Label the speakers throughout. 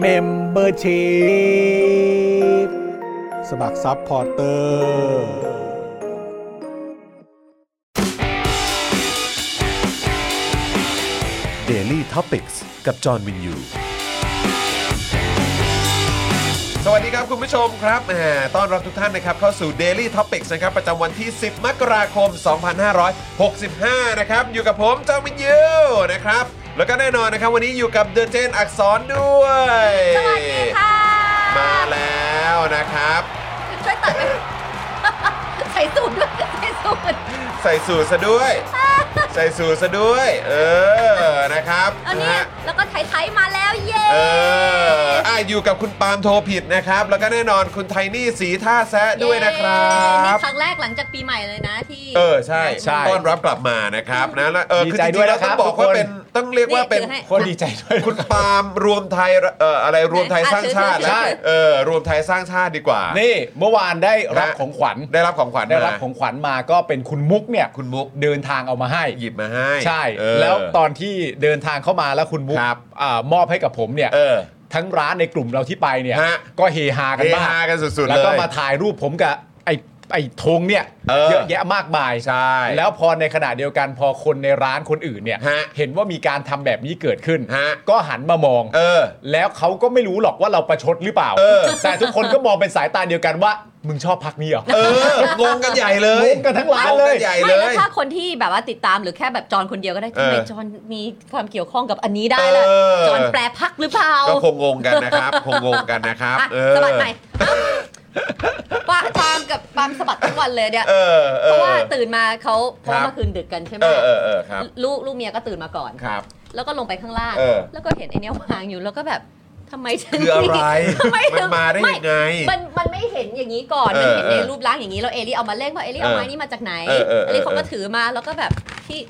Speaker 1: เมมเบอร์ชีพสมัครซัพพอร์เตอร์
Speaker 2: Daily t o p i c กกับจอห์นวินยู
Speaker 3: สวัสดีครับ คุณผู้ชมครับแหมต้อนรับทุกท่านนะครับ เข้าสู่ Daily Topics นะครับ ประจำวันที่ 10 มกราคม 2565 นะครับ อยู่กับผมจอมินยูนะครับ แล้วก็แน่นอนนะครับ วันนี้อยู่กับเดอะเจนอักษรด้วยสวัสดีค่ะ มาแล้วนะครับ
Speaker 4: ช่วยตัดไป ใส่สูตรด้วยใส่สูตร
Speaker 3: ใส่สูทซะด้วย ใส่สูทซะด้วย เออนะครับ
Speaker 4: อันนี้
Speaker 3: ฮ
Speaker 4: แล้วก็ไถๆมาแล้วเย้
Speaker 3: เอออ่ะอยู่กับคุณปาล์มโทรผิดนะครับ แล้วก็แน่นอนคุณไทนี่สีท่าแซะด้วยนะครั
Speaker 4: นี่
Speaker 3: บ
Speaker 4: ครั้งแรกหลังจากปีใหม่เลยนะที่
Speaker 3: เออใช่
Speaker 5: ใช่
Speaker 3: ต้อนรับกลับมานะครับนะแล้วเออ
Speaker 5: ดี
Speaker 3: คือ
Speaker 5: ใจ
Speaker 3: จริ
Speaker 5: ด้วย
Speaker 3: งๆแล้ว
Speaker 5: นะค
Speaker 3: ต้
Speaker 5: รั
Speaker 3: อง
Speaker 5: บ
Speaker 3: บอกว่า
Speaker 5: ทุกคน
Speaker 3: เป็นต้องเรียกว่าเป็น
Speaker 4: นี่ถือให้
Speaker 5: โคตรดีใจด้วย
Speaker 3: คุณปาล์มรวมไทยเอ่ออะไรรวมไทยสร้างชาติ
Speaker 4: ใช่
Speaker 3: เออรวมไทยสร้างชาติดีกว่า
Speaker 5: นี่เมื่อวานได้รับ
Speaker 3: นะ
Speaker 5: ของขวัญ
Speaker 3: ได้รับของขวัญ
Speaker 5: ได้รับ
Speaker 3: มา
Speaker 5: ของขวัญมาก็เป็นคุณมุกเนี่ย
Speaker 3: คุณมุก
Speaker 5: เดินทางเอามาให้
Speaker 3: หยิบมาให้
Speaker 5: ใช่
Speaker 3: เออ
Speaker 5: แล้วตอนที่เดินทางเข้ามาแล้วคุณมุก
Speaker 3: ครับ
Speaker 5: อ่ามอบให้กับผมเนี่ย
Speaker 3: เออ
Speaker 5: ทั้งร้านในกลุ่มเราที่ไปเนี่ย
Speaker 3: ฮะ
Speaker 5: ก็เฮฮากั
Speaker 3: เฮ
Speaker 5: นมาก
Speaker 3: ฮากันสุดๆเลย
Speaker 5: แล้วก็มาถ่ายรูปผมกับไอ้ไอ้ธงเนี่ย
Speaker 3: เออ
Speaker 5: เยอะแยะมากมาย
Speaker 3: ใช่
Speaker 5: แล้วพอในขณะเดียวกันพอคนในร้านคนอื่นเนี่ย
Speaker 3: ฮะ
Speaker 5: เห็นว่ามีการทำแบบนี้เกิดขึ้น
Speaker 3: ฮะ
Speaker 5: ก็หันมามอง
Speaker 3: เออ
Speaker 5: แล้วเขาก็ไม่รู้หรอกว่าเราประชดหรือเปล่า
Speaker 3: เออ
Speaker 5: แต่ทุกคนก็มองเป็นสายตาเดียวกันว่า มึงชอบพักนี้เหรอ
Speaker 3: เอองงกันใหญ่เลย
Speaker 5: งงกันทั้งร้านเลย
Speaker 3: งงกัใหญ่
Speaker 4: ไม่
Speaker 3: เล
Speaker 4: แล้ว
Speaker 3: ย
Speaker 4: ถ้าคนที่แบบว่าติดตามหรือแค่แบบจอนคนเดียวก็ได้
Speaker 3: เอ
Speaker 4: ทำ
Speaker 3: อ
Speaker 4: ไมจอนมีความเกี่ยวข้องกับอันนี้ได้ล่ะ
Speaker 3: เออ
Speaker 4: จอนแปลพักหรือเปล่า
Speaker 3: ก็คงงงกันนะครับ คงงงกันนะครับ
Speaker 4: อ่ะ
Speaker 3: เออ
Speaker 4: สะบัดใหม่ อ่ะว่าจามกับปามสะบัดทุกวันเลยเนี่ย
Speaker 3: เอออ
Speaker 4: เพ
Speaker 3: อ
Speaker 4: ราะว่าตื่นมาเขาเพราะ
Speaker 3: ครับ
Speaker 4: ว่าเมื่อคืนดึกกันใช่ไหม
Speaker 3: เออเออเออครับ
Speaker 4: ลูกลูกเมียก็ตื่นมาก่อน
Speaker 3: ครับ
Speaker 4: แล้วก็ลงไปข้างล่าง
Speaker 3: เออ
Speaker 4: แล้วก็เห็นไอเนี้ยวางอยู่แล้วก็แบบทำไมฉัน
Speaker 3: คืออะไร
Speaker 4: ทำไม
Speaker 3: มั
Speaker 4: ถึ
Speaker 3: น
Speaker 4: ง
Speaker 3: มาได้ยังไง
Speaker 4: มันมันไม่เห็นอย่างนี้ก่อน
Speaker 3: เออ
Speaker 4: มันเห็น
Speaker 3: เออ
Speaker 4: ในรูปร่างอย่างนี้แล้วเอลี่เอามาเล่นว่าเอลี่เอาไม้นี่มาจากไหน
Speaker 3: เออเออเออ
Speaker 4: ลี่เขาก็ถือมาแล้วก็แบบที่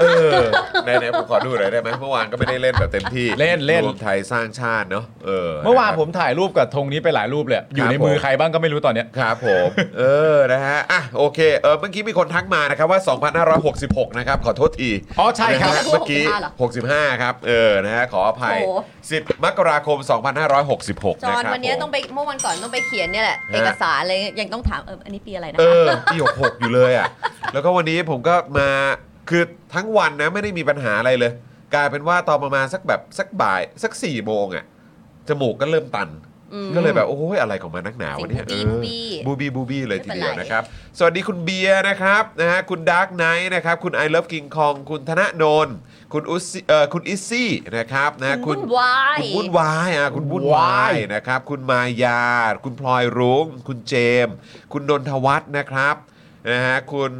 Speaker 3: เออไหนๆผมขอดูหน่อยได้ไหมเมื่อวานก็ไม่ได้เล่นแบบเต็มที่
Speaker 5: เล่นเล่น
Speaker 3: รวมไทยสร้างชาติเนาะเออ
Speaker 5: เมื่อวานผมถ่ายรูปกับธงนี้ไปหลายรูปเลย อยู่
Speaker 3: ค
Speaker 5: ใน
Speaker 3: รับผม
Speaker 5: มือใครบ้างก็ไม่รู้ตอนเนี้ย
Speaker 3: ครับผม เออนะฮะอ่ะโอเคเออเมื่อกี้มีคนทักมานะครับว่า 2,566 นะครับ ขอโทษที
Speaker 5: อ๋อใช่ครับ
Speaker 3: นะฮะเมื่อกี้ 65 ครับ เออนะฮะขออภัย 10 มกราคม 2566
Speaker 4: จ
Speaker 3: นะ
Speaker 4: อน
Speaker 3: ครับ
Speaker 4: วันเนี้ย
Speaker 3: ผม
Speaker 4: ต้องไปเมื่อวันก่อนต้องไปเขียนเนี่ยแหละ
Speaker 3: ฮะ
Speaker 4: เอกสารอะไรยังต้องถามเอออันนี้ปีอะไรนะ
Speaker 3: เอ
Speaker 4: คะ
Speaker 3: อปีหกหกอยู่เลยอ่ะ แล้วก็วันนี้ผมก็มาคือทั้งวันนะไม่ได้มีปัญหาอะไรเลย กลายเป็นว่าตอนประมาณสักแบบสักบ่ายสัก4ี่โมงอ่ะจมูกก็เริ่มตัน
Speaker 4: ม
Speaker 3: ก็เลยแบบ โอ้ยอะไรของมันนักหนาวะเนี่ย
Speaker 4: สิ่งบูบี้
Speaker 3: เออ
Speaker 4: บู
Speaker 3: บู
Speaker 4: บี้
Speaker 3: บี้บูบี้เลยทีเดียว
Speaker 4: ไม่เป็นไร
Speaker 3: นะครับ สวัสดีคุณเบียร์นะครับนะฮะคุณดาร์กไนท์นะครับ คุณไอ o ล e ฟกิงคองคุณธนโนนคุณอุซี่เอ่อคุณอิซซี่นะครับนะคุ
Speaker 4: วุ่
Speaker 3: ณ
Speaker 4: นวาย
Speaker 3: คุณวุ่นวายอ่ะคุณวุ่นวาว
Speaker 5: าย ย
Speaker 3: นะครับ คุณมายา คุณพลอยรุ้งคุณเจมส์คุณนนทวัฒน์นะครับนะฮะคุณ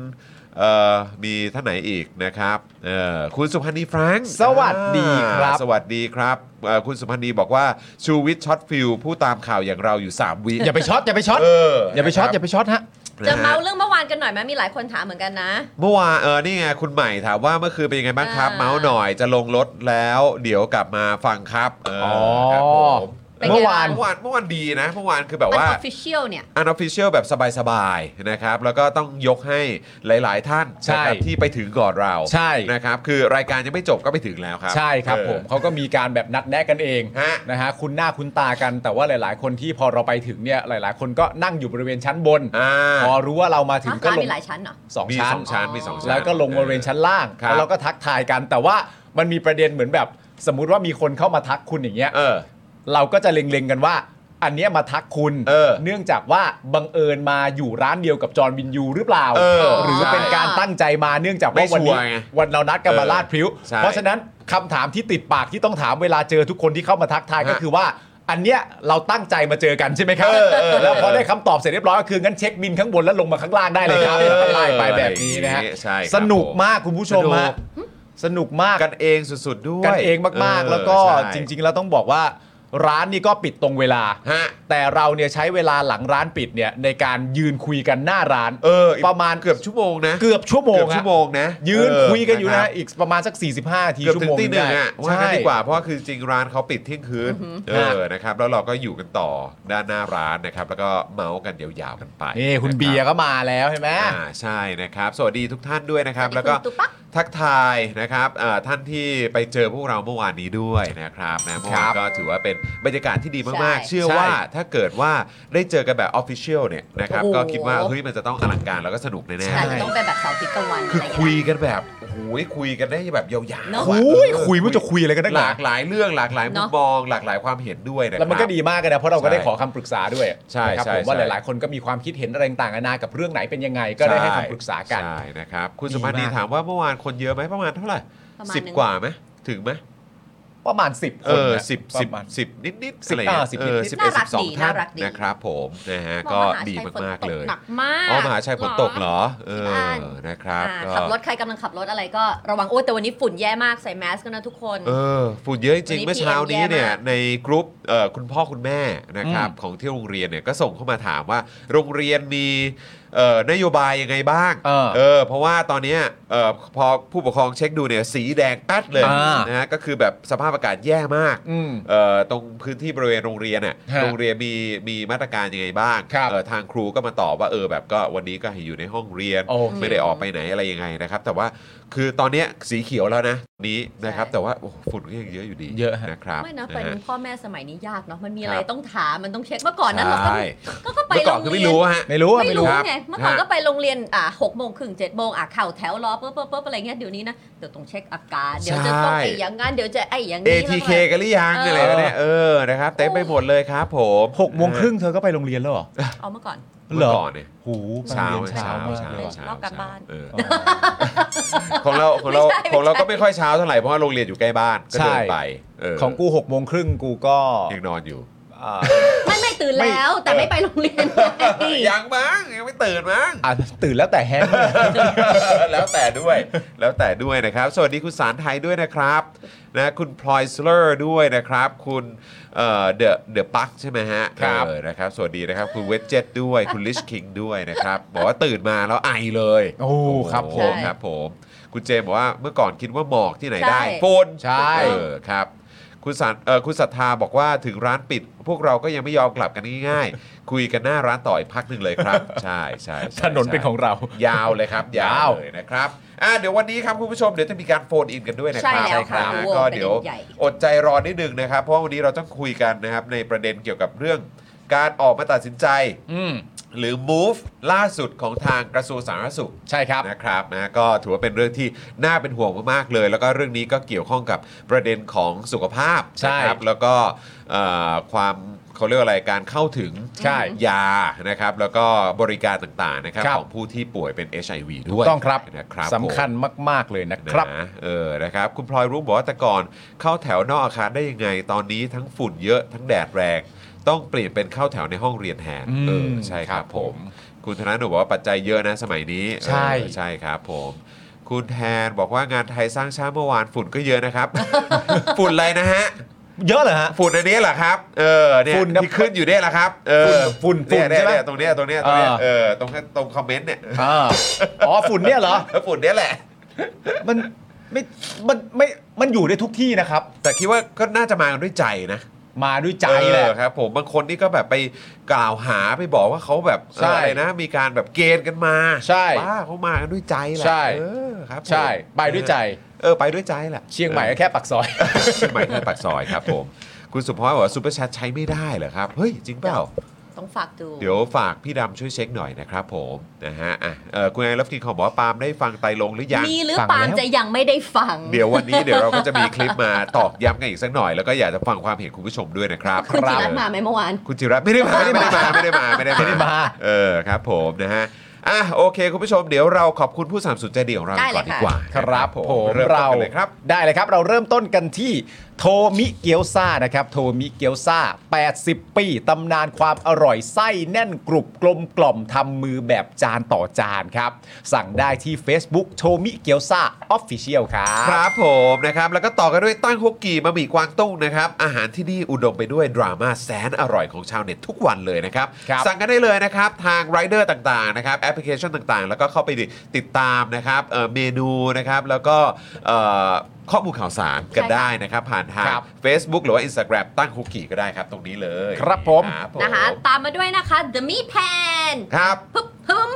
Speaker 3: เอ่อมีท่านไหนอีกนะครับเอ่อคุณสุพันธ์นีแฟรงค์
Speaker 5: สวัสดีครับ
Speaker 3: อ่าสวัสดีครับเอ่อคุณสุพันธ์นีบอกว่าชูวิทย์ช็อตฟิลผู้ตามข่าวอย่างเราอยู่ 3 วิ
Speaker 5: อย่าไปช็อตอย่าไปช็อต
Speaker 3: เออ
Speaker 5: อย่าไปช็อต
Speaker 3: นะ
Speaker 5: อ
Speaker 3: ครับ
Speaker 5: ย่าไปช็อตฮะ
Speaker 4: จะเมา
Speaker 3: นะฮะ
Speaker 4: เรื่องเมื่อวานกันหน่อยไหมมีหลายคนถามเหมือนกันนะ
Speaker 3: เมื่อวานเออนี่ไงคุณใหม่ถามว่าเมื่อคืนเป็นยังไงบ้างครับ
Speaker 4: อ่า
Speaker 3: เมาส์หน่อยจะลงรถแล้ว เดี๋ยวกลับมาฟังครับเอออ
Speaker 5: อ
Speaker 3: ครับผม
Speaker 4: เป็นไง
Speaker 5: เมื่อวาน
Speaker 3: เมื่อวานเมื่อวานดีนะเมื่อวานคือแบ
Speaker 4: อั
Speaker 3: บ
Speaker 4: น
Speaker 3: ว่า
Speaker 4: ออฟฟิเชียลเนี่ย
Speaker 3: อันออฟฟิเชียลแบบสบายๆนะครับ แล้วก็ต้องยกให้หลาย ๆ ท่าน
Speaker 5: ใช่
Speaker 3: นะครับที่ไปถึงก่อนเรา
Speaker 5: ใช่
Speaker 3: นะครับ คือรายการยังไม่จบก็ไปถึงแล้วครับ
Speaker 5: ใช่ครับ
Speaker 3: เออ
Speaker 5: ผมเขาก็มีการแบบนัดแนะกันเอง
Speaker 3: ฮะ
Speaker 5: นะฮะคุณหน้าคุณตากันแต่ว่าหลาย ๆ คนที่พอเราไปถึงเนี่ยหลาย ๆ คนก็นั่งอยู่บริเวณชั้นบน
Speaker 3: อ่า
Speaker 5: พอรู้ว่าเรามาถึงก็
Speaker 4: ร้าน
Speaker 5: ลง
Speaker 4: มีหลายชั้นเหรอ
Speaker 5: สอง
Speaker 3: มี
Speaker 5: ชั้
Speaker 3: ส
Speaker 5: น
Speaker 3: องชั้นมีสองชั้น
Speaker 5: แล้วก็ลงบริเวณชั้นล่าง
Speaker 3: ครับ
Speaker 5: แล้วเราก็ทักทายกัน แต่ว่ามันมีประเด็นเหมือนแบบ สมมุติว่ามีคนเข้ามาทักคุณอย่างเงี้ย
Speaker 3: เออ
Speaker 5: เราก็จะเล็งๆกันว่า อันเนี้ยมาทักคุณ
Speaker 3: เออ
Speaker 5: องจากว่าบังเอิญมาอยู่ร้านเดียวกับจอร์นวินยูหรือเปล่า
Speaker 3: เออ
Speaker 5: หรือ
Speaker 4: ใช่
Speaker 5: เป็นการตั้งใจมาเนื่องจาก
Speaker 3: ไม่
Speaker 5: ว่าวัน
Speaker 3: ชัว
Speaker 5: นี้
Speaker 3: ร์ไง
Speaker 5: วันเรานัดกันมา
Speaker 3: เออ
Speaker 5: ลาดพริ้ว
Speaker 3: ใช่
Speaker 5: เพราะฉะนั้นคำถามที่ติดปากที่ต้องถามเวลาเจอทุกคนที่เข้ามาทักทายก็
Speaker 3: ฮะ
Speaker 5: คือว่า อันเนี้ยเราตั้งใจมาเจอกันใช่ไหมครับ
Speaker 3: เออเออ
Speaker 5: แล้วพอได้คำตอบเสร็จเรียบร้อยก็คืองั้นเช็คบินข้างบนแล้วลงมาข้างล่างได้เลยครับแล้วก็ไล่ไปแบบนี้นะฮะ
Speaker 3: ใช่ครับ
Speaker 5: สนุก
Speaker 3: ผม
Speaker 5: ากคุณผู้ชมฮะสนุกมาก
Speaker 3: กันเองสุดๆด้วย
Speaker 5: กันเองมากๆ แล้วก็
Speaker 3: ใช่
Speaker 5: จริง ๆ แล้วต้องบอกว่า ร้านนี่ก็ปิดตรงเวลา
Speaker 3: ฮะ
Speaker 5: แต่เราเนี่ยใช้เวลาหลังร้านปิดเนี่ยในการยืนคุยกันหน้าร้าน
Speaker 3: เออ
Speaker 5: ประมาณ
Speaker 3: เกือบชั่วโมงนะ
Speaker 5: เกือบชั่วโม
Speaker 3: เกื
Speaker 5: ง
Speaker 3: อบ
Speaker 5: ฮะ
Speaker 3: ชั่วโมงนะ
Speaker 5: ยืน
Speaker 3: เ
Speaker 5: คุยกันอยู่
Speaker 3: ค
Speaker 5: นะ
Speaker 3: รับ
Speaker 5: อีกประมาณสัก 45ที
Speaker 3: เกือบ
Speaker 5: ชั่ว
Speaker 3: ถึง
Speaker 5: โมง
Speaker 3: ตีหนึ่ง
Speaker 5: ได้
Speaker 3: อ่ะว่างั้น
Speaker 5: ใช่
Speaker 3: ดีกว่าเพราะว่าคือจริงร้านเขาปิดเที่ยงคืนเอ
Speaker 5: ฮะ
Speaker 3: อนะครับแล้วเราก็อยู่กันต่อด้านหน้าร้านนะครับ แล้วก็เมาส์กันยาวๆกันไป
Speaker 5: นี่คุณเบียร์ก็มาแล้วเห็นไหม
Speaker 3: อ่าใช่นะครับ สวัสดีทุกท่านด้วยนะครับ แล้วก็
Speaker 4: คุณตุ๊ปัก
Speaker 3: ทักทายนะครับอ่าท่านที่ไปเจอพวกเราเมื่อวานนี้ด้วยนะครับนะเมื่อวาน
Speaker 5: ครับ
Speaker 3: ก็ถือว่าเป็นบรรยากาศที่ดีมากๆ
Speaker 4: ใช่
Speaker 3: เชื่อ
Speaker 5: ใช่
Speaker 3: ว่าถ้าเกิดว่าได้เจอกันแบบออฟฟิเชียลเนี่ยนะครับ
Speaker 4: โอ้โห
Speaker 3: ก็คิดว่าเฮ้ยมันจะต้องอลังการแล้วก็สนุกแน่ๆ
Speaker 4: แต่จะต้องเป็นแบบเสาร์อาทิตย์กลางวัน
Speaker 3: คือ
Speaker 4: อะไราง
Speaker 3: คุย
Speaker 4: เงี้
Speaker 3: กันแบบโอ้โหคุยกันได้แบบยาวๆ
Speaker 4: เนอะ
Speaker 3: อะ
Speaker 5: โอ้ย
Speaker 3: เออ
Speaker 5: คุยไม่รู้จะคุยอะไรกันนักห
Speaker 3: ห
Speaker 5: นา
Speaker 3: ลากหลายเรื่องหลากหลายมุ
Speaker 4: เน
Speaker 3: ม
Speaker 4: อะ
Speaker 3: มองหลากหลายความเห็นด้วยนะครับ
Speaker 5: แล้วมันก็ดีมากเลยนะเพราะเราก็ได้
Speaker 3: ใช่
Speaker 5: ขอคำปรึกษาด้วย
Speaker 3: ใช่
Speaker 5: นะครับ
Speaker 3: ใช่
Speaker 5: ผมว่า
Speaker 3: ใช่
Speaker 5: หลายๆ คนก็มีความคิดเห็นอะไรต่างๆนานากับเรื่องไหนเป็นยังไง ก็ได้ให้คำปรึกษากัน
Speaker 3: ใช่นะครับ คุณ
Speaker 5: ดี
Speaker 3: สม
Speaker 5: มาก
Speaker 3: พันธ์นีถามว่าเมื่อวานคนเยอะไหมประมาณเท่าไหร่
Speaker 4: ประมาณ
Speaker 3: สิบ
Speaker 4: นึง
Speaker 3: กว่าไหมถึงไหม
Speaker 5: ประมาณ 10 ค
Speaker 3: เอนอ
Speaker 5: นะ
Speaker 3: สิบ
Speaker 5: ป
Speaker 3: สิบ
Speaker 5: ระมาณ
Speaker 3: สิบนิดนิดๆ
Speaker 5: สิ
Speaker 3: อะ
Speaker 5: บ
Speaker 3: ไรอย่างเงี้ย
Speaker 5: อ่าสิบ
Speaker 3: เอ
Speaker 5: นิดๆ
Speaker 3: อสิบเอ็ดสิบสองท่า
Speaker 4: น่าน รักดี
Speaker 3: นะครับผมนะฮะ
Speaker 4: ย
Speaker 3: ก็
Speaker 4: มห
Speaker 3: ดี
Speaker 4: ชัยฝน
Speaker 3: มาก
Speaker 4: ต
Speaker 3: ๆเลย
Speaker 4: หนักมาก
Speaker 3: อ๋อมหาชัยฝนตกเหรอเอ
Speaker 4: ที่บ้าน
Speaker 3: อนะครับ
Speaker 4: อ่า
Speaker 3: ก็
Speaker 4: ขับรถใครกำลังขับรถอะไรก็ระวังโอ้ยแต่วันนี้ฝุ่นแย่มากใส่แมสกันนะทุกคน
Speaker 3: เออฝุ่นเยอะจริงๆ
Speaker 4: วันนี้
Speaker 3: เมื่อเช้านี้
Speaker 4: PM แย่มาก
Speaker 3: เนี่ยในกรุ๊ปเอ่อคุณพ่อคุณแม่นะครับของที่โรงเรียนเนี่ยก็ส่งเข้ามาถามว่าโรงเรียนมีเอ่อนโยบายยังไงบ้าง
Speaker 5: เออ
Speaker 3: เออเพราะว่าตอนเนี้ยเอ่อพอผู้ปกครองเช็คดูเนี่ยสีแดงแป๊ดเลย
Speaker 5: อ่าน
Speaker 3: นะฮะก็คือแบบสภาพอากาศแย่มาก
Speaker 5: อืม
Speaker 3: เอ่อตรงพื้นที่บริเวณโรงเรียนน่ะ
Speaker 5: ฮะ
Speaker 3: โรงเรียนมีมีมาตรการยังไงบ้าง
Speaker 5: ครับ
Speaker 3: เอ่อทางครูก็มาตอบว่าเออแบบก็วันนี้ก็ให้อยู่ในห้องเรียน
Speaker 5: โอเค
Speaker 3: ไม่ได้ออกไปไหนอะไรยังไงนะครับ แต่ว่าคือตอนเนี้ยสีเขียวแล้วนะนี้นะครับ
Speaker 4: ใช่
Speaker 3: แต่ว่าโอ้โหฝุ่นก็ยังเยอะอยู่ดี
Speaker 5: เยอะฮะ
Speaker 3: นะครับ
Speaker 4: ไม่นะ
Speaker 3: ฮ
Speaker 4: ไปดูพ่อแม่สมัยนี้ยากเนาะมันมี
Speaker 3: ครับ
Speaker 4: อะไรต้องถามมันต้องเช็คเมื่อก่อนนั้นเราก็
Speaker 3: ใช่
Speaker 4: ก็ก็ไป
Speaker 3: เมื่อ
Speaker 4: โร
Speaker 3: ก่อน
Speaker 4: ง
Speaker 3: คือ
Speaker 4: เรี
Speaker 3: ไม่
Speaker 4: ยน
Speaker 3: รู้อะฮะ
Speaker 5: ไม่รู้อะ
Speaker 4: ไม่
Speaker 5: ไม่
Speaker 4: รู้
Speaker 3: ค
Speaker 5: รู้
Speaker 3: รับ
Speaker 4: ไงเมื่อก่อน
Speaker 3: ฮะ
Speaker 4: ก็ไปโรงเรียนอ่าหกโมงครึ่งเจ็ดโมงอ่ะเข่าแถวรอเปิ๊บเปิ๊บเปิ๊บอะไรเงี้ยเดี๋ยวนี้นะเดี๋ยวต้องเช็คอากาศเดี๋ยวจะต้อง
Speaker 3: ใช่
Speaker 4: ไอ้อย่างงั้นเดี๋ยวจะไอ้อย่างนี้
Speaker 3: ATK กันหรือยัง
Speaker 4: เอออ
Speaker 3: อะไรแบบเนี่ยเออนะครับเต็มไปหมดเลยครับ ผม
Speaker 5: หกโมงครึ่งเธอก็ไปโรงเรียนแล้วเหรอ
Speaker 4: เอามาก่อน
Speaker 3: เมื่อก่อนเนี่ย
Speaker 5: หู
Speaker 3: เช้า
Speaker 5: ไปโรงรียน
Speaker 3: เช้า
Speaker 5: ช้
Speaker 3: เช้าม
Speaker 5: กเลย
Speaker 3: เช้าร
Speaker 4: อบกลับบ้าน
Speaker 3: เออของเราของเรา
Speaker 4: ไม่ใช่
Speaker 3: ของเราก็ไม่ค่อยเช้าเท่าไหร่เพราะว่าโรงเรียนอยู่ใกล้บ้านก็เดินไปเ
Speaker 5: ของกูหกโมงครึ่งกูก็
Speaker 3: ยังนอนอยู่
Speaker 5: อ่า
Speaker 4: ไม่ไม่ตื่น
Speaker 5: ไม่
Speaker 4: แล้วแต่ไม่ไปโรงเรียน
Speaker 3: ยังมั้งยังไม่ตื่นมั้ง
Speaker 5: อ่ะตื่นแล้วแต่แฮง
Speaker 3: แล้วแต่ด้วยแล้วแต่ด้วยนะครับ สวัสดีคุณสารไทยด้วยนะครับนะคุณพลอยสเลอร์ด้วยนะครับ คุณเอ่อเดอะเดอะปักใช่ไหมฮะ
Speaker 5: ครับ
Speaker 3: เออนะครับ สวัสดีนะครับ คุณเวจเจตด้วยคุณลิชคิงด้วยนะครับ บอกว่าตื่นมาแล้วไอเลย
Speaker 5: โอ้ครับ
Speaker 3: โอ้
Speaker 5: ผ
Speaker 3: โห
Speaker 5: ม
Speaker 3: ครับผม คุณเจมส์บอกว่าเมื่อก่อนคิดว่าหมอกที่ไหนได้ฝน
Speaker 5: ใช่
Speaker 3: เออครับ คุณสันเอ่อคุณศรัทธาบอกว่าถึงร้านปิด พวกเราก็ยังไม่ยอมกลับกันง่ายๆ คุยกันหน้าร้านต่ออีกพักหนึ่งเลยครับ ใช่ใช่ใช่
Speaker 5: ถนนเป็น
Speaker 3: ใช่
Speaker 5: ของเรา
Speaker 3: ยาวเลยครับ ยาย
Speaker 5: าว ว
Speaker 3: เลยนะครับอ่ะเดี๋ยววันนี้ครับคุณผู้ชมเดี๋ยวจะมีการโฟนอินกันด้วยนะค
Speaker 4: ใช่
Speaker 3: รับ
Speaker 4: แล้วค่ะ
Speaker 3: นะ
Speaker 4: โอ้
Speaker 3: รับ
Speaker 4: โห
Speaker 3: ก็
Speaker 4: ประเด็
Speaker 3: เดี๋ยวน
Speaker 4: ใหญ่
Speaker 3: อดใจรอนิดนึงนะครับ เพราะวันนี้เราต้องคุยกันนะครับในประเด็นเกี่ยวกับเรื่องการออกมาตัดสินใจ
Speaker 5: ืม
Speaker 3: หรือ move ล่าสุดของทางกระทรวงสาธารณสุข
Speaker 5: ใช่ครับ
Speaker 3: นะครับนะก็ถือว่าเป็นเรื่องที่น่าเป็นห่วงมากๆเลย แล้วก็เรื่องนี้ก็เกี่ยวข้องกับประเด็นของสุขภาพ
Speaker 5: ใช่
Speaker 3: นะครับแล้วก็เอ่อความเขาเรียกว่าอะไรการเข้าถึง
Speaker 5: ใช่
Speaker 3: ยานะครับแล้วก็บริการต่างๆนะครับ
Speaker 5: ครับ
Speaker 3: ของผู้ที่ป่วยเป็น HIV ด้
Speaker 5: ถู
Speaker 3: ว
Speaker 5: ก
Speaker 3: ย
Speaker 5: ต้องครับ
Speaker 3: นะครับ
Speaker 5: สำคัญมาก ๆ เลยนะ
Speaker 3: ผม
Speaker 5: ครับ
Speaker 3: นะเออนะครับคุณพลอยรุ้งบอกว่าแต่ก่อนเข้าแถวนอกอาคารได้ยังไง ตอนนี้ทั้งฝุ่นเยอะทั้งแดดแรง ต้องเปลี่ยนเป็นเข้าแถวในห้องเรียนแทน
Speaker 5: อืม
Speaker 3: เออใช่ค
Speaker 5: ครั
Speaker 3: รับบผ
Speaker 5: ผม ม
Speaker 3: คุณธนาหนูบอกว่าปัจจัยเยอะนะสมัยนี้
Speaker 5: ใช่
Speaker 3: เออใช่ครับผม คุณแทนบอกว่างานไทยสร้างชาติเมื่อวานฝุ่นก็เยอะ นะครับ ฝุ่นอะไรนะฮะ
Speaker 5: เยอะเหรอฮะ
Speaker 3: ฝุ่นอันนี้เหรอครับ เออเนี่ย
Speaker 5: ฝุ่นนะ
Speaker 3: ที่ขึ้นอยู่เนี่ยแหละครับเออ
Speaker 5: ฝุ่นฝุ่น
Speaker 3: เย
Speaker 5: ใช่ไหม
Speaker 3: เนี่ยตรงเนี้ยตรงเนี้ยตรงเนี้ย
Speaker 5: อ่า
Speaker 3: เออตรงตรงคอมเมนต์เนี่ย
Speaker 5: อ่าอ๋อฝุ่นเนี่ยเหรอ
Speaker 3: แล้วฝุ่นเนี้ยแหละ
Speaker 5: มันไม่มันไม่มันอยู่ได้ทุกที่นะครับ
Speaker 3: แต่คิดว่าก็น่าจะมากันด้วยใจนะ
Speaker 5: มาด้วยใจแหละ
Speaker 3: เออครับ ผมบางคนนี่ก็แบบไปกล่าวหาไปบอกว่าเขาแบบ
Speaker 5: ใช่
Speaker 3: อะไรนะ มีการแบบเกณฑ์กันมา
Speaker 5: ใช่
Speaker 3: บ้าเขามากันด้วยใจแหละ
Speaker 5: ใช่
Speaker 3: เออครับผม
Speaker 5: ใช่ ไปด้วยใจ
Speaker 3: เออไปด้วยใจแหละ
Speaker 5: เชียงใหม่ก็แค่ปักซอย
Speaker 3: เชียงใหม่แค่ปากซอยครับผม คุณสุพรบอกว่าซูเปอร์แชทใช้ไม่ได้เหรอครับ เฮ้ย จริงเปล่า
Speaker 4: ต้องฝากดู
Speaker 3: เดี๋ยวฝากพี่ดำช่วยเช็คหน่อยนะครับผมนะฮะอ่ะเอ่อคุณไอรับกินขอบอกว่าปาล์มได้ฟังไตรลงหรือยัง
Speaker 4: มีหรือ
Speaker 5: ฟัง
Speaker 4: ปาล์ม
Speaker 5: แล้ว
Speaker 4: จะยังไม่ได้ฟัง
Speaker 3: เดี๋ยววันนี้เดี๋ยวเราก็จะมีคลิปมาตอกย้ำกันอีกสักหน่อย แล้วก็อยากจะฟังความเห็นคุณผู้ชมด้วยนะครับ
Speaker 4: คุณจิรัต
Speaker 3: บ
Speaker 4: น์มาไหมเมื่อวาน
Speaker 3: คุณจิรัตน์ไม่ได้มาไม่ได้มาไม่ได้มาไม่ได้มา
Speaker 5: ไม่ได้มา
Speaker 3: เออครับผมนะฮะอ่ะโอเคคุณผู้ชมเดี๋ยวเราขอบคุณผู้สามสนุนใจเดียวของเรา
Speaker 4: ได้
Speaker 3: ก่อน
Speaker 4: เลย
Speaker 3: ดี
Speaker 4: ค่ะ
Speaker 3: กว่า
Speaker 5: ครับผม
Speaker 3: เริ่มต้
Speaker 5: เรา
Speaker 3: นกันเลยครับ
Speaker 5: ได้เลยครับ เราเริ่มต้นกันที่โทมิเกียวซานะครับ โทมิเกียวซา80 ปี ตำนานความอร่อยไส้แน่นกรุบกลมกล่อมทำมือแบบจานต่อจานครับ สั่งได้ที่ Facebook โทมิเกียวซาออฟฟิเชียลครับ
Speaker 3: ครับผมนะครับแล้วก็ต่อกันด้วยตั้งฮกกีบะหมี่กวางตุ้งนะครับอาหารที่นี่อุดมไปด้วยดราม่าแสนอร่อยของชาวเน็ตทุกวันเลยนะครับ
Speaker 5: ครับ
Speaker 3: สั่งกันได้เลยนะครับทางไรเดอร์ต่างๆนะครับแอปพลิเคชันต่างๆ แล้วก็เข้าไปติดตามนะครับเอ่อเมนูนะครับแล้วก็เอ่อข้อมูลข่าวสารกัน
Speaker 4: ใช่ค่ะ
Speaker 3: ได้นะครับผ่านทาง
Speaker 5: ครับ
Speaker 3: Facebook หรือว่า Instagram ตั้งฮกกีก็ได้ครับตรงนี้เลย
Speaker 5: ครับผม
Speaker 3: รับ
Speaker 4: นะคะ ตามมาด้วยนะคะ The Meat Pan
Speaker 3: ครับ
Speaker 4: ปึ๊บปึ๊ม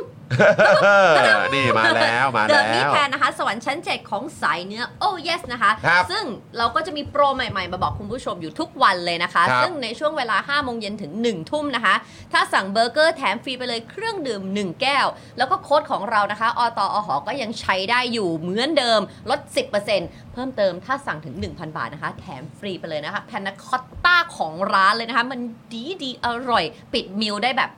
Speaker 3: นี่มาแล้วมา
Speaker 4: เดิ
Speaker 3: แล้
Speaker 4: มนี่
Speaker 3: ว
Speaker 4: แทนนะคะ สวรรค์ชั้น 7 ของสายเนื้อ โอ้ yes นะคะ
Speaker 3: ครับ
Speaker 4: ซึ่งเราก็จะมีโปรใหม่ๆ มาบอกคุณผู้ชมอยู่ทุกวันเลยนะคะ
Speaker 3: ครับ
Speaker 4: ซึ่งในช่วงเวลา 5 โมงเย็นถึง 1 ทุ่มนะคะ ถ้าสั่งเบอร์เกอร์แถมฟรีไปเลยเครื่องดื่ม 1 แก้ว แล้วก็โค้ดของเรานะคะ อตอหอก็ยังใช้ได้อยู่เหมือนเดิมลด 10%เพิ่มเติมถ้าสั่งถึง 1,000 บาทนะคะ แถมฟรีไปเลยนะคะแพนนาคอตต้าของร้านเลยนะคะ มันดีดีๆอร่อย ปิดมิลได้แบบ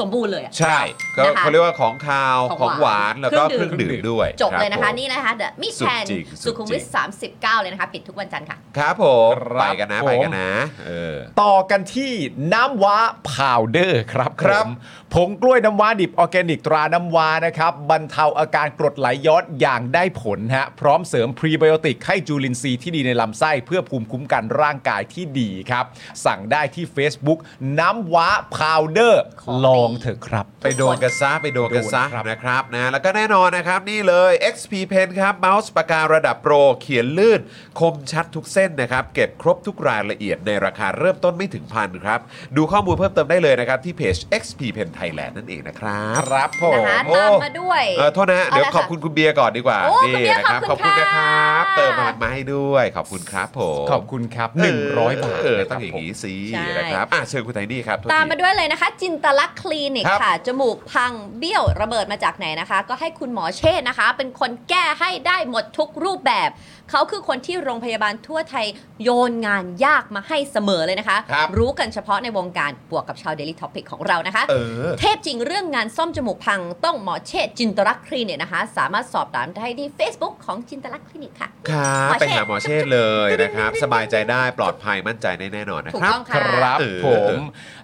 Speaker 4: สมบูรณ์เลยอะ
Speaker 3: ใช่ก็
Speaker 4: นะคะ
Speaker 3: เขาเรียกว่าของคาวข
Speaker 4: ข
Speaker 3: อ
Speaker 4: อง ง
Speaker 3: หวาว
Speaker 4: หาน น
Speaker 3: แล้วก็เค
Speaker 4: เค
Speaker 3: รื่
Speaker 4: รื่
Speaker 3: อง องดื่มด้วย
Speaker 4: จบเลยนะ
Speaker 3: รั
Speaker 4: คะ
Speaker 3: บผม
Speaker 4: นี่นะคะ The Meat
Speaker 3: สุด
Speaker 4: Pan
Speaker 3: จริงสุ
Speaker 4: สุ
Speaker 3: ด
Speaker 4: ขุม
Speaker 3: จริ
Speaker 4: วิ
Speaker 3: ง
Speaker 4: ท39 เลยนะคะ ปิดทุกวันจันทร์ค่ะ
Speaker 3: ครับผม
Speaker 5: ครับ
Speaker 3: ไปกันนะ
Speaker 5: ผม
Speaker 3: ไปกันนะเออ
Speaker 5: ต่อกันที่น้ำว้าพาวเดอร์ครับ
Speaker 3: ครับ
Speaker 5: ผมผงกล้วยน้ำว้าดิบออร์แกนิกตราน้ำว้านะครับบรรเทาอาการกรดไหลย้อนอย่างได้ผลฮะพร้อมเสริมพรีไบโอติกให้จุลินทรีย์ที่ดีในลำไส้เพื่อภูมิคุ้มกันร่างกายที่ดีครับ สั่งได้ที่ Facebook น้ำว้าพาวเดอร์
Speaker 4: ขอ
Speaker 5: ลองเถอะครับ
Speaker 3: ไปโดนกันซะไปโดนกันซะ
Speaker 5: โดนครับ
Speaker 3: นะครับนะแล้วก็แน่นอนนะครับนี่เลย XP Pen ครับเมาส์ปากการะดับโปร เขียนลื่น คมชัดทุกเส้นนะครับ เก็บครบทุกรายละเอียดในราคาเริ่มต้นไม่ถึงพันครับ ดูข้อมูลเพิ่มเติมได้เลยนะครับ ที่เพจ XP Pen Thailand นั่นเองนะครับ
Speaker 5: ครับผม
Speaker 4: นะคะตามมาด้วย
Speaker 3: เออโทษนะฮะ
Speaker 4: เอา
Speaker 3: เดี๋ยว
Speaker 4: ละ
Speaker 3: ขอบคุณคุณเบียร์ก่อนดีกว่า
Speaker 4: โอ้
Speaker 3: นี่
Speaker 4: คุณเบียร์
Speaker 3: นะครับข
Speaker 4: ข
Speaker 3: อ
Speaker 4: อ
Speaker 3: บบ
Speaker 4: คุ
Speaker 3: คุณ
Speaker 4: ณ
Speaker 3: นะค
Speaker 4: ค่ะ
Speaker 3: รับ เติมพลังมาให้ด้วย ขอบคุณครับผม
Speaker 5: ขอบคุณครับ
Speaker 3: เ
Speaker 5: 100 บาท
Speaker 3: เออ
Speaker 5: นะค
Speaker 3: ต้อ
Speaker 5: รั
Speaker 3: ง
Speaker 5: บ
Speaker 3: อย่าง
Speaker 5: ผม
Speaker 3: นี้สิ
Speaker 4: ใช่
Speaker 3: นะครับอ่ะเชิญคุณไทนี่ครับโทษ
Speaker 4: ตาม
Speaker 3: ที
Speaker 4: มาด้วยเลยนะคะ จินตลักษณ์คลินิก
Speaker 3: ครับ
Speaker 4: ค่ะ จมูกพังเบี้ยวระเบิดมาจากไหนนะคะ ก็ให้คุณหมอเชษฐ์นะคะ เป็นคนแก้ให้ได้หมดทุกรูปแบบ เขาคือคนที่โรงพยาบาลทั่วไทยโยนงานยากมาให้เสมอเลยนะคะ
Speaker 3: ครับ
Speaker 4: รู้กันเฉพาะในวงการบวกกับชาว Daily Topic ของเรานะคะ
Speaker 3: เออ
Speaker 4: เทพจริงเรื่องงานซ่อมจมูกพังต้องหมอเชษฐ์จินตลักษณ์คลินิกนะคะ สามารถสอบถามได้ที่ Facebook ของจินตลักษณ์คลินิกค่ะ
Speaker 3: ครับ
Speaker 4: หมอเชษ
Speaker 3: ไปหาหมอเชษฐ์เลยนะครับ สบายใจได้ปลอดภัยมั่นใจได้แน่นอนนะ
Speaker 4: ถูก
Speaker 3: ครับ
Speaker 4: ต้อง
Speaker 5: ค
Speaker 4: ค่ะ
Speaker 5: รับ
Speaker 3: เออ
Speaker 5: ผม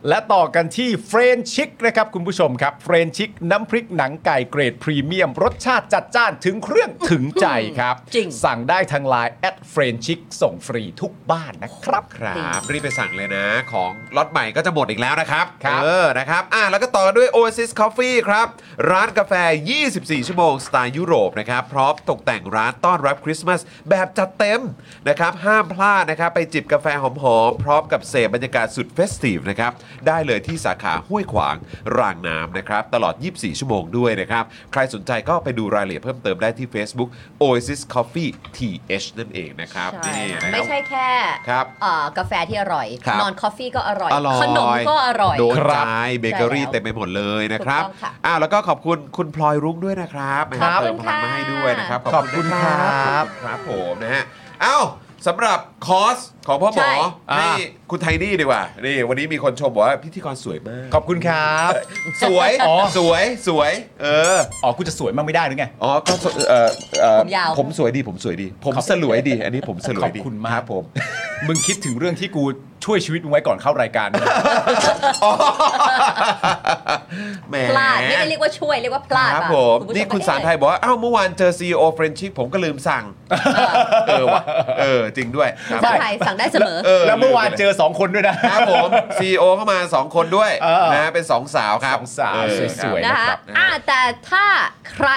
Speaker 5: และต่อกันที่เฟรนชิกนะครับคุณผู้ชมครับ เฟรนชิกน้ำพริกหนังไก่เกรดพรีเมียม รสชาติจัดจ้านถึงเครื่องถึงใจครับ
Speaker 4: จริง
Speaker 5: สั่งได้ทางไลน์แอดเฟรนชิกส่งฟรีทุกบ้านนะครับ
Speaker 3: ครับรีบไปสั่งเลยนะ ของล็อตใหม่ก็จะหมดอีกแล้วนะครับ
Speaker 5: ครับ
Speaker 3: เออนะครับอ่ะแล้วก็ต่อด้วย Oasis Coffee ครับ ร้านกาแฟ 24 ชั่วโมง สไตล์ยุโรปนะครับ พร้อมตกแต่งร้านต้อนรับคริสต์มาสแบบจัดเต็มนะครับ ห้ามพลาดนะครับ ไปจิบกาแฟหอมๆ พร้อมกับเสพบรรยากาศสุดเฟสทีฟนะครับ ได้เลยที่สาขาห้วยขวางรางน้ำนะครับ ตลอด 24 ชั่วโมงด้วยนะครับ ใครสนใจก็ไปดูรายละเอียดเพิ่มเติมได้ที่ Facebook Oasis Coffee TH นั่นเองนะครับ
Speaker 4: ใช่
Speaker 3: นี่
Speaker 4: ค่ะ
Speaker 3: นะ
Speaker 4: ไม่ใช่แค่
Speaker 3: ครับ
Speaker 4: เอ่อกาแฟที่อร่อย
Speaker 3: ครับ
Speaker 4: นอนคอฟฟี่ก็อร่อย
Speaker 3: อร่อย
Speaker 4: ขนมก็อร่อย
Speaker 3: โดน
Speaker 5: ครั
Speaker 3: ใจ
Speaker 5: บ
Speaker 3: เบเกอรี่
Speaker 4: ใช่แล้ว
Speaker 3: เต็มไปหมดเลยนะครับ
Speaker 4: ถูกต้องค่ะ
Speaker 3: อ้าวแล้วก็ขอบคุณคุณพลอยรุ้งด้วยนะครับนะ
Speaker 4: ขอบ
Speaker 3: เติ
Speaker 4: คุ
Speaker 3: ม
Speaker 4: ณ
Speaker 3: พลังมา
Speaker 4: ค่ะ
Speaker 3: ให้ด้วยนะครับ
Speaker 5: ขอบคุณครับ
Speaker 3: ขอณครับผมนะฮะเอ้าสำหรับคอร์สของพ่อหมอให้คุณไทนี่ดีกว่านี่วันนี้มีคนชมบอกว่าพิธีกรสวยมาก
Speaker 5: ขอบคุณครับ
Speaker 3: สวย
Speaker 5: อ๋อ
Speaker 3: สวยสวย เออ
Speaker 5: อ๋อคุณจะสวยมากไม่ได้หรือไง
Speaker 3: อ๋อก็สวยเออเอ่อ
Speaker 4: ผมยาว
Speaker 3: ผมสวยดีผมสวยดี ผม
Speaker 5: ขอบ
Speaker 3: สลวยดี อันนี้ผมสลวยดี
Speaker 5: ขอบคุณมาก
Speaker 3: รับผม
Speaker 5: มึงคิดถึงเรื่องที่กูช่วยชีวิตมึงไว้ก่อนเข้ารายการนะ
Speaker 3: แหม
Speaker 4: พลาด ไม่ได้เรียกว่าช่วย เรียกว่าพลาด
Speaker 3: ครับ
Speaker 4: ป่ะ
Speaker 3: ผม
Speaker 4: ผู้ช
Speaker 3: นี่คุณ
Speaker 4: ก็
Speaker 3: สารไทยบอกว่าอ้าวเมื่อวานเจอซีโอเฟรนชิกผมก็ลืมสั่ง เออว่ะเออ จริงด้วยครับ
Speaker 4: เอ๊ะคุณสารไทยสั่งได้เสมอ
Speaker 3: เออ
Speaker 5: แล้วเมื่อวานเจอสองคนด้วยนะ
Speaker 3: ครับผมซีโอเข้ามา 2 คนด้วย
Speaker 5: เออ
Speaker 3: นะเป็น 2 สาวครับ
Speaker 5: สองสาว
Speaker 3: เออ
Speaker 5: สวย
Speaker 4: นะ
Speaker 5: นะครั
Speaker 4: คะ
Speaker 5: บ
Speaker 4: อ่าแต่ถ้าใคร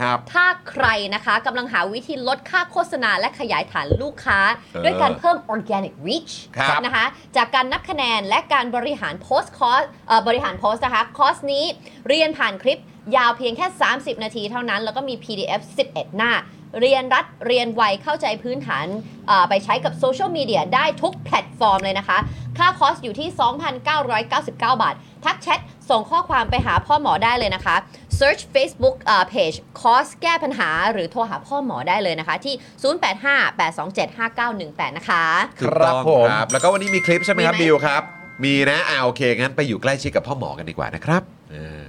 Speaker 3: ครับ
Speaker 4: ถ้าใครนะคะกำลังหาวิธีลดค่าโฆษณาและขยายฐานลูกค้า
Speaker 3: เออ
Speaker 4: ด้วยการเพิ่ม organic reach
Speaker 3: ครับ
Speaker 4: นะคะ จากการนับคะแนนและการบริหารโพสต์คอร์สเอ่อบริหารโพสต์นะคะคอร์สนี้เรียนผ่านคลิปยาวเพียงแค่ 30 นาทีเท่านั้น แล้วก็มี PDF 11 หน้า เรียนรัดเรียนไวเข้าใจพื้นฐานเอ่อไปใช้กับโซเชียลมีเดียได้ทุกแพลตฟอร์มเลยนะคะ ค่าคอร์สอยู่ที่ 2,999 บาท ทักแชทส่งข้อความไปหาพ่อหมอได้เลยนะคะ search Facebook เอ่อ page คอร์สแก้ปัญหา หรือโทรหาพ่อหมอได้เลยนะคะ ที่ 0858275918 นะคะ
Speaker 3: ถูกต้อง
Speaker 5: ครับผม
Speaker 3: ครับ แล้วก็วันนี้มีคลิปใช่ไหมครับ
Speaker 4: มี
Speaker 3: บิ
Speaker 4: ไหม
Speaker 3: วครับ มีนะอ่าโอเค งั้นไปอยู่ใกล้ชิดกับพ่อหมอกันดีกว่านะครับเออ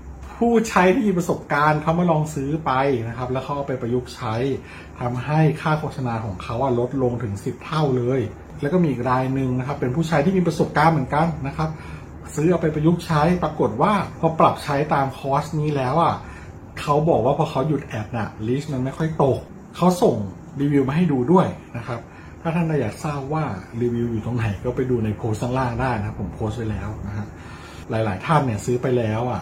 Speaker 6: ผู้ใช้ที่มีประสบการณ์เขามาลองซื้อไปนะครับ แล้วเขาเอาไปประยุกต์ใช้ทำให้ค่าโฆษณาของเขาอะลดลงถึง 10 เท่าเลย แล้วก็มีอีกรายหนึ่งนะครับ เป็นผู้ใช้ที่มีประสบการณ์เหมือนกันนะครับ ซื้อเอาไปประยุกต์ใช้ปรากฏว่าพอปรับใช้ตามคอร์สนี้แล้วอ่ะเขาบอกว่าพอเขาหยุดแอดน่ะลิสต์มันไม่ค่อยตกเขาส่งรีวิวมาให้ดูด้วยนะครับ ถ้าท่านอยากทราบว่ารีวิวอยู่ตรงไหนก็ไปดูในโพสต์ข้างล่างได้นะครับผมโพสต์ไว้แล้วนะฮะ หลาย ๆ ท่านเนี่ยซื้อไปแล้วอ่ะ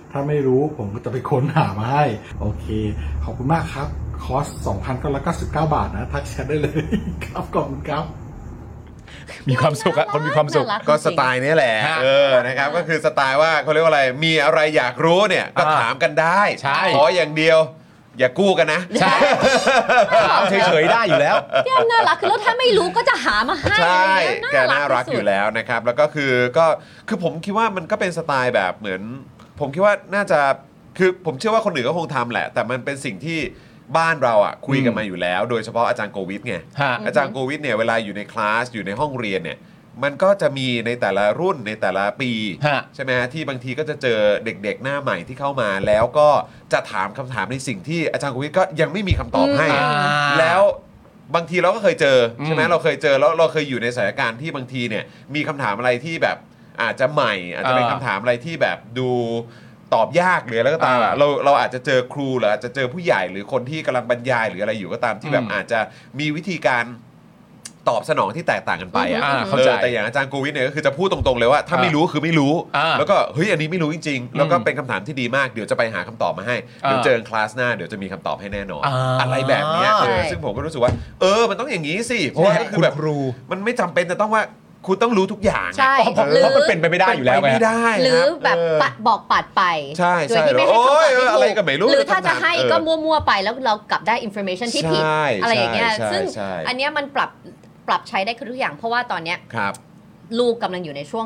Speaker 6: ถ้าไม่รู้ผมก็จะไปค้นหามาให้ โอเค ขอบคุณมากครับ คอร์ส 2,999 บาทนะ ทักแชทได้เลยครับ ขอบคุณครับ
Speaker 5: มีความสุขอะคนมีความสุข
Speaker 4: น่รั
Speaker 3: ก็
Speaker 4: จ
Speaker 3: ส
Speaker 4: ริงๆ
Speaker 3: ไตล์นี้แหละ
Speaker 5: ฮะ
Speaker 3: เออ นะครับ ก็คือสไตล์ว่าเขาเรียกว่าอะไร มีอะไรอยากรู้เนี่ย ก็
Speaker 5: อ่า
Speaker 3: ถามกันได้
Speaker 5: ใช่
Speaker 3: ขออย่างเดียว อย่ากู้กันนะ
Speaker 5: ใช่ถามเฉยๆได้อยู่แล้ว
Speaker 4: พี่อ้ํน่ารักคือแล้วถ้าไม่รู้ก็จะหามาให้
Speaker 3: ใช่แก
Speaker 4: อะไรอย่งเงี้ย
Speaker 3: น่ารัก
Speaker 4: ที่สุด
Speaker 3: อยู่แล้วนะครับ แล้วก็คือก็คือผมคิดว่ามันก็เป็นสไตล์แบบเหมือน ผมคิดว่าน่าจะคือผมเชื่อว่าคนอื่นก็คงทำแหละ แต่มันเป็นสิ่งที่บ้านเราอ่ะคุยกันมาอยู่แล้ว โดยเฉพาะอาจารย์โกวิทไง
Speaker 5: ฮะ
Speaker 3: อาจารย์โกวิทเนี่ยเวลาอยู่ในคลาสอยู่ในห้องเรียนเนี่ยมันก็จะมีในแต่ละรุ่นในแต่ละปี
Speaker 5: ฮะ
Speaker 3: ใช่ไหมฮะที่บางทีก็จะเจอเด็กๆหน้าใหม่ที่เข้ามา แล้วก็จะถามคำถามในสิ่งที่อาจารย์โกวิทก็ยังไม่มีคำตอบให้
Speaker 5: อ่า
Speaker 3: แล้วบางทีเราก็เคยเจออ
Speaker 5: ม
Speaker 3: ใช่ไหมเราเคยเจอแล้วเราเคยอยู่ในสถานการณ์ที่บางทีเนี่ยมีคำถามอะไรที่แบบอาจจะใหม่ อาจจะเป็น
Speaker 5: เออ
Speaker 3: คำถามอะไรที่แบบดูตอบยากหรืออะไรก็ตามอะ
Speaker 5: เออ
Speaker 3: เราเราอาจจะเจอครูหรืออาจจะเจอผู้ใหญ่หรือคนที่กำลังบรรยายหรืออะไรอยู่ก็ตามที่แบบ
Speaker 5: อืม
Speaker 3: อาจจะมีวิธีการตอบสนองที่แตกต่างกันไปอะ
Speaker 5: อ่าเข้าใจ
Speaker 3: ออแต่อย่างอาจารย์โกวิทเนี่ยก็คือจะพูดตรงๆเลยว่าถ้า
Speaker 5: อ่า
Speaker 3: ไม่รู้คือไม่รู้
Speaker 5: อ่า
Speaker 3: แล้วก็เฮ้ยอันนี้ไม่รู้จริง ๆ แล้วก็
Speaker 5: อืม
Speaker 3: เป็นคำถามที่ดีมากเดี๋ยวจะไปหาคำตอบมาให้เดี๋ยว
Speaker 5: อ่า
Speaker 3: เจอกันคลาสหน้าเดี๋ยวจะมีคำตอบให้แน่นอน
Speaker 5: อ่า
Speaker 3: อะไรแบบเนี้ยเออซึ่ง ผมก็รู้สึกว่าเออ มันต้องอย่างนี้สิ เพราะว่าก็คือแบบ
Speaker 5: ณครู
Speaker 3: มันไม่จำเป็นจะต้องว่าคุณต้องรู้ทุกอย่าง
Speaker 4: ใช่
Speaker 5: เพราะ
Speaker 4: หรือ
Speaker 5: มันเป็นไปไม่ได้อยู่แล้ว
Speaker 3: ไป
Speaker 5: ไง
Speaker 3: ไม่ได้
Speaker 4: หรือแบบ
Speaker 3: ค
Speaker 4: ปั
Speaker 3: รั
Speaker 4: ดบอกปัดไป
Speaker 3: ใช่
Speaker 4: โดย
Speaker 3: ใช่
Speaker 4: ที่ไม่ให้
Speaker 3: โอ้
Speaker 4: คำต
Speaker 3: ย
Speaker 4: อบที่
Speaker 3: อะไร
Speaker 4: ถู
Speaker 3: ก็ไม่รู้
Speaker 4: หรือถ้าจะให้
Speaker 3: เออ
Speaker 4: ก็มั่วๆไปแล้วเรากลับได้ information ที่ผิด
Speaker 3: ใช่
Speaker 4: อะไรอย่างเงี้ย
Speaker 3: ใช่
Speaker 4: ซึ่ง
Speaker 3: ใช่
Speaker 4: อันเนี้ยมันปรับปรับใช้ได้ทุกอย่าง เพราะว่าตอนเนี้ย
Speaker 3: ครับ
Speaker 4: ลูกกำลังอยู่ในช่วง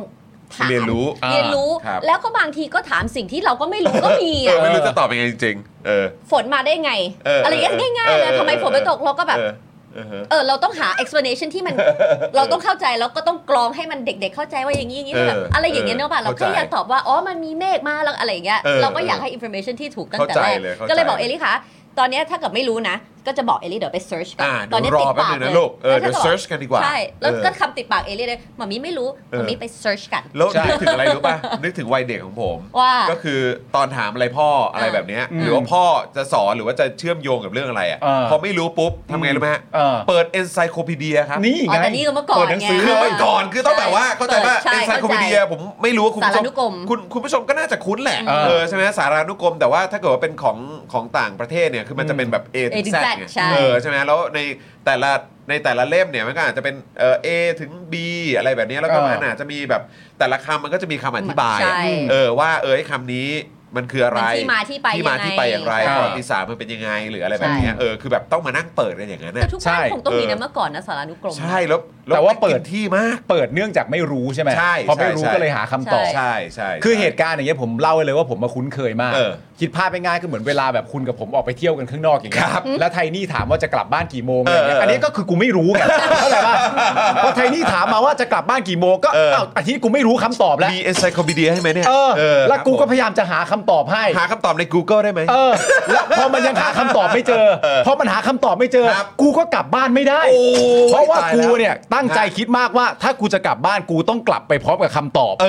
Speaker 4: ถาม
Speaker 3: เรียนรู้
Speaker 5: อ่า
Speaker 4: เรียนรู้
Speaker 3: ครับ
Speaker 4: แล้วก็บางทีก็ถามสิ่งที่เราก็ไม่รู้ก็มี
Speaker 3: เออ
Speaker 4: อ่ะ
Speaker 3: ไม่รู้จะตอบยังไงจริงๆเออ
Speaker 4: ฝนมาได้ไง
Speaker 3: เอออ
Speaker 4: อะไรอย่างเงี้ยง่ายๆเลย
Speaker 3: เออ
Speaker 4: ทำไมฝนไม่ตกเราก็แบบ
Speaker 3: เออเออฮะ
Speaker 4: เออเราต้องหา explanation ที่มัน เราต้องเข้าใจแล้วก็ต้องกรองให้มันเด็ก ๆ เข้าใจว่าอย่างนี้อย่างนี้
Speaker 3: เออ
Speaker 4: แบบอะไรอย่างเงี้ยเนอะป่ะเราแค่
Speaker 3: เข้าใจ
Speaker 4: อยากตอบว่าอ๋อมันมีเมฆมาแล้วอะไรอย่างเงี้ย
Speaker 3: เออ
Speaker 4: เราก็อยากให้ information ที่ถูกตั้งแต่
Speaker 3: เข้าใจ
Speaker 4: แรก
Speaker 3: เลยเข้าใจ
Speaker 4: ก็เลยบอกเอลิค่ะ ตอนเนี้ยถ้าเกิดไม่รู้นะ ก็จะบอกเอลิเดี๋ยวไป search กั
Speaker 3: อ่า
Speaker 4: ตอนเนี้ย
Speaker 3: เดี๋ยวรอ
Speaker 4: ติด
Speaker 3: แป๊บ
Speaker 4: ปา
Speaker 3: นึ
Speaker 4: ก
Speaker 3: ง
Speaker 4: เล
Speaker 3: นะ
Speaker 4: ย
Speaker 3: ลูกเออ
Speaker 4: แล้
Speaker 3: เดี๋ยว
Speaker 4: ก็บอ
Speaker 3: search กันดีกว่า
Speaker 4: ใช่แล้วก็
Speaker 3: เออ
Speaker 4: คำติดปากเอลิเลยหมามีไม่รู้
Speaker 3: เออ
Speaker 4: หมามีไป search กัน
Speaker 3: แล้ว
Speaker 5: ใช่
Speaker 3: นึกถึงอะไรรู้ป่ะ นึกถึงวัยเด็กของผม
Speaker 4: ว่า
Speaker 3: ก็คือตอนถามอะไรพ่ออะไรแบบเนี้ย
Speaker 5: อืม
Speaker 3: หรือว่าพ่อจะสอนหรือว่าจะเชื่อมโยงกับเรื่องอะไรอ่ะ
Speaker 5: เออ
Speaker 3: พอไม่รู้ปุ๊บทำไงรู้ไหมฮะ
Speaker 5: เออ
Speaker 3: เปิด encyclopedia ครับ
Speaker 5: นี่
Speaker 4: อ๋
Speaker 5: ไง
Speaker 4: อแต่นี่ก็เมื่อก่อน
Speaker 5: เปิดหนังสือ
Speaker 4: ไง
Speaker 5: เล
Speaker 3: คือย เมื่อก่อนคือต้องแบบว่าเข้าใจว่า
Speaker 4: ใช่
Speaker 3: เอ็นไซ
Speaker 4: เข้า
Speaker 3: โค
Speaker 4: ใจ
Speaker 3: พีเดียผมไม่รู้ว่าคุณผู้ช
Speaker 4: สารนุกร
Speaker 3: ม
Speaker 4: ม
Speaker 3: คุณคุณผู้ชมก็น่าจะคุ้นแหละ
Speaker 4: อืม
Speaker 3: เออใช่ไหมสารานุกรม แต่ว่าถ้าเกิดว่าเป็นของของต่างประเทศเนี่ยคือมันจะเป็นแบบ A
Speaker 4: A
Speaker 3: ถึง
Speaker 4: ถึง
Speaker 3: Z
Speaker 4: Z
Speaker 3: ไง
Speaker 4: ใช่
Speaker 3: เออใช่ไหมแล้วในแต่ละในแต่ละเล่มเนี่ยมันก็อาจจะเป็นเออ A ถึง B อะไรแบบเนี้ยแล้วก็
Speaker 5: เออ
Speaker 3: มันอาจจะมีแบบแต่ละคำมันก็จะมีคำอธิบาย
Speaker 4: ใช่
Speaker 3: เออว่าเออไอ้คำนี้มันคืออะไร
Speaker 4: มันที่มาที่ไป
Speaker 3: ที่มาที่ไปอย่างไร
Speaker 4: ยังไง
Speaker 3: ประวัติศาสตร์มันเป็นยังไงหรืออะไรแบบเนี้ย
Speaker 4: ใช่
Speaker 3: เออคือแบบต้องมานั่งเปิดกันอย่างนั้นน่ะ
Speaker 4: แต่ทุกบ้าน
Speaker 5: ใช่
Speaker 4: คงต้องมี
Speaker 3: เออ
Speaker 4: นะเมื่อก่อนนะสารานุกรม
Speaker 3: ใช่แล้ว
Speaker 5: แต่ว่าเปิด
Speaker 3: ที่มาก
Speaker 5: เปิดเนื่องจากไม่รู้ใช่ไหม
Speaker 3: ใช่
Speaker 5: พอไม่รู้
Speaker 3: ใช่ใช่
Speaker 5: ก็เลยหาคำตอบ
Speaker 3: ใช่ใช่
Speaker 5: คือเหตุการณ์อย่างเงี้ยผมเล่าไว้เลยว่าผมมาคุ้นเคยมาก
Speaker 3: เออ
Speaker 5: คิดภาพง่ายๆก็เหมือนเวลาแบบคุณกับผมออกไปเที่ยวกันข้างนอกอย่างเงี้ย
Speaker 3: ครับ
Speaker 5: แล้วไทนี่ถามว่าจะกลับบ้านกี่โมงอะไรเงี้
Speaker 3: เออเออยอั
Speaker 5: อันนี้ก็คือกูไม่รู้ไงเข้าใจป่ะพอไทนี่ถามมาว่าจะกลับบ้านกี่โมงก็
Speaker 3: เออ
Speaker 5: อ้าวอันนี้กูไม่รู้คำตอบแล้ว
Speaker 3: มี encyclopedia ให้ไหมเนี่ย
Speaker 5: เออ
Speaker 3: เออ
Speaker 5: แล้วกู
Speaker 3: ค
Speaker 5: ก็
Speaker 3: รับ
Speaker 5: พยายามจะหาคำตอบให้
Speaker 3: หาคำตอบใน Google ได้ไหม
Speaker 5: เออ แล้วพอมันยังหาคำตอบไม่เจอ
Speaker 3: เออ
Speaker 5: พอมันหาคำตอบไม่เจอ
Speaker 3: ครับ
Speaker 5: กูก็กลับบ้านไม่ได้
Speaker 3: โอ้ย
Speaker 5: เพราะว่า
Speaker 3: ตายแล้ว
Speaker 5: กูเนี่ยตั้งใจคิดมากว่าถ้ากูจะกลับบ้านกูต้องกลับไปพร้อมกับคำตอบ
Speaker 3: เอ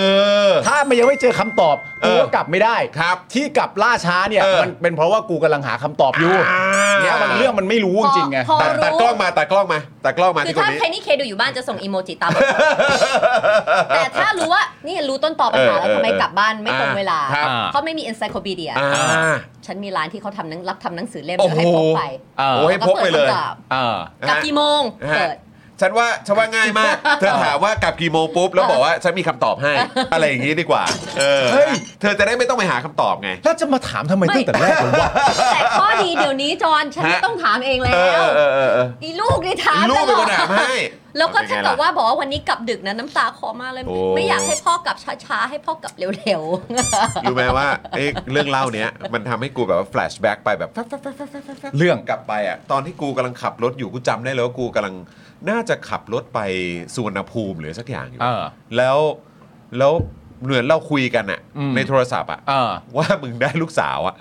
Speaker 3: อ
Speaker 5: ถ้ามันยังไม่เจอคำตอบ
Speaker 3: เอ
Speaker 5: กู
Speaker 3: อ
Speaker 5: ก็กลับไม่ได้
Speaker 3: ครับ
Speaker 5: ที่กลับล่าช้าเนี่ย
Speaker 3: เออ
Speaker 5: มันเป็นเพราะว่ากูกำลังหาคำตอบอยู่
Speaker 3: อ่า
Speaker 5: เนี่ยมันเรื่องมันไม่รู้จริงๆไง
Speaker 4: พอ
Speaker 3: ตัดตัดกล้องมาตัดกล้องมาตัดกล้องมา
Speaker 4: คือ
Speaker 3: ที่คน
Speaker 4: ถ้า
Speaker 3: นี้
Speaker 4: ใครนี่เคดูอยู่บ้านจะส่ งอีโมจิตามมาแต่ถ้ารู้ว่า นี่รู้ต้นตอปัญหาแล้ว
Speaker 3: เออเออ
Speaker 4: ทำไมกลับบ้านไม่ตรงเวลา
Speaker 3: ครับ
Speaker 4: เขาไม่มี encyclopedia
Speaker 3: อ่า
Speaker 4: ฉันมีร้านที่เขาทำหนังรับทำหนังสือเล่ม
Speaker 3: โอ้
Speaker 4: เดี๋ย
Speaker 3: โห
Speaker 4: วให้พกไป
Speaker 5: เออ
Speaker 3: โอ้ย ให้พกไปเลย
Speaker 4: แวปิดคำตอบ
Speaker 5: เออ
Speaker 4: กลับกี่โมง
Speaker 3: นะฮะ
Speaker 4: เปิด
Speaker 3: ฉันว่าฉันว่าง่ายมาก เธอถามว่ากลับกี่โมงปุ๊บ แล้วบอกว่าฉันมีคำตอบให้ อะไรอย่างนี้ดีกว่า เออ
Speaker 5: เฮ้ย
Speaker 3: เธอจะได้ไม่ต้องไปหาคำตอบไง
Speaker 5: แล้วจะมาถามทำไม
Speaker 4: ไม่
Speaker 5: ตั้งแต่แรกเลยวะ
Speaker 4: แต่ข้อดีเดี๋ยวนี้จอนฉันไม่
Speaker 3: ฮะ
Speaker 4: ต้องถามเอง
Speaker 3: เอ
Speaker 4: แล้
Speaker 3: อ
Speaker 4: ว
Speaker 3: เออเออเออ
Speaker 4: อีลูกนี่ถาม
Speaker 3: ลูกเป็นคนถาม
Speaker 4: ตลอด
Speaker 3: ให้
Speaker 4: แล้วก็ถ้าเกิดว่าบอกว่าวันนี้กลับดึกนะน้ำตาคลอมากเลย
Speaker 3: โอ้
Speaker 4: ไม่อยากให้พ่อกลับช้าๆให้พ่อกลับเร็วๆ
Speaker 3: รู้ไหมว่าเอ๊ะเรื่องเล่าเนี้ยมันทำให้กูแบบว่าแฟลชแบ็กไปแบบแฟบแฟบแฟบแฟบแฟบแฟบ
Speaker 5: เรื่อง
Speaker 3: กลับไปอ่ะตอนที่กูกำลังขับรถอยู่กูจำได้เลยว่ากูกำลังน่าจะขับรถไปสุวรรณภูมิหรือสักอย่างอยู่
Speaker 5: เออ
Speaker 3: แล้วแล้วเหมือนเราคุยกันอ่ะ
Speaker 5: อืม
Speaker 3: ในโทรศัพท์อ่ะ
Speaker 5: เออ
Speaker 3: ว่ามึงได้ลูกสาวอ่ะ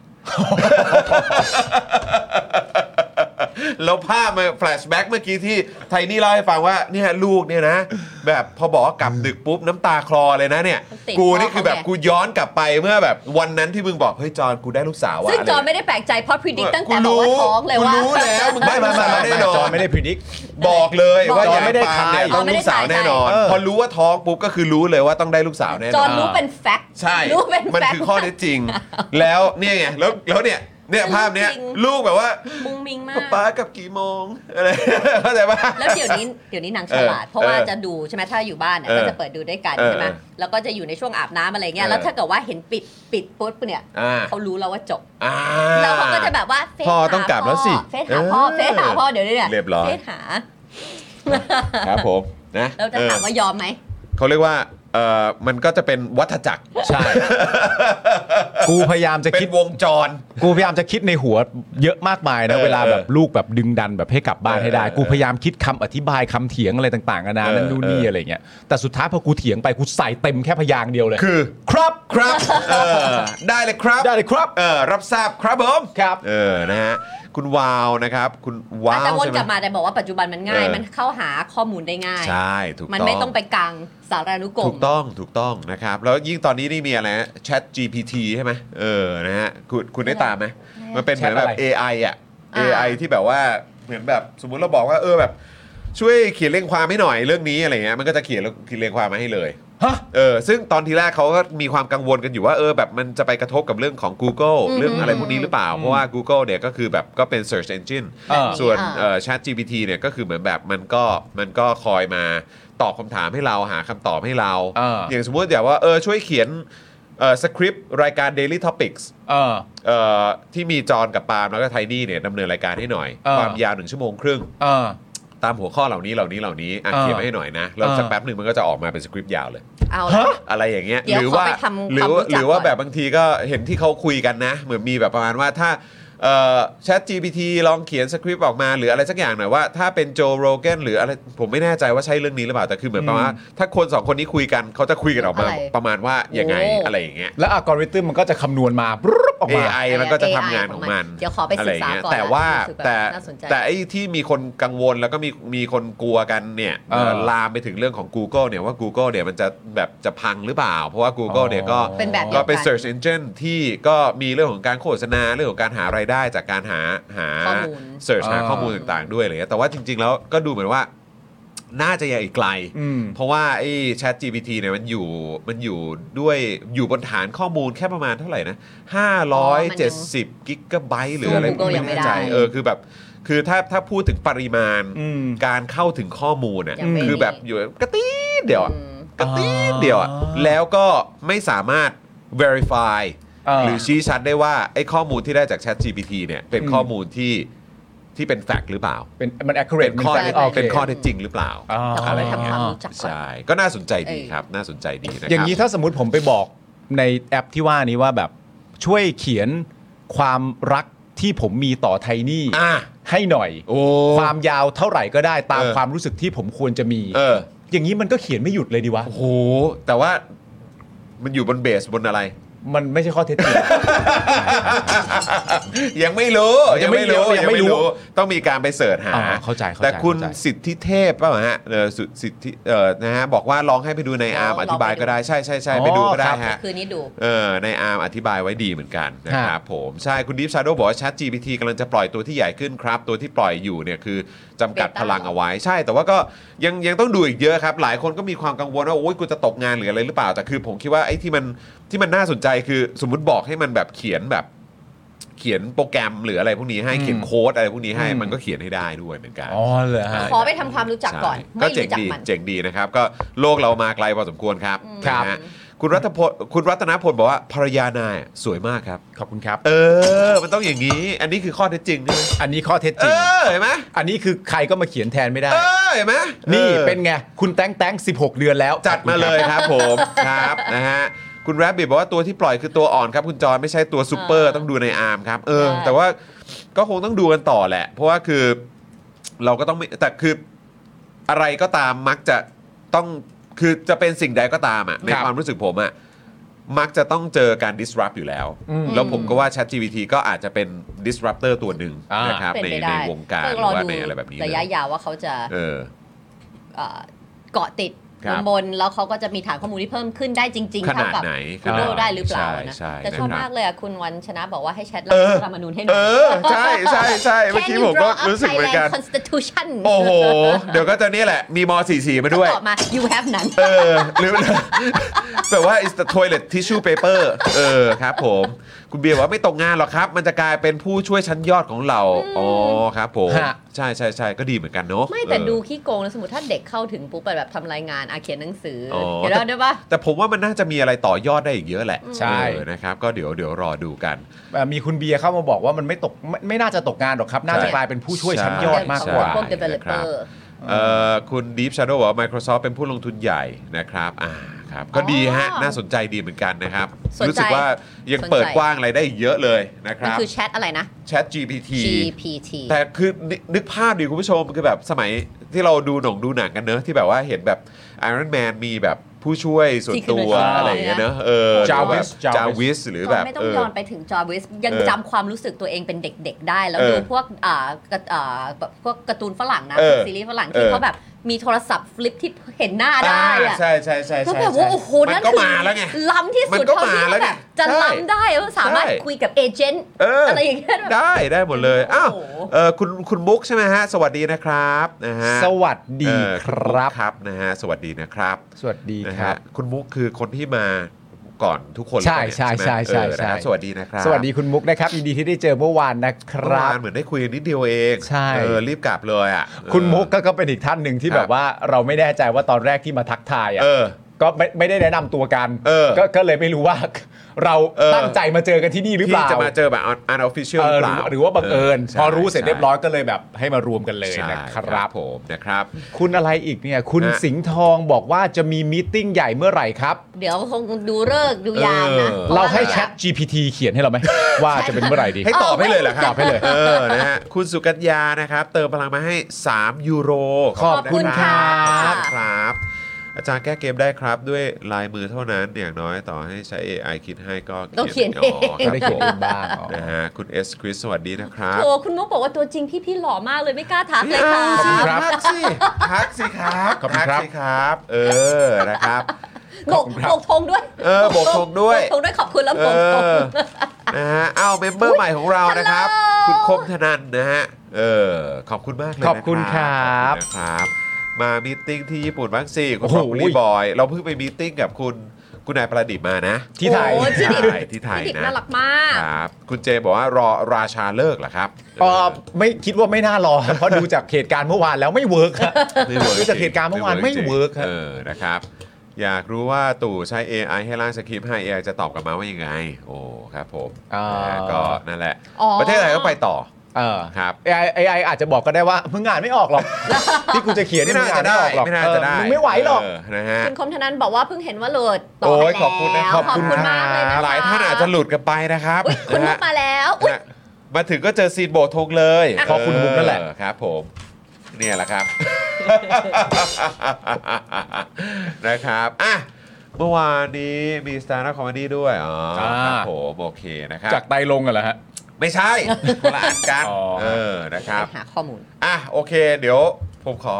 Speaker 3: แล้วภาพมาแฟลชแบ็กเมื่อกี้ที่ไทนี่เล่าให้ฟังว่าเนี่ยลูกเนี่ยนะ แบบพอบอกว่ากลับดึกปุ๊บน้ำตาคลอเลยนะเนี่ย
Speaker 4: ติด
Speaker 3: กู
Speaker 4: พ่อ
Speaker 3: นี่คือแบบ
Speaker 4: เขาไง
Speaker 3: กูย้อนกลับไปเมื่อแบบวันนั้นที่มึงบอก เฮ้ยจอนกูได้ลูกสาวอะ
Speaker 4: ซึ่งจอนะ
Speaker 3: ร
Speaker 4: ไม่ได้แปลกใจเพราะพิจิตตั้งแต่
Speaker 3: กู
Speaker 4: บอก
Speaker 3: รู้
Speaker 4: ว่าท้องเลยว่า
Speaker 3: กูรู้แล้วมึง
Speaker 5: ไม่
Speaker 3: ได้
Speaker 5: ไม่
Speaker 3: มา
Speaker 5: ไม่
Speaker 3: สาว
Speaker 5: ไม่
Speaker 3: แน่
Speaker 5: ไม่
Speaker 3: นอ
Speaker 5: จอน นไม่ได้พิจิต
Speaker 3: บอกเลย
Speaker 4: บอก
Speaker 3: ว่า
Speaker 5: จอน
Speaker 3: ยาย
Speaker 5: ไม่ได้
Speaker 3: ปานเนี่ย
Speaker 5: ขาย
Speaker 3: ต้องลูกสาวแน่นอน
Speaker 4: เออ
Speaker 3: พอรู้ว่าท้องปุ๊บก็คือรู้เลยว่าต้องได้ลูกสาวแน่น
Speaker 4: จ
Speaker 3: อ
Speaker 4: อน
Speaker 3: น
Speaker 4: รู้เป็นแฟกต์
Speaker 3: ใช่
Speaker 4: รู้เป็นแฟกต์
Speaker 3: มันคือข้อเท็จจริง แล้วเนี่ยไงแล้วแล้วเนี่ยเนี่ยภาพเนี้ย
Speaker 4: จริง
Speaker 3: ลูกแบบว่า
Speaker 4: มุ้งมิงมาก
Speaker 3: ป๊าป๊ากลับกี่โมงอะไร เข้าใจปะ
Speaker 4: แล้วเดี๋ยวนี้เดี๋ยวนี้นางฉลาด
Speaker 3: เออ
Speaker 4: เพราะว่า
Speaker 3: เออ
Speaker 4: จะดูใช่ไหมถ้าอยู่บ้านเนี่ย
Speaker 3: เออ
Speaker 4: ก็จะเปิดดูด้วยกัน
Speaker 3: เออ
Speaker 4: ใช่ไหม
Speaker 3: เออ
Speaker 4: แล้วก็จะอยู่ในช่วงอาบน้ำอะไรเงี้ย
Speaker 3: เออ
Speaker 4: แล้วถ้าเกิดว่าเห็นปิดปิดปุ๊บเนี่ย
Speaker 3: อ่า
Speaker 4: เขารู้แล้วว่าจบ
Speaker 3: อ่า
Speaker 4: แล้วเขาก็จะแบบว่าเฟซ
Speaker 3: พ่อ
Speaker 4: หา
Speaker 3: ต้องกลับแล้วสิ
Speaker 4: เฟซหาพ่อ
Speaker 3: เออ
Speaker 4: เฟซหาพ่อเดี๋ยวนี้เนี่ย
Speaker 3: เรียบร้อย
Speaker 4: เฟซหา
Speaker 3: ครับผมนะ
Speaker 4: เราจะ
Speaker 3: เออ
Speaker 4: ถามว่ายอมไหม
Speaker 3: เขาเรียกว่าเออมันก็จะเป็นวัฏจักร
Speaker 5: ใช่ กูพยายามจะ
Speaker 3: เป็
Speaker 5: คิด
Speaker 3: นวงจร
Speaker 5: กูพยายามจะคิดในหัวเยอะมากมายนะ
Speaker 3: เออ
Speaker 5: เวลาแบบลูกแบบดึงดันแบบให้กลับบ้านให้ได้
Speaker 3: เออ
Speaker 5: กูพยายามคิดคำอธิบายคำเถียงอะไรต่างๆนานานั่น
Speaker 3: เออ
Speaker 5: นู่นนี่
Speaker 3: เอออ
Speaker 5: อะไรเงี้ยแต่สุดท้ายพอกูเถียงไปกูใส่เต็มแค่พยางค์เดียวเลย
Speaker 3: คือ
Speaker 5: ครับ
Speaker 3: ครับเออได้เลยครับ
Speaker 5: ได้เลยครับ
Speaker 3: เออรับทราบครับผม
Speaker 5: ครับ
Speaker 3: เออนะฮะคุณวาวนะครับ คุณวา
Speaker 4: อาจจะ
Speaker 3: ว
Speaker 4: วน
Speaker 3: ใช่
Speaker 4: กลับ
Speaker 3: ไหม
Speaker 4: มาแต่บอกว่าปัจจุบันมันง่าย
Speaker 3: เออ
Speaker 4: มันเข้าหาข้อมูลได้ง่าย
Speaker 3: ใช่ถูกต้อง
Speaker 4: มันไม่ต้องไปกังสารานุกร
Speaker 3: ถู
Speaker 4: ม
Speaker 3: กต้องถูกต้องนะครับ แล้วยิ่งตอนนี้นี่มีอะไรนะ Chat GPT ใช่ไหมเออนะฮะคุณคุณได้ตามไหมมันเป็นเหมือนแบบ
Speaker 5: Chat อะไร
Speaker 3: AI อ่ะ
Speaker 4: อ่า
Speaker 3: AI ที่แบบว่าเหมือนแบบสมมุติเราบอกว่าเออแบบ ช่วยเขียนเรียงความให้หน่อยเรื่องนี้อะไรเงี้ยมันก็จะเขียนแล้วเขียนเรียงความมาให้เลย
Speaker 5: ฮะ
Speaker 3: เออซึ่งตอนทีแรกเขาก็มีความกังวลกันอยู่ว่าเออแบบมันจะไปกระทบกับเรื่องของ Google
Speaker 4: อืม
Speaker 3: เรื่องอะไรพวกนี้หรือเปล่า เพราะว่า Google เนี่ยก็คือแบบก็เป็น Search Engine
Speaker 5: อ่า
Speaker 3: ส่วน
Speaker 4: อ่า
Speaker 3: เอ่อ Chat GPT เนี่ยก็คือเหมือนแบบมันก็มันก็คอยมาตอบคำถามให้เราหาคำตอบให้เรา
Speaker 5: เออ
Speaker 3: อย่างสมมติอย่างว่าเออช่วยเขียนเออสคริปต์รายการ Daily Topics
Speaker 5: เออ
Speaker 3: เอ่อที่มีจอห์นกับปาล์มแล้วก็ไทนี่เนี่ยดำเนินรายการให้หน่อย
Speaker 5: เออ
Speaker 3: ความยาวหนึ่งชั่วโมงครึ่ง
Speaker 5: เออ
Speaker 3: ตามหัวข้อเหล่านี้เหล่านี้เหล่านี้อ่ะ
Speaker 5: เออ
Speaker 3: เขียนมาให้หน่อยนะแล้ว
Speaker 5: เออ
Speaker 3: สักแป๊บหนึ่งมันก็จะออกมาเป็นสคริปต์ยาวเลย
Speaker 4: เอาละ
Speaker 3: อะไรอย่างเงี้ย
Speaker 4: เดี๋ยว
Speaker 3: หรื
Speaker 4: ขอ
Speaker 3: ว่า
Speaker 4: ไปทำ
Speaker 3: หรือ
Speaker 4: ความรู้
Speaker 3: ว่า
Speaker 4: จั
Speaker 3: ห
Speaker 4: ก
Speaker 3: รือว่า
Speaker 4: ก่อน
Speaker 3: แบบบางทีก็เห็นที่เขาคุยกันนะ เหมือนมีแบบประมาณว่าถ้าเอ่อ Chat GPT ลองเขียนสคริปต์ออกมาหรืออะไรสักอย่างหน่อยว่าถ้าเป็นโจโรแกนหรืออะไรผมไม่แน่ใจว่าใช่เรื่องนี้หรือเปล่าแต่คือเหมือนประมาณว่าถ้าคนสองคนนี้คุยกันเขาจะคุยกันออกมา
Speaker 4: อะไร
Speaker 3: ประมาณว่ายังไง
Speaker 4: โอ้
Speaker 3: อะไรอย่างเงี้ย
Speaker 5: แล้วอัลกอริทึมมันก็จะคำนวณมาปรุ๊บออกมา
Speaker 3: AI มันก็จะทำงานของมัน
Speaker 4: เดี๋ยวขอไปศึก
Speaker 3: ะไรย่ง
Speaker 4: ษาก่อนนะ
Speaker 3: เงี้ยแต่ว่า
Speaker 4: รู้สึกแบบ
Speaker 3: แต่
Speaker 4: น่าสนใจ
Speaker 3: แต่ไอ้ที่มีคนกังวลแล้วก็มีมีคนกลัวกันเนี่ย
Speaker 5: เออ
Speaker 3: ลามไปถึงเรื่องของ Google เนี่ยว่า Google เนี่ยมันจะแบบจะพังหรือเปล่า เพราะว่า Google เนี่ยก็
Speaker 4: เป็นแบบดี
Speaker 3: ก็
Speaker 4: ยว
Speaker 3: เป็น search engine ที่ก็มีเรื่องของการโฆษณาเรื่องของการหารายได้จากการหาหา
Speaker 4: ข้อมูล
Speaker 3: search หา
Speaker 5: อ่า
Speaker 3: ข้อมูลต่างๆด้วยอะไรเงี้ยแต่ว่าจริง ๆ แล้วก็ดูเหมือนว่าน่าจะยังอีกไกล
Speaker 5: อืม
Speaker 3: เพราะว่าไอ้ Chat GPT เนี่ยมันอยู่มันอยู่ด้วยอยู่บนฐานข้อมูลแค่ประมาณเท่าไหร่นะ 570 กิกะไบต์หรืออะไร
Speaker 4: สู้ Google ยังไม่
Speaker 3: แน่
Speaker 4: ได้
Speaker 3: ใจเออคือแบบ คือถ้าถ้าพูดถึงปริมาณ
Speaker 5: อืม
Speaker 3: การเข้าถึงข้อมูลอ่ะ
Speaker 4: ยังไม่
Speaker 3: คือแบบอยู่กระตี้เดียวอะ
Speaker 4: อืม
Speaker 3: กระตีดเดียวอะ
Speaker 5: อ่า
Speaker 3: แล้วก็ไม่สามารถ verify
Speaker 5: เออ
Speaker 3: หรือชี้ชัดได้ว่าไอ้ข้อมูลที่ได้จาก Chat GPT เนี่ยเป็น
Speaker 5: อืม
Speaker 3: ข้อมูลที่ ที่เป็นแฟกต์หรือเปล่า
Speaker 5: เป็นมัน accurate
Speaker 3: เป็นข้อ
Speaker 5: มั
Speaker 3: เท็จ
Speaker 5: โ
Speaker 3: เป็นข้อ
Speaker 5: อ
Speaker 3: เท็จจริงหรือเปล่า
Speaker 5: อ๋
Speaker 4: แต่
Speaker 5: อะ
Speaker 4: เขา
Speaker 5: ไร
Speaker 4: ไป
Speaker 5: ย่างเงี้
Speaker 4: ทำค
Speaker 5: ย
Speaker 4: วามรู้จักก่อน
Speaker 3: ใช่ก็น่าสนใจดี
Speaker 4: เออ
Speaker 3: ครับ น่าสนใจดีนะครับ
Speaker 5: อย่างนี้ถ้าสมมติผมไปบอกในแอปที่ว่านี้ว่าแบบช่วยเขียนความรักที่ผมมีต่อไทนี่
Speaker 3: อ่ะ
Speaker 5: ให้หน่อย
Speaker 3: โอ้
Speaker 5: ความยาวเท่าไหร่ก็ได้ตาม
Speaker 3: เออ
Speaker 5: ความรู้สึกที่ผมควรจะมี
Speaker 3: เออ
Speaker 5: อย่างนี้มันก็เขียนไม่หยุดเลยดีวะ
Speaker 3: โอ้โห แต่ว่ามันอยู่บนเบสบนอะไร
Speaker 5: มันไม่ใช่ข้อเท็จจริง
Speaker 3: ยังไม่รู้
Speaker 5: อ๋อยังไม่รู้ยังไม่รู้
Speaker 3: ต้องมีการไปเสิร์ชหา
Speaker 5: อ๋อเข้าใจเข้าใจ
Speaker 3: แต่คุณ
Speaker 5: เข้าใจ
Speaker 3: สิทธิเทพเปล่าฮะเออสุสิทธิเออนะฮะบอกว่าลองให้ไปดูในอาร์ม
Speaker 4: ลอง
Speaker 3: อธิบาย
Speaker 4: ไปดู
Speaker 3: ก็ได้ใช่ใช่ใช่ไปดูก็ได้ฮะ
Speaker 4: คืนนี้ดู
Speaker 3: เออในอาร์มอธิบายไว้ดีเหมือนกันนะครับผมใช่คุณดิฟชาโดบอกว่าชัด GPT กำลังจะปล่อยตัวที่ใหญ่ขึ้นครับ ตัวที่ปล่อยอยู่เนี่ยคือจำกัด
Speaker 4: Beta
Speaker 3: พลังเอาไว้ ใช่แต่ว่าก็ยังยังต้องดูอีกเยอะครับ หลายคนก็มีความกังวลว่า โอ้ยกูจะตกงานหรืออะไรหรือเปล่า แต่คือผมคิดว่าไอ้ที่มันที่มันน่าสนใจคือสมมติบอกให้มันแบบเขียนแบบ เขียนโปรแกรมหรืออะไรพวกนี้ให้
Speaker 5: อืม
Speaker 3: เขียนโค้ดอะไรพวกนี้ให้
Speaker 5: อืม
Speaker 3: มันก็เขียนให้ได้ด้วยเหมือนกัน
Speaker 5: อ๋อเหรอฮะ
Speaker 4: ขอไปทำความรู้จักก่อน
Speaker 3: ใช่
Speaker 4: ไม่
Speaker 3: เจ๋ง
Speaker 4: รู้จัก
Speaker 3: ดี
Speaker 4: มัน
Speaker 3: เจ๋งดีนะครับ ก็โลกเรามาไกลพอสมควรครับ
Speaker 5: ครับ
Speaker 3: นะฮะคุณรัตพลคุณรัตนพลบอกว่าภรรยานายสวยมากครับ
Speaker 5: ขอบคุณครับ
Speaker 3: เออ มันต้องอย่างนี้ อันนี้คือข้อเท็จจริงใช่ไหม
Speaker 5: อันนี้ข้อเท็จ
Speaker 3: เอ
Speaker 5: จริง
Speaker 3: อเห็นไหม
Speaker 5: อันนี้คือใครก็มาเขียนแทนไม่ได้
Speaker 3: เออเห็นไหม
Speaker 5: นี่
Speaker 3: ออ
Speaker 5: เป็นไง คุณแตงแตง16 เดือนแล้ว
Speaker 3: จัดมาเลยครับผม ครับนะฮะคุณแรบบิทบอกว่าตัวที่ปล่อยคือตัวอ่อนครับ คุณจอนไม่ใช่ตัวซูเปอร์
Speaker 4: อ่า
Speaker 3: ต้องดูในอาร์มครับ เออ
Speaker 4: ใช่
Speaker 3: แต่ว่าก็คงต้องดูกันต่อแหละ เพราะว่าคือเราก็ต้องไม่แต่คือ อะไรก็ตามมักจะต้องคือจะเป็นสิ่งใดก็ตามอะในความรู้สึกผมอะมักจะต้องเจอการ disrupt อยู่แล้ว แล้วผมก็ว่า Chat GPT ก็อาจจะเป็น disruptor ตัวหนึ่ง
Speaker 5: อ่าน
Speaker 3: นะครับ
Speaker 4: เป็น
Speaker 3: ใน
Speaker 4: ไป
Speaker 3: ใน
Speaker 4: ได้
Speaker 3: วงการห
Speaker 4: ต้อ
Speaker 3: รือว่า
Speaker 4: ดู
Speaker 3: ในอะไรแบบนี้เลย
Speaker 4: ระะยาวว่าเขาจะ
Speaker 3: เออ
Speaker 4: เอ่อเกาะติด
Speaker 3: ครับ
Speaker 4: บนแล้วเขาก็จะมีฐานข้อมูลที่เพิ่มขึ้นได้จริงๆ
Speaker 3: ข
Speaker 4: เท่า
Speaker 3: นาด
Speaker 4: กับ
Speaker 3: ไหน
Speaker 4: คุณ
Speaker 3: ขน
Speaker 4: โด
Speaker 3: หน
Speaker 4: ได้หรือเปล่า
Speaker 3: ใช่
Speaker 4: นะ
Speaker 3: ใช่
Speaker 4: แต่ชอบ
Speaker 3: นะครับ
Speaker 4: มากเลยอ่ะคุณวันชนะบอกว่าให้แชท
Speaker 3: เอ
Speaker 4: ร่าง
Speaker 3: อ
Speaker 4: รัฐธรรมนูญให้หน่
Speaker 3: เอ
Speaker 4: อย
Speaker 3: อ ใช่ใช่ใช่เมื่อกี้
Speaker 4: Can you
Speaker 3: ผมก็
Speaker 4: draw up
Speaker 3: รู้สึกเหมือนกัน
Speaker 4: Thailand Constitution
Speaker 3: โอ้โห เดี๋ยวก็จะเนี่ยแหละ มีม .44 มาด้วย
Speaker 4: ตอบมา you have none
Speaker 3: เออ หรือ แต่ว่า is the toilet tissue paper เออครับผม คุณเบียร์บอกว่าไม่ตกงานหรอกครับ มันจะกลายเป็นผู้ช่วยชั้นยอดของเรา อ๋อครับผม
Speaker 5: ฮะ
Speaker 3: ใช่ใช่ใช่ก็ดีเหมือนกันเนาะ
Speaker 4: ไม่แต่
Speaker 3: เออ
Speaker 4: ดูขี้โกงนะสมมติถ้าเด็กเข้าถึงปุ๊บไปแบบทำรายงานอาเขียนหนังสือ
Speaker 3: อ๋อ
Speaker 4: เห็นแล้วได้ปะ
Speaker 3: แต่ผมว่ามันน่าจะมีอะไรต่อยอดได้อีกเยอะแหละ
Speaker 5: ใช่
Speaker 3: เออนะครับ ก็เดี๋ยวเดี๋ยวรอดูกัน
Speaker 5: เอ่อมีคุณเบียร์เข้ามาบอกว่ามันไม่ตกไม่ไม่น่าจะตกงานหรอกครับ น่าจะ
Speaker 4: ใช่
Speaker 5: กลายเป็นผู้ช่วยชั้นยอดมากกว่า
Speaker 4: พวก
Speaker 3: ใช่
Speaker 4: developer
Speaker 3: เอ่อคุณ Deep Shadow บอกว่า Microsoft เป็นผู้ลงทุนใหญ่นะครับอ่าครับ ก็ดีฮะ
Speaker 4: อ๋อ
Speaker 3: น่าสนใจดีเหมือนกันนะครับ
Speaker 4: สนใจ
Speaker 3: รู้สึกว่ายัง
Speaker 4: สนใจ
Speaker 3: เปิดกว้างอะไรได้อีกเยอะเลยนะค
Speaker 4: มัน
Speaker 3: รับ
Speaker 4: คือแชทอะไรนะ
Speaker 3: Chat GPT
Speaker 4: GPT
Speaker 3: แต่คือนึกนึกภาพดิคุณผู้ชมคือแบบสมัยที่เราดูหนังดูหนังกันเนอะที่แบบว่าเห็นแบบ Iron Man มีแบบผู้ช่วยส่วนตัว
Speaker 4: Secret
Speaker 3: อะไรอย่างเงี้ยเนอะเออ
Speaker 5: Jarvis
Speaker 3: จาวิสหรือแบบ
Speaker 4: เราไม่ต้อ
Speaker 3: เอง อ
Speaker 4: ย้อนไปถึงจอวิสยัง
Speaker 3: เออ
Speaker 4: จำความรู้สึกตัวเองเป็นเด็กๆ ได้ แล้ว
Speaker 3: เออ
Speaker 4: ดูพวกอ่ากระอ่าแบบพวกการ์ตูนฝรั่งนะ
Speaker 3: เออ
Speaker 4: พวกซีรีส์ฝรั่งที่
Speaker 3: เออ
Speaker 4: เขาแบบมีโทรศัพท์ฟลิปที่เห็นหน้าได้
Speaker 3: อ่า
Speaker 4: อะ
Speaker 3: ใช่ใช่ใช่
Speaker 4: ก็
Speaker 3: ใช่
Speaker 4: แบบว่าโอ้โห
Speaker 3: มั
Speaker 4: นั่น
Speaker 3: ก็
Speaker 4: คือ
Speaker 3: มาแล้วไง
Speaker 4: ล้ำที่
Speaker 3: มั
Speaker 4: สุด
Speaker 3: นก็
Speaker 4: เท่าที่
Speaker 3: มาแล้วไง
Speaker 4: แบบจะ
Speaker 3: ใช่
Speaker 4: ล้ำได้แล้วสามารถ
Speaker 3: ใช่
Speaker 4: คุยกับเอเจนต์
Speaker 3: เอออ
Speaker 4: อะไรอย่างเงี้ย
Speaker 3: ได้ได้หมดเลย อ้าว
Speaker 4: โอ้โห
Speaker 3: เออคุณคุณมุกใช่ไหมฮะ สวัสดีนะครับนะฮะ
Speaker 5: สวัสดี
Speaker 3: เอ่อ
Speaker 5: ค
Speaker 3: ณมุก
Speaker 5: รับ
Speaker 3: ครับนะฮะสวัสดีนะครับ
Speaker 5: สวัสดี
Speaker 3: นะ
Speaker 5: ค
Speaker 3: ฮะ
Speaker 5: รับ
Speaker 3: คุณมุกคือคนที่มาก่อนทุกคนเลย
Speaker 5: ใช่
Speaker 3: เนี่ย
Speaker 5: ใช่
Speaker 3: ไหม
Speaker 5: ใช่ใช่
Speaker 3: เออนะครับ
Speaker 5: ใช่
Speaker 3: สวัสดีนะครับ
Speaker 5: สวัสดีคุณมุกนะครับยินดีที่ได้เจอเมื่อวานนะค
Speaker 3: เมื่อ
Speaker 5: รั
Speaker 3: วา
Speaker 5: บ
Speaker 3: นเหมือนได้คุยกันนิดเดียวเอง
Speaker 5: ใช่
Speaker 3: เออรีบกลับเลยอ่ะ
Speaker 5: คุณมุก
Speaker 3: เออ
Speaker 5: ก็ก็เป็นอีกท่านหนึ่งที่
Speaker 3: ค
Speaker 5: แบ
Speaker 3: รับ
Speaker 5: บว่าเราไม่แน่ใจว่าตอนแรกที่มาทักทายอ่ะ
Speaker 3: เออ
Speaker 5: ก็ไม่ไม่ได้แนะนำตัวกัน
Speaker 3: เออ
Speaker 5: ก็ก็เลยไม่รู้ว่า เรา
Speaker 3: เออ
Speaker 5: ตั้งใจมาเจอกันที่นี่หรือเป
Speaker 3: ที่
Speaker 5: ล่า
Speaker 3: จะมาเจอแบบอันออฟฟิเชียล
Speaker 5: เอ
Speaker 3: หรือ อ
Speaker 5: ห
Speaker 3: เป
Speaker 5: รือ
Speaker 3: ล่า
Speaker 5: หรือว่าบังเอิญ
Speaker 3: ใช่
Speaker 5: พอรู้เสร็จเรียบร้อยก็เลยแบบให้มารวมกันเลย
Speaker 3: ใช่
Speaker 5: นะ
Speaker 3: ค
Speaker 5: ครั
Speaker 3: รับบ ผมนะครับ
Speaker 5: คุณอะไรอีกเนี่ยคุณ
Speaker 3: ฮะ
Speaker 5: สิงห์ทองบอกว่าจะมีมีตติ้งใหญ่เมื่อไหร่ครับ
Speaker 4: เดี๋ยวคงดูเลิกษ์ดูยามนะ
Speaker 3: เออ
Speaker 4: พะว่
Speaker 5: เราให้ Chat GPT เขียนให้ เราไหม ว่าจะเป็นเมื่อไหร่ดี
Speaker 3: ให้ตอบให้เลยเหรอครับ
Speaker 5: ตอบให้เลย
Speaker 3: เออนะฮะคุณสุกัญญานะครับ เติมพลังมาให้ 3 ยูโร
Speaker 5: ขอบคุณ
Speaker 3: น
Speaker 4: ค่ะ
Speaker 3: ครับ อาจารย์แก้เกมได้ครับ ด้วยลายมือเท่านั้นอย่างน้อยต่อให้ใช้ AI คิดให้ก็
Speaker 5: ก็ได้
Speaker 3: เขี
Speaker 5: เขี
Speaker 3: ย
Speaker 5: ย
Speaker 3: น
Speaker 5: น
Speaker 3: เอ
Speaker 5: เอง ง
Speaker 3: ครับผม
Speaker 5: บ้างอ๋อ
Speaker 3: นะฮะคุณเอสคริสสวัสดีนะครับ
Speaker 4: โอ้คุณมุกบอกว่าตัวจริงพี่พี่หล่อมากเลยไม่กล้าทักเลยค่ะ
Speaker 5: ขอบคุณครับ
Speaker 3: ทักสิทักสิครับ
Speaker 5: ขอบคุณครั
Speaker 3: ทั
Speaker 5: บ
Speaker 3: กสิครับ เออนะครับ
Speaker 4: โบกโบกธงด้วย
Speaker 3: เออโบกธงด้วย
Speaker 4: โบกธงด้วยขอบคุณแล้ว
Speaker 3: เอ
Speaker 4: โบกธง
Speaker 3: อนะฮะเอ้าเมมเบอร์ใหม่ของเรานะครับ
Speaker 4: Hello
Speaker 3: คุณคมธนันนะฮะ เออ ขอบคุณมากเลยนะ
Speaker 5: ขอบคุณครับ
Speaker 3: ขอบคุณนะครับ มามีตติ้งที่ญี่ปุ่นบ้างสิ คุณ
Speaker 5: โอ้โห
Speaker 3: บอบลีบอย เราเพิ่งไปมีตติ้งกับคุณ คุณนายประดิษฐ์มานะ
Speaker 5: ที่ไทย
Speaker 4: โอ้ที่ดิบ
Speaker 3: ที่ไทยที่ไทย
Speaker 4: ที่ดิบ
Speaker 3: นะ
Speaker 4: น่ารักมาก
Speaker 3: ครับ คุณเจบอกว่ารอราชาเลิกเหรอครับ
Speaker 5: เอ่อไม่คิดว่าไม่น่ารอ เพราะดูจากเหตุการณ์เมื่อวานแล้วไม่เวิร์ก ครับ
Speaker 3: ไม่เวิร์ก
Speaker 5: ดูจากเหตุการณ์เมื่อวานไม่เวิร์ก
Speaker 3: จง
Speaker 5: ครับ
Speaker 3: เออ นะครับ อยากรู้ว่าตู่ใช้ AI ให้ร่างสคริปต์ให้ AI จะตอบกลับมาว่ายังไง โอ้ ครับผม
Speaker 5: อ่าน
Speaker 3: ะฮะก็นั่นแหละ
Speaker 4: อ๋อ
Speaker 3: ประเทศไทยก็ไปต่อ
Speaker 5: เออ
Speaker 3: ครับ
Speaker 5: AI AI อาจจะบอกก็ได้ว่ามึงอ่านไม่ออกหรอก ที่กูจะเขียน
Speaker 3: ไม่
Speaker 5: เยมึ
Speaker 3: น่าง
Speaker 5: อ่
Speaker 3: จะ
Speaker 5: ม่
Speaker 3: ได้
Speaker 5: ออกหรอก
Speaker 3: ไม่น่าจะได้
Speaker 5: เออมึงไม่ไหวหรอก
Speaker 3: เนะฮะ
Speaker 4: คุณคมธนันบอกว่าเพิ่งเห็นว่าโหลดต่อ
Speaker 3: โอ้
Speaker 4: ไป
Speaker 3: ย
Speaker 4: แล้ว
Speaker 3: ขอบคุณนะขอ
Speaker 4: ขอบบ
Speaker 3: คุ
Speaker 4: คุณ
Speaker 3: ณ
Speaker 4: มากเลยนะคะ
Speaker 3: หลายท่านอาจจะหลุดกันไปนะครับ
Speaker 4: อุ๊ยคุณ
Speaker 3: นะ
Speaker 4: มุ
Speaker 3: ฮะ
Speaker 4: กมาแล้วอุ๊ย
Speaker 3: นะฮะมาถึงก็เจอซีดโบทกเลย
Speaker 5: เพราะคุณมุกนั่นแหละ
Speaker 3: เออครับผม เนี่ยแหละครับ นะครับอ่ะเมื่อวานนี้มีสตาร์นักคอมเมดี้ด้วยอ๋อครับผมโอเคนะครับ
Speaker 5: จากไตลงกันเหรอฮะ
Speaker 3: ไม่ใช่คนละอันกัน
Speaker 5: อ๋อ
Speaker 3: เออนะครับ
Speaker 4: ไปหาข้อมูล
Speaker 3: อ่ะโอเค เดี๋ยวผมขอ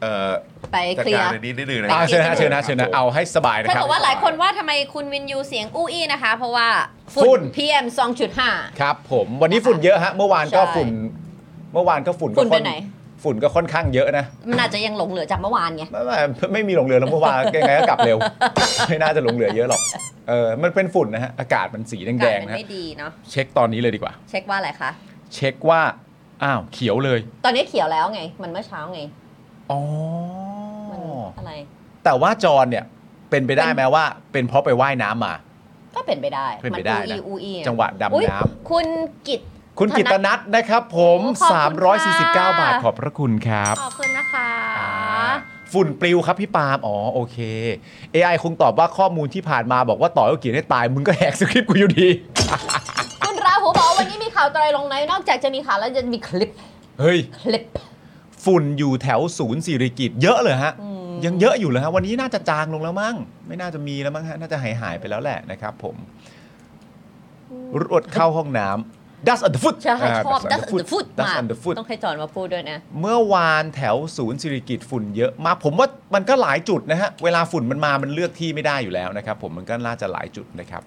Speaker 3: เอ่อ
Speaker 4: ไป
Speaker 3: จัด
Speaker 4: เคลีย
Speaker 3: การ
Speaker 4: ร์
Speaker 3: อันนี้นิดนึงนะ
Speaker 5: อ่าเชิญนะเชิญนะเชิญนะเอาให้สบายนะ
Speaker 4: เท่า
Speaker 5: ครับ
Speaker 4: กับว่าหลายคนว่าทำไมคุณวินยูเสียงอู้อี้นะคะ เพราะว่า
Speaker 5: ฝุ่
Speaker 4: ฝุ่น
Speaker 5: น
Speaker 4: PM 2.5
Speaker 5: ครับผมวันนี้ฝุ่นเยอะฮะเมื่อวานก็
Speaker 4: ใช่
Speaker 5: ฝุ่น เมื่อวานก็ฝุ่นก็
Speaker 4: ฝุ่นไป
Speaker 5: ค่อ
Speaker 4: ไหน
Speaker 5: ฝุ่นก็ค่อนข้างเยอะนะ
Speaker 4: มันอาจจะยังหลงเหลือจากเมื่อวานไง
Speaker 5: ไม่ไม่ไม่มีหลงเหลือแล้วเมื่อวานยังไงก็กลับเร็ว ไม่น่าจะหลงเหลือเยอะหรอกเออมันเป็นฝุ่นนะฮะอากาศมันสี
Speaker 4: อา
Speaker 5: แด
Speaker 4: กาศ
Speaker 5: ง
Speaker 4: มัน
Speaker 5: ๆนะฮะ
Speaker 4: ไม่ดีเนาะ
Speaker 5: เช็คตอนนี้เลยดีกว่า
Speaker 4: เช็คว่าอะไรคะ
Speaker 5: เช็คว่าอ้าวเขียวเลย
Speaker 4: ตอนนี้เขียวแล้วไง มันเมื่อเช้าไง
Speaker 5: อ๋อ
Speaker 4: มันอะไร
Speaker 5: แต่ว่าจอนเนี่ยเป็นไปได้
Speaker 4: เป็น
Speaker 5: ไหมว่า เป็นเพราะไปว่ายน้ำมา
Speaker 4: ก็เป็นไปได้
Speaker 5: เป็นไปได้
Speaker 4: อู
Speaker 5: นะ
Speaker 4: อีอูอี
Speaker 5: จังหวะดำ
Speaker 4: อุ๊ย
Speaker 5: น้ำ
Speaker 4: คุณกิต
Speaker 5: คุณกิตนัทนะครับผม
Speaker 4: โอ้ขอบคุณค่ะ
Speaker 5: 349 บาทขอบพระคุณครับ
Speaker 4: ขอบคุณนะคะ
Speaker 5: ฝุ่นปลิวครับพี่ปาล์มอ๋อโอเค AI คงตอบว่าข้อมูลที่ผ่านมาบอกว่าต่อยก็เขียนให้ตาย มึงก็แหกสคริปต์กูอยู่ดี
Speaker 4: คุณราหูบอกว่าวันนี้มีข่าวไตรลงไหนนอกจากจะมีข่าวแล้วจะมีคลิป
Speaker 5: เฮ้ย
Speaker 4: คลิป
Speaker 5: ฝุ่นอยู่แถวศูนย์สิริกิตเยอะเลยฮะ
Speaker 4: อืม
Speaker 5: ยังเยอะอยู่เลยฮะ วันนี้น่าจะจางลงแล้วมั้งไม่น่าจะมีแล้วมั้งฮะน่าจะหายหายๆไปแล้วแหละนะครับผมรวดเข้าห้องน้ำ dust on the foot
Speaker 4: ใช่ชอบ
Speaker 5: า
Speaker 4: dust on the foot
Speaker 5: dust
Speaker 4: มาก
Speaker 5: on the foot
Speaker 4: ต้องให้จอนมาพูดด้วยนะ
Speaker 5: เมื่อวานแถวศูนย์สิริกิตฝุ่นเยอะมากผมว่ามันก็หลายจุดนะฮะ เวลาฝุ่นมันมามันเลือกที่ไม่ได้อยู่แล้วนะครับ ผมมันก็น่าจะหลายจุดนะครับ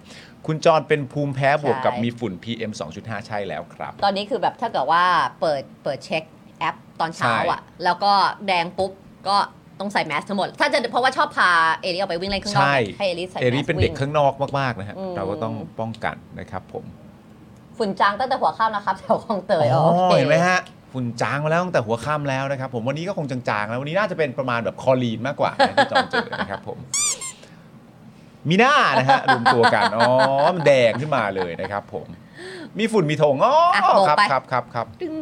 Speaker 5: คุณจรเป็นภูมิแพ้บวกกับ
Speaker 4: ใช่
Speaker 5: มีฝุ่น PM 2.5 ใช่แล้วครับ
Speaker 4: ตอนนี้คือแบบถ้าเกิดว่าเปิดเปิดเช็คแอปตอนเช้าอะแล้วก็แดงปุ๊บก็ต้องใส่แมสทั้งหมด ถ้าจะเพราะว่าชอบพาเอริออกไปวิ่งเล่นข้างนอก
Speaker 5: ใช่
Speaker 4: ให้เอริใส่แมส
Speaker 5: เอริเป็นเด็ก
Speaker 4: วิ่
Speaker 5: ข้างนอกมากๆนะฮะ
Speaker 4: อืม
Speaker 5: เราก็ต้องป้องกันนะครับผม
Speaker 4: ฝุ่นจางตั้งแต่หัวค่ำนะครับแถวคลองเตย
Speaker 5: อ๋อ
Speaker 4: โอเค
Speaker 5: เห็นไหมฮะฝุ่นจางมาแล้วตั้งแต่หัวค่ำแล้วนะครับผมวันนี้ก็คงจางๆแล้ววันนี้น่าจะเป็นประมาณแบบคอลีนมากกว่านะที่จอมเจอนะครับผมมีหน้านะฮะรวมตัวกันอ๋อมันแดงขึ้นมาเลยนะครับ ผม มีฝุ่นมีธงอ๋ออะ
Speaker 4: โบก
Speaker 5: ครับ
Speaker 4: ไป
Speaker 5: ครับครับครับ
Speaker 4: ดึง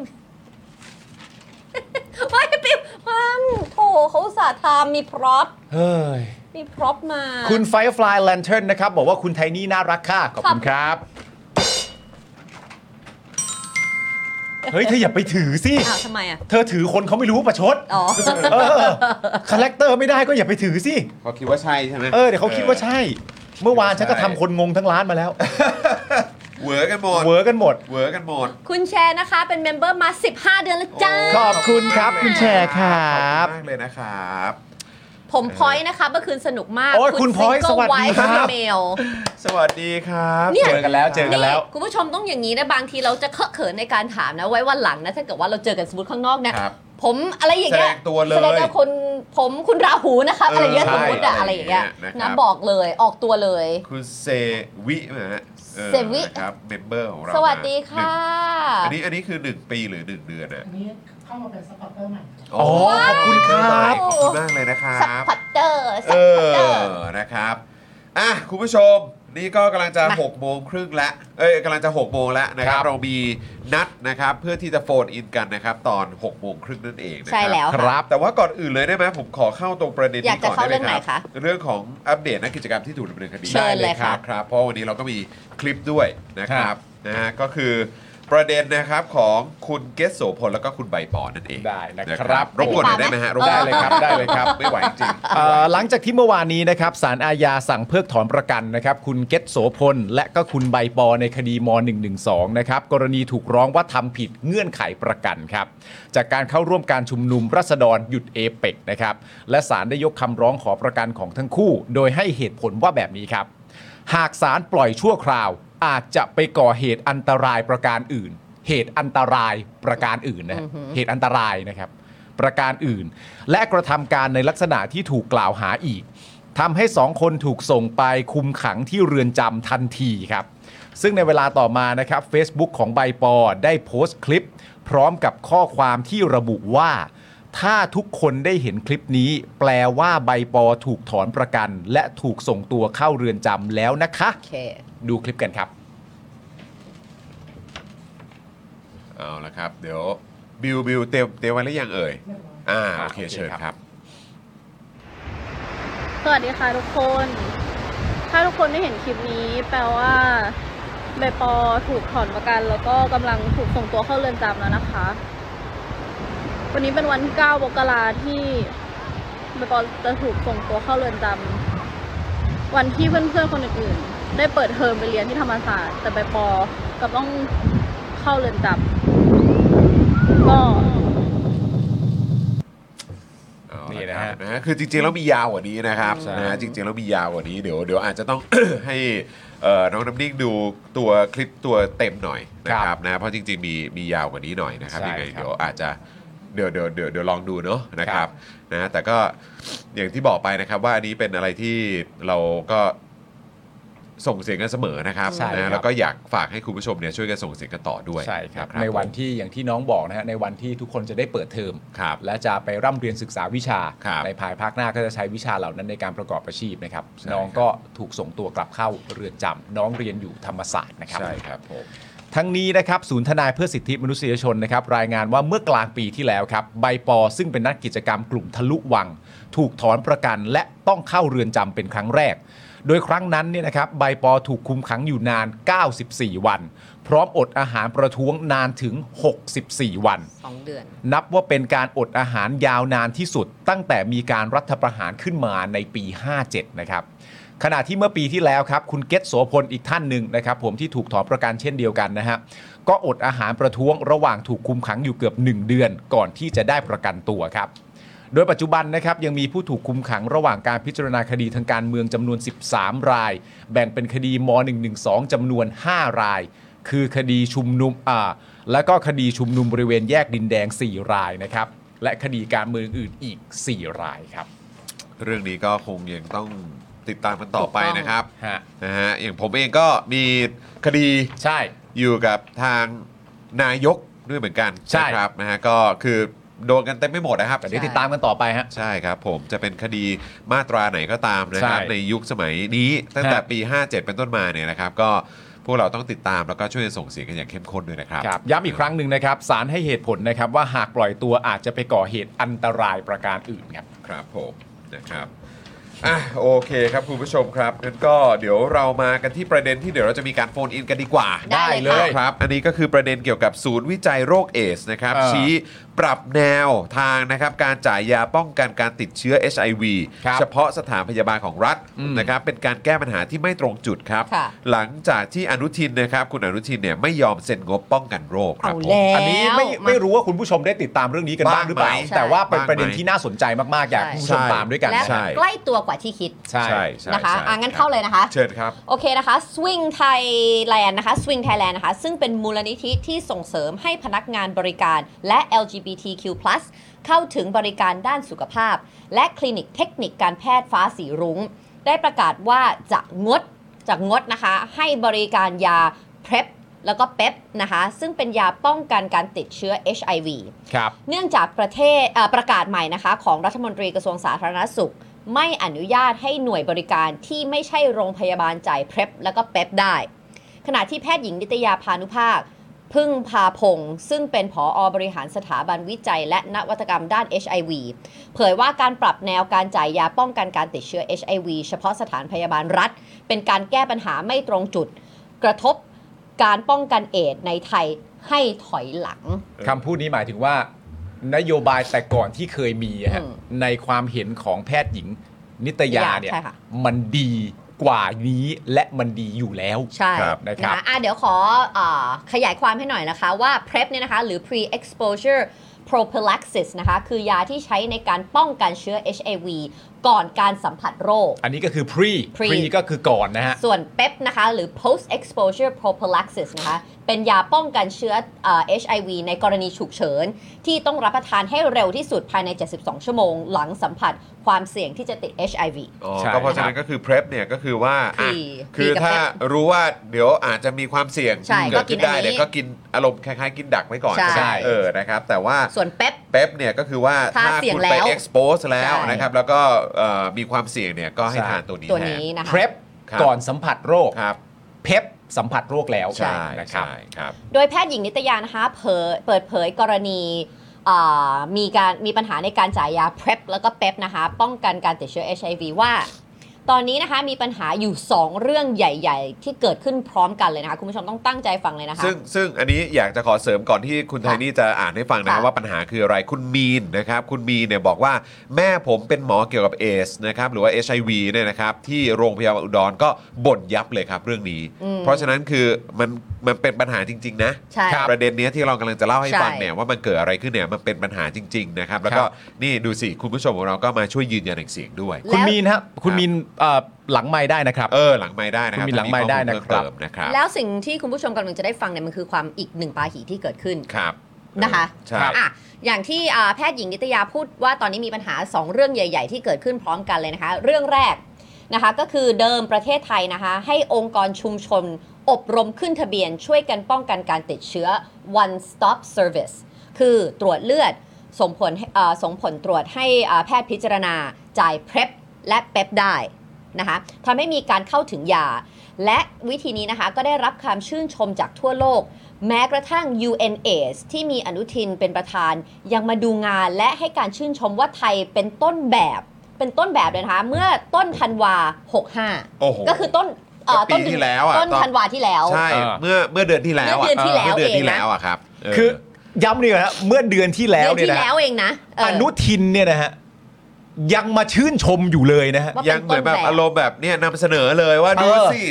Speaker 4: ไม่ปิวมันโถเขาอุตสาห์ทำมีพร็อพ
Speaker 5: เฮ้ย
Speaker 4: มีพร็อพมา
Speaker 5: คุณ Firefly Lantern นะครับ บอกว่าคุณไทนี่น่ารักค่ะขอบคุณครับเฮ้ยเธออย่าไปถือสิ
Speaker 4: อ้าวทำไมอ่ะ
Speaker 5: เธอถือคนเขาไม่รู้ประชด
Speaker 4: อ๋อ
Speaker 5: เออคาแรคเตอร์ไม่ได้ก็อย่าไปถือสิ
Speaker 3: เขาคิดว่าใช่ใช่ไหม
Speaker 5: เออ เดี๋ยวเขาคิดว่าใช่ เมื่อวานฉันก็ทำคนงงทั้งร้านมาแล้ว
Speaker 3: เหวอกันหมด
Speaker 5: เวอร์กันหมด
Speaker 3: เหวอกันหมด
Speaker 4: คุณแชร์นะคะ เป็นเมมเบอร์มา 15 เดือนแล้วจ้า
Speaker 5: ขอบคุณครับคุณแชร์คร
Speaker 3: ขั อบ บคุณมากเลยนะครับ
Speaker 4: ผมพอยต์นะคะเมื่อคืนสนุกมาก
Speaker 5: โอ้ยคุณพอยต์สวัสดีครับ
Speaker 4: เมล
Speaker 3: สวัสดีครับ
Speaker 4: เนี่ย
Speaker 5: เจอกันแล้วเจอกันแล้ว
Speaker 4: คุณผู้ชมต้องอย่างนี้นะ บางทีเราจะเคอะเขินในการถามนะ ไว้วันหลังนะ ถ้าเกิดว่าเราเจอกันสมมติข้างนอกเนะครับ ผมอะไรอย่างเงี้ย
Speaker 3: แสดงตัวเลย
Speaker 4: แสดงว่าคนผมคุณราหูนะคะ
Speaker 3: เออ
Speaker 4: อะไรอย่างเงี้ย
Speaker 3: ใช่
Speaker 4: สมมติอะอะไรอย่างเงี้ย
Speaker 3: นะครับ
Speaker 4: นะบอกเลยออกตัวเลย
Speaker 3: คุณเซวินะฮะออ
Speaker 4: เซวิ
Speaker 3: นะครับเมมเบอร์ของเรา
Speaker 4: สวัสดี
Speaker 3: หนึ่
Speaker 4: ค่ะ
Speaker 3: งอันนี้อันนี้คือ 1 ปีหรือ 1 เดือนอะ
Speaker 7: อันนี้เข้ามาเป็นสปอร์ตเตอร์ใหม่ครับ
Speaker 5: อ๋อ ขอบคุณครับ
Speaker 3: ขอบคุณมากเลยนะครั
Speaker 4: สัก
Speaker 3: บ
Speaker 4: พัตเตอร์
Speaker 3: เอ
Speaker 4: สักพัตเตอร์
Speaker 3: อ นะครับ อ่ะ คุณผู้ชม นี่ก็กำลังจะ
Speaker 4: มา
Speaker 3: 6โมงครึ่งแล้ว เอ้ยกำลังจะ6โมงแล้วนะครับ เรามีนัดนะครับ เพื่อที่จะโฟนอินกันนะครับ ตอน6โมงครึ่งนั่นเองนะครั
Speaker 4: ใช่แล้ว
Speaker 5: ค
Speaker 4: ค่ะ
Speaker 5: รับ
Speaker 3: แต่ว่าก่อนอื่นเลยได้ไหมผมขอเข้าตรงประเด็น
Speaker 4: อยา
Speaker 3: นี้
Speaker 4: กจะ
Speaker 3: ก่อนได้ไหม
Speaker 4: เข้าเรื่อง
Speaker 3: ค
Speaker 4: ไหน
Speaker 3: รับ
Speaker 4: คะ
Speaker 3: เรื่องของอัปเดตนักกิจกรรมที่ถูกดำเนินคดี
Speaker 4: เชิญเลยค่ะ
Speaker 3: รับครับ เพราะวันนี้เราก็มีคลิปด้วยนะครับนะฮะก็คือประเด็นนะครับของคุณเกสโสพลแล้วก็คุณใบปอนั่นเอง
Speaker 5: ได้นะครับ
Speaker 3: รบกวนหน่อยได้ไหมฮะรบกวน
Speaker 5: ได้เลยครับ ได้เลยครับ
Speaker 3: ไม่ไหวจริง
Speaker 5: เอ่อหลังจากที่เมื่อวานนี้นะครับสารอาญาสั่งเพิกถอนประกันนะครับคุณเกตโสพล และก็คุณใบปอในคดีม .112 นะครับกรณีถูกร้องว่าทำผิดเงื่อนไขประกันครับจากการเข้าร่วมการชุมนุมรัษฎรหยุดเอเปกนะครับและสารได้ยกคำร้องขอประกันของทั้งคู่ โดยให้เหตุผลว่าแบบนี้ครับ หากสารปล่อยชั่วคราว อาจจะไปก่อเหตุอันตรายประการอื่น เหตุอันตรายประการอื่นนะฮะเหตุอันตรายนะครับ ประการอื่น และกระทำการในลักษณะที่ถูกกล่าวหาอีกทำให้สองคนถูกส่งไปคุมขังที่เรือนจำทันทีครับ ซึ่งในเวลาต่อมานะครับ Facebook ของใบปอได้โพสต์คลิป พร้อมกับข้อความที่ระบุว่า ถ้าทุกคนได้เห็นคลิปนี้ แปลว่าใบปอถูกถอนประกัน และถูกส่งตัวเข้าเรือนจำแล้วนะคะ
Speaker 4: โอเค
Speaker 5: ดูคลิปกันครับ
Speaker 3: เอาละครับ เดี๋ยวบิวบิวเตรียมเตรียมไว้หรือยังเอ่ย
Speaker 7: เรียบร้อย
Speaker 3: อ่า
Speaker 5: อ่า
Speaker 3: โอเค
Speaker 5: โอเค
Speaker 3: เชิญ
Speaker 5: ครับ
Speaker 3: ครับ
Speaker 8: สวัสดีค่ะทุกคน ถ้าทุกคนได้เห็นคลิปนี้แปลว่าใบปอถูกถอนประกัน แล้วก็กำลังถูกส่งตัวเข้าเรือนจำแล้วนะคะ วันนี้เป็นวันที่9มกราที่ใบปอจะถูกส่งตัวเข้าเรือนจำวันที่เพื่อนๆคนอื่นๆ ได้เปิดเทอมไปเรียนที่ธรรมศาสตร์ แต่ใบปอกลับต้องเข้าเรือนจำก็
Speaker 3: เอา
Speaker 5: นี่
Speaker 3: ละ
Speaker 5: นะครับฮะ
Speaker 3: นะฮะคือจริงๆแล้วมียาวกว่านี้นะครับ
Speaker 5: ใช่
Speaker 3: นะฮะจริงๆแล้วมียาวกว่านี้เดี๋ยวเดี๋ยวอาจจะต้อง ให้เอ่อน้องน้ำนิ่งดูตัวคลิปตัวเต็มหน่อยนะครับนะเพราะจริงๆมีมียาวกว่านี้หน่อยนะครับ
Speaker 5: ใช่
Speaker 3: ยังไง
Speaker 5: ครับ
Speaker 3: เดี๋ยวอาจจะเดี๋ยวเดี๋ยวเดี๋ยวเดี๋ยวลองดูเนาะนะครับนะแต่ก็อย่างที่บอกไปนะครับว่าอันนี้เป็นอะไรที่เราก็ส่งเสียงกันเสมอนะครับ
Speaker 5: ใช่ครับ
Speaker 3: นะแล้วก็อยากฝากให้คุณผู้ชมเนี่ยช่วยกันส่งเสียงกันต่อด้วย
Speaker 5: ใช่ครับ
Speaker 3: ะ
Speaker 5: ในวันที่อย่างที่น้องบอกนะฮะในวันที่ทุกคนจะได้เปิดเทอม
Speaker 3: ครับ
Speaker 5: และจะไปร่ำเรียนศึกษาวิชา
Speaker 3: ครับ
Speaker 5: ในภายภาคหน้าก็จะใช้วิชาเหล่านั้นในการประกอบอาชีพนะครับ
Speaker 3: ใช่
Speaker 5: น้อง
Speaker 3: ครับ
Speaker 5: ก็ถูกส่งตัวกลับเข้าเรือนจำน้องเรียนอยู่ธรรมศาสตร์นะครับ
Speaker 3: ใช่ครับผม
Speaker 5: ทั้งนี้นะครับศูนย์ทนายเพื่อสิทธิมนุษยชนนะครับรายงานว่าเมื่อกลางปีที่แล้วครับใบปอซึ่งเป็นนักกิจกรรมกลุ่มทะลุวัง ถูกถอนประกันและต้องเข้าเรือนจำเป็นครั้งแรก โดยครั้งนั้นเนี่ยนะครับใบปอถูกคุมขังอยู่นาน 94 วัน พร้อมอดอาหารประท้วงนานถึง 64 วัน
Speaker 4: สองเดือน
Speaker 5: นับว่าเป็นการอดอาหารยาวนานที่สุด ตั้งแต่มีการรัฐประหารขึ้นมาในปี 57 นะครับ ขณะที่เมื่อปีที่แล้วครับ คุณเกตโสพลอีกท่านหนึ่งนะครับผมที่ถูกถอนประกันเช่นเดียวกันนะฮะก็อดอาหารประท้วงระหว่างถูกคุมขังอยู่เกือบ 1 เดือน ก่อนที่จะได้ประกันตัวครับ โดยปัจจุบันนะครับยังมีผู้ถูกคุมขังระหว่างการพิจารณาคดีทางการเมืองจำนวน 13 ราย แบ่งเป็นคดีม .112 จำนวน 5 ราย คือคดีชุมนุมอ่าและก็คดีชุมนุมบริเวณแยกดินแดง 4 รายนะครับและคดีการเมืองอื่นอีก 4 รายครับ
Speaker 3: เรื่องนี้ก็คงยังต้องติดตามกันต่อไป
Speaker 4: ถูกต้อง
Speaker 3: นะครับ
Speaker 5: ฮะ
Speaker 3: นะฮะอย่างผมเองก็มีคดี
Speaker 5: ใช่
Speaker 3: อยู่กับทางนายกด้วยเหมือนกัน
Speaker 5: ใช่
Speaker 3: นะครับนะฮะก็คือโดนกันเต็มไม่หมดนะครับ
Speaker 5: แต่เดี๋ยวติดตามกันต่อไปฮะ
Speaker 3: ใช่ครับผมจะเป็นคดีมาตราไหนก็ตามนะครับ
Speaker 5: ใช่
Speaker 3: ในยุคสมัยนี้ตั้งแต่
Speaker 5: ฮะ
Speaker 3: ปี 57 เป็นต้นมาเนี่ยนะครับ ก็พวกเราต้องติดตามแล้วก็ช่วยส่งเสียงกันอย่างเข้มข้นด้วยนะครับ
Speaker 5: ครับย้ำอีกครั้งหนึ่งนะครับสารให้เหตุผลนะครับว่าหากปล่อยตัวอาจจะไปก่อเหตุอันตรายประการอื่นครับ
Speaker 3: ครับผมนะครับอ่ะโอเคครับคุณผู้ชมครับงั้นก็เดี๋ยวเรามากันที่ประเด็นที่เดี๋ยวเราจะมีการโฟนอินกันดีกว่า
Speaker 4: ได้เลย
Speaker 3: ครับ อันนี้ก็คือประเด็นเกี่ยวกับศูนย์วิจัยโรคเอสนะครับ
Speaker 5: เออ
Speaker 3: ชี้ปรับแนวทางนะครับ การจ่ายยาป้องกันการติดเชื้อ HIV
Speaker 5: ครับ
Speaker 3: เฉพาะสถานพยาบาลของรัฐ
Speaker 5: อืม
Speaker 3: นะครับ เป็นการแก้ปัญหาที่ไม่ตรงจุดครับ
Speaker 4: ค่ะ
Speaker 3: หลังจากที่อนุทินนะครับ คุณอนุทินเนี่ยไม่ยอมเซ็นงบป้องกันโรคค
Speaker 4: เอา
Speaker 3: รับผม
Speaker 4: แล้ว
Speaker 5: อันนี้ไม่ไม่รู้ว่าคุณผู้ชมได้ติดตามเรื่องนี้กันบ้างหรือเปล่า
Speaker 3: บ้างไหม
Speaker 5: แต่ว่าเป็น
Speaker 3: บ้างไหม
Speaker 5: ประเด็นที่น่าสนใจมากๆ อยากให้คุณผู้ชม
Speaker 3: ใช่
Speaker 5: ตามด้วยกัน
Speaker 4: และ
Speaker 5: ใช่
Speaker 4: ใกล้ตัวกว่าที่คิด
Speaker 5: ใช่
Speaker 3: ใช่
Speaker 4: นะคะ
Speaker 3: ใช่
Speaker 4: อ่ะงั้นเข้าเลยนะคะ
Speaker 3: เชิญครับ
Speaker 4: โอเคนะคะ Swing Thailand นะคะ Swing Thailand นะคะ ซึ่งเป็นมูลนิธิที่ส่งเสริมให้พนักงานบริการและ LGBTQ+ เข้าถึงบริการด้านสุขภาพ และคลินิกเทคนิคการแพทย์ฟ้าสีรุง้ง ได้ประกาศว่าจะงดจะงดนะคะ ให้บริการยา PrEP แล้วก็เ e p นะคะ ซึ่งเป็นยาป้องกันการติดเชื้อ HIV
Speaker 5: ครับ
Speaker 4: เนื่องจากประเทศเอ่อประกาศใหม่นะคะ ของรัฐมนตรีกระทรวงสาธารณสุข ไม่อนุญาตให้หน่วยบริการที่ไม่ใช่โรงพยาบาลจ่ายเพล็บแล้วก็เป๊ปได้ ขณะที่แพทย์หญิงนิตยาพานุภาค พึ่งพาพงศ์ซึ่งเป็นผออบริหารสถาบันวิจัย และนวัตกรรมด้าน HIV เผยว่าการปรับแนวการจ่ายยาป้องกันการติดเชื้อ HIV เฉพาะสถานพยาบาลรัฐ เป็นการแก้ปัญหาไม่ตรงจุด กระทบการป้องกันเอดส์ในไทยให้ถอยหลัง
Speaker 5: คำพูดนี้หมายถึงว่า นโยบายแต่ก่อนที่เคยมีอะฮะ
Speaker 4: อืม
Speaker 5: ในความเห็นของแพทย์หญิงนิตยาเนี่ย
Speaker 4: ใช่ค่ะ
Speaker 5: มันดีกว่านี้และมันดีอยู่แล้ว
Speaker 4: ใช่
Speaker 5: ครับนะครับ
Speaker 4: อ่เดี๋ยวขออาขยายความให้หน่อยนะคะว่า PrEP เนี่ยนะคะหรือ pre exposure prophylaxis นะคะคือยาที่ใช้ในการป้องกันเชื้อ HIV ก่อนการสัมผัสโรค
Speaker 5: อันนี้ก็คือ pre
Speaker 4: pre
Speaker 5: ก็คือก่อนนะฮะ
Speaker 4: ส่วน PEP นะคะหรือ post exposure prophylaxis นะคะเป็นยาป้องกันเชื้อเอ่อ HIV ในกรณีฉุกเฉิน ที่ต้องรับประทานให้เร็วที่สุดภายใน 72 ชั่วโมง หลังสัมผัสความเสี่ยงที่จะติด HIV
Speaker 3: อ๋อ
Speaker 5: ใช่
Speaker 3: ก็เพราะ
Speaker 5: ครั
Speaker 3: ฉะ
Speaker 5: บ
Speaker 3: นั้นก็คือ PrEP เนี่ยก็คือว่าอ่ะ
Speaker 4: Pre
Speaker 3: คือ
Speaker 4: Pre กับ
Speaker 3: ถ้า
Speaker 4: Prep
Speaker 3: รู้ว่าเดี๋ยวอาจจะมีความเสี่ยง
Speaker 4: ใช่
Speaker 3: เกิดขึ้นได้
Speaker 4: ก็กินอันนี้
Speaker 3: เนี่ยก็กินอารมณ์คล้ายๆ กินดักไว้ก่อน
Speaker 4: ใช่
Speaker 3: ใช่ไหมเออนะครับ แต่ว่า
Speaker 4: ส่วน PEP
Speaker 3: เป๊ปเนี่ยก็คือว่า
Speaker 4: ถ้า
Speaker 3: ถ้า
Speaker 4: เสี่ยง
Speaker 3: คุณไป
Speaker 4: แล้ว
Speaker 3: expose แล้ว
Speaker 4: ใช่
Speaker 3: นะครับ แล้วก็เอ่อมีความเสี่ยงเนี่ยก็ให้
Speaker 5: ใช่
Speaker 3: ทานตัวนี้
Speaker 4: ตัว
Speaker 3: แทน
Speaker 4: นี้นะคะ
Speaker 5: prep
Speaker 3: ครับ
Speaker 5: ก่อนสัมผัสโรค
Speaker 3: ครับ
Speaker 5: เพปสัมผัสโรคแล้ว
Speaker 3: ใช่
Speaker 5: นะครับ
Speaker 3: ใช่ครับ
Speaker 4: โดยแพทย์หญิงนิตยานะคะเผยเปิดเผยกรณีเอ่อมีการมีปัญหาในการจ่ายยา PrEP แล้วก็ PEP นะคะ ป้องกันการติดเชื้อ HIV ว่า ตอนนี้นะคะมีปัญหาอยู่ 2 เรื่องใหญ่ๆ ที่เกิดขึ้นพร้อมกันเลยนะคะ คุณผู้ชมต้องตั้งใจฟังเลยนะคะ
Speaker 3: ซึ่งซึ่งอันนี้อยากจะขอเสริมก่อนที่คุณไทนี่จะอ่านให้ฟังนะครับ
Speaker 4: ค่ะ
Speaker 3: ว่าปัญหาคืออะไรคุณมีนนะครับ คุณมีนเนี่ยบอกว่าแม่ผมเป็นหมอเกี่ยวกับเอสนะครับหรือว่า HIV เนี่ยนะครับที่โรงพยาบาลอุดรก็บ่นยับเลยครับเรื่องนี้
Speaker 4: อืม
Speaker 3: เพราะฉะนั้นคือมันมันเป็นปัญหาจริง ๆ นะ
Speaker 4: ใช่
Speaker 3: ครับประเด็นเนี้ยที่เรากำลังจะเล่าให้ฟัง
Speaker 4: ใช่
Speaker 3: เนี่ยว่ามันเกิดอะไรขึ้นเนี่ยมันเป็นปัญหาจริง ๆ นะครับ แล้วก็
Speaker 5: ครับ
Speaker 3: นี่ดูสิคุณผู้ชมของเราก็มาช่วยยืนยันอีกเสียงด้วย
Speaker 5: คุณ
Speaker 4: แล้ว
Speaker 5: มีนฮะคุณมีนเอ่อหลังไม้ได้นะครับ
Speaker 3: เออหลังไม้ได้นะครับ
Speaker 5: คุณมีนหลังไมค์ได้นะครับ
Speaker 3: ถ้ามีข้อมูลเพิ่มเติมนะครับ
Speaker 4: แล้วสิ่งที่คุณผู้ชมกำลังจะได้ฟังเนี่ยมันคือความอีกหนึ่งปาหีที่เกิดขึ้น
Speaker 3: ครับ
Speaker 4: นะคะ
Speaker 3: ใช่
Speaker 4: อ่ะอย่างที่อ่าแพทย์หญิงนิตยาพูดว่าตอนนี้มีปัญหา 2 เรื่องใหญ่ ๆ ที่เกิดขึ้นพร้อมกันเลยนะคะ เรื่องแรกนะคะก็คือเดิมประเทศไทยนะคะ ให้องค์กรชุมชน อบรมขึ้นทะเบียน ช่วยกันป้องกันการติดเชื้อ one stop service คือตรวจเลือดส่งผลให้เอ่อส่งผลตรวจให้อ่าแพทย์พิจารณา จ่าย PrEP และ PEP ได้นะคะทำให้มีการเข้าถึงยา และวิธีนี้นะคะก็ได้รับความชื่นชมจากทั่วโลก แม้กระทั่ง UNAIDS ที่มีอนุทินเป็นประธาน ยังมาดูงานและให้การชื่นชมว่าไทยเป็นต้นแบบ เป็นต้นแบบเลยนะคะ เมื่อต้นธันวา 65
Speaker 3: โอ้โห
Speaker 4: ก็คือต้นเอ่อ
Speaker 3: ก็ปี
Speaker 4: ต้น
Speaker 3: ที่แล้วอะ
Speaker 4: ต้น
Speaker 3: ตอน
Speaker 4: ธันวาที่แล้ว
Speaker 3: ใช่
Speaker 5: เออ
Speaker 3: เมื่อเมื่อเดือนที่แล้วะ
Speaker 4: เมื่อเดือนที่แล้ว
Speaker 3: เมื่อเดือน
Speaker 4: เองนะ
Speaker 3: ที่แล้วอะครับเ
Speaker 5: คือย้ำนี่ก่อนนะเมื่อเดือนที่แล้ว
Speaker 4: เดือนที่
Speaker 5: เนี่ยนะ
Speaker 4: แล้วเองนะเ
Speaker 5: อนุทินเนี่ยนะฮะยังมาชื่นชมอยู่เลยนะฮะ
Speaker 4: ว่า
Speaker 3: ยังเหมือนแบบอารมณ์แบบเนี่ยนำเสนอเลยว่า
Speaker 5: เออ
Speaker 3: ดูสิ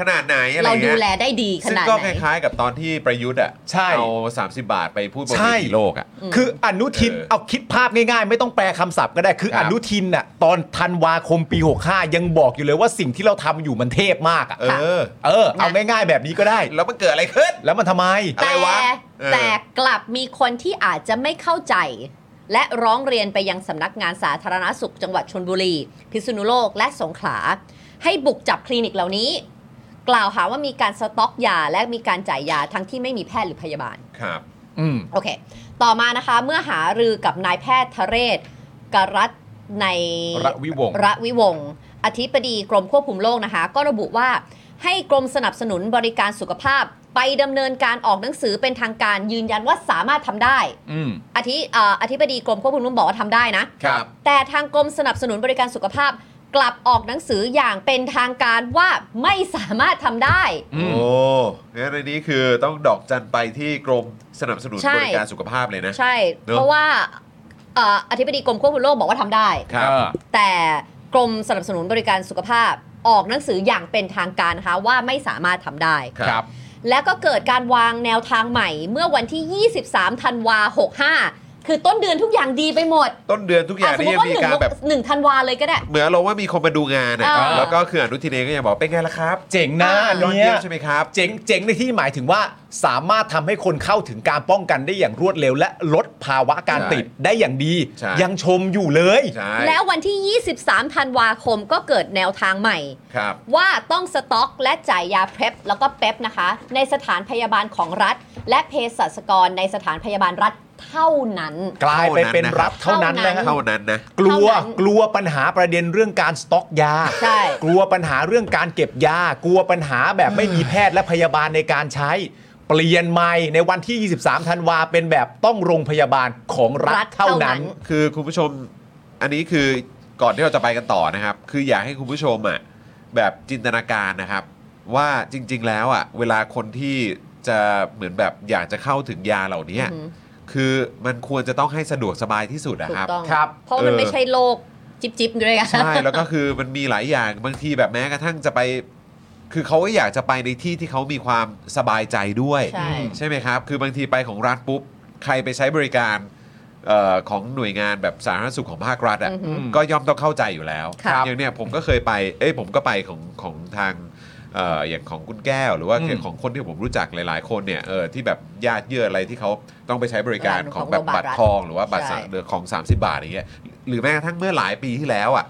Speaker 3: ขนาดไหนอะไร
Speaker 4: เราดู
Speaker 3: เงี้
Speaker 4: แล
Speaker 3: ย
Speaker 4: ได้ดีข
Speaker 3: ซึ่ง
Speaker 4: นาด
Speaker 3: ก็
Speaker 4: ไห
Speaker 3: คน ล้ายๆกับตอนที่ประยุทธ์อ่ะ
Speaker 5: ใช่
Speaker 3: เอา 30 บาทไปพูดบน
Speaker 5: ใช่
Speaker 3: เวทีโลกอ่ะ
Speaker 5: คืออนุทิน
Speaker 3: เออ
Speaker 5: เอาคิดภาพง่ายๆ ไม่ต้องแปลคำศัพท์ก็ได้คือ
Speaker 3: ครั
Speaker 5: อบ นุทินน่ะตอนธันวาคมปี 65 ยังบอกอยู่เลยว่าสิ่งที่เราทำอยู่มันเทพมากอ่ะ
Speaker 3: เออ
Speaker 5: เออเอาง่ายๆแบบนี้ก็ได้
Speaker 3: แล้วมันเกิดอะไรขึ้น
Speaker 5: แล้วมันทำไม
Speaker 3: อะไร
Speaker 4: แต่
Speaker 3: วะเออ
Speaker 4: แต่กลับมีคนที่อาจจะไม่เข้าใจ และร้องเรียนไปยังสำนักงานสาธารณสุขจังหวัดชนบุรี พิษณุโลกและสงขลา ให้บุกจับคลินิกเหล่านี้ กล่าวหาว่ามีการสต็อกยาและมีการจ่ายยาทั้งที่ไม่มีแพทย์หรือพยาบาล
Speaker 3: ครับ
Speaker 5: อืม
Speaker 4: โอเค ต่อมานะคะเมื่อหารือกับนายแพทย์ทะเรศกรัตใน
Speaker 5: ระวิวงศ์
Speaker 4: ระวิวงศ์อธิบดีกรมควบคุมโรคนะคะ ก็ระบุว่าให้กรมสนับสนุนบริการสุขภาพ ไปดำเนินการออกหนังสือเป็นทางการยืนยันว่าสามารถทำได้
Speaker 5: อืม
Speaker 4: อธิเอ่ออธิบดีกรมควบคุมโรคบอกว่าทำได้นะ
Speaker 3: ครับ
Speaker 4: แต่ทางกรมสนับสนุนบริการสุขภาพ กลับออกหนังสืออย่างเป็นทางการว่าไม่สามารถทำได้
Speaker 5: อืม
Speaker 3: โอ้งั้นในนี้คือต้องดอกจันไปที่กรมสนับสนุน
Speaker 4: ใช่
Speaker 3: บริการสุขภาพเลยนะ
Speaker 4: ใช่
Speaker 3: เนอะ
Speaker 4: เพราะว่าเอ่ออธิบดีกรมควบคุมโรคบอกว่าทำได้
Speaker 3: ครับ
Speaker 4: แต่กรมสนับสนุนบริการสุขภาพออกหนังสืออย่างเป็นทางการนะคะว่าไม่สามารถทำได้
Speaker 5: ครับ
Speaker 4: และก็เกิดการวางแนวทางใหม่เมื่อวันที่ 23 ธันวา 65 คือต้นเดือนทุกอย่างดีไปหมด
Speaker 3: ต้นเดือนทุกอย่าง
Speaker 4: อ่ะสม
Speaker 3: นี่
Speaker 4: ม
Speaker 3: ยัง
Speaker 4: ติว่า
Speaker 3: มี
Speaker 4: หนึ่ง
Speaker 3: การแบบ
Speaker 4: หนึ่งธันวาเลยก็ได้
Speaker 3: เหมือนเราว่ามีคนมาดูงานอะ
Speaker 4: เออ
Speaker 3: แล้วก็คืออนุทินเองก็ยังบอกเป็นไงล่ะครับ
Speaker 5: เจ๋งนะอัน
Speaker 3: ยอด
Speaker 5: เนี้
Speaker 3: เยี่
Speaker 5: ย
Speaker 3: ยมใช่ไหมครับ
Speaker 5: เจ๋งเจ๋งในที่หมายถึงว่าสามารถทำให้คนเข้าถึงการป้องกันได้อย่างรวดเร็ว และลดภาวะการ
Speaker 3: ใช่
Speaker 5: ติดได้อย่างดี
Speaker 3: ใช่
Speaker 5: ยังชมอยู่เลย
Speaker 3: ใช่
Speaker 4: แล้ววันที่ 23 ธันวาคมก็เกิดแนวทางใหม่
Speaker 3: ครับ
Speaker 4: ว่าต้องสต็อกและจ่ายยาเพล็บแล้วก็เป๊ปนะคะ ในสถานพยาบาลของรัฐ และเภสัชกรในสถานพยาบาลรัฐเท่านั้น
Speaker 5: กลายไปเป็นรัฐ
Speaker 4: เท่า
Speaker 5: เท่า
Speaker 4: นั้
Speaker 5: นั้น น
Speaker 4: นะ
Speaker 5: นะฮะ
Speaker 3: เท่านั้นนะ
Speaker 5: กลัว
Speaker 4: เท่านั้น
Speaker 5: กลัวปัญหาประเด็นเรื่องการสต็อกยา
Speaker 4: ใช่
Speaker 5: กลัวปัญหาเรื่องการเก็บยา กลัวปัญหาแบบไม่มีแพทย์และพยาบาลในการใช้ เปลี่ยนใหม่ในวันที่ 23 ธันวาเป็นแบบต้องโรงพยาบาลของรัฐ
Speaker 4: รัฐ
Speaker 5: เท่า
Speaker 4: เท่านั้
Speaker 5: นั้น น
Speaker 3: คือคุณผู้ชมอันนี้คือก่อนที่เราจะไปกันต่อนะครับ คืออยากให้คุณผู้ชมอ่ะแบบจินตนาการนะครับ ว่าจริง ๆ แล้วอ่ะเวลาคนที่จะเหมือนแบบอยากจะเข้าถึงยาเหล่านี้
Speaker 4: อือหือ
Speaker 3: คือมันควรจะต้องให้สะดวกสบายที่สุดนะค
Speaker 4: ถูก
Speaker 3: รับ
Speaker 4: ต้อง
Speaker 5: ครับ
Speaker 4: เพราะมัน
Speaker 3: เออ
Speaker 4: ไม่ใช่โลกจิบจิบๆด้วยกัน
Speaker 3: ใช่แล้วก็คือมันมีหลายอย่างบางทีแบบแม้กระทั่งจะไป คือเขาก็อยากจะไปในที่ที่เขามีความสบายใจด้วย
Speaker 4: ใช่
Speaker 3: ใช่ไหมครับ คือบางทีไปของรัฐปุ๊บ ใครไปใช้บริการเออของหน่วยงานแบบสาธารณสุขของภาครัฐอ่ะ
Speaker 4: อือหือ
Speaker 3: ก็ย่อมต้องเข้าใจอยู่แล้ว
Speaker 4: ครับ
Speaker 3: อย่างเนี้ยผมก็เคยไป เอ้ยผมก็ไปของของทางเอ่ออย่างของคุณแก้ว หรือว่า
Speaker 5: อืม
Speaker 3: ของคนที่ผมรู้จักหลาย ๆ คนเนี่ยเออที่แบบญาติเยื่ออะไรที่เขาต้องไปใช้บริการ
Speaker 4: เออ
Speaker 3: ข
Speaker 4: ข
Speaker 3: อ
Speaker 4: อง ง
Speaker 3: แบบ
Speaker 4: โรงพยาบาล
Speaker 3: บัตรทองหรือว่าบัตร
Speaker 4: ใช่
Speaker 3: สามเดือนของ 30 บาทอย่างเงี้ยหรือแม้กระทั่งเมื่อหลายปีที่แล้วอ่ะ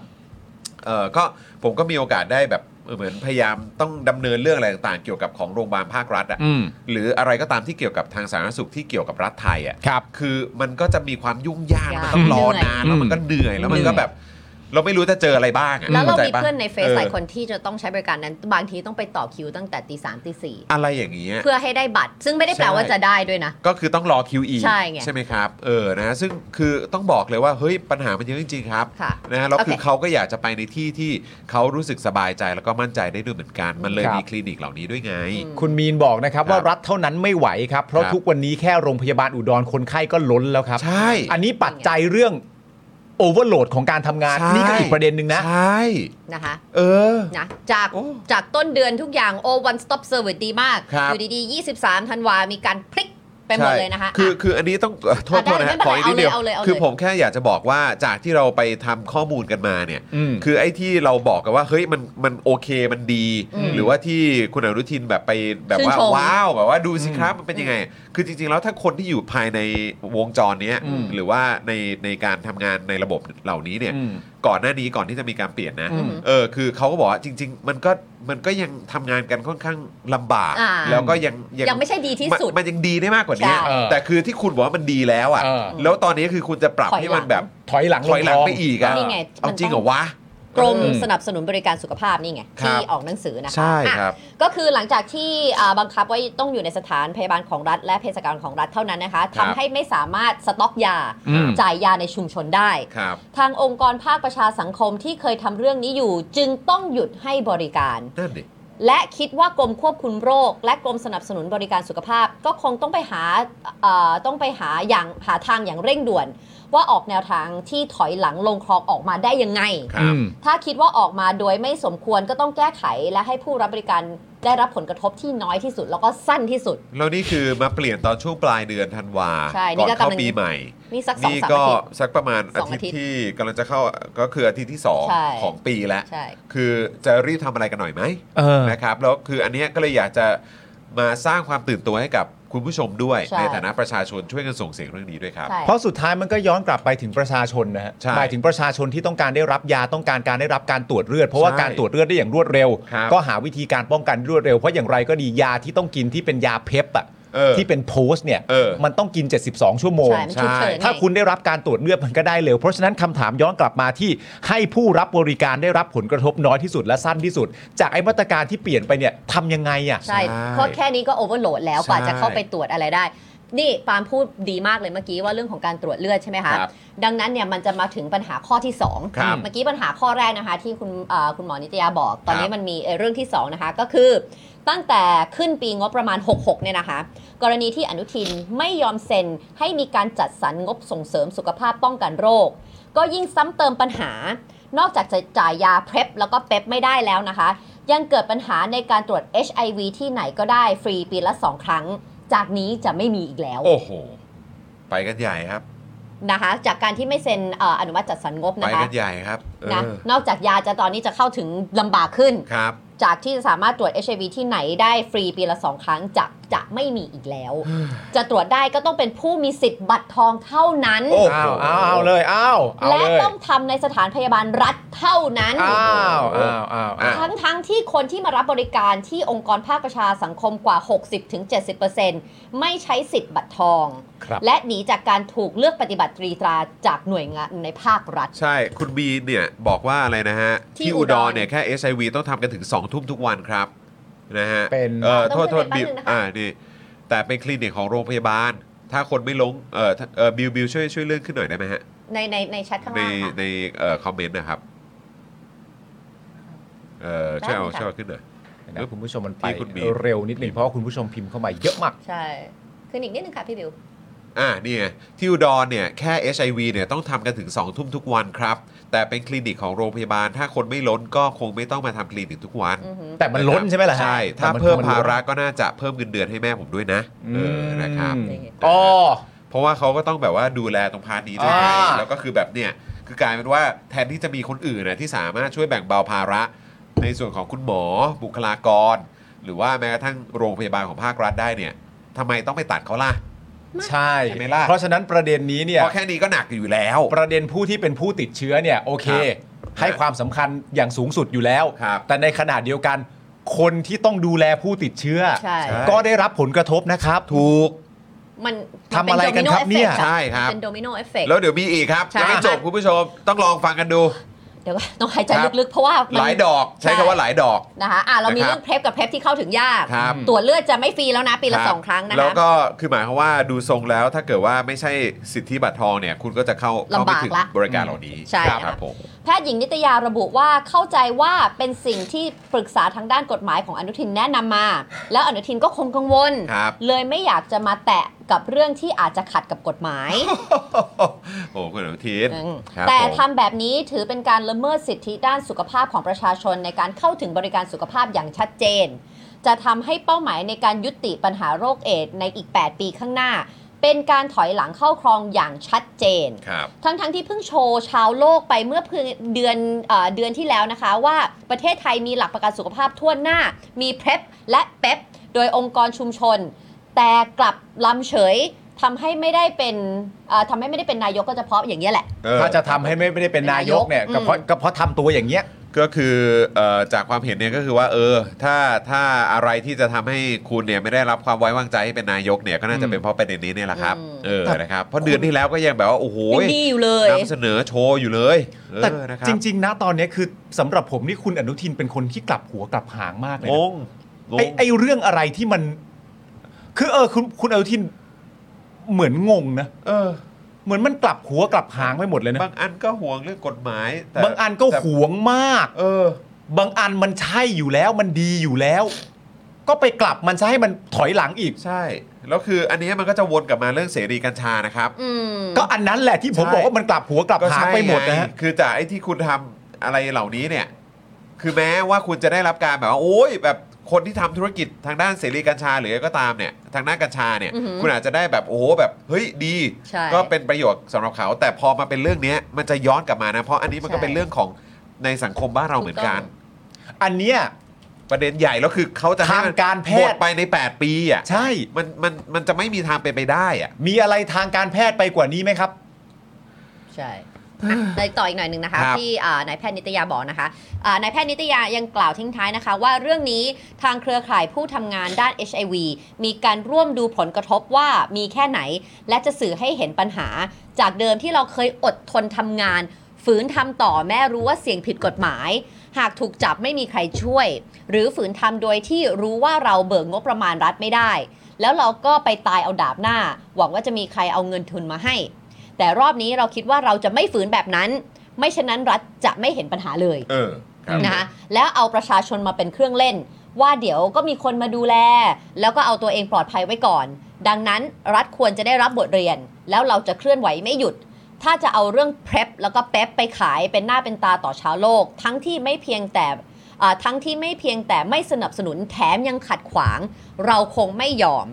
Speaker 3: เออก็ผมก็มีโอกาสได้แบบเหมือนพยายามต้องดำเนินเรื่องอะไรต่างๆ เกี่ยวกับของโรงพยาบาลภาครัฐอ่ะ
Speaker 5: อืม
Speaker 3: หรืออะไรก็ตามที่เกี่ยวกับทางสาธารณสุขที่เกี่ยวกับรัฐไทยอ่ะ
Speaker 5: ครับ
Speaker 3: คือมันก็จะมีความยุ่งยาก
Speaker 4: ยาก
Speaker 3: มันต้องรอนาน
Speaker 5: เหนื่อย
Speaker 3: แล้วมันก็เหนื่อยแล้วมันก็แบบ เราไม่รู้จะเจออะไรบ้างอะ
Speaker 4: แล้วเรา
Speaker 3: ข้ใจ
Speaker 4: มี
Speaker 3: ปะ
Speaker 4: เพื่อนในเฟซหลายคน
Speaker 3: เอ
Speaker 4: ที่จะต้องใช้บริการนั้น บางทีต้องไปต่อคิวตั้งแต่ตีสามตีสี่
Speaker 3: ออะไรอย่างเงี้ย
Speaker 4: เพื่อให้ได้บัตร ซึ่งไม่ได้แปลว่า
Speaker 3: ใช่
Speaker 4: จะได้ด้วยนะ
Speaker 3: ก็คือต้องรอคิวอีก
Speaker 4: ใช่ไง
Speaker 3: ไหมครับเออนะซึ่งคือต้องบอกเลยว่าเฮ้ยปัญหามันเยอะจริงๆครับ
Speaker 4: ค่ะ
Speaker 3: นะฮะแล้วคือ
Speaker 4: โอเค
Speaker 3: เขาก็อยากจะไปในที่ที่เขารู้สึกสบายใจแล้วก็มั่นใจได้ด้วยเหมือนกัน มันเลย
Speaker 5: ครับ
Speaker 3: มีคลินิกเหล่านี้ด้วยไง
Speaker 4: อืม
Speaker 5: คุณมีนบอกนะครับ
Speaker 3: ครับ
Speaker 5: ว่ารัฐเท่านั้นไม่ไหวครับ เพราะ
Speaker 3: ครับ
Speaker 5: ทุกวันนี้แค่โรงพยาบาลอุดรคนไข้ก็ล้นแล้วครับ
Speaker 3: ใช่
Speaker 5: อันนี้ปัจจัยเรื่องโอเวอร์โหลดของการทำงาน
Speaker 3: ใช่
Speaker 5: นี่ก็อีกประเด็นหนึ่งนะ
Speaker 3: ใช่
Speaker 4: นะคะ
Speaker 3: เออ
Speaker 4: นะจาก
Speaker 3: โอ้
Speaker 4: จากต้นเดือนทุกอย่างโอวันสต็อปเซอร์วิสดีมาก
Speaker 3: ครับ
Speaker 4: อยู่ดีๆ 23ธันวา มีการพลิกไปหมดเลยนะคะ
Speaker 3: คือคืออันนี้ต้องเอ่อโทษ
Speaker 4: อ่ะได้
Speaker 3: โทษนะฮะ
Speaker 4: ไม่เป็นไร
Speaker 3: ขออีกนิดเดียว
Speaker 4: เอาเลยเอาเลยเอาเลย
Speaker 3: คือผมแค่อยากจะบอกว่าจากที่เราไปทำข้อมูลกันมาเนี่ย
Speaker 5: อืม
Speaker 3: คือไอ้ที่เราบอกกันว่าเฮ้ยมันมันโอเคมันดี
Speaker 4: อืม
Speaker 3: หรือว่าที่คุณอนุทินแบบไปแบบว่า
Speaker 4: ชื่นชม
Speaker 3: ว้าวแบบว่าดูสิครับมันเป็นยังไง คือจริงๆแล้วถ้าคนที่อยู่ภายในวงจรเนี้ย
Speaker 5: อืม
Speaker 3: หรือว่าในในการทำงานในระบบเหล่านี้เนี่ย
Speaker 5: อืม
Speaker 3: ก่อนหน้านี้ก่อนที่จะมีการเปลี่ยนนะ
Speaker 5: อืม
Speaker 3: เออคือเขาก็บอกว่าจริง ๆ มันก็มันก็ยังทำงานกันค่อนข้างลำบาก
Speaker 4: อ่า
Speaker 3: แล้วก็ยัง
Speaker 4: ยังไม่ใช่ดีที่สุด
Speaker 3: มันมันยังดีได้มากกว่านี้
Speaker 4: ใช่
Speaker 5: เออ
Speaker 3: แต่คือที่คุณบอกว่ามันดีแล้วอ่ะ
Speaker 5: เออ
Speaker 3: แล้วตอนนี้คือคุณจะปรับ
Speaker 4: ถอย
Speaker 3: ให้
Speaker 4: หลัง
Speaker 3: มันแบบ
Speaker 5: ถอยหลัง
Speaker 3: ถอยหลัง
Speaker 5: คล
Speaker 3: ไปอีกอ่ะ
Speaker 4: นี่ไง
Speaker 3: เอาจริงเหรอวะ
Speaker 4: กรม
Speaker 5: อืม
Speaker 4: สนับสนุนบริการสุขภาพนี่ไง
Speaker 3: ครั
Speaker 4: ที่
Speaker 3: บ
Speaker 4: ออกหนังสือนะคะ
Speaker 3: ใช่
Speaker 4: อ่ะ
Speaker 3: ครับ
Speaker 4: ก็คือหลังจากที่อ่าบังคับไว้ต้องอยู่ในสถานพยาบาลของรัฐ และเภสัชกรของรัฐเท่านั้นนะคะ
Speaker 3: ครับ
Speaker 4: ทำให้ไม่สามารถสต็อกยา
Speaker 5: อืม
Speaker 4: จ่ายยาในชุมชนได้
Speaker 3: ครับ
Speaker 4: ทางองค์กรภาคประชาสังคมที่เคยทำเรื่องนี้อยู่ จึงต้องหยุดให้บริการ
Speaker 3: นั่นดิ
Speaker 4: และคิดว่ากรมควบคุมโรค และกรมสนับสนุนบริการสุขภาพ ก็คงต้องไปหาเอ่อต้องไปหาอย่างหาทางอย่างเร่งด่วน ว่าออกแนวทางที่ถอยหลังลงคลองออกมาได้ยังไง
Speaker 3: ครับ
Speaker 5: อืม
Speaker 4: ถ้าคิดว่าออกมาโดยไม่สมควรก็ต้องแก้ไขและให้ผู้รับบริการได้รับผลกระทบที่น้อยที่สุด แล้วก็สั้นที่สุด
Speaker 3: แล้วนี่คือมาเปลี่ยนตอนช่วงปลายเดือนธันวา
Speaker 4: ใช่นี่
Speaker 3: ก่อน
Speaker 4: ก็กำลัง
Speaker 3: เข้าปีใหม่
Speaker 4: นี่สักสอง
Speaker 3: นี่
Speaker 4: สาม
Speaker 3: ก็
Speaker 4: อาทิตย์
Speaker 3: สักประมาณ
Speaker 4: ส
Speaker 3: อา
Speaker 4: อง
Speaker 3: ทิต
Speaker 4: อาทิตย์
Speaker 3: ย์ที่กำลังจะเข้าก็คืออาทิตย์ที่
Speaker 4: ใช่
Speaker 3: 2 ของปีแล้ว
Speaker 4: ใช่
Speaker 3: คือจะรีบทำอะไรกันหน่อยไหม
Speaker 5: เออ
Speaker 3: นะครับแล้วคืออันเนี้ยก็เลยอยากจะมาสร้างความตื่นตัวให้กับคุณผู้ชมด้วย
Speaker 4: ใช่
Speaker 3: ในฐานะประชาชนช่วยกันส่งเสียงเรื่องนี้ด้วยครับ
Speaker 4: ใช่
Speaker 5: เพราะสุดท้ายมันก็ย้อนกลับไปถึงประชาชนนะฮะ
Speaker 3: ใช่
Speaker 5: หมายถึงประชาชนที่ต้องการได้รับยาต้องการการได้รับการตรวจเลือด เพราะว่า
Speaker 3: ใช่
Speaker 5: การตรวจเลือดได้อย่างรวดเร็ว
Speaker 3: ครับ
Speaker 5: ก็หาวิธีการป้องกันรวดเร็วเพราะอย่างไรก็ดียาที่ต้องกินที่เป็นยาเพปอะ
Speaker 3: เออ
Speaker 5: ที่เป็นโพสต์เนี่ย
Speaker 3: เออ
Speaker 5: มันต้องกิน 72 ชั่วโมง
Speaker 4: ใช่มันฉุกเฉินไง
Speaker 5: ถ้าคุณได้รับการตรวจเลือดมันก็ได้เร็ว เพราะฉะนั้นคำถามย้อนกลับมาที่ให้ผู้รับบริการได้รับผลกระทบน้อยที่สุดและสั้นที่สุด จากไอ้มาตรการที่เปลี่ยนไปเนี่ยทำยังไงอ่ะ
Speaker 4: ใช่
Speaker 3: ใช่
Speaker 4: เพราะแค่นี้ก็โอเวอร์โหลดแล้ว
Speaker 3: ใช่
Speaker 4: กว่าจะเข้าไปตรวจอะไรได้ นี่ปาล์มพูดดีมากเลยเมื่อกี้ว่าเรื่องของการตรวจเลือดใช่ไหมคะ
Speaker 3: ครับ
Speaker 4: ดังนั้นเนี่ยมันจะมาถึงปัญหาข้อที่ 2
Speaker 3: ครับ
Speaker 4: เมื่อกี้ปัญหาข้อแรกนะคะ ที่คุณเอ่อคุณหมอนิตยาบอก ตอนนี้
Speaker 3: ครับ
Speaker 4: มันมีเอ่อเรื่องที่ 2 นะคะ ก็คือตั้งแต่ขึ้นปีงบประมาณ 66 เนี่ยนะคะ กรณีที่อนุทินไม่ยอมเซ็นให้มีการจัดสรรงบส่งเสริมสุขภาพป้องกันโรค ก็ยิ่งซ้ำเติมปัญหา นอกจากจะจ่ายยาเพร p แล้วก็เป๊ปไม่ได้แล้วนะคะ ยังเกิดปัญหาในการตรวจ HIV ที่ไหนก็ได้ฟรีปีละ 2 ครั้ง จากนี้จะไม่มีอีกแล้ว
Speaker 3: โอ้โห ไปกันใหญ่ครับ
Speaker 4: นะคะ จากการที่ไม่เซ็นเอออนุมัติจัดสรรงบ
Speaker 3: ไป
Speaker 4: นะคะ
Speaker 3: กันใหญ่ครับ เอ
Speaker 4: นะ
Speaker 3: อน
Speaker 4: อกจากยาจะตอนนี้จะเข้าถึงลำบากขึ้น
Speaker 3: ครับ
Speaker 4: จากที่จะสามารถตรวจ HIV ที่ไหนได้ฟรีปีละ 2 ครั้งจากจะไม่มีอีก แล้ว จะตรวจได้ก็ต้องเป็นผู้มีสิทธิ์บัตรทองเท่านั้น
Speaker 3: โอ้
Speaker 5: อ้าวอ้าวเอาเลยอ้าวเอา
Speaker 4: และ
Speaker 5: เลย
Speaker 4: ต้องทำในสถานพยาบาลรัฐเท่านั้น
Speaker 5: อ้าวอ้าวอ้าวอ้าว
Speaker 4: ทั้งทั้งที่คนที่มารับบริการที่องค์กรภาคประชาสังคมกว่า 60-70%ไม่ใช้สิทธิ์บัตรทอง
Speaker 5: ครับ
Speaker 4: และหนีจากการถูกเลือกปฏิบัติตรีตราจากหน่วยงานในภาครัฐ
Speaker 3: ใช่คุณบีเนี่ยบอกว่าอะไรนะฮะ
Speaker 4: ที่
Speaker 3: ที่อุดร
Speaker 4: อุดร
Speaker 3: เนี่ยแค่ HIV ต้องทำกันถึง 2 ทุ่มทุกวันครับ นะฮะ
Speaker 5: เป็น
Speaker 3: เออ
Speaker 4: ต้
Speaker 3: โท
Speaker 4: อง
Speaker 3: ษโทษ
Speaker 4: เลื่
Speaker 3: บิ
Speaker 4: อน
Speaker 3: ว
Speaker 4: ไปแป๊บนึงนะคะ
Speaker 3: อ่านี่แต่เป็นคลินิกของโรงพยาบาล ถ้าคนไม่ลงเออถ้าเออบิวบิวช่วยช่วยเลื่อนขึ้นหน่อยได้ไหมฮะ
Speaker 4: ในในในแชทข้าง
Speaker 3: ใน
Speaker 4: ล่างค่ะ
Speaker 3: ในเอ่อคอมเมนต์นะครับ เออ
Speaker 4: ได้
Speaker 3: ช่วยเอา
Speaker 4: เลยค่ะ
Speaker 3: ช่วยเอาขึ้นหน่อย
Speaker 5: นะคุณผู้ชมมันไป
Speaker 3: ที่คุณบี
Speaker 5: เร็วนิดหนึ่งเพราะว่าคุณผู้ชมพิมพ์เข้ามาเยอะมาก
Speaker 4: ใช่ขึ้นอีกนิดนึงค่ะพี่บิว
Speaker 3: อ่านี่ไงที่อุดรเนี่ยแค่ HIV เนี่ยต้องทำกันถึง 2 ทุ่มทุกวันครับ แต่เป็นคลินิกของโรงพยาบาล ถ้าคนไม่ล้นก็คงไม่ต้องมาทำคลินิกทุกวัน
Speaker 4: อือหือ
Speaker 5: แต่มันล้นใช่ไหมล่ะฮะ
Speaker 3: ใช่ ถ้า
Speaker 5: แต่น
Speaker 3: เพิ่ม
Speaker 5: นล้น
Speaker 3: ภาระก็น่าจะเพิ่มเงินเดือนให้แม่ผมด้วยนะ เออนะครับ
Speaker 5: อืม
Speaker 4: นี่ไง
Speaker 5: อ๋อ
Speaker 3: เพราะว่าเขาก็ต้องแบบว่าดูแลตรงพาร์ทนี้ด้วยไง
Speaker 5: อ่า
Speaker 3: แล้วก็คือแบบเนี่ย คือกลายเป็นว่าแทนที่จะมีคนอื่นนะที่สามารถช่วยแบ่งเบาภาระในส่วนของคุณหมอ บุคลากร หรือว่าแม้กระทั่งโรงพยาบาลของภาครัฐได้เนี่ยทำไมต้องไปตัดเขาล่ะ
Speaker 5: ใช่
Speaker 3: ใช่ไหมล่ะ
Speaker 5: เพราะฉะนั้นประเด็นนี้เนี่ย
Speaker 3: เพราะแค่นี้ก็หนักอยู่แล้ว
Speaker 5: ประเด็นผู้ที่เป็นผู้ติดเชื้อเนี่ยโอเค
Speaker 3: ครับ
Speaker 5: ให้ความสำคัญอย่างสูงสุดอยู่แล้ว
Speaker 3: ครับ
Speaker 5: แต่ในขณะเดียวกัน คนที่ต้องดูแลผู้ติดเชื้อ
Speaker 4: ใช่
Speaker 5: ก็ได้รับผลกระทบนะครับ
Speaker 3: ถูก
Speaker 4: มัน
Speaker 5: ทำอะไรกันครับเนี่ย
Speaker 3: ใช่ครับ
Speaker 4: เป็นโดมิโนเอฟเฟก
Speaker 3: แล้วเดี๋ยวมีอีกครับ
Speaker 4: ใช่
Speaker 3: ยังไม่จบคุณผู้ชมต้องลองฟังกันดู
Speaker 4: เดี๋ยวก่อน ต้องหายใจ
Speaker 3: ครับ
Speaker 4: ลึกๆ เพราะว่ามัน
Speaker 3: หลายดอกใช้คำว่าหลายดอก
Speaker 4: นะคะอ่ะเรามี
Speaker 3: นะครับ
Speaker 4: เรื่องเพลฟกับเพลฟที่เข้าถึงยาก
Speaker 3: ครับ
Speaker 4: ตรวจเลือดจะไม่ฟรีแล้วนะ ปีละสองครั้งนะ
Speaker 3: แล้ว
Speaker 4: คะ
Speaker 3: ก็คือหมายความว่าดูทรงแล้วถ้าเกิดว่าไม่ใช่สิทธิบัตรทองเนี่ย คุณก็จะเข้าเข้า
Speaker 4: ลำ
Speaker 3: ไม่
Speaker 4: บาก
Speaker 3: ถึง
Speaker 4: ละ
Speaker 3: บริการเหล่านี้
Speaker 4: ใช่
Speaker 3: ครับ
Speaker 4: นะคะ
Speaker 3: ครับผม
Speaker 4: แพทย์หญิงนิตยาระบุว่าเข้าใจว่าเป็นสิ่งที่ปรึกษาทางด้านกฎหมายของอนุทินแนะนำมา แล้วอนุทินก็คงกังวล
Speaker 3: ครับ
Speaker 4: เลยไม่อยากจะมาแตะกับเรื่องที่อาจจะขัดกับกฎหมาย
Speaker 3: โอ้โหคุณอนุทิน
Speaker 4: อืม
Speaker 3: ครับ
Speaker 4: แต่
Speaker 3: ผม
Speaker 4: ทำแบบนี้ถือเป็นการละเมิดสิทธิด้านสุขภาพของประชาชนในการเข้าถึงบริการสุขภาพอย่างชัดเจน จะทำให้เป้าหมายในการยุติปัญหาโรคเอดส์ในอีก 8 ปีข้างหน้า เป็นการถอยหลังเข้าครองอย่างชัดเจน
Speaker 3: ครับ
Speaker 4: ทั้งๆที่เพิ่งโชว์ชาวโลกไปเมื่อเพิ่งเดือนเออเดือนที่แล้วนะคะ ว่าประเทศไทยมีหลักประกันสุขภาพทั่วหน้า มีเพ e p และเป๊ปโดยองค์กรชุมชน แต่กลับลำเฉยทำให้ไม่ได้เป็นเอ่อทำให้ไม่ได้เป็นนายกก็จะเพราะอย่างนี้ยแหละ
Speaker 3: เออ
Speaker 5: ถ้าจะทำให้ไม่ไม่ได้เป็นนายกเนี่ยก็เพราะก็เพราะทำตัวอย่างเงี้ย
Speaker 3: ก็คือเอ่อจากความเห็นเนี่ยก็คือว่าเออถ้าถ้าอะไรที่จะทำให้คุณเนี่ยไม่ได้รับความไว้วางใจให้เป็นนายกเนี่ยก็น่าจะเป็นเพราะประเด็นนี้เนี่ยแหละครับ
Speaker 4: อืม
Speaker 3: เออนะครับเพราะเดือนที่แล้วก็ยังแบบว่าโอ้โห
Speaker 4: ยังดีอยู่เลย
Speaker 3: นำเสนอโชว์อยู่เลยเอ
Speaker 5: แต่
Speaker 3: อนะครับ
Speaker 5: จริง ๆ นะตอนเนี้ยคือสำหรับผมนี่คุณอนุทินเป็นคนที่กลับหัวกลับหางมากเลย
Speaker 3: ง
Speaker 5: นะ
Speaker 3: งงง
Speaker 5: ไอ้ไอ้เรื่องอะไรที่มัน คือเออคุณคุณอนุทินเหมือนงงนะ
Speaker 3: เออ
Speaker 5: เหมือนมันกลับหัวกลับหางไปหมดเลยนะ
Speaker 3: บางอันก็ห่วงเรื่องกฎหมายแต่
Speaker 5: บางอันก็
Speaker 3: แต่
Speaker 5: หวงมาก
Speaker 3: เออบ
Speaker 5: างอันมันใช่อยู่แล้วมันดีอยู่แล้ว ก็ไปกลับมันซะให้มันถอยหลังอีก
Speaker 3: ใช่ แล้วคืออันเนี้ยมันก็จะวนกลับมาเรื่องเสรีกัญชานะครับ
Speaker 4: อืม
Speaker 5: ก็อันนั้นแหละที่ผม
Speaker 3: ใช่
Speaker 5: บอกว่ามันกลับหัวกลับหางไปหมดนะฮะ
Speaker 3: ก็ใช่ไงคือจากไอ้ที่คุณทำอะไรเหล่านี้เนี่ย คือแม้ว่าคุณจะได้รับการแบบว่าโอ้ยแบบคนที่ทำธุรกิจทางด้านเสรีกัญชาหรืออะไรก็ตามเนี่ย ทางด้านกัญชาเนี่ย
Speaker 4: อือหือ
Speaker 3: คุณอาจจะได้แบบโอ้โหแบบเฮ้ยดี
Speaker 4: ใช่
Speaker 3: ก็เป็นประโยชน์สำหรับเขา แต่พอมาเป็นเรื่องเนี้ยมันจะย้อนกลับมานะ เพราะอันนี้มันก็
Speaker 4: ใช่
Speaker 3: เป็นเรื่องของในสังคมบ้านเราเหมือนกัน
Speaker 4: ถูกต้
Speaker 5: อันเนี้ย
Speaker 3: ประเด็นใหญ่แล้วคือเขาจะให้มัน
Speaker 5: ทางการแพทย์
Speaker 3: หมดไปใน 8 ปีอ่ะ
Speaker 5: ใช่
Speaker 3: มันมันมันจะไม่มีทางเป็นไปได้อ่ะ
Speaker 5: มีอะไรทางการแพทย์ไปกว่านี้ไหมครับ
Speaker 4: ใช่ อ่ะในต่ออีกหน่อยหนึ่งนะคะ
Speaker 3: ครับ
Speaker 4: ที่อ่านายแพทย์นิตยาบอกนะคะอ่านายแพทย์นิตยายังกล่าวทิ้งท้ายนะคะ ว่าเรื่องนี้ทางเครือข่ายผู้ทำงานด้าน HIV มีการร่วมดูผลกระทบว่ามีแค่ไหน และจะสื่อให้เห็นปัญหา จากเดิมที่เราเคยอดทนทำงาน ฝืนทำต่อแม่รู้ว่าเสี่ยงผิดกฎหมาย หากถูกจับไม่มีใครช่วย หรือฝืนทำโดยที่รู้ว่าเราเบิกงบประมาณรัฐไม่ได้ แล้วเราก็ไปตายเอาดาบหน้า หวังว่าจะมีใครเอาเงินทุนมาให้ แต่รอบนี้เราคิดว่าเราจะไม่ฝืนแบบนั้น ไม่ฉะนั้นรัฐจะไม่เห็นปัญหาเลย
Speaker 3: เออครับ
Speaker 4: นะคะแล้วเอาประชาชนมาเป็นเครื่องเล่น ว่าเดี๋ยวก็มีคนมาดูแล แล้วก็เอาตัวเองปลอดภัยไว้ก่อน ดังนั้นรัฐควรจะได้รับบทเรียน แล้วเราจะเคลื่อนไหวไม่หยุด ถ้าจะเอาเรื่อง PrEP แล้วก็ PEP ไปขายเป็นหน้าเป็นตาต่อชาวโลก ทั้งที่ไม่เพียงแต่อ่าทั้งที่ไม่เพียงแต่ไม่สนับสนุนแถมยังขัดขวาง เราคงไม่ยอม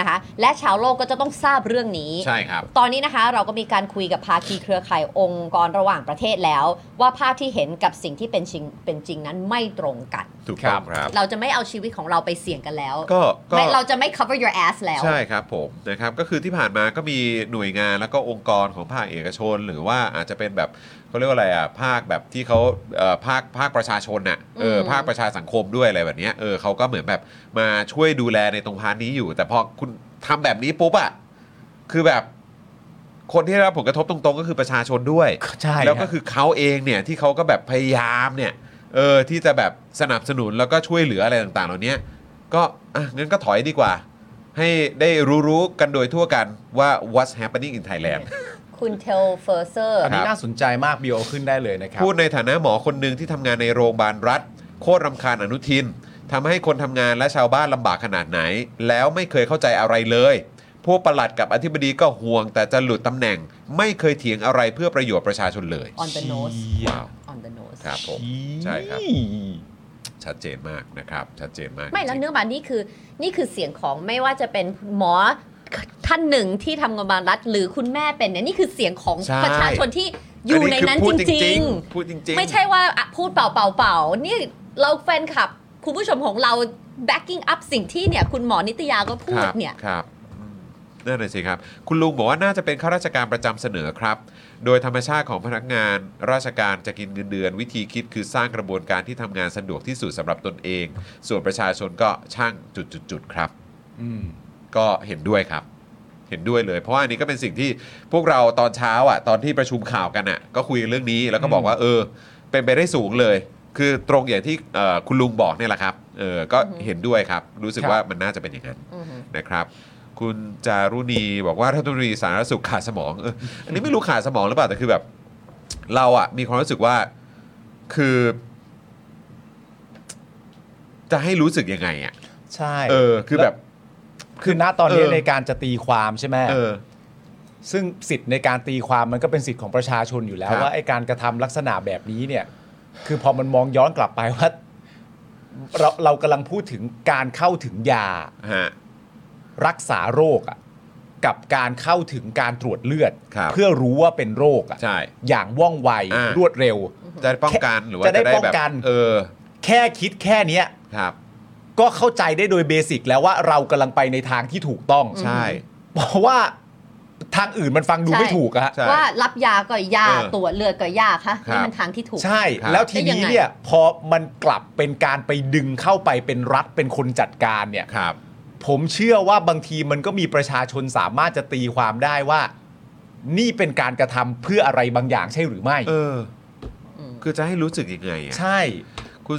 Speaker 4: นะคะและชาวโลกก็จะต้องทราบเรื่องนี้
Speaker 3: ใช่ครับ
Speaker 4: ตอนนี้นะคะเราก็มีการคุยกับภาคีเครือข่ายองค์กรระหว่างประเทศแล้ว ว่าภาพที่เห็นกับสิ่งที่เป็นจริงเป็นจริงนั้นไม่ตรงกัน
Speaker 3: ถูกต้องครับ
Speaker 4: เราจะไม่เอาชีวิตของเราไปเสี่ยงกันแล้ว
Speaker 3: ก็ก็
Speaker 4: ไม่เราจะไม่ cover your ass แล้ว
Speaker 3: ใช่ครับผมนะครับก็คือที่ผ่านมาก็มีหน่วยงานแล้วก็องค์กรของภาคเอกชน หรือว่าอาจจะเป็นแบบเขาเรียกว่าอะไรอ่ะภาคแบบที่เขาเอ่อภาคภาคประชาชนน่ะเออ
Speaker 4: อืม
Speaker 3: ภาคประชาสังคมด้วยอะไรแบบเนี้ยเออเขาก็เหมือนแบบมาช่วยดูแลในตรงพาร์ทนี้อยู่ แต่พอคุณทำแบบนี้ปุ๊บอ่ะคือแบบคนที่ได้รับผลกระทบตรงๆ ก็คือประชาชนด้วย
Speaker 5: ใช่
Speaker 3: แล้วก็
Speaker 5: ฮะ
Speaker 3: คือเขาเองเนี่ยที่เขาก็แบบพยายามเนี่ยเออที่จะแบบสนับสนุนแล้วก็ช่วยเหลืออะไรต่างๆ เหล่านี้ก็อ่ะงั้นก็ถอยดีกว่า ให้ได้รู้ๆกันโดยทั่วกันว่า what's happening in Thailand
Speaker 4: คุณเทลเฟอร์เซอร์
Speaker 5: อันนี้น่าสนใจมากบิวเอาขึ้นได้เลยนะครับ
Speaker 3: พูดในฐานะหมอคนหนึ่งที่ทำงานในโรงพยาบาลรัฐ โคตรรำคาญอนุทินทำให้คนทำงานและชาวบ้านลำบากขนาดไหน แล้วไม่เคยเข้าใจอะไรเลย พวกประหลัดกับอธิบดีก็ห่วง แต่จะหลุดตำแหน่ง ไม่เคยเถียงอะไรเพื่อประโยชน์ประชาชนเลย
Speaker 4: on the nose
Speaker 5: เชี่ย
Speaker 4: on the nose
Speaker 3: ครับผมใช่ครับ ชัดเจนมากนะครับ ชัดเจนมาก
Speaker 4: ไม่แล้ว
Speaker 3: จริง
Speaker 4: เนื้อบานี่คือนี่คือเสียงของไม่ว่าจะเป็นหมอท่านหนึ่งที่ทำงานบาลรัฐ หรือคุณแม่เป็นเนี่ยนี่คือเสียงของ
Speaker 3: ใช่
Speaker 4: ประชาชนที่อยู่ในนั้น
Speaker 3: อั
Speaker 4: จ
Speaker 3: คือพูด
Speaker 4: ริง ๆ
Speaker 3: พูดจริงๆ
Speaker 4: ไม่ใช่ว่าอ่ะพูดเปล่าเปล่าเปล่านี่เราแฟนคลับ คุณผู้ชมของเรา backing up สิ่งที่เนี่ยคุณหมอนิตยาก็พู
Speaker 3: ค
Speaker 4: ด
Speaker 3: รับ
Speaker 4: เนี่ย
Speaker 3: ครับอืมนั่นน่ะสิครับ คุณลุงบอกว่าน่าจะเป็นข้าราชการประจำเสนอครับ โดยธรรมชาติของพนักงานราชการจะกินเงินเดือน วิธีคิดคือสร้างกระบวนการที่ทำงานสะดวกที่สุดสำหรับตนเอง ส่วนประชาชนก็ช่างจุดๆๆครับ
Speaker 5: อืม
Speaker 3: ก็เห็นด้วยครับ เห็นด้วยเลย เพราะว่าอันนี้ก็เป็นสิ่งที่พวกเราตอนเช้าอ่ะตอนที่ประชุมข่าวกันอ่ะ ก็คุยเรื่องนี้แล้วก็บอกว่าเออ เป็นไปได้สูงเลย คือตรงอย่างที่เอ่อคุณลุงบอกเนี่ยแหละครับเออก็
Speaker 4: อือฮึ
Speaker 3: เห็นด้วยครับ รู้สึก
Speaker 5: ครับ
Speaker 3: ว่ามันน่าจะเป็นอย่างนั้น
Speaker 4: อือหือ
Speaker 3: นะครับ คุณจารุณีบอกว่ารัฐมนตรีสาธารณสุขขาดสมองเอออันนี้ไม่รู้ขาดสมองหรือเปล่าแต่คือแบบ เราอะมีความรู้สึกว่าคือ จะให้รู้สึกยังไงอะ
Speaker 5: ใช่
Speaker 3: เออ คือแบบ
Speaker 5: คือณตอนนี้
Speaker 3: เออ
Speaker 5: ในการจะตีความใช่ไหม
Speaker 3: เออ
Speaker 5: ซึ่งสิทธิ์ในการตีความมันก็เป็นสิทธิ์ของประชาชนอยู่แล้
Speaker 3: คว รับ
Speaker 5: ว่าไอการกระทำลักษณะแบบนี้เนี่ย คือพอมันมองย้อนกลับไปว่า เราเรากำลังพูดถึงการเข้าถึงยา
Speaker 3: ฮะ
Speaker 5: รักษาโรคอะกับการเข้าถึงการตรวจเลือด
Speaker 3: ครับ
Speaker 5: เพื่อรู้ว่าเป็นโรคอะ
Speaker 3: ใช่
Speaker 5: อย่างว่องไว
Speaker 3: อ่าร ร
Speaker 5: วดเร็ว
Speaker 3: จะป้องกันหรือว่า
Speaker 5: จะได้
Speaker 3: จะได้
Speaker 5: ป้อง
Speaker 3: แบบ
Speaker 5: กัน
Speaker 3: เออ
Speaker 5: แค่คิดแค่เนี้ย
Speaker 3: ครับ
Speaker 5: ก็เข้าใจได้โดยเบสิกแล้วว่าเรากำลังไปในทางที่ถูกต้อง
Speaker 3: ใช่
Speaker 5: เพราะว่าทางอื่นมันฟังดู
Speaker 4: ใช่
Speaker 5: ไม่ถูกอะฮะ
Speaker 3: ใช่
Speaker 4: ว่ารับยาก็ยาก
Speaker 3: เออ
Speaker 4: ตรวจเลือดก็ยากฮะ
Speaker 3: ครับ
Speaker 4: นี่มันทางที่ถูก
Speaker 5: ใช่
Speaker 3: ครับ
Speaker 5: แล้วทีนี้เนี่ยพอมันกลับเป็นการไปดึงเข้าไปเป็นรัฐเป็นคนจัดการเนี่ย
Speaker 3: ครับ
Speaker 5: ผมเชื่อว่าบางทีมันก็มีประชาชนสามารถจะตีความได้ว่า นี่เป็นการกระทำเพื่ออะไรบางอย่างใช่หรือไม่
Speaker 3: เอออ
Speaker 4: ม
Speaker 3: คือจะให้รู้สึกยังไงอ่ะ
Speaker 5: ใช่
Speaker 3: คุณ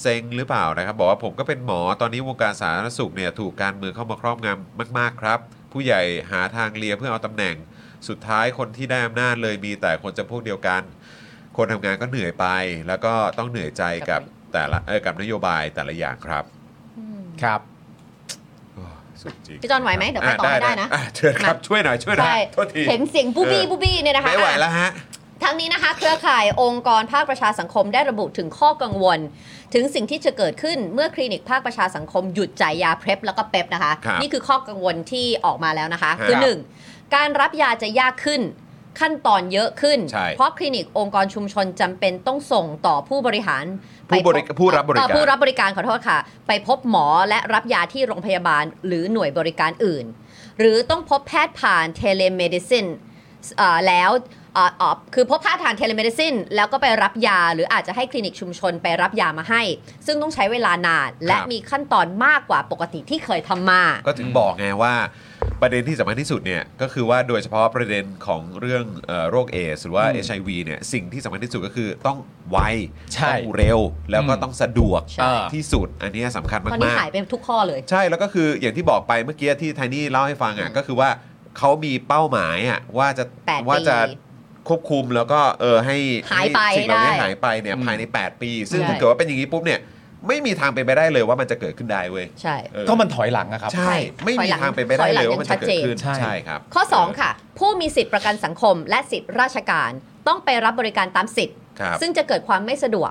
Speaker 3: เซ็งหรือเปล่านะครับ บอกว่าผมก็เป็นหมอตอนนี้วงการสาธารณสุขเนี่ยถูกการเมืองเข้ามาครอบงำมาก ๆ ครับ ผู้ใหญ่หาทางเลียเพื่อเอาตำแหน่ง สุดท้ายคนที่ได้อำนาจเลยมีแต่คนจำพวกเดียวกัน คนทำงานก็เหนื่อยไป แล้วก็ต้องเหนื่อยใจกับแต่ละเออกับนโยบายแต่ละอย่างครับ
Speaker 4: อืม
Speaker 5: ครับ
Speaker 3: โอ้ยสุดจริง
Speaker 4: พี่จอนไหวไหมเดี๋ยวไปต่อให้ได้นะ
Speaker 3: อ่เชิญครับช่วยหน่อยช่วยหน่อ
Speaker 4: ใช่
Speaker 3: ยโทษที
Speaker 4: เห็นเสียงบูบี้บูบี้เนี่ยนะคะ
Speaker 3: ไม่ไหวแล้วฮะ
Speaker 4: ทั้งนี้นะคะเครือข่ายองค์กรภาคประชาสังคมได้ระบุถึงข้อกังวล ถึงสิ่งที่จะเกิดขึ้นเมื่อคลินิกภาคประชาสังคมหยุดจ่ายยาเพร p แล้วก็เปปนะคะ
Speaker 3: ครับ
Speaker 4: นี่คือข้อกังวลที่ออกมาแล้วนะคะ
Speaker 3: ครับ
Speaker 4: คือ 1. การรับยาจะยากขึ้น ขั้นตอนเยอะขึ้น
Speaker 3: ใช่
Speaker 4: เพราะคลินิกองค์กรชุมชนจำเป็นต้องส่งต่อผู้บริหาร
Speaker 3: ผู้บริ
Speaker 4: ไปพ
Speaker 3: ผู้รับบริการ
Speaker 4: เอ่อผู้รับบริการขอโทษค่ะ ไปพบหมอและรับยาที่โรงพยาบาล หรือหน่วยบริการอื่น หรือต้องพบแพทย์ผ่านเทเลเมดิซิน เอ่อแล้วเอ่อเอ่อคือพบแพทย์ทางเทเลเมดิซินแล้วก็ไปรับยา หรืออาจจะให้คลินิกชุมชนไปรับยามาให้ ซึ่งต้องใช้เวลานาน และมีขั้นตอนมากกว่าปกติที่เคยทำมา
Speaker 3: ก็ถึงบอกไงว่าประเด็นที่สำคัญที่สุดเนี่ยก็คือว่าโดยเฉพาะประเด็นของเรื่องเอ่อโรคเอสหรือว่า HIV เนี่ยสิ่งที่สำคัญที่สุดก็คือต้องไว
Speaker 5: ใช่
Speaker 3: ต้องเร็ว แล้วก็
Speaker 5: อืม
Speaker 3: ต้องสะดวก
Speaker 5: ใช่
Speaker 3: ที่สุด อันเนี้ยสำคัญ
Speaker 4: ตอนนี้
Speaker 3: มาก
Speaker 4: หายไปทุกข้อเลย
Speaker 3: ๆ ใช่แล้วก็คืออย่างที่บอกไปเมื่อกี้ที่ไทนี่เล่าให้ฟังอ่ะ
Speaker 4: อืม
Speaker 3: ก็คือว่าเขามีเป้าหมายอ่ะว่าจะ
Speaker 4: แปดปี
Speaker 3: ว่าจะควบคุมแล้วก็เออให้
Speaker 4: หายไป
Speaker 3: สิ่งเหล่านี้
Speaker 4: ได้
Speaker 3: หายไปเนี่ย
Speaker 5: อืม
Speaker 3: ภายใน 8 ปี ซึ่ง
Speaker 4: ใช่
Speaker 3: ถ้าเกิดว่าเป็นอย่างนี้ปุ๊บเนี่ยไม่มีทางเป็นไปได้เลยว่ามันจะเกิดขึ้นได้เว้ย
Speaker 4: ใช่
Speaker 3: เออ
Speaker 5: ก็มันถอยหลังอะครับ
Speaker 3: ใช่ ไม่
Speaker 4: ถอ
Speaker 3: มี
Speaker 4: ยหลัง
Speaker 3: ทางเป็นไปได้
Speaker 4: ถอยหลั
Speaker 3: เลย
Speaker 4: ง
Speaker 3: ว่ามันจะเกิดขึ้น
Speaker 5: อย่างชัดเจน
Speaker 3: ครับ
Speaker 4: ข้อ 2 ค่ะ ผู้มีสิทธิประกันสังคม และสิทธิราชการ ต้องไปรับบริการตามสิทธิ์
Speaker 3: ครับ
Speaker 4: ซึ่งจะเกิดความไม่สะดวก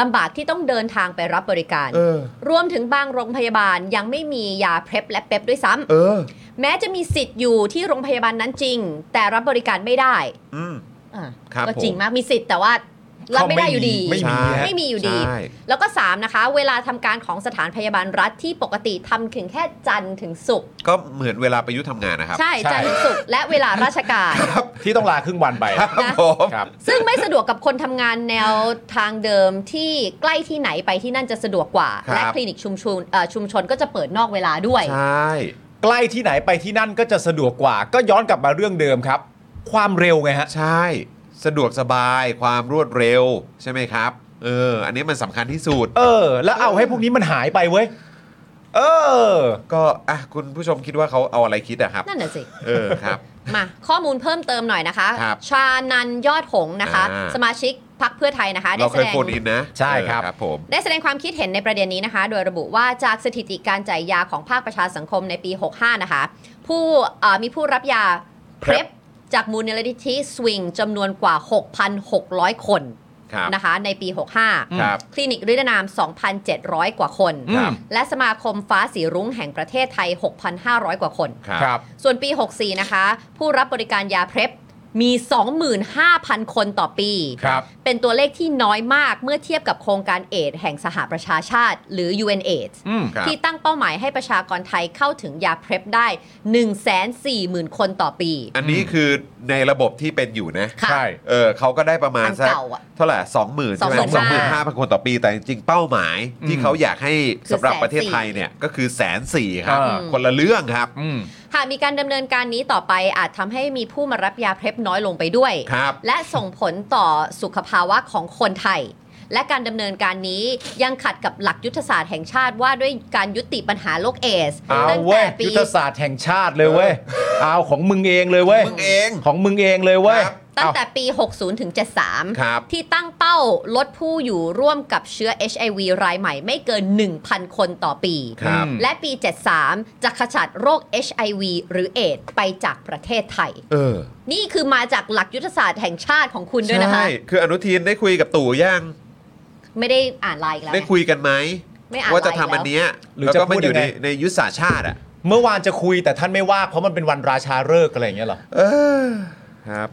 Speaker 4: ลำบากที่ต้องเดินทางไปรับบริการ
Speaker 3: เออ
Speaker 4: รวมถึงบางโรงพยาบาลยังไม่มียาเพร p และเปปด้วยซ้ำ
Speaker 3: เออ
Speaker 4: แม้จะมีสิทธิ์อยู่ที่โรงพยาบาลนั้นจริง แต่รับบริการไม่ได้
Speaker 3: อืม
Speaker 4: อ่ะ
Speaker 3: ครับ
Speaker 4: ก็จริง
Speaker 3: ผม
Speaker 4: มากมีสิทธิ์แต่ว่ารับไม่ได้อยู่ดี
Speaker 5: ไม่มีฮะ
Speaker 4: ไม่มีอยู่ดี
Speaker 3: ใช่
Speaker 4: แล้วก็ 3 นะคะ เวลาทำการของสถานพยาบาลรัฐที่ปกติทำถึงแค่จันทร์ถึงศุกร์
Speaker 3: ก็เหมือนเวลาไประยุทธ์ทำงานนะครับ
Speaker 4: ใช่
Speaker 5: ใช่
Speaker 4: จันทร์ถึงศุกร์และเวลาราชการ
Speaker 5: ที่ต้องลาครึ่งวันไป
Speaker 3: ครับ
Speaker 4: นะ
Speaker 3: ผม
Speaker 5: ครับ
Speaker 4: ซึ่งไม่สะดวกกับคนทำงานแนวทางเดิมที่ใกล้ที่ไหนไปที่นั่นจะสะดวกกว่า
Speaker 3: ครับ
Speaker 4: และคลินิกชุมชนเอ่อชุมชนก็จะเปิดนอกเวลาด้วย
Speaker 3: ใช่
Speaker 5: ใกล้ที่ไหนไปที่นั่นก็จะสะดวกกว่า ก็ย้อนกลับมาเรื่องเดิมครับ ความเร็วไงฮะ
Speaker 3: ใช่ สะดวกสบายความรวดเร็วใช่ไหมครับ เออ อันนี้มันสำคัญที่สุด
Speaker 5: เออ แล้วเอาให้พวกนี้มันหายไปเว้ยเออ
Speaker 3: ก็ อ่ะ คุณผู้ชมคิดว่าเขาเอาอะไรคิดอะครับ
Speaker 4: นั่นน่ะสิ
Speaker 3: เออครับ
Speaker 4: มาข้อมูลเพิ่มเติมหน่อยนะคะ
Speaker 3: ครับ
Speaker 4: ชานันยอดหงส์นะคะ
Speaker 3: อ่า
Speaker 4: สมาชิกพักเพื่อไทยนะคะ ได้
Speaker 3: เรา
Speaker 4: แส
Speaker 3: เคย
Speaker 4: ดง
Speaker 3: โฟนอินนะ
Speaker 5: ใช่ครับ
Speaker 3: เออครับผม
Speaker 4: ได้แสดงความคิดเห็นในประเด็นนี้นะคะ โดยระบุว่าจากสถิติการจ่ายยาของภาคประชาสังคมในปี 65 นะคะ ผู้เอ่อมีผู้รับยาเพร
Speaker 3: PrEP
Speaker 4: พจากมูลนิธิสวิงจำนวนกว่า 6,600 คน
Speaker 3: ครับ
Speaker 4: นะคะ ในปี 65
Speaker 3: ครับ
Speaker 4: คลินิกฤดนาม 2,700 กว่าคน
Speaker 5: อืม
Speaker 4: และสมาคมฟ้าสีรุ้งแห่งประเทศไทย 6,500 กว่าคน
Speaker 3: ครับ
Speaker 5: ครับ
Speaker 4: ส่วนปี 64 นะคะ ผู้รับบริการยาเพร p มี 25,000 คนต่อปี
Speaker 5: ครับ
Speaker 4: เป็นตัวเลขที่น้อยมากเมื่อเทียบกับโครงการเอดแห่งสหประชาชาติ หรือ UNAIDS
Speaker 5: อืม
Speaker 3: ครับ
Speaker 4: ที่ตั้งเป้าหมายให้ประชากรไทยเข้าถึงยาเพร p ได้ 140,000 คนต่อปี
Speaker 3: อันนี้คือในระบบที่เป็นอยู่นะ
Speaker 4: ค่ะ
Speaker 5: ใช่
Speaker 3: เออเขาก็ได้ประมาณ
Speaker 4: อัน
Speaker 3: สัก
Speaker 4: เก่าอะ
Speaker 3: เท่าไหร่สองหมื่นใช่ไหมสองหมื่นห้า
Speaker 4: 25,000
Speaker 3: พันคนต่อปีแต่จริงๆเป้าหมายที่
Speaker 5: อืม
Speaker 3: เขาอยากให้สำหรับ
Speaker 4: คือ
Speaker 3: ประเทศไทยเนี่ยก็คือแสนสี่ครับ
Speaker 5: อ่า
Speaker 3: คนละเรื่องครับ
Speaker 5: อืม
Speaker 4: หากมีการดำเนินการนี้ต่อไปอาจทำให้มีผู้มารับยาเพล็บน้อยลงไปด้วย
Speaker 3: ครับ
Speaker 4: และส่งผลต่อสุขภาวะของคนไทย และการดำเนินการนี้ยังขัดกับหลักยุทธศาสตร์แห่งชาติว่าด้วยการยุติปัญหาโรคเอส
Speaker 5: เอา
Speaker 4: ตั้ง
Speaker 5: เว้
Speaker 4: แต่
Speaker 5: ย
Speaker 4: ปี
Speaker 5: ยุทธศาสตร์แห่งชาติเลยเว้ยเอาของมึงเองเลยเว้ย
Speaker 3: มึงเอง
Speaker 5: ของมึงเองเลยเว้ย
Speaker 3: ครับ
Speaker 4: ตั้ง
Speaker 5: เอา
Speaker 4: แต่ปี 60 ถึง
Speaker 3: ครับ
Speaker 4: 73 ที่ตั้งเป้าลดผู้อยู่ร่วมกับเชื้อ HIV รายใหม่ไม่เกิน 1,000 คนต่อปี
Speaker 3: ครับ
Speaker 5: อืม
Speaker 4: และปี 73 จะขจัดโรค HIV หรือเอดส์ไปจากประเทศไทย
Speaker 3: เออ
Speaker 4: นี่คือมาจากหลักยุทธศาสตร์แห่งชาติของคุณด้วยนะคะ
Speaker 3: ใช่คืออนุทินได้คุยกับตู่ยัง
Speaker 4: ไม่ได้อ่านไลน์อีกแล้ว
Speaker 3: ได้คุยกันไหม
Speaker 4: ไม่อ่าน
Speaker 3: ว่าจะ
Speaker 4: ไลน์
Speaker 3: ทำอันเนี้ย
Speaker 5: หรือ
Speaker 3: แล้ว
Speaker 5: จะ
Speaker 3: ก็มัน
Speaker 5: พูด
Speaker 3: อยู่
Speaker 5: ยัง
Speaker 3: ใน
Speaker 5: ไง
Speaker 3: ในยุทธศาสตร์ชาติอ่ะ
Speaker 5: เมื่อวานจะคุยแต่ท่านไม่ว่างเพราะมันเป็นวันราชาฤกษ์อะไรอย่างเงี้ยเหรอ
Speaker 3: เออครับ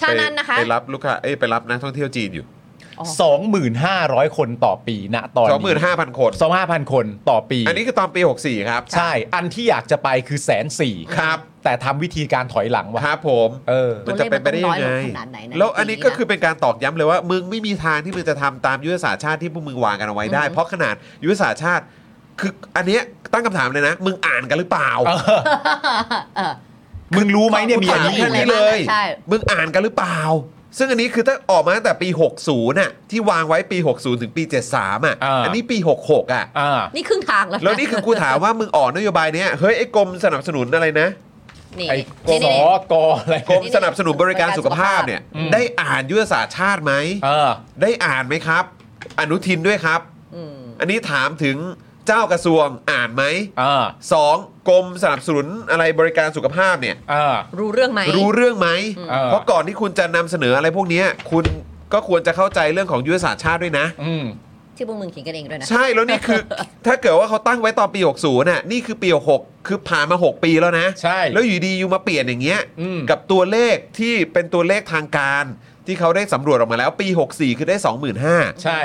Speaker 4: ฉะนั้นนะคะ
Speaker 3: ไปไปรับลูกค้าเอ้ยไปรับนักท่องเที่ยวจีนอยู่
Speaker 4: อ๋อ
Speaker 5: 2,500 คนต่อปีณตอนนี้
Speaker 3: 25,000 คน
Speaker 5: 25,000 คนต่อปี
Speaker 3: อันนี้คือตอนปี 64 ครับ
Speaker 5: ใช่ อันที่อยากจะไปคือแสนสี่
Speaker 3: ครับ
Speaker 5: แต่ทำวิธีการถอยหลังว่ะ
Speaker 3: ครับผม
Speaker 5: เออ
Speaker 3: มันจะเป็นไปได้ยัง
Speaker 4: ตัว
Speaker 3: ไง
Speaker 4: เลขมันต้องน้อยลงขนาดไหนนะ
Speaker 3: แล้วอันนี้ก็
Speaker 4: ปีนี้นะ
Speaker 3: คือเป็นการตอกย้ำเลยว่า มึงไม่มีทางที่มึงจะทำตามยุทธศาสตร์ชาติที่พวกมึงวางกันเอาไว้ได้ เพราะขนาดยุทธศาสตร์ชาติ คืออันเนี้ยตั้งคำถามเลยนะ มึงอ่านกันหรือเปล่า
Speaker 5: เออ
Speaker 4: เออ
Speaker 5: มึงรู้ไหมเนี่ยมีอันนี้อ
Speaker 3: แค่
Speaker 4: ใช่
Speaker 5: ยู่
Speaker 3: นี้
Speaker 5: เนี่ย
Speaker 3: เลย
Speaker 4: ใช่
Speaker 3: มึงอ่านกันหรือเปล่า ซึ่งอันนี้คือถ้าออกมาตั้งแต่ปี 60น่ะที่วางไว้ปี 60 ถึงปี 73 อ่ะ อันนี้ปี 66 อ่ะ
Speaker 5: อ่า
Speaker 4: นี่ครึ่งทางแล้วะ
Speaker 3: แล้วนี่คือกูถามว่ามึงออกนโยบายเนี้ยเฮ้ยไอ้กรมสนับสนุนอะไรนะ
Speaker 4: นี่
Speaker 5: ไอ้ก
Speaker 4: นี่
Speaker 5: ส
Speaker 4: นี่นี่
Speaker 5: กอะไร
Speaker 3: กรมสนับสนุนบริการสุขภาพเนี่ย
Speaker 4: อืม
Speaker 3: ได้อ่านยุทธศาสตร์ชาติไหม
Speaker 5: เออ
Speaker 3: ได้อ่านไหมครับ อนุทินด้วยครับ
Speaker 4: อืม
Speaker 3: อันนี้ถามถึงเจ้ากระทรวงอ่านไหม
Speaker 5: อ่า
Speaker 3: สองกรมสนับสนุนอะไรบริการสุขภาพเนี่ย
Speaker 5: อ่า
Speaker 4: รู้เรื่องไหม
Speaker 3: รู้เรื่องไหม
Speaker 5: เออ
Speaker 3: เพราะก่อนที่คุณจะนำเสนออะไรพวกเนี้ยคุณก็ควรจะเข้าใจเรื่องของยุทธศาสตร์ชาติด้วยนะ
Speaker 5: อืม
Speaker 4: ที่พวกมึงเขียนกันเองด้วยนะ
Speaker 3: ใช่แล้วนี่คือ ถ้าเกิดว่าเขาตั้งไว้ตอนปี 60น่ะนี่คือปี66คือผ่านมา 6 ปีแล้วนะ
Speaker 5: ใช่
Speaker 3: แล้วอยู่ดีอยู่มาเปลี่ยนอย่างเงี้ย
Speaker 5: อืม
Speaker 3: กับตัวเลขที่เป็นตัวเลขทางการ ที่เขาได้สำรวจออกมาแล้วปี 64 คือได้ 25,000
Speaker 5: ใช่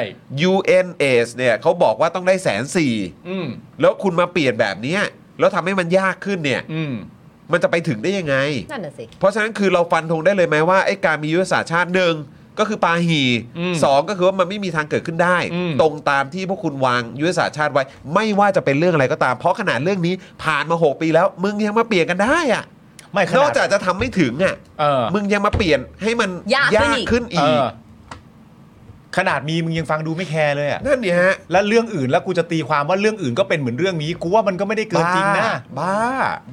Speaker 3: UNS เนี่ยเขาบอกว่าต้องได้แสนสี่
Speaker 5: อืม
Speaker 3: แล้วคุณมาเปลี่ยนแบบเนี้ยแล้วทำให้มันยากขึ้นเนี่ย
Speaker 5: อืม
Speaker 3: มันจะไปถึงได้ยังไง
Speaker 4: นั่นน่ะสิ
Speaker 3: เพราะฉะนั้นคือเราฟันธงได้เลยไหมว่าไอ้การมียุทธศาสตร์ชาติหนึ่งก็คือปาหี
Speaker 5: อืม
Speaker 3: สองก็คือว่ามันไม่มีทางเกิดขึ้นได้
Speaker 5: อืม
Speaker 3: ตรงตามที่พวกคุณวางยุทธศาสตร์ชาติไว้ ไม่ว่าจะเป็นเรื่องอะไรก็ตาม เพราะขนาดเรื่องนี้ผ่านมา 6 ปีแล้ว มึงยังมาเปลี่ยนกันได้อะ
Speaker 5: ไม่
Speaker 3: น
Speaker 5: ขนาด
Speaker 3: อกจากจะทำไม่ถึงอ่ะ
Speaker 5: เออ
Speaker 3: มึงยังมาเปลี่ยนให้มัน
Speaker 4: ยากขึ้นอีก
Speaker 3: ขึ้น
Speaker 5: เอ
Speaker 3: อีก
Speaker 5: อขนาดมีมึงยังฟังดูไม่แคร์เลยอ่ะ
Speaker 3: นั่นเนี่ยฮะ
Speaker 5: แล้วเรื่องอื่นแล้วกูจะตีความว่าเรื่องอื่นก็เป็นเหมือนเรื่องนี้ กูว่ามันก็ไม่ได้เกินจริงนะ
Speaker 3: บ้า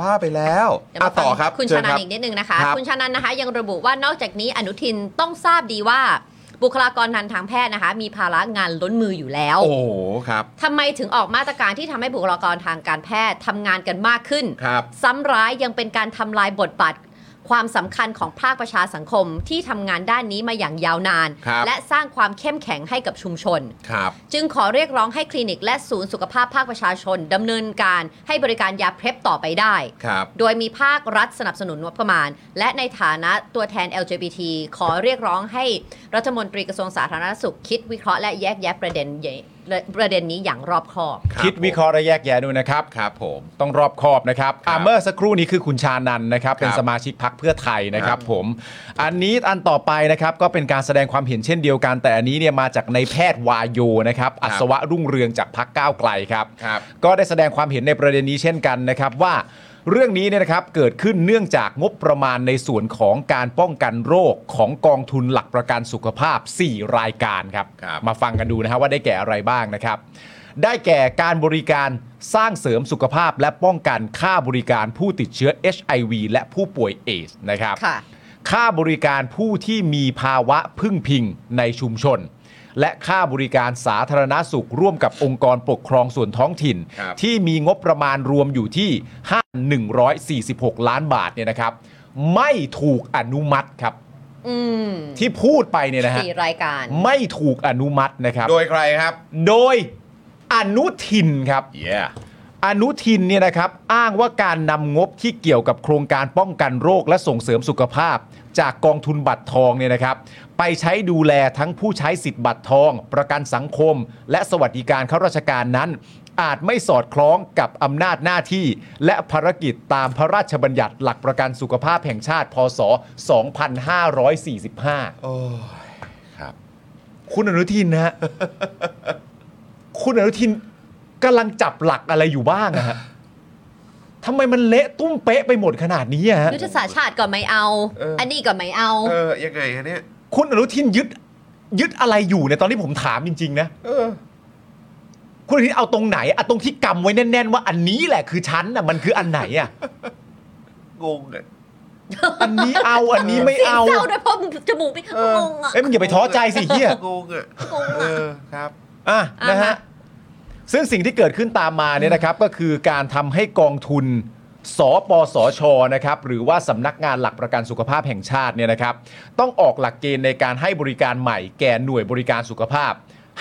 Speaker 3: บ้าไปแล้ว
Speaker 4: เดี๋ยว
Speaker 3: อ่ะ
Speaker 4: มาฟัง
Speaker 3: ต่อครับ
Speaker 4: คุณ
Speaker 3: เชิ
Speaker 4: ชา
Speaker 3: ญ
Speaker 4: นั
Speaker 3: คน รับ
Speaker 4: อีกนิดนึงนะคะ
Speaker 3: ครับ
Speaker 4: คุณชานันนะคะ ยังระบุว่านอกจากนี้อนุทินต้องทราบดีว่า บุคลากรทางแพทย์นะคะ มีภาระงานล้นมืออยู่แล้ว
Speaker 3: โอ้โหครับ
Speaker 4: ทำไมถึงออกมาตรการที่ทำให้บุคลากรทางการแพทย์ทำงานกันมากขึ้น
Speaker 3: ครับ
Speaker 4: ซ้ำร้ายยังเป็นการทำลายบทบาทความสำคัญของภาคประชาสังคมที่ทำงานด้านนี้มาอย่างยาวนาน
Speaker 3: ครับ
Speaker 4: และสร้างความเข้มแข็งให้กับชุมชน
Speaker 3: ครับ
Speaker 4: จึงขอเรียกร้องให้คลินิกและศูนย์สุขภาพภาคประชาชนดำเนินการให้บริการยาเพล็บต่อไปได้
Speaker 3: ครับ
Speaker 4: โดยมีภาครัฐสนับสนุนงบประมาณ และในฐานะตัวแทน LGBT ขอเรียกร้องให้รัฐมนตรีกระทรวงสาธารณสุขคิดวิเคราะห์และแยกแยะประเด็นใหญ่ประเด็นนี้อย่างรอบคอบ
Speaker 3: ครับ
Speaker 5: คิดวิเคราะห์และแยกแยะด้วยนะครับ
Speaker 3: ครับผม
Speaker 5: ต้องรอบคอบนะครับ
Speaker 3: ครับ
Speaker 5: อ่ะเมื่อสักครู่นี้คือคุณชานันนะครับ เป็น
Speaker 3: ครับ
Speaker 5: สมาชิกพักเพื่อไทยนะค
Speaker 3: ครั
Speaker 5: รับบ ผม อันนี้อันต่อไปนะครับก็เป็นการแสดงความเห็นเช่นเดียวกัน แต่อันนี้เนี่ยมาจากในแพทย์วายโยนะครับ อัศวะรุ่งเรืองจากพักก้าวไกลครับ
Speaker 3: ครับ
Speaker 5: ก็ได้แสดงความเห็นในประเด็นนี้เช่นกันนะครับว่าเรื่องนี้เนี่ยนะครับเกิดขึ้นเนื่องจากงบประมาณในส่วนของการป้องกันโรคของกองทุนหลักประกันสุขภาพ 4 รายการครับ
Speaker 3: ครับ
Speaker 5: มาฟังกันดูนะฮะว่าได้แก่อะไรบ้างนะครับ ได้แก่การบริการสร้างเสริมสุขภาพและป้องกันค่าบริการผู้ติดเชื้อ HIV และผู้ป่วยเอดสนะครับ
Speaker 4: ค่ะ
Speaker 5: ค่าบริการผู้ที่มีภาวะพึ่งพิงในชุมชน และค่าบริการสาธารณสุขร่วมกับองค์กรปกครองส่วนท้องถิ่น
Speaker 3: ครับ
Speaker 5: ที่มีงบประมาณรวมอยู่ที่ 5 146 ล้านบาทเนี่ยนะครับ ไม่ถูกอนุมัติครับ
Speaker 4: อืม
Speaker 5: ที่พูดไปเนี่ยนะฮะ
Speaker 4: สี่รายการ
Speaker 5: ไม่ถูกอนุมัตินะครับ
Speaker 3: โดยใครครับ
Speaker 5: โดยอนุทินครับ
Speaker 3: yeah
Speaker 5: อนุทินเนี่ยนะครับอ้างว่าการนำงบที่เกี่ยวกับโครงการป้องกันโรคและส่งเสริมสุขภาพ จากกองทุนบัตรทองเนี่ยนะครับ ไปใช้ดูแลทั้งผู้ใช้สิทธิ์บัตรทอง ประกันสังคม และสวัสดิการข้าราชการนั้น อาจไม่สอดคล้องกับอำนาจหน้าที่ และภารกิจตามพระราชบัญญัติหลักประกันสุขภาพแห่งชาติ พศ 2545
Speaker 3: โอ้ยครับ
Speaker 5: คุณอนุทินนะ ฮะ คุณอนุทินกำลังจับหลักอะไรอยู่บ้างอะฮะ ทำไมมันเละตุ้มเป๊ะไปหมดขนาดนี้อะฮะ
Speaker 4: ยุทธศาสตร์ชาติก็ไม่เอา
Speaker 3: เอออั
Speaker 4: อันนี้ก็ไม่เอา
Speaker 3: เออยังไงฮะเนี่ย
Speaker 5: คุณอนุทินยึดยึดอะไรอยู่เนี่ยตอนที่ผมถามจริง ๆ นะ
Speaker 3: เออ
Speaker 5: คุณอนุทินเอาตรงไหนอะตรงที่กำไว้แน่น ๆ ว่าอันนี้แหละคือชั้นน่ะมันคืออันไหนอะ
Speaker 3: งงอ่ะ
Speaker 5: อันนี้เอาอันนี้ไม่
Speaker 4: เสียง
Speaker 5: เอา
Speaker 4: เศร้าด้วยเพราะจมูกไป
Speaker 3: เออ
Speaker 4: งงอ่ะ
Speaker 5: เอ้ยมึงอย่าไปท้อใจ สิเฮีย
Speaker 3: งงอ่ะ
Speaker 4: งงอะ
Speaker 3: เออครับ
Speaker 5: อ่ะนะ
Speaker 4: อ่า
Speaker 5: ฮะ
Speaker 4: ฮะ
Speaker 5: ซึ่งสิ่งที่เกิดขึ้นตามมาเนี่ยนะครับก็คือการทำให้กองทุน สปสชนะครับหรือว่าสำนักงานหลักประกันสุขภาพแห่งชาติเนี่ยนะครับ ต้องออกหลักเกณฑ์ในการให้บริการใหม่แก่หน่วยบริการสุขภาพ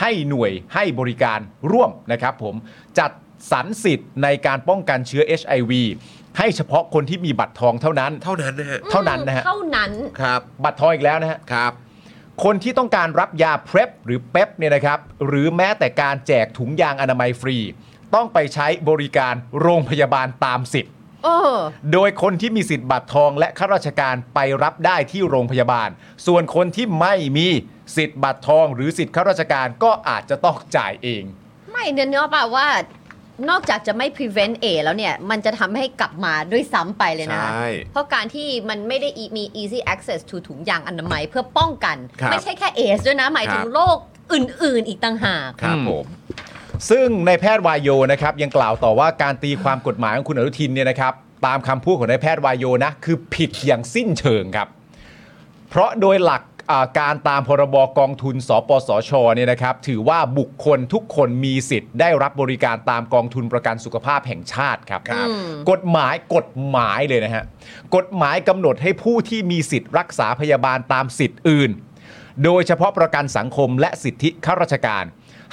Speaker 5: ให้หน่วยให้บริการร่วมนะครับผมจัดสรรสิทธิ์ในการป้องกันเชื้อ HIV ให้เฉพาะคนที่มีบัตรทองเท่านั้น
Speaker 3: เท่านั้นนะฮะ
Speaker 5: เท่านั้นนะฮะ
Speaker 4: เท่านั้น
Speaker 3: ครับ
Speaker 5: บัตรทองอีกแล้วนะฮะ
Speaker 3: ครับ
Speaker 5: คนที่ต้องการรับยา PrEP หรือ PEP เนี่ยนะครับ หรือแม้แต่การแจกถุงยางอนามัยฟรี ต้องไปใช้บริการโรงพยาบาลตามสิทธิ์
Speaker 4: เออ
Speaker 5: โดยคนที่มีสิทธิ์บัตรทองและข้าราชการไปรับได้ที่โรงพยาบาล ส่วนคนที่ไม่มีสิทธิ์บัตรทอง หรือสิทธิ์ข้าราชการก็อาจจะต้องจ่ายเอง
Speaker 4: ไม่เนื้อป่ะว่านอกจากจะไม่ prevent A แล้วเนี่ย มันจะทำให้กลับมาด้วยซ้ำไปเลยนะ
Speaker 3: ใช่
Speaker 4: เพราะการที่มันไม่ได้มี easy access to ถุงยางอนามัยเพื่อป้องกัน
Speaker 3: ครับ
Speaker 4: ไม่ใช่แค่ AIDS ด้วยนะ หมายถึง
Speaker 3: ครับ
Speaker 4: โรคอื่น ๆ อีกต่างหาก
Speaker 3: ครับ
Speaker 5: อืม
Speaker 3: ผม
Speaker 5: ซึ่งในายแพทย์วายโยนะครับยังกล่าวต่อว่าการตีความกฎหมายของคุณอนุทินเนี่ยนะครับตามคำพูดของนายแพทย์วายโยนะคือผิดอย่างสิ้นเชิงครับ เพราะโดยหลักอ่าการตามพรบกองทุน สปสชเนี่ยนะครับ ถือว่าบุคคลทุกคนมีสิทธิ์ได้รับบริการตามกองทุนประกันสุขภาพแห่งชาติครับ
Speaker 3: ครับ
Speaker 5: กฎหมายกฎหมายเลยนะฮะกฎหมายกำหนดให้ผู้ที่มีสิทธิ์รักษาพยาบาลตามสิทธิ์อื่น โดยเฉพาะประกันสังคมและสิทธิข้าราชการ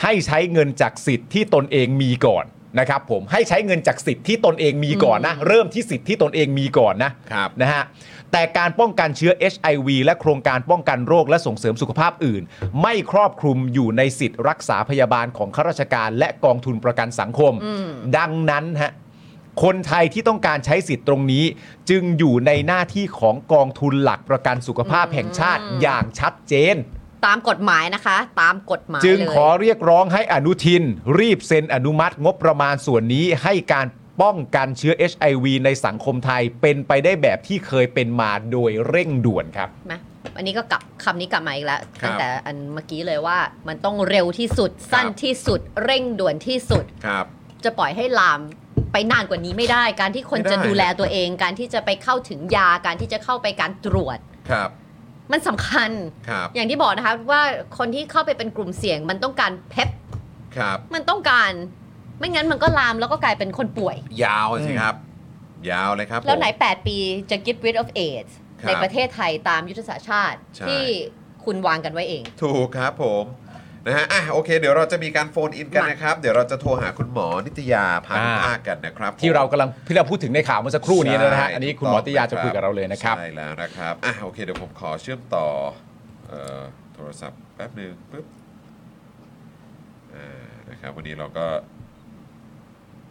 Speaker 5: ให้ใช้เงินจากสิทธิ์ที่ตนเองมีก่อนนะครับผมให้ใช้เงินจากสิทธิ์ที่ตนเองมีก่อนนะ เริ่มที่สิทธิ์ที่ตนเองมีก่อนนะครับ นะฮะแต่การป้องกันเชื้อ HIV และโครงการป้องกันโรคและส่งเสริมสุขภาพอื่น ไม่ครอบคลุมอยู่ในสิทธิ์รักษาพยาบาลของข้าราชการ และกองทุนประกันสังคม ดังนั้นฮะ คนไทยที่ต้องการใช้สิทธิ์ตรงนี้ จึงอยู่ในหน้าที่ของกองทุนหลักประกันสุขภาพแห่งชาติอย่างชัดเจน
Speaker 4: ตามกฎหมายนะคะ ตามกฎหมาย
Speaker 5: จึง
Speaker 4: เลย
Speaker 5: ขอเรียกร้องให้อนุทิน รีบเซ็นอนุมัติงบประมาณส่วนนี้ให้การป้องกันเชื้อ HIV ในสังคมไทยเป็นไปได้แบบที่เคยเป็นมาโดยเร่งด่วนครับ
Speaker 4: ไหมอันนี้ก็กลับคำนี้กลับมาอีกแล้ว
Speaker 3: ครับ
Speaker 4: ตั้งแต่อันเมื่อกี้เลยว่ามันต้องเร็วที่สุดสั้น
Speaker 3: ครับ
Speaker 4: ที่สุดเร่งด่วนที่สุด
Speaker 3: ครับ
Speaker 4: จะปล่อยให้ลามไปนานกว่านี้ไม่ได้ การที่คน
Speaker 3: ไม่ได้
Speaker 4: จะดูแลตัวเอง การที่จะไปเข้าถึงยาการที่จะเข้าไปการตรวจ
Speaker 3: ครับ
Speaker 4: มันสำคัญ
Speaker 3: ครับ
Speaker 4: อย่างที่บอกนะคะว่าคนที่เข้าไปเป็นกลุ่มเสี่ยง มันต้องการเพป
Speaker 3: ครับ
Speaker 4: มันต้องการ ไม่งั้นมันก็ลามแล้วก็กลายเป็นคนป่วย
Speaker 3: ยาวสิครับ ยาวเลยครับ
Speaker 4: แล้วไหน
Speaker 3: ผม
Speaker 4: 8 ปีจะ get rid of AIDS
Speaker 3: ครับ
Speaker 4: ในประเทศไทยตามยุทธศาสตร์ชาติ
Speaker 3: ใช่
Speaker 4: ที่คุณวางกันไว้เอง
Speaker 3: ถูกครับผมนะฮะอ่ะโอเค เดี๋ยวเราจะมีการโฟนอินกัน
Speaker 4: มา
Speaker 3: นะครับ เดี๋ยวเราจะโทรหาคุณหมอนิตยาพานุภาคกันนะครับ
Speaker 5: ที่เรากำลังที่เราพูดถึงในข่าวเมื่อสักครู่นี้นะฮะ
Speaker 3: ใช่
Speaker 5: อันนี้คุณหมอติยาจะคุยกับเราเลยนะครับ
Speaker 3: ใช่แล้วนะครับอ่ะโอเคเดี๋ยวผมขอเชื่อมต่อเอ่อโทรศัพท์แป๊บหนึ่งปึ๊บอ่านะครับวันนี้เราก็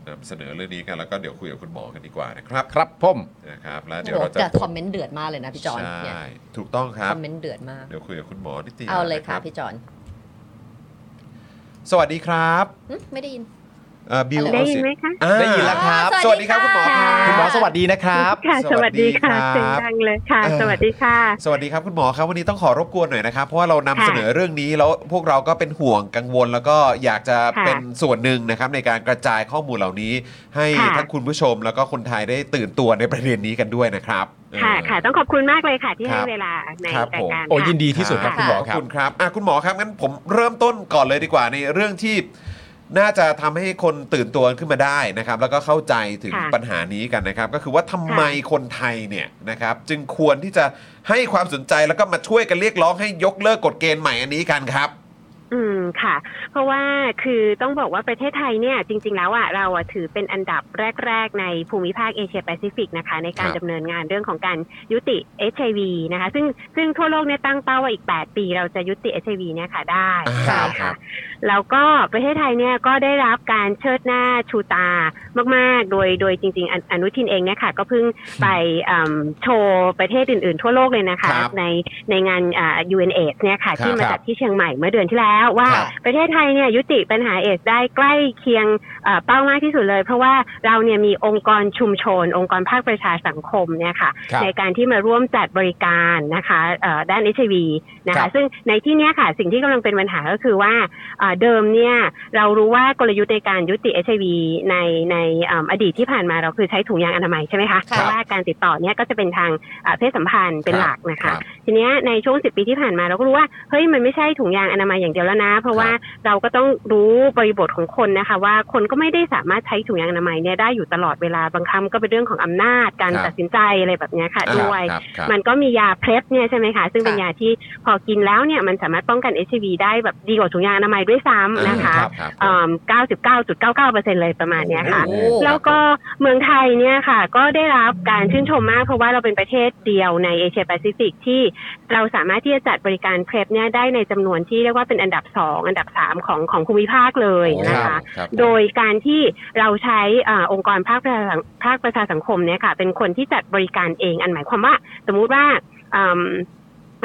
Speaker 3: นำเสนอเรื่องนี้กันแล้วก็เดี๋ยวคุยกับคุณหมอกันดีกว่านะครับ
Speaker 5: ครับผม
Speaker 3: นะครับ แล้วเดี๋ยว
Speaker 4: โอ้
Speaker 3: เรา
Speaker 4: โห
Speaker 3: จะ
Speaker 4: แต่คอมเมนต์เดือดมากเลยนะพี่จอนเนี่ย
Speaker 3: ใช่ถูกต้องครั
Speaker 4: ค
Speaker 3: บ
Speaker 4: อมเมนต์เดือดมาก
Speaker 3: เดี๋ยวคุยกับคุณหมอนิติ
Speaker 4: เอาเลยค่ะ
Speaker 3: นรับ
Speaker 4: พี่จอน
Speaker 3: สวัสดีครับ
Speaker 4: หึไม่ได้ยิน
Speaker 3: เอ่อบิว
Speaker 4: อะไร
Speaker 3: เอา
Speaker 9: ได้ยิ
Speaker 3: สิ
Speaker 9: นไหมคะ
Speaker 3: อ่า
Speaker 5: ได้ยินแล้วครับ
Speaker 3: สวัสดีครับคุณหมอครับ
Speaker 5: คุณหมอสวัสดีนะครับ
Speaker 9: ค่ะ
Speaker 3: ส
Speaker 9: ส
Speaker 3: วั
Speaker 9: วั
Speaker 3: ส
Speaker 9: ส
Speaker 3: ดี
Speaker 9: ดี
Speaker 3: ครั
Speaker 9: ค่ะ
Speaker 3: บ
Speaker 9: เสียงดังเลยค่ะ
Speaker 3: เออ
Speaker 9: สวัสดีค่ะ
Speaker 3: สวัสดีครับคุณหมอครับวันนี้ต้องขอรบกวนหน่อยนะครับ เพราะว่าเรานำ
Speaker 9: ค่ะ
Speaker 3: เสนอเรื่องนี้แล้วพวกเราก็เป็นห่วงกังวล แล้วก็อยากจะ
Speaker 9: ค่ะ
Speaker 3: เป็นส่วนหนึ่งนะครับในการกระจายข้อมูลเหล่านี้ ให้
Speaker 9: ค่ะ
Speaker 3: ทั้งคุณผู้ชมแล้วก็คนไทยได้ตื่นตัวในประเด็นนี้กันด้วยนะครับ
Speaker 9: ค่ะ
Speaker 3: เออ
Speaker 9: ค่ะ ต้องขอบคุณมากเลยค่ะ ที่
Speaker 3: ครั
Speaker 9: ให้
Speaker 3: บ
Speaker 9: เวลาใน
Speaker 3: ครับ
Speaker 9: รายการ
Speaker 3: ผม
Speaker 5: โอ้ยิน
Speaker 9: ค่ะ
Speaker 5: ดีที่สุดครับคุณหมอ
Speaker 3: ขอบ
Speaker 5: ครับ
Speaker 3: คุณครับอ่ะคุณหมอครับงั้นผมเริ่มต้นก่อนเลยดีกว่าในเรื่องที่น่าจะทำให้คนตื่นตัวขึ้นมาได้นะครับ แล้วก็เข้าใจถึง
Speaker 9: ค่ะ
Speaker 3: ปัญหานี้กันนะครับ ก็คือว่าทำไมคนไทยเนี่ยนะครับจึงควรที่จะให้ความสนใจแล้วก็มาช่วยกันเรียกร้องให้ยกเลิกกฎเกณฑ์ใหม่อันนี้กันครับ
Speaker 9: ืมค่ะ เพราะว่าคือต้องบอกว่าประเทศไทยเนี่ยจริง ๆ แล้วอ่ะเราอ่ะถือเป็นอันดับแรก ๆ ในภูมิภาคเอเชียแปซิฟิกนะคะ ในการ
Speaker 3: ครับ
Speaker 9: ดำเนินงานเรื่องของการยุติ HIV นะคะ ซึ่งซึ่งทั่วโลกเนี่ยตั้งเป้าว่าอีก 8 ปีเราจะยุติ HIV เนี่ยค่ะได้
Speaker 3: อ่า
Speaker 9: ค่ะ
Speaker 3: ครับ
Speaker 9: แล้วก็ประเทศไทยเนี่ยก็ได้รับการเชิดหน้าชูตามาก ๆ โดยโดยจริง ๆ อนุอนุทินเองเนี่ยค่ะ ก็เพิ่งไปอืมโชว์ประเทศอื่น ๆ ทั่วโลกเลยนะคะ
Speaker 3: ครับ
Speaker 9: ในในงานอ่า UNAIDS เนี่ยค่ะ
Speaker 3: ค
Speaker 9: ที่
Speaker 3: รับ
Speaker 9: มาจัดที่เชียงใหม่เมื่อเดือนที่แล้ว แล้วว่า
Speaker 5: ครับ
Speaker 9: ประเทศไทยเนี่ยยุติปัญหาเอดส์ได้ใกล้เคียงเอ่อเป้ามากที่สุดเลย เพราะว่าเราเนี่ยมีองค์กรชุมชน องค์กรภาคประชาสังคมเนี่ยค่ะ
Speaker 5: ครับ
Speaker 9: ในการที่มาร่วมจัดบริการนะคะเอ่อด้าน HIV นะ
Speaker 5: ครั
Speaker 9: คะ
Speaker 5: บ
Speaker 9: ซึ่งในที่เนี้ยค่ะสิ่งที่กำลังเป็นปัญหาก็คือว่าเอ่อเดิมเนี่ยเรารู้ว่ากลยุทธ์ในการยุติ HIV ในในเอิ่มอดีตที่ผ่านมาเราคือใช้ถุงยางอนามัยใช่ไหมคะ
Speaker 4: ครับ
Speaker 9: เพราะว่าการติดต่อเนี่ยก็จะเป็นทางเอ่อเพศสัมพันธ์เป็นหลักนะคะ ทีเนี้ยในช่วง 10 ปีที่ผ่านมาเราก็รู้ว่าเฮ้ยมันไม่ใช่ถุงยางอนามัยอย่างเดียวแล้วนะ เพราะว่าเราก็ต้องรู้บริบทของคนนะคะ ว่าคนก็ไม่ได้สามารถใช้ถุงยางอนามัยเนี่ยได้อยู่ตลอดเวลาบางครั้งก็เป็นเรื่องของอำนาจการ
Speaker 5: ครับ
Speaker 9: ตัดสินใจอะไรแบบเนี้ยค่ะด้วย
Speaker 5: ครับครับ
Speaker 9: มันก็มียาเพลฟเนี่ยใช่ไหมคะ ซึ่งเป็น
Speaker 4: ค่ะ
Speaker 9: ยาที่พอกินแล้วเนี่ยมันสามารถป้องกันเอชวีได้แบบดีกว่าถุงยางอนามัยด้วยซ้ำนะคะ
Speaker 5: ครับครับ
Speaker 9: เอ่อ99.99%เลยประมาณเนี้ยค่ะ
Speaker 4: โอ้
Speaker 9: แล้วก็เมืองไทยเนี่ยค่ะ ก็ได้รับการชื่นชมมาก เพราะว่าเราเป็นประเทศเดียวในเอเชียแปซิฟิกที่เราสามารถที่จะจัดบริการเพลฟเนี่ยได้ในจำนวนที่เรียกว่าเป็นอันดับ 2 อันดับ 3 ของของภูมิภาคเลยนะ
Speaker 5: ครั
Speaker 9: คะ
Speaker 5: บครับ
Speaker 9: โดยการที่เราใช้อาองค์กรภาคประชาสังภาคประชาสังคมเนี่ยค่ะเป็นคนที่จัดบริการเองอันหมายความว่า สมมุติว่าอืม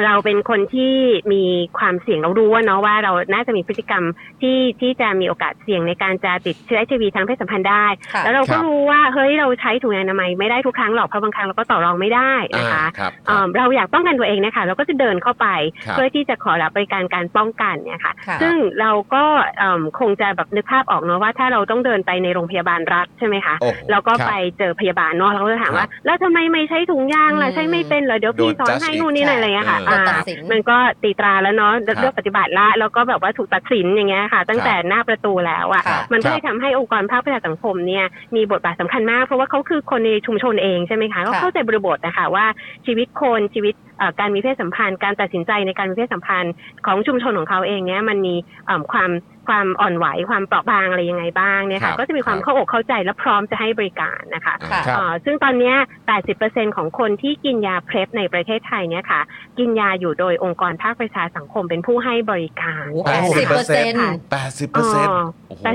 Speaker 9: เราเป็นคนที่มีความเสี่ยงเรารู้ว่าเนาะว่าเราน่าจะมีพฤติกรรมที่ที่จะมีโอกาสเสี่ยงในการจะติดเชื้อ HIV ทางเพศสัมพันธ์ได้
Speaker 4: ค่ะ
Speaker 9: แล้วเรา
Speaker 5: ค
Speaker 9: ก็
Speaker 5: รับ
Speaker 9: รู้ว่าเฮ้ยเราใช้ถุงยางอนามัยไม่ได้ทุกครั้งหรอกเพราะบางครั้งเราก็ต่อรองไม่ได้นะคะ
Speaker 5: ครับค
Speaker 9: เอ่
Speaker 5: รับ
Speaker 9: อเราอยากป้องกันตัวเองเนะคะเราก็จะเดินเข้าไป
Speaker 5: ครับ
Speaker 9: เพื่อที่จะขอรับบริการการป้องกันเนี่ยค่ะ
Speaker 4: ค่ะ
Speaker 9: ซึ่งเราก็เอิ่มคงจะแบบนึกภาพออกเนาะว่าถ้าเราต้องเดินไปในโรงพยาบาลรัฐใช่ไหมคะ
Speaker 5: โอ้โห
Speaker 9: เราก็
Speaker 5: ครับ
Speaker 9: ไปเจอพยาบาลเนาะเราก็จะถาม
Speaker 5: ครับ
Speaker 9: ว่า แล้วทำไมไม่ใช้ถุงยางล่ะใช้ไม่เป็นเหรอเดี๋ยวพี่
Speaker 5: โดน
Speaker 9: สอน
Speaker 5: judge
Speaker 9: ให้
Speaker 5: อีก
Speaker 9: นู่นนี่นั่นอะไรเงี้ยค่ะ
Speaker 5: เออ
Speaker 4: ตัด
Speaker 9: อ่า
Speaker 4: สิน
Speaker 9: มันก็ตีตราแล้วเนาะเลือกปฏิบัติละแล้วก็แบบว่าถูกตัดสินอย่างเงี้ยค่ะ ตั้งแต่หน้าประตูแล้วอ่ะ
Speaker 4: ค่ะ
Speaker 9: มัน
Speaker 5: ครับ
Speaker 9: ก็เลยทำให้องค์กรภาคประชาสังคมเนี่ยมีบทบาทสำคัญมาก เพราะว่าเขาคือคนในชุมชนเองใช่ไหมคะก็
Speaker 4: ค่ะ
Speaker 9: เข้าใจบริบทนะคะว่าชีวิตคนชีวิตเอ่อการมีเพศสัมพันธ์ การตัดสินใจในการมีเพศสัมพันธ์ของชุมชนของเขาเองเนี่ยมันมีเอิ่มความความอ่อนไหวความเปราะบางอะไรยังไงบ้างเนี่ย
Speaker 5: ครั
Speaker 9: ค่ะ
Speaker 5: บ
Speaker 9: ก็จะมีความ
Speaker 5: ครับ
Speaker 9: เข้าอกเข้าใจและพร้อมจะให้บริการนะคะ
Speaker 4: ค่ะ
Speaker 5: ครับ
Speaker 9: เอ่อซึ่งตอนเนี้ย80%ของคนที่กินยาเพลฟในประเทศไทยเนี่ยค่ะกินยาอยู่โดยองค์กรภาคประชาสังคมเป็นผู้ให้บริการ
Speaker 4: โอ้แปดสิบเปอร์เซ็นต์
Speaker 5: แปดสิบเปอร์เซ็นต์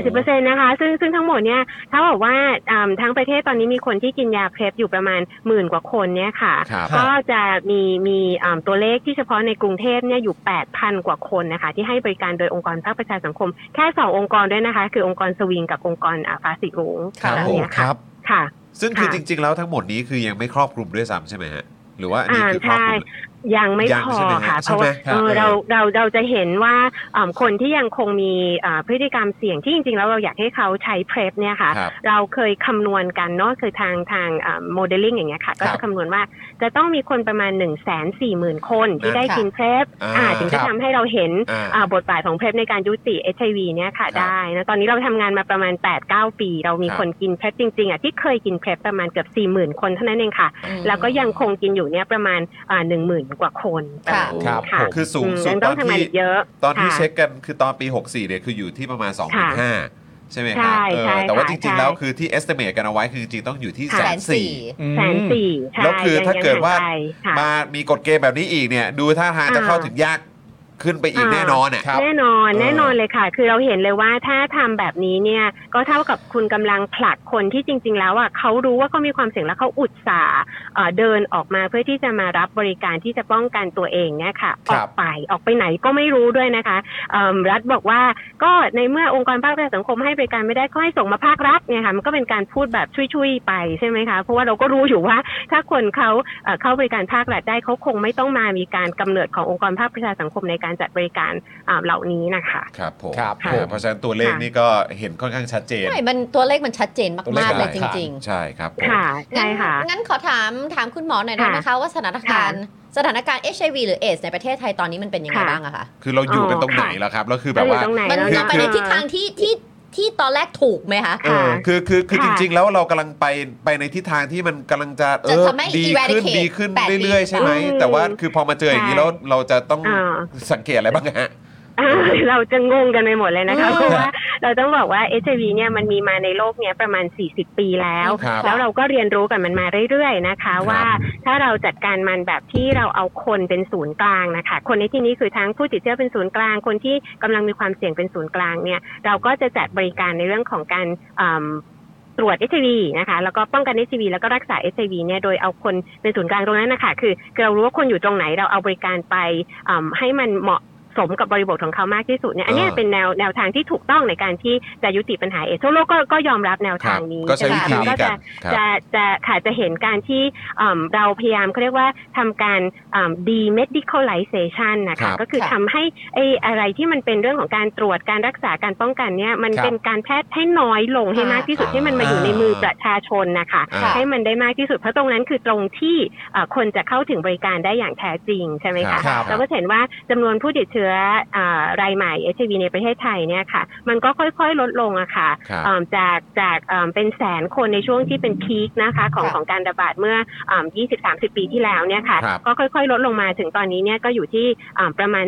Speaker 9: 80เปอร์เซ็นต์นะคะ ซึ่งซึ่งทั้งหมดเนี่ยถ้าบอกว่าอ่าทั้งประเทศตอนนี้มีคนที่กินยาเพลฟอยู่ประมาณหมื่นกว่าคนเนี่ยค่ะ
Speaker 5: ครับ
Speaker 9: ก็จะมีมีอ่าตัวเลขที่เฉพาะในกรุงเทพเนี่ยอยู่ 8,000 กว่าคนนะคะ ที่ให้บริการโดยองค์กรภาคประชาสังคม แค่ 2 องค์กรด้วยนะคะ คือองค์กรสวิงกับองค์กรอ่าฟ้าสีรุ้ง
Speaker 5: ครับ
Speaker 9: แบบ
Speaker 5: ผม
Speaker 9: เนี้ย
Speaker 5: ค
Speaker 9: ค่ะ
Speaker 5: รับ
Speaker 9: ค่ะ
Speaker 3: ซึ่งคือ
Speaker 9: ค่ะ
Speaker 3: จริง ๆ แล้วทั้งหมดนี้คือยังไม่ครอบคลุมด้วยซ้ำใช่ไหมฮะ หรือว่าอันนี้
Speaker 9: อ่า
Speaker 3: คือครอบคลุม
Speaker 9: ใช่ ยังไม่
Speaker 3: ยัง
Speaker 9: พอ
Speaker 3: ใช่ไหมฮะ
Speaker 9: ค่ะ
Speaker 3: ใช่
Speaker 9: เพราะ
Speaker 3: ไหม
Speaker 9: ว่า
Speaker 3: ครับ
Speaker 9: เออเราเราเราจะเห็นว่าอ่าคนที่ยังคงมีอ่าพฤติกรรมเสี่ยงที่จริงๆแล้วเราอยากให้เขาใช้เพลฟเนี่ยค่ะ
Speaker 5: ครับ
Speaker 9: เราเคยคำนวณกันเนาะคือทางทางโมเดลลิ่งอย่างเงี้ยค่ะ ก็
Speaker 5: ครั
Speaker 9: จะ
Speaker 5: บ
Speaker 9: คำนวณว่าจะต้องมีคนประมาณ 1 4 0 0 0 0 คนที่ได้กินเพลฟ
Speaker 3: อ่า
Speaker 9: อ่าถึง
Speaker 5: ค
Speaker 9: จะ
Speaker 5: รับ
Speaker 9: ทำให้เราเห็น
Speaker 3: อ่า
Speaker 9: อ่าบทบาทของเพลฟในการยุติ HIV เนี่ยค่ะ
Speaker 5: ครับ
Speaker 9: ได้นะตอนนี้เราทำงานมาประมาณ 8-9 ปี เรามี
Speaker 5: ครับ
Speaker 9: คนกินเพลฟจริงๆอ่ะที่เคยกินเพลฟประมาณเกือบ 40,000 คนเท่านั้นเองค่ะ
Speaker 4: อืม
Speaker 9: แล้วก็ยังคงกินอยู่เนี่ยประมาณอ่าหนึ่งหมื่นกว่าคนประมาณ
Speaker 5: ค
Speaker 9: นี้
Speaker 5: รับ
Speaker 9: ค่ะ
Speaker 5: ผม
Speaker 3: คือสูงสุด
Speaker 9: อืม
Speaker 3: ต
Speaker 9: ต้
Speaker 3: อ
Speaker 9: อน งทำงาน
Speaker 3: ที่
Speaker 9: อีกเยอะ
Speaker 3: ตอนที่
Speaker 9: ค่ะ
Speaker 3: เช็คกันคือตอนปี 64เนี่ยคืออยู่ที่ประมาณ 2 5 0 0 0ใช่ไหมค
Speaker 9: ใช่
Speaker 3: รับ
Speaker 9: ใช่
Speaker 3: เออแต่ว่า
Speaker 9: ค่ะ
Speaker 3: จริง
Speaker 9: ใช่
Speaker 3: ๆ แล้วคือที่ estimate กันเอาไว้คือจริงๆต้องอยู่ที่
Speaker 4: แส
Speaker 3: แส
Speaker 4: น
Speaker 3: นสี
Speaker 4: สี่
Speaker 3: ่
Speaker 9: แสนสี่ใช่
Speaker 3: แล้วคือ
Speaker 9: ยัง
Speaker 3: ถ้าเกิดว่า
Speaker 9: ยังห่งไกลค่ะ
Speaker 3: มามีกฎเกณฑ์แบบนี้อีกเนี่ย ดูท่าทางจะเข้าถึงยากขึ้นไปอีก
Speaker 9: อ่า
Speaker 3: แน่นอนอ่ะ
Speaker 5: ครับ
Speaker 9: แน่นอน
Speaker 3: เออ
Speaker 9: แน่นอนเลยค่ะ คือเราเห็นเลยว่าถ้าทำแบบนี้เนี่ยก็เท่ากับคุณกำลังผลักคนที่จริง ๆ แล้วอ่ะเขารู้ว่าเขามีความเสี่ยงแล้วเขาอุตส่าห์เอ่อเดินออกมาเพื่อที่จะมารับบริการที่จะป้องกันตัวเองเนี่ยค่ะ
Speaker 5: ค
Speaker 9: อ
Speaker 5: รั
Speaker 9: อบ กไปออกไปไหนก็ไม่รู้ด้วยนะคะเอิ่มรัฐบอกว่าก็ในเมื่อองค์กรภาคประชาสังคมให้บริการไม่ได้ก็ให้ส่งมาภาครัฐเนี่ยค่ะมันก็เป็นการพูดแบบช่วยๆไปใช่ไหมคะเพราะว่าเราก็รู้อยู่ว่า ถ้าคนเขาเอ่อเข้าบริการภาครัฐได้เขาคงไม่ต้องมามีการกำเนิดขององค์กรภาคประชาสังคมในการจัดบริการอ่าเหล่านี้นะคะ
Speaker 3: ครับผม
Speaker 5: ครับ
Speaker 3: อ่า
Speaker 5: ผม
Speaker 3: เพราะฉะนั้นตัวเลขนี่ก็เห็นค่อนข้างชัดเจน
Speaker 4: ไม่มันตัวเลขมันชัดเจนมาก ๆ เลยจริง
Speaker 3: ใช่ครับผม
Speaker 9: ค่ะ
Speaker 4: ๆ
Speaker 9: ใช่ค่ะ
Speaker 4: งั้นงั้นขอถามถามคุณหมอหน่อยได้
Speaker 9: ค่ะ
Speaker 4: ไหมคะว่าสถานการณ์สถานการณ์ HIV หรือ AIDS ในประเทศไทยตอนนี้มันเป็นยังไง
Speaker 9: ค่ะ
Speaker 4: บ้างอะคะ
Speaker 3: คือเราอยู่กันตรงไหนแล้วครับ แล้วคือแบบว่า
Speaker 9: เรอยู่ตรงไหน
Speaker 4: มัน
Speaker 9: แล้
Speaker 4: มั
Speaker 9: ว
Speaker 4: น
Speaker 9: นะ
Speaker 4: ไปในทิศทางที่ที่ที่ตอนแรกถูกไหมคะ
Speaker 3: เออ
Speaker 9: ค่ะ
Speaker 3: คือคือคือจ
Speaker 9: ค่ะ
Speaker 3: ริง ๆ แล้วเรากำลังไปไปในทิศทางที่มันกำลังจะเอ
Speaker 4: จะ
Speaker 3: อ
Speaker 4: ทำให้
Speaker 3: ดีขึ้น
Speaker 4: eradicate
Speaker 3: ดีขึ้น
Speaker 4: แปดปี
Speaker 3: เรื่อยๆ ใช่ไหม แต่ว่าคือพอมาเจออย่างนี้แล้วเราจะต้อง
Speaker 9: อ่า
Speaker 3: สังเกตอะไรบ้างฮะ
Speaker 9: อ่า เราจะงงกันไปหมดเลยนะคะ
Speaker 4: อืม
Speaker 9: เพราะว่าเราต้องบอกว่า HIV เนี่ยมันมีมาในโลกเนี้ยประมาณ 40 ปีแล้ว
Speaker 3: ครับ
Speaker 9: แล้วเราก็เรียนรู้กันมันมาเรื่อยๆนะคะ ว่าถ้าเราจัดการมันแบบที่เราเอาคนเป็นศูนย์กลางนะคะ คนในที่นี้คือทั้งผู้ติดเชื้อเป็นศูนย์กลาง คนที่กำลังมีความเสี่ยงเป็นศูนย์กลางเนี่ยเราก็จะจัดบริการในเรื่องของการอืมตรวจ HIV นะคะแล้วก็ป้องกัน HIV แล้วก็รักษา HIV เนี่ยโดยเอาคนเป็นศูนย์กลางตรงนั้นนะคะคือเรารู้ว่าคนอยู่ตรงไหนเราเอาบริการไปอืมให้มันเหมาะ สมกับบริบทของเขามากที่สุดเนี่ยอันเนี้ย
Speaker 3: เออ
Speaker 9: เป็นแนวแนวทางที่ถูกต้องในการที่จะยุติปัญหาเอสทั่วโลกก็ก็ยอมรับแนว
Speaker 3: ครั
Speaker 9: ทา
Speaker 3: บ
Speaker 9: งนี้
Speaker 3: ก็ใช้วิ
Speaker 9: นะคะ
Speaker 3: ธีนี้
Speaker 9: ก็
Speaker 3: กัน
Speaker 9: จะ
Speaker 3: ครับ
Speaker 9: จะจะค่ะจะเห็นการที่เอิ่มเราพยายามเขาเรียกว่าทำการเอิ่ม demedicalization นะ
Speaker 3: ครั
Speaker 9: คะ
Speaker 3: บ
Speaker 9: ก็คือ
Speaker 4: ค่ะ
Speaker 9: ทำให้ไอ้อะไรที่มันเป็นเรื่องของการตรวจการรักษาการป้องกันเนี่ยมัน
Speaker 5: ครับ
Speaker 9: เป็นการแพทย์ให้น้อยลงให้
Speaker 4: อ่าม
Speaker 9: มากที่สุด
Speaker 3: อ่า
Speaker 9: ให้มันมาอยู่ในมือประชาชนนะคะ
Speaker 3: อ่า
Speaker 9: ให้มันได้มากที่สุดเพราะตรงนั้นคือตรงที่เอ่อคนจะเข้าถึงบริการได้อย่างแท้จริงใช่ไหมคะ
Speaker 5: ครับ
Speaker 9: เราก็จะเห็นว่าจำนวนผู้ติดเชื้ออารายใหม่เอชวีในประเทศไทยเนี่ยค่ะ มันก็ค่อยๆลดลงอะค่ะ
Speaker 3: ครับ
Speaker 9: เอิ่มจากจากเอิ่มเป็นแสนคนในช่วงที่เป็นพีคนะคะขอ
Speaker 4: ค
Speaker 9: ง
Speaker 4: รับ
Speaker 9: ของการระบาดเมื่อเอ20-30 ปีที่แล้วเนี่ยค่ะ
Speaker 3: ครับ
Speaker 9: ก็ค่อยๆ ลดลงมาถึงตอนนี้เนี่ยก็อยู่ที่เอิ่มประมาณ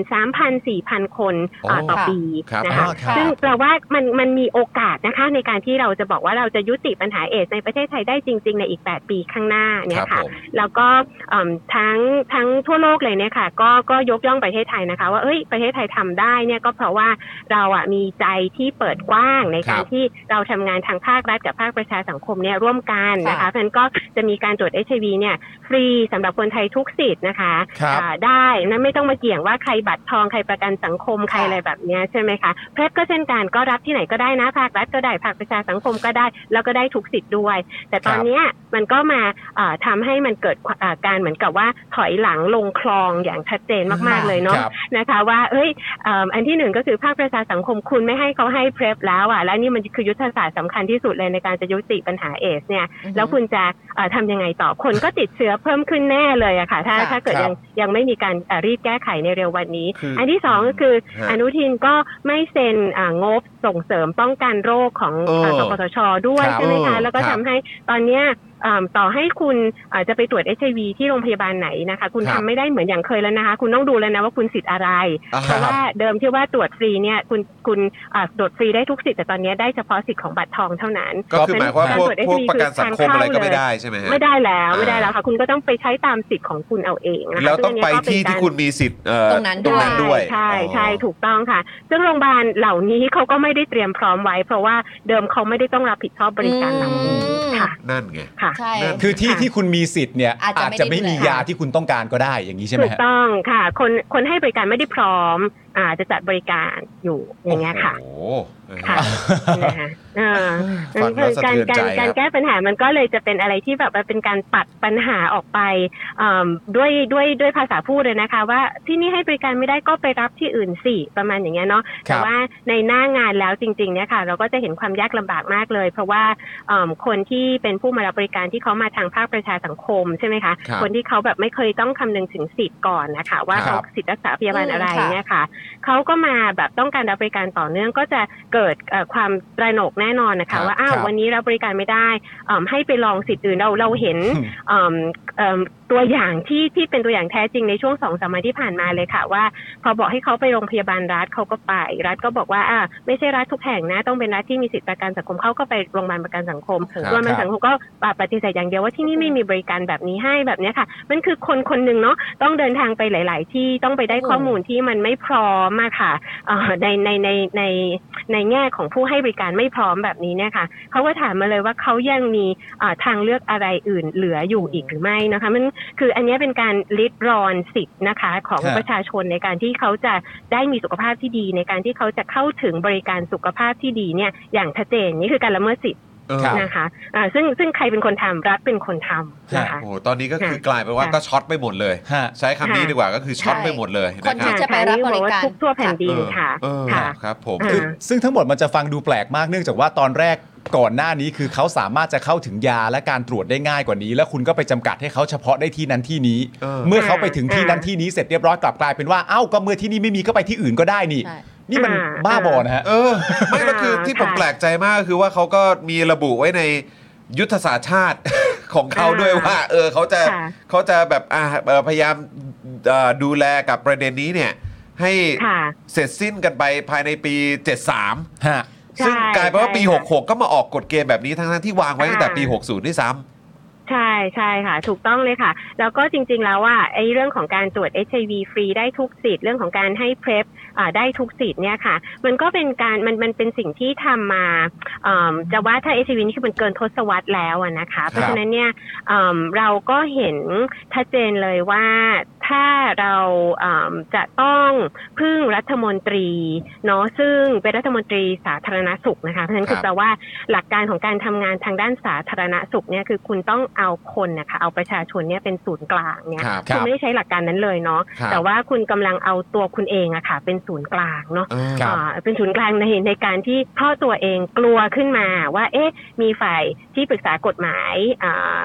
Speaker 9: 3,000-4,000 คน
Speaker 3: โอ้
Speaker 9: อ่าต่อปี
Speaker 3: ครับ
Speaker 9: นะ
Speaker 5: อ๋
Speaker 9: คะ
Speaker 5: อครับ
Speaker 9: ซึ่งเราว่ามันมันมีโอกาสนะคะในการที่เราจะบอกว่าเราจะยุติปัญหาเอดสในประเทศไทยได้จริง ๆ ในอีก 8 ปีข้างหน้าเนี่
Speaker 3: ครั
Speaker 9: ย
Speaker 3: บ
Speaker 9: ค่ะ
Speaker 3: ผม
Speaker 9: แล้วก็เอิ่มทั้งทั้งทั่วโลกเลยเนี่ยค่ะก็ก็ยกย่องประเทศไทยนะคะ ว่าเอ้ยประเทศไทยทำได้เนี่ยก็เพราะว่าเราอ่ะมีใจที่เปิดกว้างใน
Speaker 3: ครั
Speaker 9: การ
Speaker 3: บ
Speaker 9: ที่เราทำงานทางภาครัฐกับภาคประชาสังคมเนี่ยร่วมกันนะ
Speaker 4: ค่ะ
Speaker 9: คะเพราะฉะนั้นก็จะมีการตรวจเอชวีเนี่ยฟรีสำหรับคนไทยทุกสิทธิ์นะคะ
Speaker 5: ครับ
Speaker 9: อ่าได้นะไม่ต้องมาเกี่ยงว่าใครบัตรทองใครประกันสังคมใครอะไรแบบเนี้ยใช่ไหมคะเพก็เช่นกันก็รับที่ไหนก็ได้นะภาครัฐก็ได้ภาคประชาสังคมก็ได้ แล้วก็ได้ทุกสิทธิ์ด้วย แต่ตอนเนี้ยมันก็มาเอ่อทำให้มันเกิดความเอ่อการเหมือนกับว่าถอยหลังลงคลองอย่างชัดเจนมาก ๆ เลยเนาะ
Speaker 5: ครับ
Speaker 9: นะคะว่าเอ้ยเอิ่มอันที่หนึ่งก็คือภาคประชาสังคมคุณไม่ให้เขาให้เพลฟแล้วอ่ะ แล้วนี่มันคือยุทธศาสตร์สำคัญที่สุดเลยในการจะยุติปัญหาเอสเนี่ย
Speaker 4: อือฮึ
Speaker 9: แล้วคุณจะเอ่อทำยังไงต่อคนก็ติดเชื้อเพิ่มขึ้นแน่เลยอะค่ะ ถ้า
Speaker 4: ค่ะ
Speaker 9: ถ้าเกิด
Speaker 5: ครับ
Speaker 9: ยังยังไม่มีการเอ่อรีบแก้ไขในเร็ววันนี้
Speaker 3: คืออั
Speaker 9: อันที่สองก็คือ
Speaker 3: ฮะ
Speaker 9: อนุทินก็ไม่เซ็นอ่างบส่งเสริมป้องกันโรคของ
Speaker 5: เออ
Speaker 9: เอ่อสปสชด้วย
Speaker 5: ครับ
Speaker 9: ใช่ไหม
Speaker 5: เออ
Speaker 9: คะ แล้วก็
Speaker 5: ครั
Speaker 9: ทำ
Speaker 5: บ
Speaker 9: ให้ตอนเนี้ยเอิ่มต่อให้คุณเอ่อจะไปตรวจเอชวีที่โรงพยาบาลไหนนะคะ คุณ
Speaker 5: ครับ
Speaker 9: ทำไม่ได้เหมือนอย่างเคยแล้วนะคะ คุณต้องดูแล้วนะว่าคุณสิทธิ์อะไร
Speaker 5: อ่า
Speaker 9: เพราะว่าเดิมที่ว่าตรวจฟรีเนี่ยคุณคุณอ่าตรวจฟรีได้ทุกสิทธิ์แต่ตอนเนี้ยได้เฉพาะสิทธิ์ของบัตรทองเท่านั้น
Speaker 3: ก็คือหมายความว่าพวก
Speaker 9: การตรวจ HIV
Speaker 3: พวกประกันสังคมอะไรก็ไม่ได้ใช่ไหมฮะ
Speaker 9: ไม่ได้แล้วไม่ได้แล้ว
Speaker 3: อ่า
Speaker 9: ค่ะ คุณก็ต้องไปใช้ตามสิทธิ์ของคุณเอาเองนะคะ
Speaker 3: แล้วต้องไป
Speaker 9: ซึ่น
Speaker 3: ที่
Speaker 9: เนี้
Speaker 3: ที่
Speaker 9: ยก็เนการ
Speaker 3: คุณมีสิทธิ์เอ่อ
Speaker 4: ตรงนั้น
Speaker 3: ตรงนั้น
Speaker 4: ได้
Speaker 3: ด้วย
Speaker 9: ใช่
Speaker 3: อ๋อ
Speaker 9: ใช่ถูกต้องค่ะ ซึ่งโรงพยาบาลเหล่านี้เขาก็ไม่ได้เตรียมพร้อมไว้ เพราะว่าเดิมเขาไม่ได้ต้องรับผิดชอบบริการเหล่านี้
Speaker 4: อืม
Speaker 9: ค่ะ
Speaker 3: นั่นไง
Speaker 9: ค่ะ
Speaker 4: ใช่
Speaker 3: นั่น
Speaker 5: คือที่ที่คุณมีสิทธิ์เนี่ย
Speaker 4: อาจจะ
Speaker 5: อาจจะ
Speaker 4: ไม่
Speaker 5: ไม่
Speaker 4: ได้
Speaker 5: มี
Speaker 4: ดูแล
Speaker 5: ยาที่คุณต้องการก็ได้อย่างนี้ใช่ไหม
Speaker 9: ถูก
Speaker 5: ฮะ
Speaker 9: ต้องค่ะ คนคนให้บริการไม่ได้พร้อมอ่าจะจัดบริการอยู่อย่างเงี้ยค่ะ
Speaker 3: โอ้โหนะฮะ
Speaker 9: ค่ะนะคะเออ
Speaker 3: ฟังแล้วสะ
Speaker 9: การ
Speaker 3: เทือน
Speaker 9: การ
Speaker 3: ใจ
Speaker 9: การ
Speaker 3: ครับ
Speaker 9: แก้ปัญหามันก็เลยจะเป็นอะไรที่แบบว่าเป็นการปัดปัญหาออกไปเอิ่มด้วยด้วยด้วยภาษาพูดเลยนะคะ ว่าที่นี่ให้บริการไม่ได้ก็ไปรับที่อื่นสิประมาณอย่างเงี้ยเนาะ
Speaker 5: ครับ
Speaker 9: แต่ว่าในหน้างานแล้วจริงๆเนี่ยค่ะ เราก็จะเห็นความยากลำบากมากเลย เพราะว่าเอิ่มคนที่เป็นผู้มารับบริการที่เขามาทางภาคประชาสังคมใช่ไหมคะ
Speaker 3: ครับ
Speaker 9: นที่เขาแบบไม่เคยต้องคำนึงถึงสิทธิ์ก่อนนะคะ ว่า
Speaker 5: ครั
Speaker 9: เขา
Speaker 5: บ
Speaker 9: สิทธิ์รักษาพยาบาล
Speaker 4: อืม
Speaker 9: อะไร
Speaker 4: ค่ะ
Speaker 9: เนี่ยค่ะ เขาก็มาแบบต้องการรับบริการต่อเนื่องก็จะเกิดเอ่อความตระหนกแน่นอนนะ
Speaker 5: ครั
Speaker 9: คะ
Speaker 5: บ
Speaker 9: ว่าอ้าว
Speaker 5: ครับ
Speaker 9: วันนี้รับบริการไม่ได้เอิ่มให้ไปลองสิทธิ์อื่นเราเราเห็น
Speaker 5: อืม
Speaker 9: เอิ่มเอิ่มตัวอย่างที่ที่เป็นตัวอย่างแท้จริงในช่วงสองสามวันที่ผ่านมาเลยค่ะว่า พอบอกให้เขาไปโรงพยาบาลรัฐเขาก็ไป รัฐก็บอกว่าอ่าไม่ใช่รัฐทุกแห่งนะต้องเป็นรัฐที่มีสิทธิประกันสังคมเขาก็ไปโรงพยาบาลประกันสังคม
Speaker 3: ครับ
Speaker 9: โรงพยาบาลสังคมก็ปฏิเสธอย่างเดียวว่าที่นี่ไม่มีบริการแบบนี้ให้แบบเนี้ยค่ะมันคือคนคนหนึ่งเนาะต้องเดินทางไปหลาย ๆ ที่ต้องไปได้ข้อมูลที่มันไม่พร้อมมากค่ะเอ่อในในในในในแง่ของผู้ให้บริการไม่พร้อมแบบนี้เนี่ยค่ะเขาก็ถามมาเลยว่าเขายังมี อ่าทางเลือกอะไรอื่นเหลืออยู่อีกหรือไม่นะคะมันคืออันเนี้ยเป็นการลิดรอนสิทธิ์นะคะของ
Speaker 5: ครับ
Speaker 9: ประชาชนในการที่เขาจะได้มีสุขภาพที่ดี ในการที่เขาจะเข้าถึงบริการสุขภาพที่ดีเนี่ยอย่างชัดเจนนี่คือการละเมิดสิทธิ์
Speaker 3: เออ
Speaker 5: ครับ
Speaker 9: นะคะอ่าซึ่งซึ่งใครเป็นคนทำรัฐเป็นคนทำนะ
Speaker 3: โอ้
Speaker 9: คะ
Speaker 3: โหตอนนี้ก็คือ
Speaker 9: ค่ะ
Speaker 3: กลายเป็นว่าก็ช็อตไปหมดเลย
Speaker 5: ฮะ
Speaker 3: ใช้คำนี้ดีกว่าก็คือช็อตไปหมดเลย
Speaker 4: ค
Speaker 3: นะ
Speaker 4: น
Speaker 3: ค
Speaker 4: ที่
Speaker 3: รับ
Speaker 4: จะไปรับบริการ
Speaker 9: ทุกทั่วแผ่นดินค่ะ
Speaker 3: เออ
Speaker 9: ค่ะ
Speaker 3: ครับผม
Speaker 9: อ่า
Speaker 5: คือซึ่งทั้งหมดมันจะฟังดูแปลกมากเนื่องจากว่าตอนแรกก่อนหน้านี้คือเขาสามารถจะเข้าถึงยาและการตรวจได้ง่ายกว่านี้ แล้วคุณก็ไปจำกัดให้เขาเฉพาะได้ที่นั้นที่นี้
Speaker 3: เออ
Speaker 5: เมื่อเขาไปถึงที่
Speaker 9: อ่า
Speaker 5: นั้นที่นี้เสร็จเรียบร้อยกลับกลายเป็นว่าเอ้าก็เมื่อที่นี่ไม่มีก็ไปที่อื่นก็ได้นี่
Speaker 4: ใช่
Speaker 5: นี่มันบ้าบอนะฮะ
Speaker 3: เออ ไม่แล้วคือที่ผม
Speaker 9: ค่ะ
Speaker 3: แปลกใจมากก็คือว่าเขาก็มีระบุไว้ในยุทธศาสตร์ชาติ ของเขาด้วยว่า เออเขาจะ
Speaker 9: ค่ะ
Speaker 3: เขาจะแบบอ่าเอ่อพยายามเอ่อดูแลกับประเด็นนี้เนี่ย ให้
Speaker 9: ค่ะ
Speaker 3: เสร็จสิ้นกันไปภายในปี 73
Speaker 5: ฮะ
Speaker 9: ใช่
Speaker 3: ซึ่งกลายเป็นว่าปี
Speaker 9: ใช่ค่ะ
Speaker 3: 66 ก็มาออกกฎเกณฑ์แบบนี้ทั้งๆที่วางไว้ตั้งแต่ปี 60ด้วยซ้
Speaker 9: ใช่ใช่ค่ะ ถูกต้องเลยค่ะ แล้วก็จริงๆแล้วว่าไอ้เรื่องของการตรวจ HIV ฟรีได้ทุกสิทธิ์เรื่องของการให้เพลฟได้ทุกสิทธิ์เนี่ยค่ะ มันก็เป็นการมันมันเป็นสิ่งที่ทำมาเอิ่มจะว่าถ้า HIV นี่คือมันเกินทศวรรษแล้วอะนะคะ เพราะฉะนั้นเนี่ยเอิ่มเราก็เห็นชัดเจนเลยว่า ถ้าเราอ่าจะต้องพึ่งรัฐมนตรีเนาะซึ่งเป็นรัฐมนตรีสาธารณสุขนะคะเพราะฉะนั้น
Speaker 5: ครั
Speaker 9: คือบ แปลว่าหลักการของการทำงานทางด้านสาธารณสุขเนี่ยคือคุณต้องเอาคนนะคะเอาประชาชนเนี่ยเป็นศูนย์กลางเนี่ย
Speaker 5: ครับ
Speaker 9: คุณไม่ได้ใช้หลักการนั้นเลยเนาะ
Speaker 5: ครับ
Speaker 9: แต่ว่าคุณกำลังเอาตัวคุณเองอะค่ะ เป็นศูนย์กลางเนาะ
Speaker 5: ครับ
Speaker 9: อ่าเป็นศูนย์กลางในในการที่เพราะตัวเองกลัวขึ้นมาว่า เอ๊ะ มีฝ่ายที่ปรึกษากฎหมายอ่า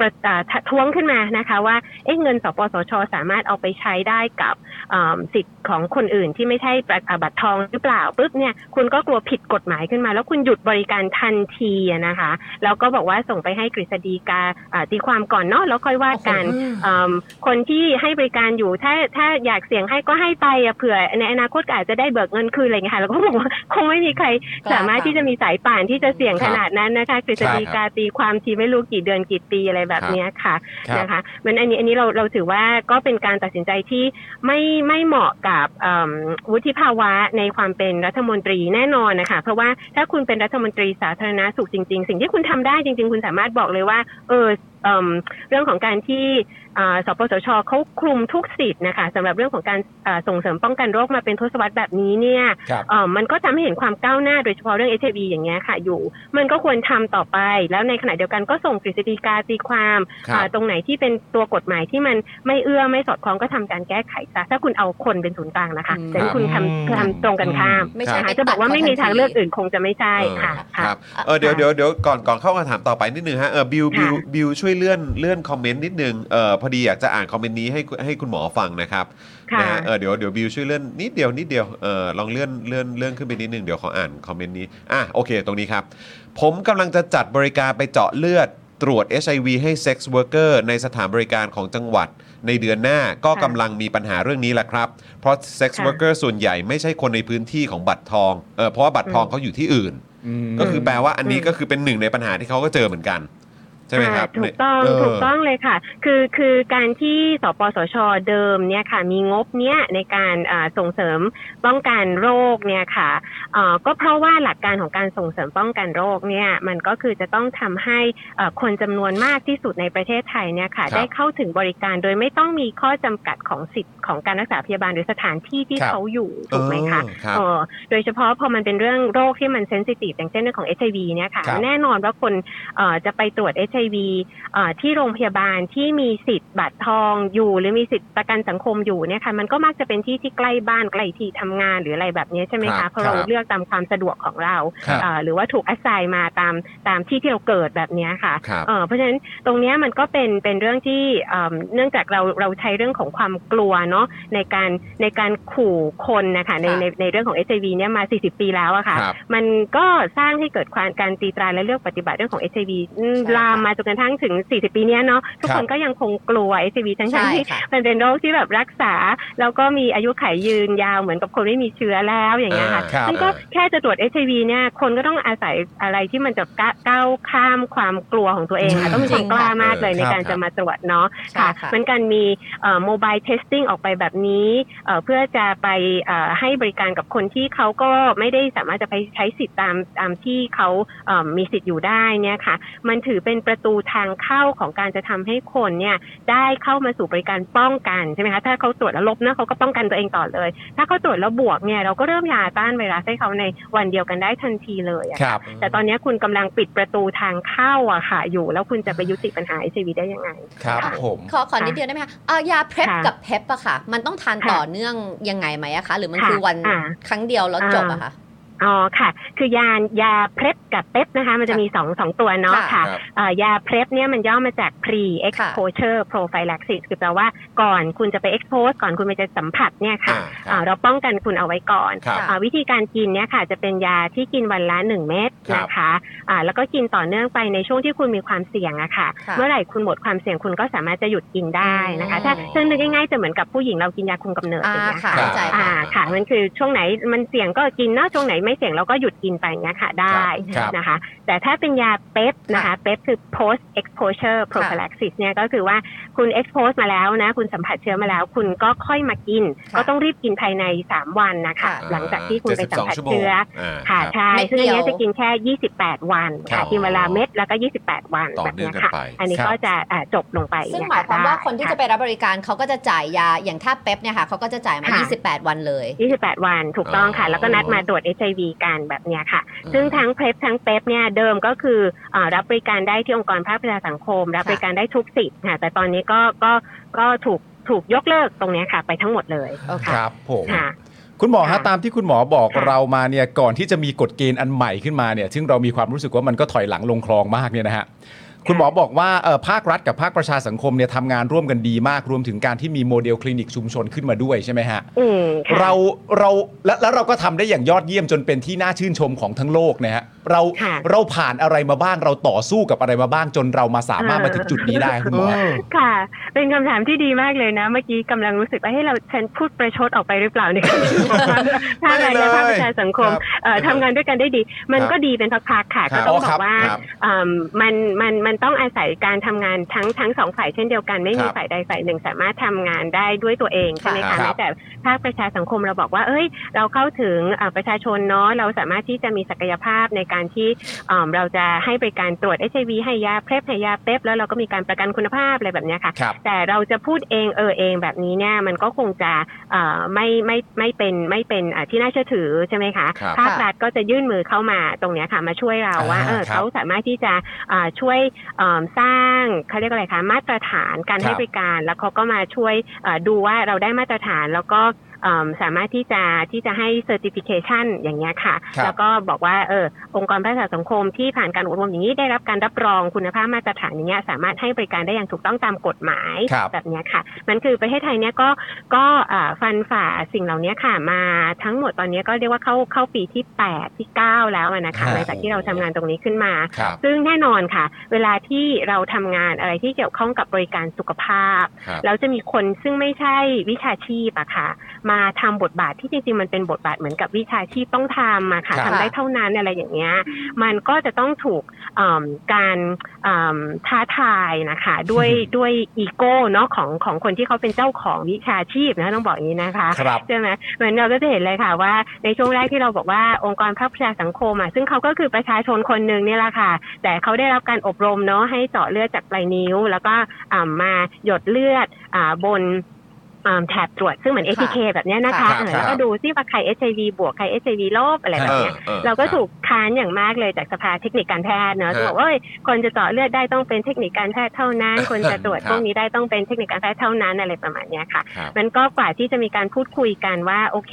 Speaker 9: ประอ่าทะท้วงขึ้นมานะคะว่าเอ๊ะเงินสปสช สามารถเอาไปใช้ได้กับอ่าสิทธิ์ของคนอื่นที่ไม่ใช่ประอ่าบัตรทองหรือเปล่าปุ๊บเนี่ยคุณก็กลัวผิดกฎหมายขึ้นมา แล้วคุณหยุดบริการทันทีอะนะคะแล้วก็บอกว่าส่งไปให้กฤษฎีกาอ่าตีความก่อนเนาะแล้วค่อยว่ากัน
Speaker 4: โอ้โห
Speaker 9: เอิ่มคนที่ให้บริการอยู่ถ้าถ้าอยากเสี่ยงให้ก็ให้ไปอะเผื่อในอนาคตก็อาจจะได้เบิกเงินคืนอะไรเงี้ยค่ะแล้วก็บอกว่าคงไม่มีใครสามารถที่จะมีสายป่านที่จะเสี่ยง
Speaker 5: ครั
Speaker 9: ข
Speaker 5: บ
Speaker 9: นาดนั้นนะคะกฤษฎีกาตีความทีไม่รู้กี่เดือนกี่ปีอะไรแบบ
Speaker 5: ครับ
Speaker 9: เนี้ยค่ะ
Speaker 5: ครับ
Speaker 9: นะคะมันอันนี้อันนี้เราเราถือว่าก็เป็นการตัดสินใจที่ไม่ไม่เหมาะกับเอิ่มวุฒิภาวะในความเป็นรัฐมนตรีแน่นอนนะคะเพราะว่าถ้าคุณเป็นรัฐมนตรีสาธารณาสุขจริง ๆ สิ่งที่คุณทำได้จริง ๆ คุณสามารถบอกเลยว่าเออเอิ่มเรื่องของการที่อ่าสปสชเขาคลุมทุกสิทธิ์นะคะสำหรับเรื่องของการอ่าส่งเสริมป้องกันโรคมาเป็นทศวรรษแบบนี้เนี่ย
Speaker 5: ครับ
Speaker 9: เอ่อมันก็ทำให้เห็นความก้าวหน้าโดยเฉพาะเรื่อง HIV อย่างเงี้ยค่ะอยู่ มันก็ควรทำต่อไป แล้วในขณะเดียวกันก็ส่งกฤษฎีกาตีความ
Speaker 5: ครับ
Speaker 9: อ่าตรงไหนที่เป็นตัวกฎหมายที่มันไม่เอื้อไม่สอดคล้องก็ทำการแก้ไขซะถ้าคุณเอาคนเป็นศูนย์กลางนะคะ
Speaker 4: อืม
Speaker 9: แต่นี่คุณทำทำตรงกันข้าม
Speaker 4: ไม่ใช่
Speaker 9: นะคะ
Speaker 4: ไป
Speaker 9: จะบอกว่าไม่มีทางเลือกอื่นคงจะไม่ใช่ค่ะ
Speaker 3: เออ
Speaker 9: ค่ะ
Speaker 3: รับเออเดี๋ยวเดี๋ยวเดี๋ยวก่อนก่อนเข้าคำถามต่อไปนิดนึงฮะเออบิวบิว
Speaker 9: ค่ะ
Speaker 3: บิวช่วยเลื่อนเลื่อนคอมเมนต์นิดนึงเออพอดีอยากจะอ่านคอมเมนต์นี้ให้ให้คุณหมอฟังนะครับ
Speaker 9: ค่ะ
Speaker 3: นะฮะเออเดี๋ยวเดี๋ยวบิวช่วยเลื่อนนิดเดียวนิดเดียวเออลองเลื่อนเลื่อนเลื่อนขึ้นไปนิดนึงเดี๋ยวขออ่านคอมเมนต์นี้อ่ะโอเค ตรงนี้ครับ ผมกำลังจะจัดบริการไปเจาะเลือดตรวจ HIV ให้ Sex Worker ในสถานบริการของจังหวัด ในเดือนหน้าก็
Speaker 9: ค่ะ
Speaker 3: กำลังมีปัญหาเรื่องนี้แหละครับ เพราะ Sex
Speaker 9: ค่ะ
Speaker 3: Worker ส่วนใหญ่ไม่ใช่คนในพื้นที่ของบัตรทองเออเพราะว่าบัตรทองเขาอยู่ที่อื่น ก็คือแปลว่าอันนี้ก็คือเป็นหนึ่งในปัญหาที่เขาก็เจอเหมือนกัน ใช่ไหมครับ
Speaker 9: อ่าถูกต้อง
Speaker 3: เ
Speaker 9: ถูกต้องเลยค่ะ คือคือการที่สปสชเดิมเนี่ยค่ะ มีงบเนี่ยในการอ่าส่งเสริมป้องกันโรคเนี่ยค่ะอ่าก็เพราะว่าหลักการของการส่งเสริมป้องกันโรคเนี่ยมันก็คือจะต้องทำให้เอ่อคนจำนวนมากที่สุดในประเทศไทยเนี่ยค่ะ
Speaker 5: ครับ
Speaker 9: ได้เข้าถึงบริการโดยไม่ต้องมีข้อจำกัดของสิทธิ์ของการรักษาพยาบาลหรือสถานที่ที่
Speaker 5: ครับ
Speaker 9: เขาอยู่
Speaker 3: เอ
Speaker 9: ถูก
Speaker 3: อ
Speaker 9: ไหม
Speaker 3: รั
Speaker 9: คะ
Speaker 3: บ
Speaker 9: เอ่อโดยเฉพาะพอมันเป็นเรื่องโรคที่มันเซนซิทีฟอย่างเช่นเรื่องของ HIV เนี่ยค่ะ
Speaker 5: ครับ
Speaker 9: แน่นอนว่าคนเอ่อจะไปตรวจ HIV เอ่อที่โรงพยาบาลที่มีสิทธิ์บัตรทองอยู่ หรือมีสิทธิ์ประกันสังคมอยู่เนี่ยค่ะมันก็มักจะเป็นที่ที่ใกล้บ้านใกล้ที่ทำงานหรืออะไรแบบนี้ใช่ไหม
Speaker 5: ครั
Speaker 9: คะ
Speaker 5: บ
Speaker 9: เพราะเรา
Speaker 5: ครับ
Speaker 9: เลือกตามความสะดวกของเรา
Speaker 5: ครับ
Speaker 9: เอ่อหรือว่าถูกอาศัยมาตามตามที่ที่เราเกิดแบบเนี้ยค่ะ
Speaker 3: ครับ
Speaker 9: เอ่อเพราะฉะนั้นตรงเนี้ยมันก็เป็นเป็นเรื่องที่เอิ่มเนื่องจากเราเราใช้เรื่องของความกลัวเนาะในการในการขู่คนนะคะใน
Speaker 4: ค่ะ
Speaker 9: ใน ในเรื่องของ HIV เนี่ยมา 40 ปีแล้วอะค่ะ
Speaker 5: ครับ
Speaker 9: มันก็สร้างให้เกิดความการตีตราและเลือกปฏิบัติเรื่องของ HIV อืม
Speaker 4: ใช่ค่ะ
Speaker 9: ลามมาจนกระทั่งถึง 40 ปีเนี้ยเนาะ ทุกคนก็ยังคงกลัว HIV ทั้งๆ
Speaker 4: ใช่
Speaker 9: ที่
Speaker 4: ค่ะ
Speaker 9: มันเป็นโรคที่แบบรักษา แล้วก็มีอายุขัยยืนยาวเหมือนกับคนไม่มีเชื้อแล้วอย่างเงี้ยค่ะ
Speaker 5: อ่าครับ
Speaker 9: ซึ่งก็แค่จะตรวจ HIV เนี่ย คนก็ต้องอาศัยอะไรที่มันจะก้าวข้ามความกลัวของตัวเองค่ะ ต้องมีความกล้ามากเลยในการจะมาตรวจเนาะ
Speaker 4: ใช่
Speaker 9: ค่ะ
Speaker 4: ค่ะ
Speaker 9: เหมือนกันมีโมบายเทสติ้งออกไปแบบนี้เอ่อเพื่อจะไปเอ่อให้บริการกับคนที่เขาก็ไม่ได้สามารถจะไปใช้สิทธิ์ตามตามที่เขาเอ่อมีสิทธิ์อยู่ได้เนี่ยค่ะ มันถือเป็นประตูทางเข้าของการจะทำให้คนเนี่ยได้เข้ามาสู่บริการป้องกันใช่ไหมคะถ้าเขาตรวจแล้วลบนะเขาก็ป้องกันตัวเองต่อเลย ถ้าเขาตรวจแล้วบวกเนี่ยเราก็เริ่มยาต้านไวรัสให้เขาในวันเดียวกันได้ทันทีเลยอะ
Speaker 5: ครับ
Speaker 9: แต่ตอนเนี้ยคุณกำลังปิดประตูทางเข้าอะค่ะ อยู่แล้วคุณจะไปยุติปัญหาไอซีวีได้ยังไง
Speaker 5: ครับ
Speaker 4: ค่ะ
Speaker 5: ผม
Speaker 4: ขอขอนิดเดียวได้ไหมคะเอายาเพป
Speaker 9: ค่ะ
Speaker 4: กับเพปอะค่ะ มันต้องทาน
Speaker 9: ค่ะ
Speaker 4: ต่อเนื่องยังไงไหมอะคะ หรือมัน
Speaker 9: ค่ะ
Speaker 4: คือวัน
Speaker 9: อ่า
Speaker 4: ครั้งเดียวแล้ว
Speaker 9: อ่า
Speaker 4: จบอะค่ะ
Speaker 9: อ๋อค่ะ คือยายาเพล p กับเป๊ปนะคะ มันจะมีสองสองตัวเนาะ
Speaker 4: ค่ะ
Speaker 9: ค่ะเอ่อยาเพล p เนี่ยมันย่อมาจาก pre
Speaker 4: ค่ะ
Speaker 9: exposure prophylaxis คือแปลว่าก่อนคุณจะไป expose ก่อนคุณไปจะสัมผัสเนี่ยค่ะ
Speaker 3: อ่า
Speaker 9: เอ่อเราป้องกันคุณเอาไว้ก่อน
Speaker 3: ครับ
Speaker 4: ค่ะ
Speaker 9: อ่าวิธีการกินเนี่ยค่ะ จะเป็นยาที่กินวันละ 1 เม็ด
Speaker 3: ครับ
Speaker 9: นะคะอ่าแล้วก็กินต่อเนื่องไปในช่วงที่คุณมีความเสี่ยงอะค่ะ
Speaker 4: ค่ะ
Speaker 9: เมื่อไหร่คุณหมดความเสี่ยงคุณก็สามารถจะหยุดกินได้นะคะ ถ้าซึ่งนึกง่ายๆจะเหมือนกับผู้หญิงเรากินยาคุมกำเนิดอ
Speaker 4: อ่า
Speaker 9: ย่างเงี้ย
Speaker 4: ค่ะ
Speaker 9: ค่ะ
Speaker 4: เข้าใจ
Speaker 9: อ่า
Speaker 4: ค่ะ
Speaker 9: ค่ะมันคือช่วงไหนมันเสี่ยงก็กินเนาะช่วงไหน ไม่เสี่ยงเราก็หยุดกินไปเงี้ยค่ะได้
Speaker 5: ครับ
Speaker 9: นะคะ แต่ถ้าเป็นยาเป๊ปนะคะ
Speaker 4: ค่ะ
Speaker 9: เป๊ปคือ post exposure prophylaxis เนี่ยก็คือว่าคุณ expose มาแล้วนะ คุณสัมผัสเชื้อมาแล้ว คุณก็ค่อยมากิน
Speaker 4: ค่ะ
Speaker 9: ก็ต้องรีบกินภายใน 3 วันนะคะ
Speaker 4: ค่ะ
Speaker 9: หลังจากที่คุณไปสัมผัส
Speaker 3: 72ชั่วโมง
Speaker 9: เชื้อ
Speaker 3: า
Speaker 9: ค่ะ
Speaker 3: รับ
Speaker 9: ใช่
Speaker 4: เม็ด
Speaker 9: ซึ่ง
Speaker 4: เดีย
Speaker 9: อัน
Speaker 4: ว
Speaker 9: เนี้ยจะกินแค่ 28 วัน
Speaker 3: ครั
Speaker 9: ค่ะ
Speaker 3: บ
Speaker 9: กินเวลาเม็ดแล้วก็ 28 วัน
Speaker 3: ต่อ
Speaker 9: แบบ
Speaker 3: เนื่องกั
Speaker 9: เนี้ย
Speaker 3: น
Speaker 9: ค่ะ
Speaker 3: ไป
Speaker 9: อันนี้ก็จะอ่าจบลงไป
Speaker 4: ซึ่ง
Speaker 9: เนี่
Speaker 4: หมายความว่าคนที่
Speaker 9: ได้
Speaker 4: จะไปรับบริการเขาก็จะจ่ายยาอย่างถ้าเป๊ปเนี่ยค่ะเขาก็จะจ่ายมา
Speaker 9: ค่ะ
Speaker 4: 28 วันเลย
Speaker 9: 28 วันถูกต้องค่ะ
Speaker 3: อ๋อ
Speaker 9: แล้วก็นัดมาตรวจ HIV กันแบบเนี้ยค่ะ ซึ่งทั้งเพลทั้งเป๊ปเนี่ยเดิมก็คืออ่ารับบริการได้ที่องค์กรภาคประชาสังคม รับบริการได้ทุกสิทธิ์ค่ะ แต่ตอนนี้ก็ก็ก็ถูกถูกยกเลิกตรงเนี้ยค่ะ ไปทั้งหมดเลย
Speaker 4: โอเค
Speaker 5: ครับผม
Speaker 9: ค่ะ
Speaker 5: คุณหมอฮะ
Speaker 9: ค่ะ
Speaker 5: ตามที่คุณหมอบอก
Speaker 9: ค่ะ
Speaker 5: เรามาเนี่ยก่อนที่จะมีกฎเกณฑ์อันใหม่ขึ้นมาเนี่ยซึ่งเรามีความรู้สึกว่ามันก็ถอยหลังลงคลองมากเนี่ยนะฮะคุณหมอบอกว่าเอ่อภาครัฐกับภาคประชาสังคมเนี่ยทำงานร่วมกันดีมากรวมถึงการที่มีโมเดลคลินิกชุมชนขึ้นมาด้วยใช่ไหมฮะ
Speaker 9: อืมค่ะ
Speaker 5: เราเราและแล้วเราก็ทำได้อย่างยอดเยี่ยมจนเป็นที่น่าชื่นชมของทั้งโลกนะฮะเรา
Speaker 9: ค่ะ
Speaker 5: เราผ่านอะไรมาบ้างเราต่อสู้กับอะไรมาบ้างจนเรามาสามารถมาถึงจุดนี้ได้คุณหมอ
Speaker 9: ค่ะ เป็นคำถามที่ดีมากเลยนะ เมื่อกี้กำลังรู้สึกว่าให้ยเราฉันพูดประชดออกไปหรือเปล่าในคำถามถ้าอะไร
Speaker 3: ไม่เลย
Speaker 9: นะภาคประชาสังคม
Speaker 3: ครับ
Speaker 9: เอ่อทำงานด้วยกันได้ดี มันก็ดีเป็นพักๆค่ะ
Speaker 3: ครั
Speaker 9: ก็
Speaker 3: บ
Speaker 9: ต้องบ
Speaker 5: อ๋อค
Speaker 9: อ
Speaker 5: รับ
Speaker 9: กว่า
Speaker 3: ครับ
Speaker 9: เอิ่มมันมันมันต้องอาศัยการทำงานทั้งทั้งสองฝ่ายเช่นเดียวกันไม่
Speaker 3: ค
Speaker 9: มี
Speaker 3: รับ
Speaker 9: ฝ่ายใดฝ่ายหนึ่งสามารถทำงานได้ด้วยตัวเองใช่ไหม
Speaker 3: ครับ
Speaker 9: คะแม้แต่ภาคประชาสังคมเราบอกว่า เอ้ย เราเข้าถึงเอ่อประชาชนเนาะเราสามารถที่จะมีศักยภาพในการที่ เอ่อเราจะให้บริการตรวจ HIV ให้ยาเพลบให้ยาเป๊ปแล้วเราก็มีการประกันคุณภาพอะไรแบบเนี้ยค่ะ
Speaker 5: ครับ
Speaker 9: แต่เราจะพูดเองเออเองแบบนี้เนี่ยมันก็คงจะเอ่อไม่ไม่ไม่เป็นไม่เป็นเอ่อที่น่าเชื่อถือใช่ไหมคะ
Speaker 3: ครับ
Speaker 9: ภาครัฐก็จะยื่นมือเข้ามาตรงเนี้ยค่ะมาช่วยเราว่าเออ
Speaker 5: ครับ
Speaker 9: เขาสามารถที่จะเอ่อช่วยเอิ่มสร้างเขาเรียกอะไรคะมาตรฐานการ
Speaker 5: ครับ
Speaker 9: ให้บริการแล้วเขาก็มาช่วยเอ่อดูว่าเราได้มาตรฐานแล้วก็ เอิ่มสามารถที่จะที่จะให้เซอร์ติฟิเคชันอย่างเงี้ยค่ะ
Speaker 5: ครับ
Speaker 9: แล้วก็บอกว่าเออองค์กรพัฒนาสังคมที่ผ่านการอบรมอย่างนี้ได้รับการรับรองคุณภาพมาตรฐานอย่างเงี้ยสามารถให้บริการได้อย่างถูกต้องตามกฎหมาย
Speaker 5: ครับ
Speaker 9: แบบเนี้ยค่ะ มันคือประเทศไทยเนี้ยก็ก็อ่าฟันฝ่าสิ่งเหล่านี้ค่ะมาทั้งหมดตอนนี้ก็เรียกว่าเข้าเข้าปีที่ 8 ที่ 9 แล้วอะนะ
Speaker 5: ค
Speaker 9: คะ
Speaker 5: รับ
Speaker 9: หลังจากที่เราทำงานตรงนี้ขึ้นมา
Speaker 5: ครับ
Speaker 9: ซึ่งแน่นอนค่ะ เวลาที่เราทำงานอะไรที่เกี่ยวข้องกับบริการสุขภาพ
Speaker 3: ครับ
Speaker 9: แล้วจะมีคนซึ่งไม่ใช่วิชาชีพอะค่ะ มาทำบทบาทที่จริงๆมันเป็นบทบาทเหมือนกับวิชาชีพต้องทำอะค่ะ
Speaker 5: ครับ
Speaker 9: ทำได้เท่านั้นอะไรอย่างเงี้ย มันก็จะต้องถูกเอิ่มการเอิ่มท้าทายนะคะด้วยด้วยอีโก้เนาะของของคนที่เขาเป็นเจ้าของวิชาชีพนะต้องบอกอย่างนี้นะคะ
Speaker 5: ครับ
Speaker 9: ใช่ไหมเหมือนเราก็จะเห็นเลยค่ะว่าในช่วงแรกที่เราบอกว่าองค์กรภาคประชาสังคมอ่ะซึ่งเขาก็คือประชาชนคนหนึ่งเนี่ยแหละค่ะ แต่เขาได้รับการอบรมเนาะให้เจาะเลือดจากปลายนิ้ว แล้วก็อ่ามาหยดเลือดอ่าบนอ่าแถบตรวจซึ่งเหมือน ATK แบบเนี้ยนะคะ
Speaker 4: ค่ะ
Speaker 9: เออแล้วก็ดูซิว่าใคร HIV บวกใคร HIV ลบอะไรแบบเนี้ย
Speaker 3: ออออ
Speaker 9: เราก็
Speaker 3: คบ
Speaker 9: ถูกค้านอย่างมากเลยจากสภาเทคนิคการแพทย์เนาะ
Speaker 3: ฮะ
Speaker 9: บอกว่าเอ้ยคนจะเจาะเลือดได้ต้องเป็นเทคนิคการแพทย์เท่านั้น คนจะตรวจ
Speaker 3: ครับ
Speaker 9: พวกนี้ได้ต้องเป็นเทคนิคการแพทย์เท่านั้นอะไรประมาณเนี้ยค่ะ
Speaker 3: ครับ
Speaker 9: มันก็กว่าที่จะมีการพูดคุยกันว่าโอเค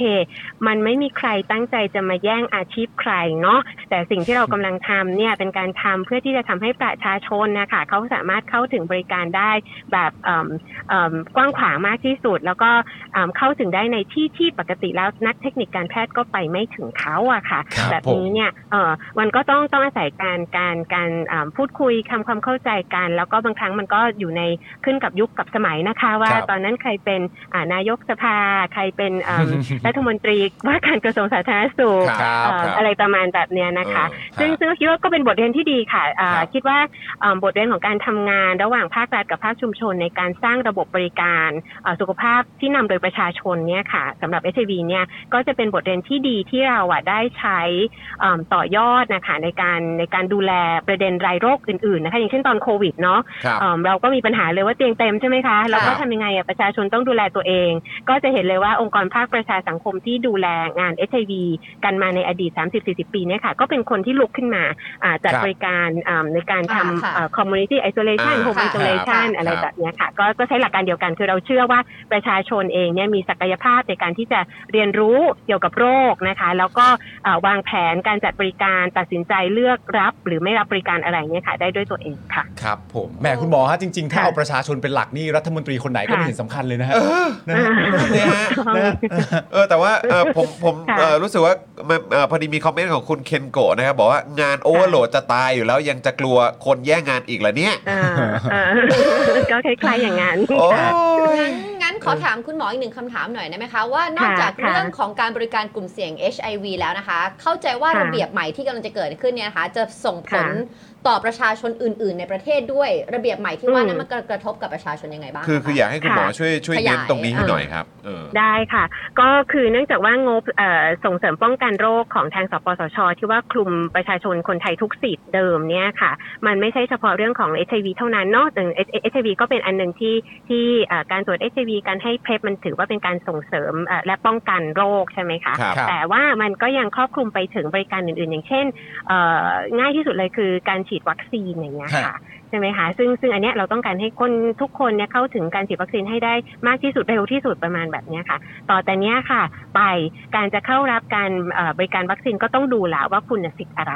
Speaker 9: มันไม่มีใครตั้งใจจะมาแย่งอาชีพใครเนาะแต่สิ่งที่เรากำลังทำเนี่ยเป็นการทำเพื่อที่จะทำให้ประชาชนนะคะเขาสามารถเข้าถึงบริการได้แบบเอิ่มเอิ่มกว้างขวางมากที่สุด แล้วก็เอิ่มเข้าถึงได้ในที่ที่ปกติแล้วนักเทคนิคการแพทย์ก็ไปไม่ถึงเขาอะค่ะ
Speaker 5: ครับ
Speaker 9: แบบ
Speaker 5: ผม
Speaker 9: นี้เนี่ยเออมันก็ต้องต้องอาศัยการการการอ่าพูดคุยทำความเข้าใจกัน แล้วก็บางครั้งมันก็อยู่ในขึ้นกับยุคกับสมัยนะคะ ว่า
Speaker 5: ครับ
Speaker 9: ตอนนั้นใครเป็นอ่านายกสภา ใครเป็น อ่า รัฐมนตรีว่าการกระทรวงสาธารณสุข
Speaker 5: ครั
Speaker 9: เอ่
Speaker 5: บ
Speaker 9: ออะไรประมาณแบบเนี้ยนะคะ
Speaker 3: เออ
Speaker 9: ซึ่งซึ่งคิดว่าก็เป็นบทเรียนที่ดีค่ะอ่า
Speaker 3: ครับ
Speaker 9: คิดว่าเอ่อบทเรียนของการทำงานระหว่างภาครัฐกับภาคชุมชน ในการสร้างระบบบริการเอ่อสุขภาพที่นำโดยประชาชนเนี่ยค่ะสำหรับ s อ v เนี่ยก็จะเป็นบทเรียนที่ดีที่เราอ่ะได้ใช้เอิ่มต่อยอดนะคะในการในการดูแลประเด็นรายโรคอื่นๆนะคะอย่างเช่นตอนโควิดเนาะ
Speaker 3: ครับ
Speaker 9: เอิ่มเราก็มีปัญหาเลยว่าเตียงเต็มใช่ไหมคะ เราก็ทำยังไงอะประชาชนต้องดูแลตัวเอง ก็จะเห็นเลยว่าองค์กรภาคประชาสังคมที่ดูแลงาน HIV กันมาในอดีต 30-40 ปีเนี่ยค่ะ ก็เป็นคนที่ลุกขึ้นมาอ่าจัด
Speaker 5: ครับ
Speaker 9: บริการอ่าในการ
Speaker 4: อ่าค่ะ
Speaker 9: ทำอ่า community isolation
Speaker 3: อ่า
Speaker 9: home
Speaker 4: ค่ะ
Speaker 9: isolation
Speaker 3: ครับ
Speaker 9: อะไร
Speaker 3: ครับ
Speaker 9: แบบเนี้ยค่ะก็ก็ใช้หลักการเดียวกันคือเราเชื่อว่าประชาชนเองเนี่ยมีศักยภาพในการที่จะเรียนรู้เกี่ยวกับโรคนะคะ แล้วก็อ่าวางแผนการจัดบริการตัดสินใจเลือกรับ หรือไม่รับบริการอะไรเนี่ยค่ะได้ด้วยตัวเองค่ะ
Speaker 5: ครับผมแหมคุณหมอฮะจริง ๆ ถ้า
Speaker 9: ค่ะ
Speaker 5: เอาประชาชนเป็นหลักนี่รัฐมนตรีคนไหนก็ไม่
Speaker 9: ค่ะ
Speaker 5: เห็นสำคัญเลยนะฮะนะ
Speaker 9: อ่า
Speaker 5: ฮะ
Speaker 3: เนี่ยฮะ
Speaker 5: นะฮะ
Speaker 3: เออแต่ว่าเออผมผม
Speaker 9: ค่ะ
Speaker 3: เออรู้สึกว่ามันเออพอดีมีคอมเมนต์ของคุณเคนโกะนะครับ บอกว่างานโอเวอร์โหลดจะตายอยู่แล้วยังจะกลัวคนแย่งงานอีกเหรอเนี่ย
Speaker 9: อ่าอ่าก็คล้ายๆอย่างนั้น
Speaker 3: โอ้ย
Speaker 4: งั้นงั้นขอ อถามคุณหมออีกหนึ่งคำถามหน่อยได้ไหมคะ ว่านอก
Speaker 9: ค่ะ
Speaker 4: จาก
Speaker 9: ค่ะ
Speaker 4: เรื่องของการบริการกลุ่มเสี่ยง HIV แล้วนะคะ เข้าใจว่า
Speaker 9: ค่ะ
Speaker 4: ระเบียบใหม่ที่กำลังจะเกิดขึ้นเนี่ยนะคะ จะส่งผล
Speaker 9: ค่ะ
Speaker 4: ต่อประชาชนอื่น ๆ ในประเทศด้วย ระเบียบใหม่ที่ว่า
Speaker 9: อืม
Speaker 4: นั้นมันกระทบกับประชาชนยังไงบ้าง
Speaker 3: คือคืออยา
Speaker 4: ะ
Speaker 3: กให้คุณหมอ
Speaker 9: ค่ะ
Speaker 3: ช่วยช่วย
Speaker 4: ขยาย
Speaker 3: เน้นตรงนี้ให้
Speaker 4: เออ
Speaker 3: หน่อยครับเออ
Speaker 9: ได้ค่ะ ก็คือเนื่องจากว่างบเอ่อส่งเสริมป้องกันโรคของทางสปสช ที่ว่าคลุมประชาชนคนไทยทุกสิทธิ์เดิมเนี่ยค่ะ มันไม่ใช่เฉพาะเรื่องของ HIV เท่านั้นเนอะแต่ HIV ก็เป็นอันหนึ่งที่ที่เอ่อการตรวจ HIV การให้เพลมันถือว่าเป็นการส่งเสริมเอ่อและป้องกันโรคใช่ไหมคะ
Speaker 3: ครับ
Speaker 9: แต่ว่ามันก็ยังครอบคลุมไปถึงบริการอื่นๆ อย่างเช่นเอ่อง่ายที่สุดเลยคือการฉีดวัคซีนอย่างเงี้ยค่ะ ใช่ไหมคะซึ่งซึ่งอันเนี้ยเราต้องการให้คนทุกคนเนี่ยเข้าถึงการฉีดวัคซีนให้ได้มากที่สุดเร็วที่สุดประมาณแบบเนี้ยค่ะ ต่อแต่เนี้ยค่ะ ไปการจะเข้ารับการเอ่อบริการวัคซีนก็ต้องดูละว่าคุณน่ะสิทธิ์อะไร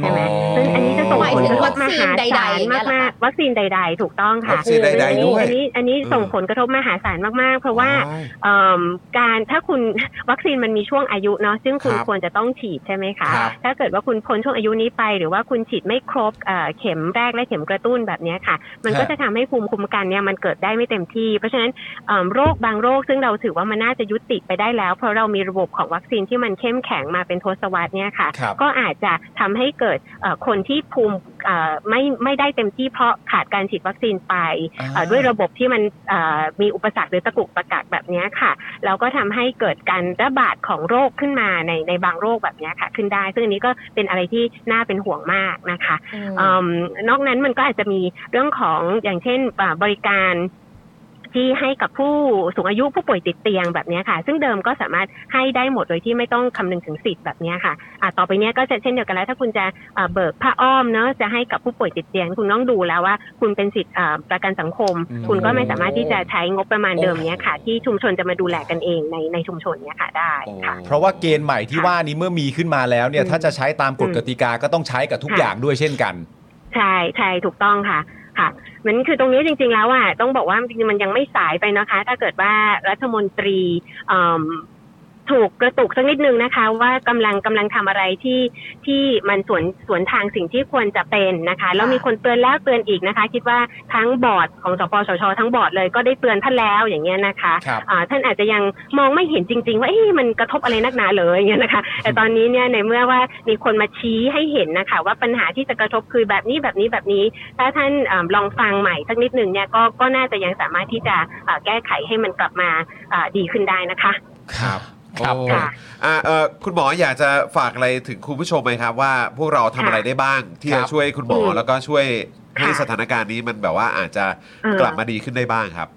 Speaker 9: ใช่ไหมซึ่งอันนี้จะส่งผลกระทบมหา
Speaker 4: หมายถึงวัคซีนใด
Speaker 9: ศา
Speaker 4: ๆ
Speaker 9: ล
Speaker 4: อย่างเงี้ยเหรอ
Speaker 9: มา
Speaker 4: คะ
Speaker 9: กๆวัคซีนใด ๆ ถูกต้องค่ะ
Speaker 3: วัคซีนใดๆด้วย
Speaker 9: อันนี้อันนี้
Speaker 3: เออ
Speaker 9: ส่งผลกระทบมหาศาลมากๆ เพราะว่า
Speaker 3: ว้ย
Speaker 9: เอิ่มการถ้าคุณ วัคซีนมันมีช่วงอายุเนาะซึ่งคุณ
Speaker 3: ครับ
Speaker 9: ควรจะต้องฉีดใช่ไหมคะ
Speaker 3: ครับ
Speaker 9: ถ้าเกิดว่าคุณพ้นช่วงอายุนี้ไปหรือว่าคุณฉีดไม่ครบเอ่อเข็มแรกและเข็มกระตุ้นแบบเนี้ยค่ะ มันก็
Speaker 5: ฮะ
Speaker 9: จะทำให้ภูมิคุ้มกันเนี่ยมันเกิดได้ไม่เต็มที่ เพราะฉะนั้นเอิ่มโรคบางโรคซึ่งเราถือว่ามันน่าจะยุติไปได้แล้ว เพราะเรามีระบบของวัคซีนที่มันเข้มแข็งมาเป็นทศวรรษเนี่ยค่ะ
Speaker 5: ครับ
Speaker 9: ก็อาจจะทำให้เกิดเอ่อคนที่ภูมิเอ่อไม่ไม่ได้เต็มที่เพราะขาดการฉีดวัคซีนไป เอ่อด้วยระบบที่มันเอ่อมีอุปสรรคหรือตะกุกตะกักแบบเนี้ยค่ะ แล้วก็ทำให้เกิดการระบาดของโรคขึ้นมาในในบางโรคแบบเนี้ยค่ะ ขึ้นได้ ซึ่งอันนี้ก็เป็นอะไรที่น่าเป็นห่วงมากนะคะ
Speaker 4: อืม
Speaker 9: เอมนอกนั้นมันก็อาจจะมีเรื่องของอย่างเช่นอ่าบริการที่ให้กับผู้สูงอายุผู้ป่วยติดเตียงแบบเนี้ยค่ะ ซึ่งเดิมก็สามารถให้ได้หมดโดยที่ไม่ต้องคำนึงถึงสิทธิ์แบบเนี้ยค่ะอ่าต่อไปเนี้ยก็จะเช่นเดียวกันแล้ว ถ้าคุณจะ เอ่อเบิกผ้าอ้อมเนอะจะให้กับผู้ป่วยติดเตียง คุณต้องดูแล้วว่า คุณเป็นสิทธิ์เอ่อประกันสังคม
Speaker 5: อืม
Speaker 9: คุณก็ไม่สามารถที่จะใช้งบประมาณเดิมเนี้ยค่ะ ที่ชุมชนจะมาดูแลกันเองในในชุมชนเนี้ยค่ะได้ค่ะ
Speaker 5: เพราะว่าเกณฑ์ใหม่ที่ว่านี้เมื่อมีขึ้นมาแล้วเนี่ย
Speaker 9: อืม
Speaker 5: ถ้าจะใช้ตามกฎ
Speaker 9: อืม
Speaker 5: กติกาก็ต้องใช้กับทุก
Speaker 9: ค่ะ
Speaker 5: อย่างด้วยเช่นกัน
Speaker 9: ใช่ใช่ถูกต้องค่ะค่ะเหมือนคือตรงนี้จริงๆแล้วอ่ะต้องบอกว่าจริงๆมันยังไม่สายไปนะคะ ถ้าเกิดว่ารัฐมนตรีเอิ่มถูกกระตุกสักนิดนึงนะคะ ว่ากำลังกำลังทำอะไรที่ที่มันสวนสวนทางสิ่งที่ควรจะเป็นนะคะแล้วมีคนเตือนแล้วเตือนอีกนะคะ คิดว่าทั้งบอร์ดของสปสชทั้งบอร์ดเลยก็ได้เตือนท่านแล้วอย่างเงี้ยนะคะ
Speaker 5: ครับ
Speaker 9: อ่าท่านอาจจะยังมองไม่เห็นจริง ๆ ว่าเอ๊ะมันกระทบอะไรนักหนาเลยอย่างเงี้ยนะคะ แต่ตอนนี้เนี่ยในเมื่อว่ามีคนมาชี้ให้เห็นนะคะ ว่าปัญหาที่จะกระทบคือแบบนี้แบบนี้แบบนี้ ถ้าท่านอ่าลองฟังใหม่สักนิดหนึ่งเนี่ยก็ก็น่าจะยังสามารถที่จะอ่าแก้ไขให้มันกลับมาอ่าดีขึ้นได้นะคะ
Speaker 5: ครับ ครับ
Speaker 3: โอ้
Speaker 9: ค่ะ
Speaker 3: อ่าเอ่อคุณหมออยากจะฝากอะไรถึงคุณผู้ชมไหมครับ ว่าพวกเราทำอะไรได้บ้าง ที่
Speaker 5: ครั
Speaker 3: จะ
Speaker 5: บ
Speaker 3: ช่วยคุณหมอ
Speaker 9: อืม
Speaker 3: แล้วก็ช่วยให้
Speaker 9: ค่ะ
Speaker 3: สถานการณ์นี้มันแบบว่าอาจจะ
Speaker 9: เออ
Speaker 3: กลับมาดีขึ้นได้บ้างครับ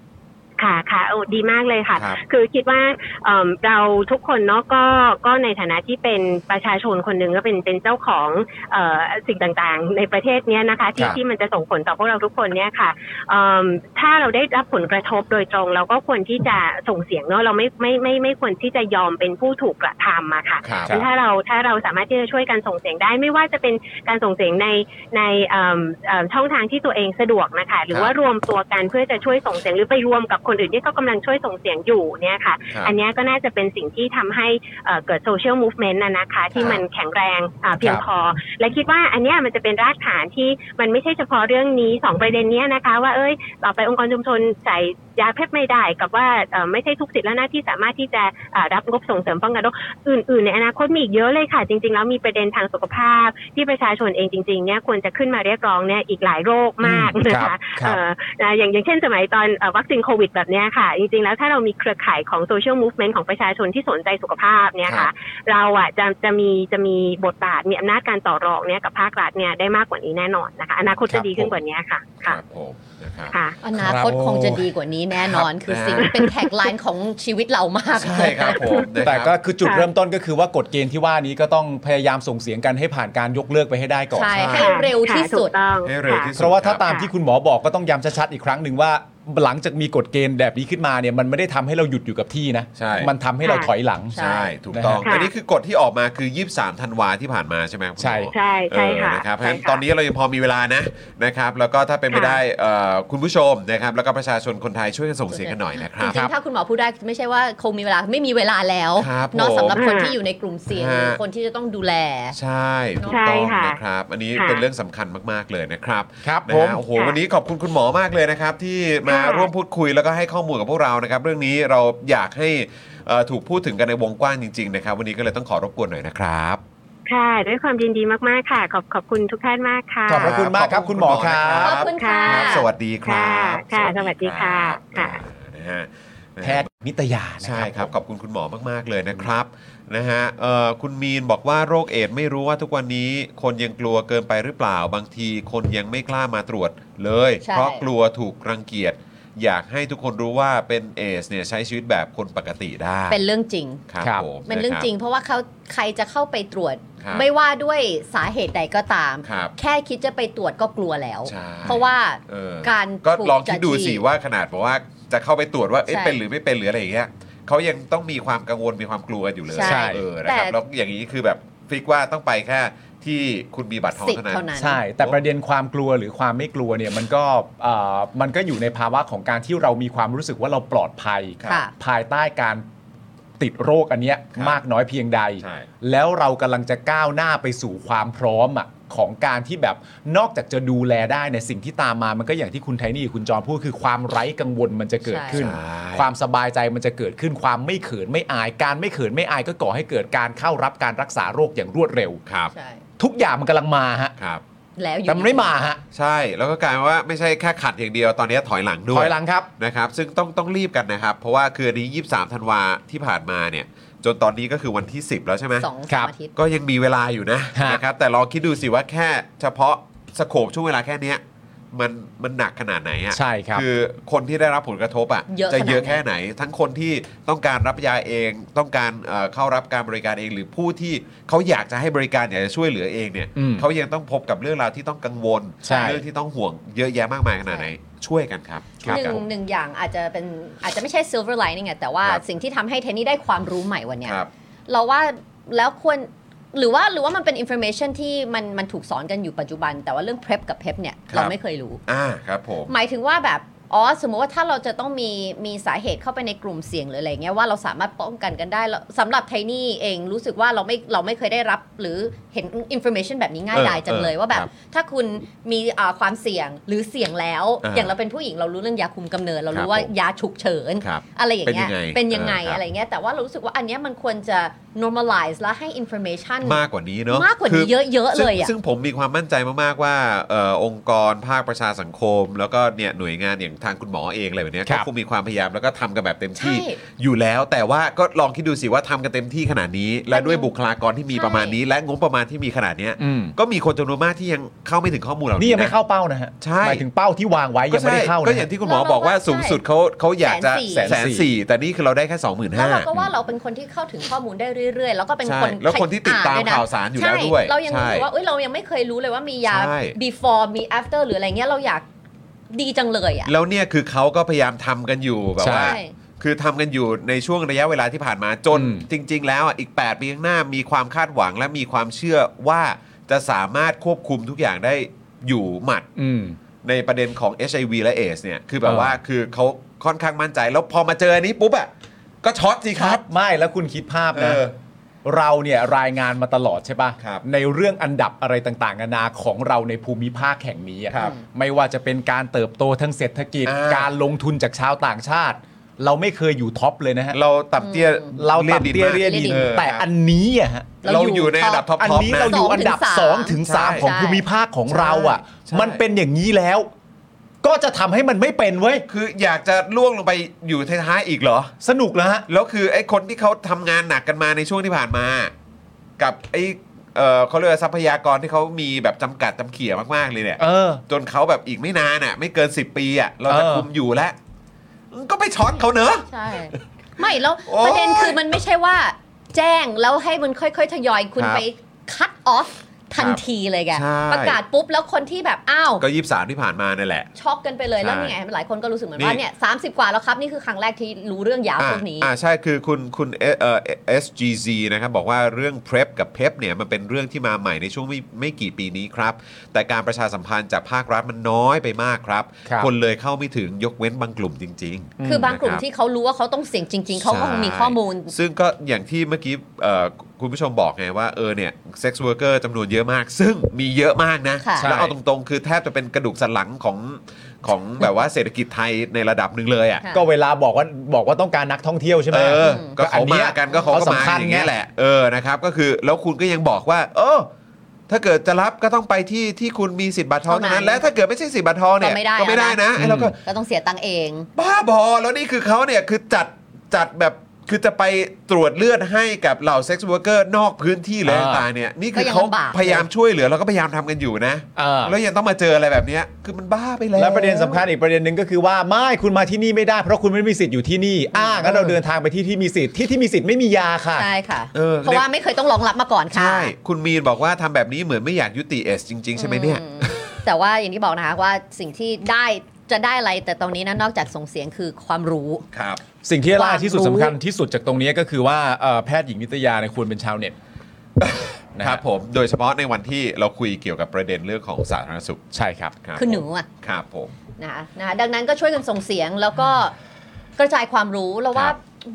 Speaker 9: ค่ะค่ะโอ้ดีมากเลยค่ะ
Speaker 3: ครับ
Speaker 9: คือคิดว่าเอิ่มเราทุกคนเนาะก็ก็ในฐานะที่เป็นประชาชนคนหนึ่งก็เป็นเป็นเจ้าของเออสิ่งต่างๆ ในประเทศเนี้ยนะคะ ที่
Speaker 5: ครับ
Speaker 9: ที่มันจะส่งผลต่อพวกเราทุกคนเนี่ยค่ะเอิ่มถ้าเราได้รับผลกระทบโดยตรง เราก็ควรที่จะส่งเสียงเนาะเราไม่ไม่ไม่ไม่ควรที่จะยอมเป็นผู้ถูกกระทำอะค่ะ
Speaker 3: ครับ
Speaker 9: ซึ่งถ้าเราถ้าเราสามารถที่จะช่วยกันส่งเสียงได้ ไม่ว่าจะเป็นการส่งเสียงในในเอิ่มเอิ่มช่องทางที่ตัวเองสะดวกนะคะ หรือว่ารวมตัวกันเพื่อจะช่วยส่งเสียงหรือไปรวมกับคนอื่นที่เขากำลังช่วยส่งเสียงอยู่เนี่ยค่ะ
Speaker 3: ครับ
Speaker 9: อันเนี้ยก็น่าจะเป็นสิ่งที่ทำให้เอ่อเกิดโซเชียลมูฟเมนต์นะคะ ที่มันแข็งแรงอ่าเพียงพอ และคิดว่าอันเนี้ยมันจะเป็นรากฐานที่มันไม่ใช่เฉพาะเรื่องนี้สองประเด็นเนี้ยนะคะ ว่าเอ้ยต่อไปองค์กรชุมชนใส่ยาเพชรไม่ได้ กับว่าเอ่อไม่ใช่ทุกสิทธิและหน้าที่สามารถที่จะอ่ารับงบส่งเสริมป้องกันโรค อื่นๆ ในอนาคตมีอีกเยอะเลยค่ะ จริง ๆ แล้วมีประเด็นทางสุขภาพ ที่ประชาชนเองจริงๆเนี่ยควรจะขึ้นมาเรียกร้องเนี่ยอีกหลายโรคมากนะ
Speaker 5: ครั
Speaker 9: คะ
Speaker 5: บครับ
Speaker 9: เอ่อนะอย่างอย่างเช่นสมัยตอนเอ่อวัคซีนโควิดแบบเนี้ยค่ะ จริง ๆ แล้วถ้าเรามีเครือข่ายของโซเชียลมูฟเมนต์ของประชาชนที่สนใจสุขภาพเนี่ยค่ะ เราอ่ะจะจะมีจะมีบทบาทมีอำนาจการต่อรองเนี่ยกับภาครัฐเนี่ยได้มากกว่านี้แน่นอนนะคะอนาคต
Speaker 5: ครั
Speaker 9: จะ
Speaker 5: บ
Speaker 9: ดีขึ้นกว่านี้ค่ะ
Speaker 3: ค
Speaker 9: ค่ะ
Speaker 3: รับผมนะครับ
Speaker 9: ค่ะ
Speaker 4: อนาคต
Speaker 5: ครับ
Speaker 4: คงจะดีกว่านี้แน่นอน คือ
Speaker 3: ครับ
Speaker 4: สิ่งที่เป็นแท็กไลน์ของชีวิตเรามาก
Speaker 3: ใช่ครับผมนะครับ
Speaker 5: แต่ก็คือจุด
Speaker 9: ค่ะ
Speaker 5: เริ่มต้นก็คือว่ากฎเกณฑ์ที่ว่านี้ก็ต้องพยายามส่งเสียงกันให้ผ่านการยกเลิกไปให้ได้ก่อน
Speaker 4: ใช่
Speaker 3: ใช่
Speaker 4: ให้เร็วที่สุด
Speaker 9: ค่ะถูกต้อง
Speaker 3: ให้เร็ว
Speaker 9: ค่ะ
Speaker 3: ที่สุด
Speaker 5: เพราะว่าถ้า
Speaker 3: คบ
Speaker 5: ตามที่คุณหมอบอกก็ต้องย้ำชัดๆอีกครั้งหนึ่งว่า หลังจากมีกฎเกณฑ์แบบนี้ขึ้นมาเนี่ยมันไม่ได้ทำให้เราหยุดอยู่กับที่นะ
Speaker 3: ใช่
Speaker 5: มันทำให้เราถอยหลัง
Speaker 4: ใช่
Speaker 3: ใช่ ถูกต้อง
Speaker 9: ค่ะ
Speaker 3: อันนี้คือกฎที่ออกมาคือ 23ธันวาที่ผ่านมาใช่ไหมครับคุณหมอ
Speaker 5: ใช่
Speaker 9: ใช่ใช่
Speaker 3: เอ
Speaker 9: ค่ะ
Speaker 3: อนะครับเพราะ
Speaker 9: ใช่
Speaker 3: ฉะนั้น
Speaker 9: ค่ะ
Speaker 3: ตอนนี้เรายังพอมีเวลานะนะครับ แล้วก็ถ้าเป็นไป
Speaker 9: ค่ะ
Speaker 3: ได้เอ่อคุณผู้ชมนะครับ แล้วก็ประชาชนคนไทยช่วยกันส่งเสียงกันหน่อยนะค
Speaker 4: จ
Speaker 3: รับ
Speaker 4: ริงๆ ถ้าคุณหมอพูดได้ไม่ใช่ว่าคงมีเวลาไม่มีเวลาแล้ว
Speaker 3: ครับ
Speaker 4: เนอก
Speaker 3: ผม
Speaker 4: สำหรับคน
Speaker 9: ฮะ
Speaker 4: ที่อยู่ในกลุ่มเสี่ยง
Speaker 3: ฮะ
Speaker 4: หรือคนที่จะต้องดูแล
Speaker 3: ใช่ถูก
Speaker 9: ใช่
Speaker 3: ต้อง
Speaker 9: ค่ะ
Speaker 3: นะครับ อันนี้
Speaker 9: ค่ะ
Speaker 3: เป็นเรื่องสำคัญมากๆเลยนะครับ
Speaker 5: ครับ
Speaker 3: นะ
Speaker 5: ผม
Speaker 3: ฮะโอ้โห
Speaker 9: ค่ะ
Speaker 3: วันนี้ขอบคุณคุณหมอมากเลยนะครับ ที่มา มาร่วมพูดคุยแล้วก็ให้ข้อมูลกับพวกเรานะครับ เรื่องนี้เราอยากให้เอ่อถูกพูดถึงกันในวงกว้างจริงๆนะครับ วันนี้ก็เลยต้องขอรบกวนหน่อยนะครับ
Speaker 9: ค่ะ ด้วยความยินดีมากๆค่ะ ขอบขอบคุณทุกท่านมากค่ะ
Speaker 5: ขอบพระคุณมากครับคุณหมอครั
Speaker 4: ขอบบ คุณค่ะ
Speaker 3: ครับ สวัสดีครับ
Speaker 9: ค่ะค่ะสวัสดีค่ะ
Speaker 3: อ่านะฮะ
Speaker 5: แพทย์นิตยานะ
Speaker 3: ใช่
Speaker 5: ครับ
Speaker 3: ครับ ขอบคุณคุณหมอมาก ๆ เลยนะครับนะฮะเอ่อคุณมีนบอกว่าโรคเอดส์ไม่รู้ว่าทุกวันนี้คนยังกลัวเกินไปหรือเปล่า บางทีคนยังไม่กล้ามาตรวจเลย
Speaker 4: ใช่
Speaker 3: เพราะกลัวถูกรังเกียจอยากให้ทุกคนรู้ว่าเป็นเอดสเนี่ยใช้ชีวิตแบบคนปกติได้
Speaker 4: เป็นเรื่องจริง
Speaker 3: ครับ
Speaker 5: ครับ
Speaker 3: ผม
Speaker 4: เป็นเรื่อง
Speaker 3: ะคบ
Speaker 4: จริง เพราะว่าเขาใครจะเข้าไปตรวจ
Speaker 3: ครับ
Speaker 4: ไม่ว่าด้วยสาเหตุใดก็ตาม
Speaker 3: ครับ
Speaker 4: แค่คิดจะไปตรวจก็กลัวแล้ว
Speaker 3: ใช่
Speaker 4: เพราะว่า
Speaker 3: เออ
Speaker 4: การ
Speaker 3: ก็ลอง
Speaker 4: ถู
Speaker 3: คิด
Speaker 4: จั
Speaker 3: ดูสิว่าขนาดบอกว่าจะเข้าไปตรวจว่าเอ๊ะ
Speaker 4: ใช่
Speaker 3: เป็นหรือไม่เป็นหรืออะไรอย่างเงี้ยเขายังต้องมีความกังวลมีความกลัวอยู่เลย
Speaker 4: ใช่
Speaker 3: เออนะครับ
Speaker 4: แต่
Speaker 3: แล้วอย่างนี้คือแบบฟิกว่าต้องไปแค่ที่คุณมีบัตรทอง
Speaker 4: สิท
Speaker 3: เท่า
Speaker 4: ธิ์
Speaker 3: นั้
Speaker 4: เท่าน นั้น
Speaker 5: ใช่ แต่ประเด็นความกลัวหรือความไม่กลัวเนี่ยมันก็เอ่อมันก็อยู่ในภาวะของการที่เรามีความรู้สึกว่าเราปลอดภัย
Speaker 4: ค่ะ
Speaker 5: ภายใต้การติดโรคอันเนี้ย
Speaker 3: ครับ
Speaker 5: มากน้อยเพียงใด
Speaker 3: ใช่
Speaker 5: แล้วเรากำลังจะก้าวหน้าไปสู่ความพร้อมอะของการที่แบบนอกจากจะดูแลได้ในยสิ่งที่ตามมามันก็อย่างที่คุณไทนี่คุณจอมพูดคือความไร้กังวลมันจะเกิดขึ้น
Speaker 3: ใช่
Speaker 5: ความสบายใจมันจะเกิดขึ้นความไม่เขินไม่อาย การไม่เขินไม่อายก็ก่อให้เกิดการเข้ารับการรักษาโรคอย่างรวดเร็ว
Speaker 3: ครับ
Speaker 4: ใช่
Speaker 5: ทุกอย่างมันกำลังมาฮะ
Speaker 3: ครับ
Speaker 4: แล้วอยู่
Speaker 5: แต่มันไม่มาฮะ
Speaker 3: ใช่แล้วก็กลายเป็นว่าไม่ใช่แค่ขัดอย่างเดียวตอนนี้ถอยหลังด้วย
Speaker 5: ถอยหลังครับ
Speaker 3: นะครับซึ่งต้องต้องรีบกันนะครับ เพราะว่าคืออันนี้ 23 ธันวาที่ผ่านมาเนี่ย จนตอนนี้ก็คือวันที่ 10 แล้วใช่ไหม
Speaker 4: สอง
Speaker 5: ครั
Speaker 4: สาม
Speaker 5: บ
Speaker 4: อาทิตย์
Speaker 3: ก็ยังมีเวลาอยู่นะ
Speaker 5: ฮะ
Speaker 3: นะครับแต่ลองคิดดูสิว่าแค่เฉพาะสโคบช่วงเวลาแค่เนี้ยมันมันหนักขนาดไหนอะ
Speaker 5: ใช่ครับ
Speaker 3: คือคนที่ได้รับผลกระทบอะ
Speaker 4: เยอะ
Speaker 3: จะเยอะ
Speaker 4: ขนาดไหน
Speaker 3: แค่ไหน ทั้งคนที่ต้องการรับยาเองต้องการเอ่อเข้ารับการบริการเอง หรือผู้ที่เขาอยากจะให้บริการอยากจะช่วยเหลือเองเนี่ย
Speaker 5: อืม
Speaker 3: เขายังต้องพบกับเรื่องราวที่ต้องกังวล
Speaker 5: ใช่
Speaker 3: เรื่องที่ต้องห่วงเยอะแยะมากมายขนาดไหน ช่วยกันครับ
Speaker 4: ห
Speaker 3: ค
Speaker 4: นึ่
Speaker 3: รั
Speaker 4: ง
Speaker 3: บผม
Speaker 4: หนึ่งอย่างอาจจะเป็นอาจจะไม่ใช่ silver lining อะแต่ว่า
Speaker 3: ครับ
Speaker 4: สิ่งที่ทำให้เทนนี่ได้ความรู้ใหม่วันเนี้ย
Speaker 3: ครับ
Speaker 4: เราว่าแล้วควรหรือว่าหรือว่ามันเป็น information ที่มันมันถูกสอนกันอยู่ปัจจุบัน แต่ว่าเรื่อง prep กับ pep เนี่ย
Speaker 3: ครับ
Speaker 4: เราไม่เคยรู้
Speaker 3: อ่าครับผม
Speaker 4: หมายถึงว่าแบบอ๋อสมมติว่าถ้าเราจะต้องมีมีสาเหตุเข้าไปในกลุ่มเสี่ยงหรืออะไรเงี้ยว่าเราสามารถป้องกันกันได้แล้วสำหรับไทนี่เองรู้สึกว่าเราไม่เราไม่เคยได้รับหรือเห็น information แบบนี้ง่ายดายจังเลยว่าแบบ
Speaker 3: ครั
Speaker 4: ถ้าคุณมีอ่าความเสี่ยงหรือเสี่ยงแล้ว
Speaker 3: อ่า
Speaker 4: อย่างเราเป็นผู้หญิงเรารู้เรื่องยาคุมกำเนิด
Speaker 3: ค
Speaker 4: เรา
Speaker 3: รับ
Speaker 4: รู้ว่า
Speaker 3: ผม
Speaker 4: ยาฉุกเฉิน
Speaker 3: ครับ
Speaker 4: อะไรอย่างเงี้ย
Speaker 3: เป็
Speaker 4: เป็น น
Speaker 3: ยั
Speaker 4: ยัง ง
Speaker 3: ไง
Speaker 4: ไง
Speaker 3: เออครับ
Speaker 4: อะไรเงี้ย แต่ว่าเรารู้สึกว่าอันเนี้ยมันควรจะ normalize และให้ information
Speaker 3: มากกว่านี้เนอะ
Speaker 4: มากกว่า
Speaker 3: คื
Speaker 4: นี้เยอะๆเลยอ่ะ
Speaker 3: ซึ่งซึ่งผมมีความมั่นใจมากๆว่าเอ่อองค์กรภาคประชาสังคม แล้วก็เนี่ยหน่วยงานอย่างทางคุณหมอเองอะไรแบบเนี้ย
Speaker 5: ครั
Speaker 3: ก็
Speaker 5: บ
Speaker 3: คงมีความพยายามแล้วก็ทำกันแบบเต็มที่
Speaker 4: ใช่
Speaker 3: อยู่แล้ว แต่ว่าก็ลองคิดดูสิว่าทำกันเต็มที่ขนาดนี้ และด้วยบุคลากรที่มี
Speaker 4: ใช่
Speaker 3: ประมาณนี้ และงบประมาณที่มีขนาดเนี้ย
Speaker 5: อืม
Speaker 3: ก็มีคนจำนวนมากที่ยังเข้าไม่ถึงข้อมูลเหล่านี้
Speaker 5: นี่ยังไม่
Speaker 3: นะ
Speaker 5: เข้าเป้านะฮะ
Speaker 3: ใช่
Speaker 5: หมายถึงเป้าที่วางไว้ยังไม่ได้เข้า
Speaker 3: ก็
Speaker 5: นะ
Speaker 3: อย่า
Speaker 5: ฮะ
Speaker 3: งที่คุณหมอบอกว่าสูงสุดเขาเขาอยากจะ
Speaker 4: แสนสี่
Speaker 3: แสนสี่แต่นี่คือเราได้แค่สองหมื่น
Speaker 4: แล้
Speaker 3: ห้า
Speaker 4: วเราก็ว่าเราเป็นคนที่เข้าถึงข้อมูลได้เรื่อยๆ แล้วก็เป็น
Speaker 3: ใช่
Speaker 4: คน
Speaker 3: แล้วคนที่ติดตาม
Speaker 4: อ่นนะ
Speaker 3: ข่าวสารอยู่แล้วด้วย
Speaker 4: ใช่เรายังรู้สึ
Speaker 3: ใช่
Speaker 4: กว่าเอ้ยเรายังไม่เคยรู้เลยว่ามียา
Speaker 3: ใช่
Speaker 4: before มี after หรืออะไรเงี้ยเราอยากดีจังเลยอ่ะ
Speaker 3: แล้วเนี่ยคือเขาก็พยายามทำกันอยู่แบบ
Speaker 5: ใช่
Speaker 3: ว่า คือทำกันอยู่ในช่วงระยะเวลาที่ผ่านมาจน
Speaker 5: อืม
Speaker 3: จริง ๆ แล้วอ่ะอีก 8 ปีข้างหน้ามีความคาดหวังและมีความเชื่อว่าจะสามารถควบคุมทุกอย่างได้อยู่หมัด
Speaker 5: อืม
Speaker 3: ในประเด็นของ HIV และ AIDS เนี่ยคือแบบ
Speaker 5: อ่า
Speaker 3: ว่าคือเขาค่อนข้างมั่นใจ แล้วพอมาเจออันนี้ปุ๊บอ่ะก็ช็อตสิครับ
Speaker 5: ไม่แล้วคุณคิดภาพนะ
Speaker 3: เออ
Speaker 5: เราเนี่ยรายงานมาตลอดใช่ปะ
Speaker 3: ครับ
Speaker 5: ในเรื่องอันดับอะไรต่างๆนานาของเราในภูมิภาคแห่งนี้อะ
Speaker 3: ครับ
Speaker 5: ไม่ว่าจะเป็นการเติบโตทางเศรษฐกิจ
Speaker 3: อ่า
Speaker 5: การลงทุนจากชาวต่างชาติ เราไม่เคยอยู่ท็อปเลยนะฮะ
Speaker 3: เราตับเตี้ย
Speaker 5: เรา
Speaker 3: รีย
Speaker 5: ต่ำเตี้ย
Speaker 3: มาก
Speaker 5: เรียดิน
Speaker 3: เอ
Speaker 5: แต่
Speaker 3: ครับ
Speaker 5: อันนี้อะฮะ
Speaker 3: เราอยู่ในอันดับท็อป
Speaker 5: อัน
Speaker 3: ๆ
Speaker 5: นี้
Speaker 3: นะ
Speaker 5: เราอยู่อันดับ
Speaker 4: สอง
Speaker 5: 2
Speaker 4: ถึ
Speaker 5: ถึ
Speaker 4: ง
Speaker 5: ง
Speaker 4: สาม
Speaker 5: 3ของ
Speaker 4: ใช่
Speaker 5: ภูมิภาคของเราอ่ะ
Speaker 3: ใช่
Speaker 5: มันเป็นอย่างนี้แล้ว ก็จะทำให้มันไม่เป็นเว้ย
Speaker 3: คืออยากจะล่วงลงไปอยู่ท้ายๆอีกเหรอ
Speaker 5: สนุกแล้วฮะ
Speaker 3: แล้วคือไอ้คนที่เขาทำงานหนักกันมาในช่วงที่ผ่านมา กับไอ้เอ่อเขาเรียกว่าทรัพยากรที่เขามีแบบจำกัดจำเขี่ยมากๆเลยเนี่ย
Speaker 5: เออ
Speaker 3: จนเขาแบบอีกไม่นานอ่ะ ไม่เกิน 10 ปีอ่ะเราจะ
Speaker 5: เออ
Speaker 3: คุมอยู่แล้ว ก็ไปช็อตเขาเนอะ
Speaker 4: ใช่ ไม่แล้ว
Speaker 3: โอ๊ย
Speaker 4: ประเด็นคือมันไม่ใช่ว่า แจ้งแล้วให้มันค่อยๆ ทยอยคุณ
Speaker 3: ครับ
Speaker 4: ไปคัดออฟทันทีเลยแก
Speaker 3: ใช่
Speaker 4: ประกาศปุ๊บแล้วคนที่แบบ อ้าว
Speaker 3: ก็ยีสามที่ผ่านมานั่นแหละ
Speaker 4: ช็อกกันไปเลยแล้ว
Speaker 3: ใช่
Speaker 4: นี่ไงหลายคนก็รู้สึกเหมือน
Speaker 3: นี่
Speaker 4: ว่าเนี่ยสามสิบกว่าแล้วครับ นี่คือครั้งแรกที่รู้เรื่องยาพวกนี้
Speaker 3: อ่าใช่คือคุณคุณเอ่อเอ่อ SGZ นะครับบอกว่าเรื่อง PrEP กับ PEP เนี่ยมันเป็นเรื่องที่มาใหม่ในช่วงไม่ไม่กี่ปีนี้ครับ แต่การประชาสัมพันธ์จากภาครัฐมันน้อยไปมากครับ
Speaker 5: ครับ
Speaker 3: นเลยเข้าไม่ถึงยกเว้นบางกลุ่มจริง ๆ
Speaker 4: คือบางกลุ่ม
Speaker 3: นะครับ
Speaker 4: ที่เขารู้ว่าเขาต้องเสี่ยงจริง ๆ เขาก็คงมีข้อมูล
Speaker 3: ใช่ซึ่งก็อย่างที่เมื่อกี้เอ่อคุณผู้ชมบอกไงว่าเออเนี่ยเซ็กซ์เวิร์กเกอร์จำนวนเยอะมาก ซึ่งมีเยอะมากนะ
Speaker 4: ค่ะ
Speaker 3: แล้วเอาตรงๆ คือแทบจะเป็นกระดูกสันหลังของ ของแบบว่าเศรษฐกิจไทยในระดับหนึ่งเลยอ่ะ
Speaker 4: ค่ะ
Speaker 5: ก็เวลาบอกว่าบอกว่าต้องการนักท่องเที่ยวใช่ไหม
Speaker 3: เออ
Speaker 4: อืม
Speaker 3: ก็เขามากันก็เขาก็
Speaker 5: สำ
Speaker 3: มา
Speaker 5: คัญ
Speaker 3: อย่าง
Speaker 5: ไง
Speaker 3: เงี้ยแหละ เออนะครับก็คือแล้วคุณก็ยังบอกว่า เออถ้าเกิดจะรับก็ต้องไปที่ที่คุณมีสิทธิ์บัตรทองเท่านั้น
Speaker 4: เท่านั้น
Speaker 3: และถ้าเกิดไม่ใช่สิทธิ์บัตรทองเนี่ย
Speaker 4: ก็ไม่ได้
Speaker 3: ก็ไม่ได้
Speaker 4: นะ
Speaker 3: นะไอ้เราก็
Speaker 4: ก็ต้องเสียตังค์เอง
Speaker 3: บ้าบอแล้วนี่คือเขาเนี่ยคือจัดจัดแบบคือจะไปตรวจเลือดให้กับเหล่าเซ็กซ์วอร์เกอร์นอกพื้นที่เลยต่างๆเนี่ยนี่คือเขา
Speaker 4: ก็ยังลำบาก
Speaker 3: พยายามช่วยเหลือแล้วก็พยายามทำกันอยู่นะ
Speaker 5: เออ
Speaker 3: แล้วยังต้องมาเจออะไรแบบเนี้ยคือมันบ้าไปแล้ว
Speaker 5: และประเด็นสำคัญอีกประเด็นหนึ่งก็คือว่าไม่คุณมาที่นี่ไม่ได้เพราะคุณไม่มีสิทธิ์อยู่ที่นี่อ้างั้นเราเดินทางไปที่ที่มีสิทธิ์ที่ที่มีสิทธิ์ไม่มียาค่ะ
Speaker 4: ใช่ค่ะ
Speaker 3: เออ
Speaker 4: เพราะว่าไม่เคยต้องรองรับมาก่อนค่ะ
Speaker 3: ใช่ คุณมีนบอกว่าทำแบบนี้เหมือนไม่อยากยุติเอสจริง ๆ ใช่ไหมเนี่ย
Speaker 4: อืแต่ว่าอย่างที่บอกนะคะว่าสิ่งที่ได้จะได้อะไรแต่ตอนนี้นะนอกจากส่งเสียงคือความรู้
Speaker 3: ครับ
Speaker 5: สิ่งที่ล่าที่สุด
Speaker 4: ความรู้
Speaker 5: สำคัญที่สุดจากตรงนี้ก็คือว่าเอ่อแพทย์หญิงนิตยาเนี่ยควรเป็นชาวเน็ตนะ
Speaker 3: ค
Speaker 5: ฮะ
Speaker 3: รับผมโดยเฉพาะในวันที่เราคุยเกี่ยวกับประเด็นเรื่องของสาธารณสุข
Speaker 5: ใช่ครับ
Speaker 3: รับ
Speaker 4: คือหนูอ่ะ
Speaker 3: ครับผม
Speaker 4: นะคะนะคะดังนั้นก็ช่วยกันส่งเสียงแล้วก็กระจายความรู้เราว่า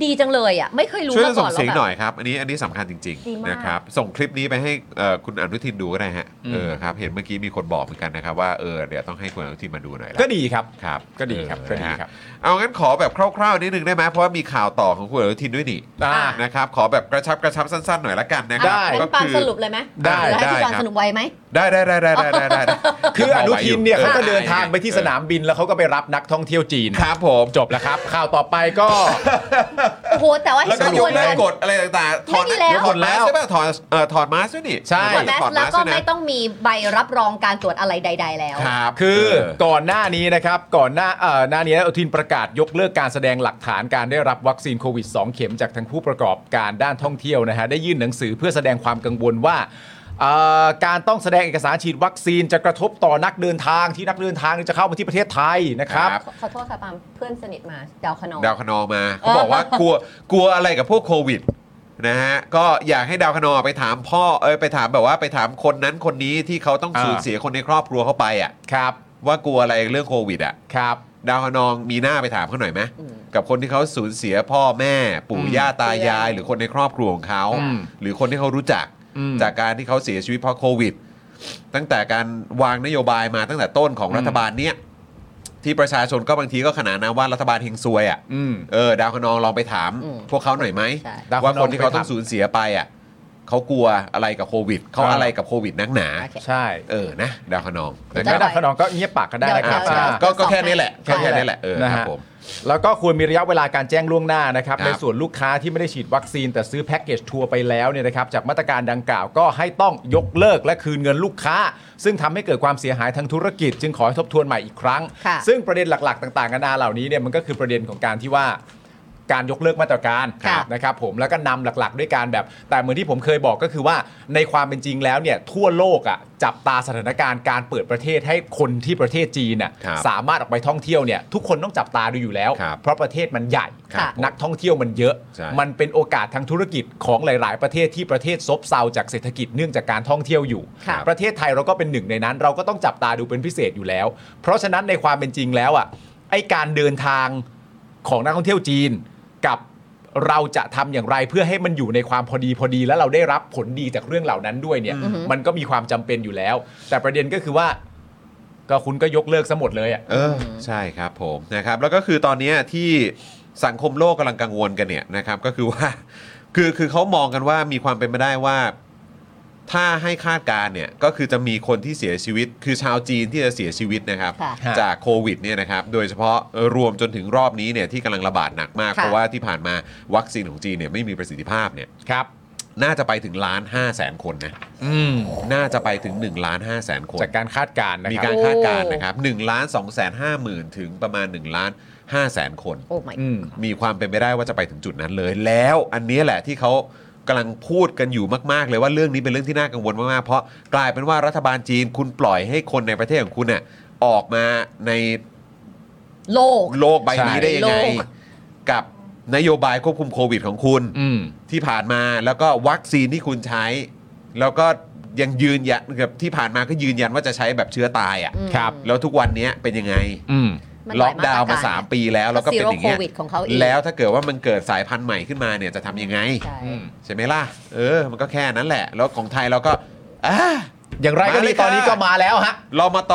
Speaker 4: ดีจังเลยอ่ะไม่เคยรู้
Speaker 3: ช่วยกั
Speaker 4: มาน ก่
Speaker 3: ส่
Speaker 4: อง นแล้
Speaker 3: เสี
Speaker 4: วย
Speaker 3: ง
Speaker 4: แบ
Speaker 3: หน่อบ ยครับอันนี้อันนี้สำคัญจริง
Speaker 4: ดีมาก
Speaker 3: ๆนะครับส่งคลิปนี้ไปให้เอ่อคุณอนุทินดูก็ได้ฮะ
Speaker 5: อืม
Speaker 3: เออครับเห็นเมื่อกี้มีคนบอกเหมือนกันนะครับว่าเออเดี๋ยวต้องให้คุณอนุทินมาดูหน่อยละ
Speaker 5: ก็ดีครับ
Speaker 3: ครับ
Speaker 5: ก็ดีครับ
Speaker 3: เออ
Speaker 5: ก็ดีครับ
Speaker 3: นะฮะเอางั้นขอแบบคร่าวๆนิดนึงได้ไหมเพราะว่ามีข่าวต่อของคุณอนุทินด้วยนี่
Speaker 5: อ่า
Speaker 3: นะครับขอแบบกระชับกระชับสั้นๆหน่อยละกันนะค
Speaker 4: อ่ะ
Speaker 3: รับก็
Speaker 4: งั้น
Speaker 5: ได้
Speaker 4: ปาล์ม
Speaker 3: คือ
Speaker 4: สรุปเลยไหม
Speaker 3: ได้
Speaker 4: หรือให้
Speaker 3: ได้
Speaker 4: พี่จอน
Speaker 3: ครับ
Speaker 4: สรุปไวไหม
Speaker 3: ได้ได้ได้ได้ได้ได้ได้
Speaker 5: คืออนุทินเนี่ย
Speaker 3: อ
Speaker 5: เขา
Speaker 3: อ
Speaker 5: ก็เดินทางไปที่สนามบินแล้วเขาก็ไปรับนักท่องเที่ยวจีน
Speaker 3: ครับผม
Speaker 5: จบแล้วครับ ข่าวต่อไป ก็
Speaker 4: โอ้โห แต่ว่า
Speaker 3: แล้วก็
Speaker 4: เห็น
Speaker 3: ย
Speaker 4: ด้
Speaker 3: ก
Speaker 4: วย
Speaker 3: เลิก
Speaker 4: กัน
Speaker 3: กฎอะไรต่างๆถอด
Speaker 4: ไม่มีแล้ว
Speaker 3: ถอดมาสก์ใช่ป่ะถอดเอ่อถอดมาสก์ด้วยนี่
Speaker 5: ใช่
Speaker 4: ถอดแมส
Speaker 3: ถอด
Speaker 4: ก์
Speaker 3: แล้
Speaker 4: แล้ว ว
Speaker 3: ก็
Speaker 4: ก็
Speaker 3: ไม่ต้
Speaker 4: ไม่
Speaker 3: อง
Speaker 4: ต้องมีใบรับรองการตรวจอะไรใด ๆ แล้ว
Speaker 3: ครับ
Speaker 5: คือ
Speaker 3: เ
Speaker 5: ก่อนหน้านี้นะครับ ก่อนหน้าเอ่อหน้านี้อนุทินประกาศยกเลิกการแสดงหลักฐานการได้รับวัคซีนโควิด 2 เข็มจากทางผู้ประกอบการด้านท่องเที่ยวนะฮะได้ยื่นหนังสือเพื่อแสดงความกังวลว่าเอ่อการต้องแสดงเอกสารฉีดวัคซีนจะกระทบต่อนักเดินทางที่นักเดินทางจะเข้ามาที่ประเทศไทยนะครับ
Speaker 3: ครับ
Speaker 4: ขอโทษค่ะปาล์มเพื่อนสนิทมาดาวขนอง
Speaker 3: ดาวคนองมาเขาบอกว่ากลั วกลัวอะไรกับพวกโควิดนะฮะก็อยากให้ดาวคนองไปถามพ่อเอ้ยไปถามแบบว่าไปถามคนนั้นคนนี้ที่เขาต้องสูญ
Speaker 5: อ่า
Speaker 3: เสียคนในครอบครัวเขาไปอ่ะ
Speaker 5: ครับ
Speaker 3: ว่ากลัวอะไรเรื่องโควิดอ่ะ
Speaker 5: ครับ
Speaker 3: ดาวคนองมีหน้าไปถามเขาหน่อยไหม
Speaker 4: อืม
Speaker 3: กับคนที่เขาสูญเสียพ่อแม่ ปู่
Speaker 5: อืม
Speaker 3: ย่าตายาย
Speaker 4: ใช่
Speaker 3: หรือคนในครอบครัวของเขา
Speaker 5: อืม
Speaker 3: หรือคนที่เขารู้จัก
Speaker 5: อืม
Speaker 3: จากการที่เขาเสียชีวิตเพราะโควิด ตั้งแต่การวางนโยบายมาตั้งแต่ต้นของ
Speaker 5: อืม
Speaker 3: รัฐบาลเนี้ยที่ประชาชนก็บางทีก็ขนานนามว่ารัฐบาลเฮงซวยอ่ะ
Speaker 5: อืม
Speaker 3: เออดาวคนนองลองไปถาม
Speaker 4: อืม
Speaker 3: พวกเขาหน่อยไหม
Speaker 4: ใช่
Speaker 5: ดาวคนนอง
Speaker 3: ว่าคนที่เขา
Speaker 5: ไปถาม
Speaker 3: ต้องสูญเสียไปอ่ะเขากลัวอะไรกับโควิดเขา
Speaker 5: อ่า
Speaker 3: อะไรกับโควิดนักหนา
Speaker 4: โอเค
Speaker 5: ใช่
Speaker 3: เออนะดาวคนนอง
Speaker 5: แต่ก็
Speaker 4: ได้
Speaker 5: ดับขนองก็เงียบปากก็ได้
Speaker 4: เดี๋ยว
Speaker 5: นะครับ
Speaker 4: เดี๋ยว
Speaker 5: อ่า
Speaker 3: ก็ก็แค่นี้แหละแค่แค่นี้แหละเออ
Speaker 5: นะครับ ฮะ
Speaker 3: ผม
Speaker 5: แล้วก็ควรมีระยะเวลาการแจ้งล่วงหน้านะครับ
Speaker 3: ครับ
Speaker 5: ในส่วนลูกค้าที่ไม่ได้ฉีดวัคซีนแต่ซื้อแพ็กเกจทัวร์ไปแล้วเนี่ยนะครับ จากมาตรการดังกล่าวก็ให้ต้องยกเลิกและคืนเงินลูกค้า ซึ่งทำให้เกิดความเสียหายทางธุรกิจ จึงขอให้ทบทวนใหม่อีกครั้ง
Speaker 4: ค่ะ
Speaker 5: ซึ่งประเด็นหลักๆ ต่างๆกันานาเหล่านี้เนี่ยมันก็คือประเด็นของการที่ว่า การยกเลิกมาตรการ
Speaker 4: ค่ะ
Speaker 5: นะครับผมแล้วก็นำหลักๆ ด้วยการแบบ แต่เหมือนที่ผมเคยบอกก็คือว่าในความเป็นจริงแล้วเนี่ยทั่วโลกอ่ะจับตาสถานการณ์การเปิดประเทศให้คนที่ประเทศจีนน่ะ
Speaker 3: ครับ
Speaker 5: สามารถออกไปท่องเที่ยวเนี่ยทุกคนต้องจับตาดูอยู่แล้ว
Speaker 3: ครับ
Speaker 5: เพราะประเทศมันใหญ่
Speaker 4: ครับ
Speaker 5: นักท่องเที่ยวมันเยอะ
Speaker 3: ใช่
Speaker 5: มันเป็นโอกาสทางธุรกิจของหลาย ๆ ประเทศที่ประเทศซบเซาจากเศรษฐกิจเนื่องจากการท่องเที่ยวอยู่
Speaker 4: ค่ะ
Speaker 5: ประเทศไทยเราก็เป็นหนึ่งในนั้น เราก็ต้องจับตาดูเป็นพิเศษอยู่แล้ว เพราะฉะนั้นในความเป็นจริงแล้วอ่ะไอการเดินทางของนักท่องเที่ยวจีนกับเราจะทำอย่างไรเพื่อให้มันอยู่ในความพอดีพอดี แล้วเราได้รับผลดีจากเรื่องเหล่านั้นด้วยเนี่ย
Speaker 4: อือหือ
Speaker 5: มันก็มีความจำเป็นอยู่แล้ว แต่ประเด็นก็คือว่า ก็คุณก็ยกเลิกซะหมดเลยอ่ะ
Speaker 3: เออใช่ครับผมนะครับแล้วก็คือตอนเนี้ยที่สังคมโลกกำลังกังวลกันเนี่ยนะครับก็คือว่า คือคือเขามองกันว่ามีความเป็นไปได้ว่า ถ้าให้คาดการณ์เนี่ยก็คือจะมีคนที่เสียชีวิต คือชาวจีนที่จะเสียชีวิตนะครับ
Speaker 4: ค่ะ
Speaker 3: จากโควิดเนี่ยนะครับโดยเฉพาะเอ่อรวมจนถึงรอบนี้เนี่ยที่กำลังระบาดหนักมาก
Speaker 4: ค่ะ
Speaker 3: เพราะว่าที่ผ่านมาวัคซีนของจีนเนี่ยไม่มีประสิทธิภาพเนี่ย
Speaker 5: ครับ
Speaker 3: น่าจะไปถึงล้านห้าแสนคนนะ
Speaker 5: อืม
Speaker 3: น่าจะไปถึง1นึ่งล้านห้าแสนคน
Speaker 5: จากการคาดการณ์นะ
Speaker 3: มี
Speaker 5: ครั
Speaker 3: กา
Speaker 5: บ
Speaker 3: รคาดการณ์นะครับ1ล้าน2แสน5หมื่นถึงประมาณ1ล้าน5แสนคน
Speaker 4: โอ้ my
Speaker 5: อืม
Speaker 3: มีความเป็นไปได้ว่าจะไปถึงจุดนั้นเลย แล้วอันนี้แหละที่เขากำลังพูดกันอยู่มาก ๆ เลยว่าเรื่องนี้เป็นเรื่องที่น่ากังวลมาก ๆ เพราะกลายเป็นว่ารัฐบาลจีนคุณปล่อยให้คนในประเทศของคุณเนี่ยออกมาใน
Speaker 4: โลก
Speaker 3: โลกใบนี้
Speaker 5: ใช่
Speaker 3: ได้ยังไง
Speaker 4: โลก
Speaker 3: กับนโยบายควบคุมโควิดของคุณ
Speaker 5: อืม
Speaker 3: ที่ผ่านมาแล้วก็วัคซีนที่คุณใช้ แล้วก็ยังยืนยันกับที่ผ่านมาก็ยืนยันว่าจะใช้แบบเชื้อตาย
Speaker 4: อืม
Speaker 3: อะ่ะ
Speaker 5: ครับ
Speaker 3: แล้วทุกวันเนี้ยเป็นยังไง
Speaker 5: อืม
Speaker 4: มัน
Speaker 3: ล็อกดาวน์มา
Speaker 4: หลยรกร
Speaker 3: 3 ปีแล้วแล้วก็เป็นอย่างเงี้ย
Speaker 4: ก็ zero covid ของเขาอีก
Speaker 3: แล้วถ้าเกิดว่ามันเกิดสายพันธุ์ใหม่ขึ้นมาเนี่ยจะทำยังไง
Speaker 4: ใช่
Speaker 5: อืม
Speaker 3: ใช่ไหมล่ะ เออ มันก็แค่นั้นแหละ แล้วของไทยเราก็อ่า
Speaker 5: อย่างไรก็ดี
Speaker 3: มาเลยค่ะ
Speaker 5: ตอนนี้ก็มาแล้วฮะ
Speaker 3: รมต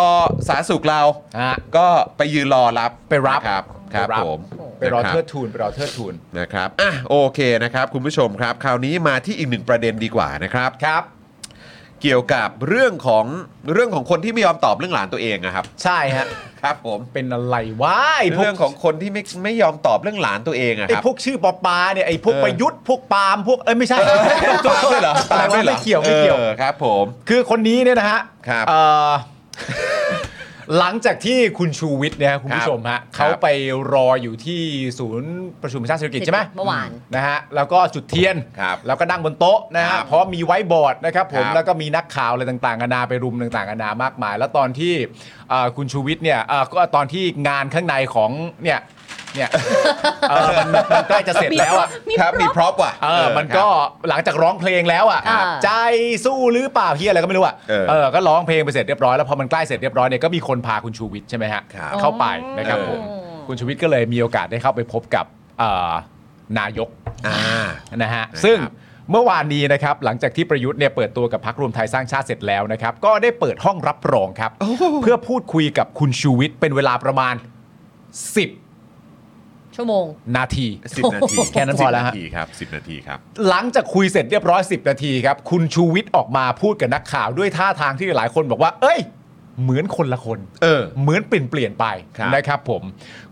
Speaker 3: สาธารณสุขเรา
Speaker 5: อ่ะ
Speaker 3: ก็ไปยืนรอรับ
Speaker 5: ไปรับ
Speaker 3: นะครับครับ
Speaker 5: ไปรับ
Speaker 3: ผม
Speaker 5: ไปรอ
Speaker 3: นะคบ
Speaker 5: เทิดทูนไปรอเทิดทูน
Speaker 3: นะครับ อ่ะ โอเคนะครับ คุณผู้ชมครับ คราวนี้มาที่อีกหนึ่งประเด็นดีกว่านะครับ
Speaker 5: ครับ
Speaker 3: เกี่ยวกับเรื่องของเรื่องของคนที่ไม่ยอมตอบเรื่องหลานตัวเองนะครับ
Speaker 5: ใช่ฮะ
Speaker 3: ครับผม
Speaker 5: เป็นอะไรวะไอ้พวก
Speaker 3: เรื่องของคนที่ไม่ไม่ยอมตอบเรื่องหลานตัวเองอะค
Speaker 5: ไอ้
Speaker 3: รับ
Speaker 5: พวกชื่อปอปาเนี่ยไอ้พวก
Speaker 3: เออ
Speaker 5: ประยุทธ์พวกปาล์มพวกเอ้ยไม่ใช่
Speaker 3: ตามด้วยเหรอ
Speaker 5: อะไรวะไม่เกี่ยวไม่เกี่ยว
Speaker 3: ออครับผม
Speaker 5: คือคนนี้เนี่ยนะฮะ
Speaker 3: ครับ
Speaker 5: เอ่อ หลังจากที่คุณชูวิทย์เนี่ยฮะคุณ
Speaker 3: ครับ
Speaker 5: ผู้ชมฮะ
Speaker 3: ครับ
Speaker 5: เขาไปรออยู่ที่ศูนย์ประชุมแห่งชาติเศรษฐกิจใช่ไหม
Speaker 4: เมื่อวาน
Speaker 5: นะฮะแล้วก็จุดเทียน
Speaker 3: ครับ
Speaker 5: แล้วก็นั่งบนโต๊ะนะ
Speaker 3: ครั
Speaker 5: ฮะ
Speaker 3: บ
Speaker 5: เพราะมีไว้บอร์ดนะครับผม
Speaker 3: ครับ
Speaker 5: แล้วก็มีนักข่าวอะไรต่างๆนานาไปรุมต่างๆนานามากมาย แล้วตอนที่เอ่อคุณชูวิทย์เนี่ยเอ่อก็ตอนที่งานข้างในของเนี่ยเนี่ยเอ่อมันมันใกล้จะเสร็จแล้วอะ
Speaker 4: มี
Speaker 3: ครับ
Speaker 4: พร็อพ
Speaker 3: มีพร็อพว่ะ
Speaker 5: เอ
Speaker 3: เอ
Speaker 5: อ
Speaker 3: อ
Speaker 5: มันก็
Speaker 3: ครับ
Speaker 5: หลังจากร้องเพลงแล้วอ่ะ
Speaker 4: ครับ
Speaker 5: ใจสู้หรือเปล่าเฮียอะไรก็ไม่รู้อ่ะ
Speaker 3: เออ
Speaker 5: เออ ก็ร้องเพลงไปเสร็จเรียบร้อยแล้วพอมันใกล้เสร็จเรียบร้อยเนี่ยก็มีคนพาคุณชูวิทย์ใช่ไหมฮะ
Speaker 3: ครับ
Speaker 5: เข้าไปนะครับผม
Speaker 4: เออ
Speaker 5: คุณชูวิทย์ก็เลยมีโอกาสได้เข้าไปพบกับเอ่อนายก
Speaker 3: อ่า
Speaker 5: นะฮะ
Speaker 3: นะครับ
Speaker 5: ซึ่งเมื่อวานนี้นะครับหลังจากที่ประยุทธ์เนี่ยเปิดตัวกับพักรวมไทยสร้างชาติเสร็จแล้วนะครับ ก็ได้เปิดห้องรับรองครับ เพื่อพูดคุยกับคุณชูวิทย์เป็นเวลาประมาณ 10
Speaker 4: ชั่วโมง
Speaker 5: นาที
Speaker 3: สิบนาที
Speaker 5: แค่นั้นพอแล้วฮะ
Speaker 3: สิบนาทีครับสิบนาทีครับ
Speaker 5: หลังจากคุยเสร็จเรียบร้อย 10 นาทีครับ คุณชูวิทย์ออกมาพูดกับนักข่าวด้วยท่าทางที่หลายคนบอกว่า เอ้ย เหมือนคนละคน
Speaker 3: เออ
Speaker 5: เหมือนเปลี่ยนเปลี่ยนไป
Speaker 3: ครับ
Speaker 5: นะครับผม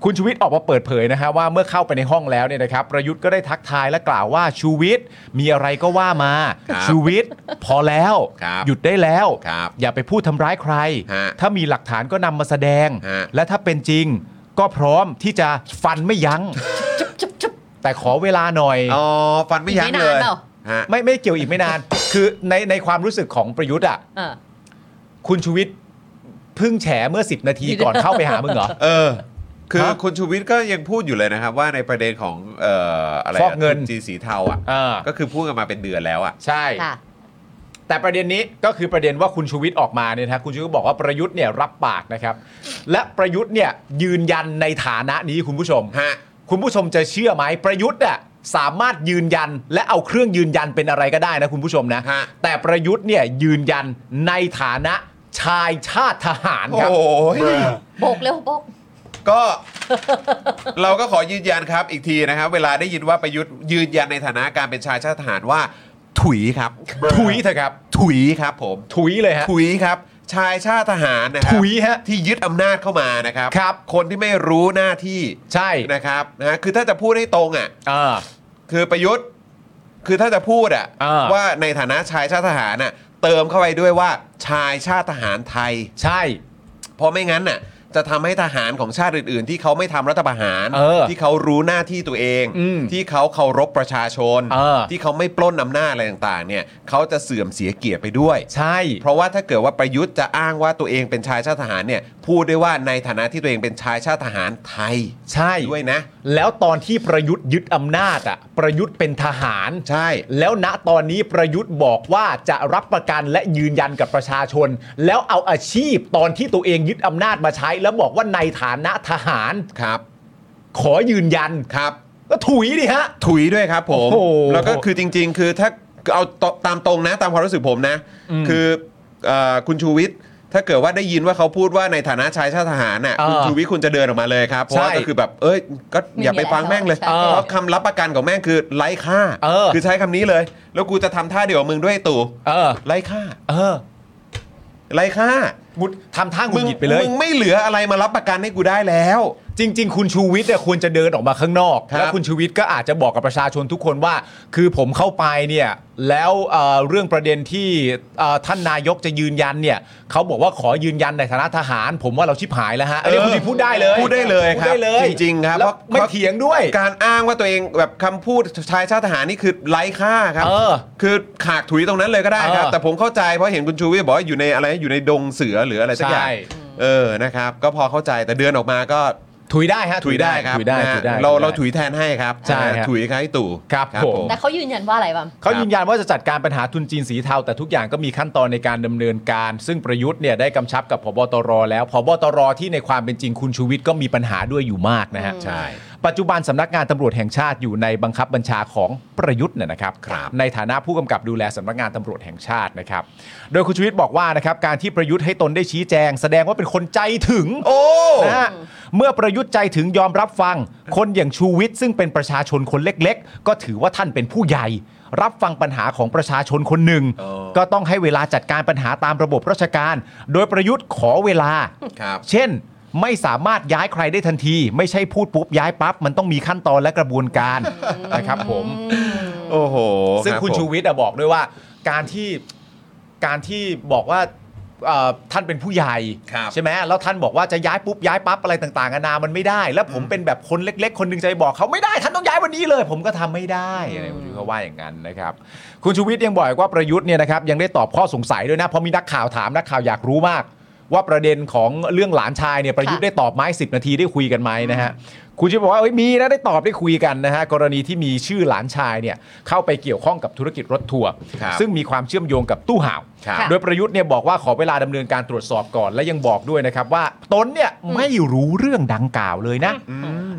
Speaker 5: คุณชูวิทย์ออกมาเปิดเผยนะฮะว่าเมื่อเข้าไปในห้องแล้วเนี่ยนะครับประยุทธ์ก็ได้ทักทายและกล่าวว่าชูวิทย์มีอะไรก็ว่ามา
Speaker 3: ครับ
Speaker 5: ชูวิทย์พอแล้ว
Speaker 3: ครับ
Speaker 5: หยุดได้แล้ว
Speaker 3: ครับ
Speaker 5: อย่าไปพูดทำร้ายใคร
Speaker 3: ฮะ
Speaker 5: ถ้ามีหลักฐานก็นำมาแสดง
Speaker 3: ฮะ
Speaker 5: และถ้าเป็นจริงก็พร้อมที่จะฟันไม่ยั้ง
Speaker 4: จุ๊บจุ๊บจุ๊บ
Speaker 5: แต่ขอเวลาหน่อย
Speaker 3: อ๋อฟันไม่ยั้ง
Speaker 4: ไม่นาน
Speaker 3: เลย
Speaker 4: เปล่า
Speaker 3: ฮะ
Speaker 5: ไม่ไม่เกี่ยวอีกไม่นาน คือในในความรู้สึกของประยุทธ์อ่ะ
Speaker 4: เออ
Speaker 5: คุณชูวิทย์เพิ่งแฉเมื่อ 10 นาทีก่อนเข้าไปหามึงเหรอ
Speaker 3: เออ คือ
Speaker 5: ฮะ
Speaker 3: คุณชูวิทย์ก็ยังพูดอยู่เลยนะครับ ว่าในประเด็นของเอ่ออะไระ
Speaker 5: ฟอกเงิน
Speaker 3: ทุจีสีเทาอ่ะ
Speaker 5: อ่า
Speaker 3: ก็คือพูดกันมาเป็นเดือนแล้วอ่ะ
Speaker 5: ใช่
Speaker 4: ค่ะ
Speaker 5: แต่ประเด็นนี้ก็คือประเด็นว่าคุณชูวิทย์ออกมาเนี่ยนะคุณชูวิทย์ก็บอกว่าประยุทธ์เนี่ยรับปากนะครับ และประยุทธ์เนี่ยยืนยันในฐานะนี้คุณผู้ชม
Speaker 3: ฮะ
Speaker 5: คุณผู้ชมจะเชื่อไหมประยุทธ์อ่ะสามารถยืนยันและเอาเครื่องยืนยันเป็นอะไรก็ได้นะคุณผู้ชมนะ
Speaker 3: ฮะ
Speaker 5: แต่ประยุทธ์เนี่ยยืนยันในฐานะชายชาติทหารครับ
Speaker 3: โอ้ย
Speaker 4: โบกเร็วโบก
Speaker 3: ก็ เราก็ขอยืนยันครับอีกทีนะครับ เวลาได้ยินว่าประยุทธ์ยืนยันในฐานะการเป็นชายชาติทหารว่า ถุยครับ
Speaker 5: ถุยเถอะครับ
Speaker 3: ถุยครับ ผม
Speaker 5: ถุยเลยฮะ
Speaker 3: ถุยครับ ชายชาติทหารนะครั
Speaker 5: ถุยฮะ
Speaker 3: ที่ยึดอำนาจเข้ามานะครับ
Speaker 5: ครับ
Speaker 3: คนที่ไม่รู้หน้าที่
Speaker 5: ใช่
Speaker 3: นะครับนะฮะคือถ้าจะพูดให้ตรงอ่ะ
Speaker 5: อ่า
Speaker 3: คือประยุทธ์ คือถ้าจะพูดอะ
Speaker 5: อ่า
Speaker 3: ว่าในฐานะชายชาติทหารน่ะเติมเข้าไปด้วยว่าชายชาติทหารไทย
Speaker 5: ใช่
Speaker 3: เพราะไม่งั้นน่ะจะทำให้ทหารของชาติอื่น ๆ ที่เขาไม่ทำรัฐประหาร
Speaker 5: เออ
Speaker 3: ที่เขารู้หน้าที่ตัวเอง
Speaker 5: อืม
Speaker 3: ที่เขาเคารพประชาชน
Speaker 5: เออ
Speaker 3: ที่เขาไม่ปล้นอำนาจอะไรต่าง ๆ เนี่ยเขาจะเสื่อมเสียเกียรติไปด้วย
Speaker 5: ใช่
Speaker 3: เพราะว่าถ้าเกิดว่าประยุทธ์จะอ้างว่าตัวเองเป็นชายชาติทหารเนี่ยพูดด้วยว่าในฐานะที่ตัวเองเป็นชายชาติทหารไทย
Speaker 5: ใช่
Speaker 3: ด้วยนะ
Speaker 5: แล้วตอนที่ประยุทธ์ยึดอำนาจอ่ะประยุทธ์เป็นทหาร
Speaker 3: ใช่
Speaker 5: แล้วณตอนนี้ประยุทธ์บอกว่าจะรับประกันและยืนยันกับประชาชน แล้วเอาอาชีพตอนที่ตัวเองยึดอำนาจมาใช้ แล้วบอกว่าในฐานะทหาร
Speaker 3: ครับ
Speaker 5: ขอยืนยัน
Speaker 3: ครับ
Speaker 5: ก็ถุยดิฮะ
Speaker 3: ถุยด้วยครับผม
Speaker 5: โอ้โห
Speaker 3: แล้วก็คือจริง ๆ คือถ้าเอาตตามตรงนะตามความรู้สึกผมนะ
Speaker 5: อืม
Speaker 3: คือเอ่อคุณชูวิทย์ถ้าเกิดว่าได้ยินว่าเขาพูดว่าในฐานะชายชาติทหารน่ะ
Speaker 5: เออ
Speaker 3: คุณชูวิทย์คุณจะเดินออกมาเลยครับเพราะว่า
Speaker 5: ใช่
Speaker 3: ก็คือแบบเอ้ยก็อย่าไปฟังแม่งเลย
Speaker 4: เออ
Speaker 3: เพราะคำรับประกันของแม่งคือไร้ค่า
Speaker 5: เออ
Speaker 3: คือใช้คำนี้เลย แล้วกูจะทำท่าเดียวกับมึงด้วยตู่
Speaker 5: เออ
Speaker 3: ไร้ค่า
Speaker 5: เออ
Speaker 3: ไร้ค่า
Speaker 5: มุดทำท่างุ
Speaker 3: มึ
Speaker 5: ด
Speaker 3: ง
Speaker 5: หงิดไปเลย
Speaker 3: มึงไม่เหลืออะไรมารับประกันให้กูได้แล้ว
Speaker 5: จริง ๆ คุณชูวิทย์เนี่ยควรจะเดินออกมาข้างนอก
Speaker 3: ครับ
Speaker 5: แล้วคุณชูวิทย์ก็อาจจะบอกกับประชาชนทุกคนว่า คือผมเข้าไปเนี่ยแล้วเอ่อเรื่องประเด็นที่เอ่อท่านนายกจะยืนยันเนี่ยเขาบอกว่าขอยืนยันในฐานะทหาร ผมว่าเราชิบหายแล้วฮะอันนี้
Speaker 3: เออ
Speaker 5: คุณชูวิทย์พูดได้เลย
Speaker 3: พูดได้เลย
Speaker 5: พูด
Speaker 3: ค
Speaker 5: ได้
Speaker 3: รับ
Speaker 5: เลย
Speaker 3: จริงๆครับ
Speaker 5: แล้ว
Speaker 3: เพราะ
Speaker 5: ไม่เถียงด้วย
Speaker 3: การอ้างว่าตัวเองแบบคำพูดชายชาติทหารนี่คือไร้ค่าครับ
Speaker 5: เออ
Speaker 3: คือขากถุยตรงนั้นเลยก็ได้ครับ
Speaker 5: เออ
Speaker 3: แต่ผมเข้าใจเพราะเห็นคุณชูวิทย์บอกว่าอยู่ในอะไรอยู่ในดงเสือหรืออะไรสักอย่าง
Speaker 5: ใช่
Speaker 3: เออนะครับ ก็พอเข้าใจแต่เดือนออกมาก็
Speaker 5: ถุยได้ฮะ
Speaker 3: ถุยได้ครับ
Speaker 5: ถุยได้
Speaker 3: นะฮะ
Speaker 5: ถุยได้
Speaker 3: เราเราถุยแทนให้ครับ
Speaker 5: ใช่
Speaker 3: นะ
Speaker 5: ครั
Speaker 3: ฮะ
Speaker 5: บ
Speaker 3: ถุยครับให้ตู่
Speaker 5: ครับผม
Speaker 4: แต่เขายืนยันว่าอะไรบ้าง
Speaker 5: เขายืนยันว่าจะจัดการปัญหาทุนจีนสีเทาแต่ทุกอย่างก็มีขั้นตอนในการดำเนินการ ซึ่งประยุทธ์เนี่ยได้กำชับกับพบตรแล้วพบตรที่ในความเป็นจริงคุณชูวิทย์ก็มีปัญหาด้วยอยู่มากนะฮะ
Speaker 4: อืม
Speaker 3: ใช่
Speaker 5: ปัจจุบันสำนักงานตำรวจแห่งชาติอยู่ในบังคับบัญชาของประยุทธ์เนี่ยนะครับ
Speaker 3: ครับ
Speaker 5: ในฐานะผู้กำกับดูแลสำนักงานตำรวจแห่งชาตินะครับ โดยคุณชูวิทย์บอกว่านะครับการที่ประยุทธ์ให้ตนได้ชี้แจง แสดงว่าเป็นคนใจถึง
Speaker 3: โอ้
Speaker 5: นะฮะเมื่อประยุทธ์ใจถึงยอมรับฟัง คนอย่างชูวิทย์ซึ่งเป็นประชาชนคนเล็กๆ ก็ถือว่าท่านเป็นผู้ใหญ่ รับฟังปัญหาของประชาชนคนหนึ่ง
Speaker 3: อ๋อ
Speaker 5: ก็ต้องให้เวลาจัดการปัญหาตามระบบราชการ โดยประยุทธ์ขอเวลา
Speaker 3: ครับ
Speaker 5: เช่น ไม่สามารถย้ายใครได้ทันที ไม่ใช่พูดปุ๊บย้ายปั๊บ มันต้องมีขั้นตอนและกระบวนการนะครับผม
Speaker 3: โอ้โห
Speaker 5: ซึ่ง
Speaker 3: รับ
Speaker 5: คุณ
Speaker 3: ผม
Speaker 5: ชูวิทย์อะบอกด้วยว่า การที่การที่บอกว่าเอ่อท่านเป็นผู้ใหญ่
Speaker 3: ครับ
Speaker 5: ใช่ไหมแล้วท่านบอกว่าจะย้ายปุ๊บย้ายปั๊บอะไรต่างๆนานามันไม่ได้ แล้วผมเป็นแบบคนเล็ก ๆ คนหนึ่งจะไปบอกเขาไม่ได้ท่านต้องย้ายวันนี้เลย ผมก็ทำไม่ได้อะไรคุณชูวิทย์เขาว่าอย่างนั้นนะครับ คุณชูวิทย์ยังบอกอีกว่าประยุทธ์เนี่ยนะครับยังได้ตอบข้อสงสัยด้วยนะเพราะมีนักข่าวถามนักข่าวอยากรู้มาก ว่าประเด็นของเรื่องหลานชายเนี่ยประยุทธ์ได้ตอบไหม10 นาทีได้คุยกันไหมนะฮะคุณชูวิทย์บอกว่าเอ้ยมีนะได้ตอบได้คุยกันนะฮะกรณีที่มีชื่อหลานชายเนี่ยเข้าไปเกี่ยวข้องกับธุรกิจรถทัวร์
Speaker 3: ครับ
Speaker 5: ซึ่งมีความเชื่อมโยงกับตู้ห่าว
Speaker 3: ครับ
Speaker 4: ค่ะ
Speaker 5: โดยประยุทธ์เนี่ยบอกว่าขอเวลาดำเนินการตรวจสอบก่อน และยังบอกด้วยนะครับว่าตนเนี่ยไม่รู้เรื่องดังกล่าวเลยนะ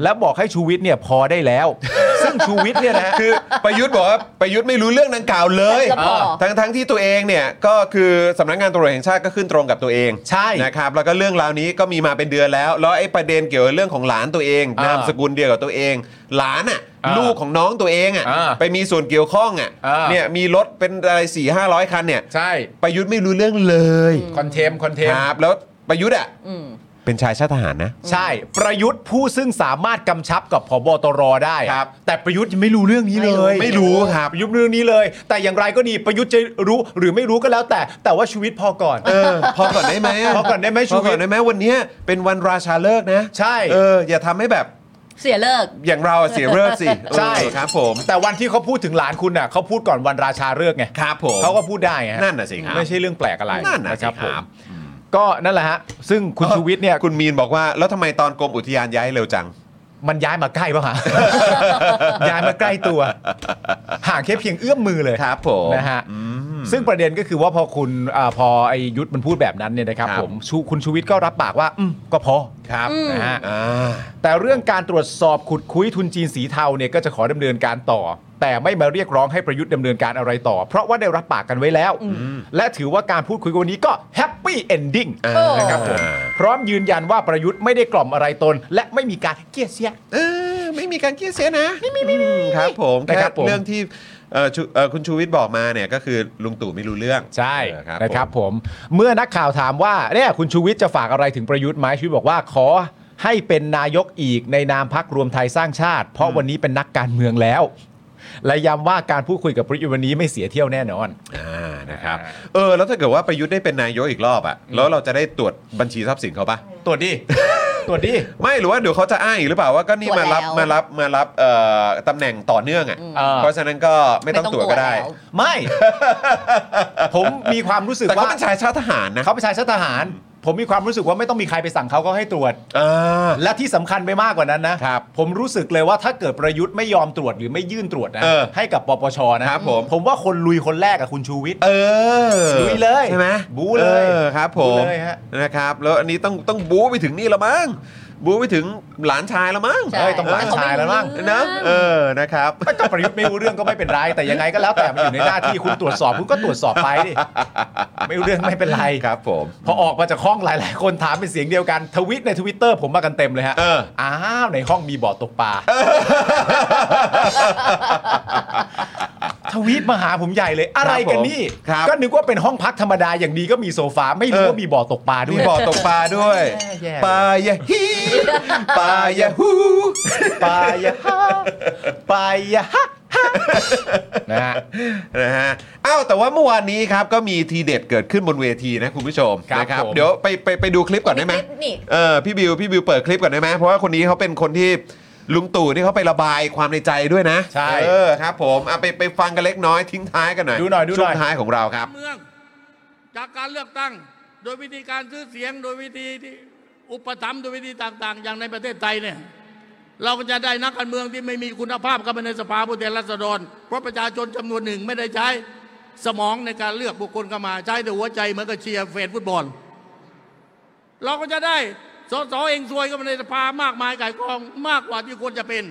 Speaker 5: แล้วบอกให้ชูวิทย์เนี่ยพอได้แล้ว ซึ่งชูวิทย์เนี่ยนะ
Speaker 3: คือประยุทธ์บอกว่าประยุทธ์ไม่รู้เรื่องดังกล่าวเลย
Speaker 4: จะบอก
Speaker 3: ทั้งทั้งที่ตัวเองเนี่ยก็คือสำนักงานตำรวจแห่งชาติก็ขึ้นตรงกับตัวเอง
Speaker 5: ใช่
Speaker 3: นะครับแล้วก็เรื่องราวนี้ก็มีมาเป็นเดือนแล้ว แล้วไอ้ประเด็นเกี่ยวกับเรื่องของหลานตัวเอง
Speaker 5: อ่าน
Speaker 3: นามสกุลเดียวกับตัวเอง หลานอ่ะ
Speaker 5: อ่า
Speaker 3: ลูกของน้องตัวเองอ่ะ
Speaker 5: อ่า
Speaker 3: ไปมีส่วนเกี่ยวข้องอ่ะ
Speaker 5: อ่า
Speaker 3: เนี่ยมีรถเป็นอะไรสี่ห้าร้อยคันเนี่ย
Speaker 5: ใช่
Speaker 3: ประยุทธ์ไม่รู้เรื่องเลย
Speaker 5: คอนเทมคอนเท
Speaker 3: ค
Speaker 5: ม
Speaker 3: รับแล้วประยุทธ์อ่ะ
Speaker 4: อืม
Speaker 3: เป็นชายชาติทหารนะ
Speaker 5: ใช่ ประยุทธ์ผู้ซึ่งสามารถกำชับกับผบตรได้อะ
Speaker 3: ครับ
Speaker 5: แต่ประยุทธ์ยังไม่รู้เรื่องนี้เลย
Speaker 3: ไม่รู้ครับ
Speaker 5: ประยุทธ์เรื่องนี้เลย แต่อย่างไรก็ดีประยุทธ์จะรู้หรือไม่รู้ก็แล้วแต่ แต่ว่าชีวิตพอก่อน
Speaker 3: เออพอก่อนได้ไหมะ
Speaker 5: พอก่อนได้ไหมชูวิท
Speaker 3: พ
Speaker 5: ย์
Speaker 3: อก่อนได้ไหมวันเนี้ยเป็นวันราชาเลิกษ์นะ
Speaker 5: ใช่
Speaker 3: เอออย่าทำให้แบบ
Speaker 4: เสียเลิก
Speaker 3: อย่างเราอะเสียเรื่องสิ
Speaker 5: ใช่
Speaker 3: เออครับผม
Speaker 5: แต่วันที่เขาพูดถึงหลานคุณน่ะเขาพูดก่อนวันราชาเลิกษ์ไง
Speaker 3: ครับผม
Speaker 5: เขาก็พูดได้ฮะ
Speaker 3: นั่นน่ะสิครับ
Speaker 5: ไม่ใช่เรื่องแปลกอะไร
Speaker 3: นั่นน่ะสิ
Speaker 5: ครับผ
Speaker 3: ครั
Speaker 5: ม
Speaker 3: บ
Speaker 5: ก็นั่นแหละฮะ ซึ่งคุณชูวิทย์เนี่ย
Speaker 3: คุณมีนบอกว่าแล้วทำไมตอนกรมอุทยานย้ายเร็วจัง
Speaker 5: มันย้ายมาใกล้ป่ะ ฮะ ย้ายมาใกล้ตัว ห่างแค่เพียงเอื้อมมือเลย
Speaker 3: ครับผม
Speaker 5: นะฮะ
Speaker 3: อืม
Speaker 5: ซึ่งประเด็นก็คือว่าพอคุณอาพอไอยุทธมันพูดแบบนั้นเนี่ยนะครับ
Speaker 3: ครับ
Speaker 5: ผมชูคุณชูวิทย์ก็รับปากว่า อืมก็พอ
Speaker 3: ครับ
Speaker 5: นะฮะ
Speaker 3: อ่า
Speaker 5: แต่เรื่องการตรวจสอบขุดคุ้ยทุนจีนสีเทาเนี่ยก็จะขอดำเนินการต่อ แต่ไม่มาเรียกร้องให้ประยุทธ์ดำเนินการอะไรต่อ เพราะว่าได้รับปากกันไว้แล้ว และถือว่าการพูดคุยวันนี้ก็แฮปปี้เอนดิ้งนะครับผม
Speaker 3: อ่า
Speaker 5: พร้อมยืนยันว่าประยุทธ์ไม่ได้กล่อมอะไรตน และไม่มีการเกลียดเสีย
Speaker 3: เออไม่มีการเกี้ยเสียนะไม่มีไม่มีครับผมแค่
Speaker 5: นะครับผม
Speaker 3: เรื่องที่เอ่อชูเอ่อคุณชูวิทย์บอกมาเนี่ยก็คือลุงตู่ไม่รู้เรื่อง
Speaker 5: ใช่
Speaker 3: เออ
Speaker 5: นะครับผมเมื่อนักข่าวถามว่าเนี่ยคุณชูวิทย์จะฝากอะไรถึงประยุทธ์ไหมชูวิทย์บอกว่าขอให้เป็นนายกอีกในนามพักรวมไทยสร้างชาติ เพราะวันนี้เป็นนักการเมืองแล้ว และย้ำว่าการพูดคุยกับประยุทธ์วันนี้ไม่เสียเที่ยวแน่นอน
Speaker 3: อ่านะครับเออแล้วถ้าเกิดว่าประยุทธ์ได้เป็นนายกอีกรอบอะแล้วเราจะได้ตรวจบัญชีทรัพย์สินเขาปะ
Speaker 5: ตรวจดิ ตรวจดิ
Speaker 3: ไม่หรือว่าเดี๋ยวเขาจะอ้างอีกหรือเปล่าว่าก็นี่มารับ
Speaker 4: ตรวจแล้ว
Speaker 3: มารับมารับเอ่อตำแหน่งต่อเนื่องอ่ะ
Speaker 5: เออ
Speaker 3: เพราะฉะนั้นก็ไม่ต้องตรวจก็ได้
Speaker 4: แล้ว
Speaker 5: ไม่ ผมมีความรู้สึก
Speaker 3: แต่เขา
Speaker 5: ว่า
Speaker 3: เป็นชายชาติทหารนะ
Speaker 5: เขาเป็นชายชาติทหาร ผมมีความรู้สึกว่าไม่ต้องมีใครไปสั่งเขาก็ให้ตรวจ
Speaker 3: อ่า
Speaker 5: และที่สำคัญไปมากกว่านั้นนะครับผมรู้สึกเลยว่าถ้าเกิดประยุทธ์ไม่ยอมตรวจหรือไม่ยื่นตรวจนะ
Speaker 3: เออ
Speaker 5: ให้กับปปชนะครับ
Speaker 3: ผม
Speaker 5: ผมว่าคนลุยคนแรกกับคุณชูวิทย์
Speaker 3: เออ
Speaker 5: ลุยเลย
Speaker 3: ใช่ไหม
Speaker 5: บู๊เลย
Speaker 3: ออครับผม
Speaker 5: บู๊เลยฮะ
Speaker 3: นะครับ แล้วอันนี้ต้องต้องบู๊ไปถึงนี่ละมั้งบู๊ไปถึงหลานชายละมั้ง
Speaker 4: ใช่
Speaker 5: เอ้ยต้องล้างชายแล้วมั้ง
Speaker 4: เออ
Speaker 3: เนอะเออนะครับ
Speaker 5: ไม่ต้องประยุทธ์ไม่รู้เรื่องก็ไม่เป็นไร แต่ยังไงก็แล้วแต่มันอยู่ในหน้าที่คุณตรวจสอบคุณก็ตรวจสอบไปดิไม่รู้เรื่องไม่เป็นไร
Speaker 3: ครับผม
Speaker 5: พอออกมาจากห้องหลาย ๆ คนถามเป็นเสียงเดียวกันทวิตในทวิตเตอร์ผมมากันเต็มเลยฮะ
Speaker 3: เออ
Speaker 5: อ้าวในห้องมีบ่อตกปลาทวีตมาหาผมใหญ่เลย อะไรกันนี่
Speaker 3: ครับ
Speaker 5: ก็นึกว่าเป็นห้องพักธรรมดาอย่างดีก็มีโซฟาไม่รู้ว่ามีบ่อตกปลาด้
Speaker 3: มี
Speaker 5: วย
Speaker 3: บ่อตกปลาด้วย
Speaker 5: แย่ๆ
Speaker 3: ปลายะฮี ปลายะฮู
Speaker 5: ไปยะฮะไปยะฮะฮะนะฮะ
Speaker 3: นะฮะอ้าวแต่ว่าเมื่อวานนี้ครับก็มีทีเด็ดเกิดขึ้นบนเวทีนะคุณผู้ชม
Speaker 5: ครับ
Speaker 3: นะครับ
Speaker 5: ผม
Speaker 3: เดี๋ยวไปไปไปดูคลิปก่อนได้ไหม
Speaker 4: คลิปนี่
Speaker 3: เออพี่บิวพี่บิวเปิดคลิปก่อนได้ไหมเพราะว่าคนนี้เขาเป็นคนที่ลุงตู่นี่เขาไประบายความในใจด้วยนะ
Speaker 5: ใช่
Speaker 3: เออครับผมเอาไปไปฟังกันเล็กน้อยทิ้งท้ายกันหน่อย
Speaker 5: ดูหน่อยดูหน่อย
Speaker 3: ช่วงท้ายของเราครับ
Speaker 10: เมืองจากการเลือกตั้ง โดยวิธีการซื้อเสียงโดยวิธีที่อุปถัมภ์โดยวิธีต่างๆ อย่างในประเทศไทยเนี่ยเราก็จะได้นักการเมืองที่ไม่มีคุณภาพเข้ามาในสภาผู้แทนราษฎร เพราะประชาชนจำนวนหนึ่งไม่ได้ใช้สมองในการเลือกบุคคลเข้ามาใช้แต่หัวใจเหมือนกับเชียร์เฟนฟุตบอล เราก็จะได้ สสเองซวยก็มาในสภามากมายไก่ายกองมากกว่าที่ควรจะเป็น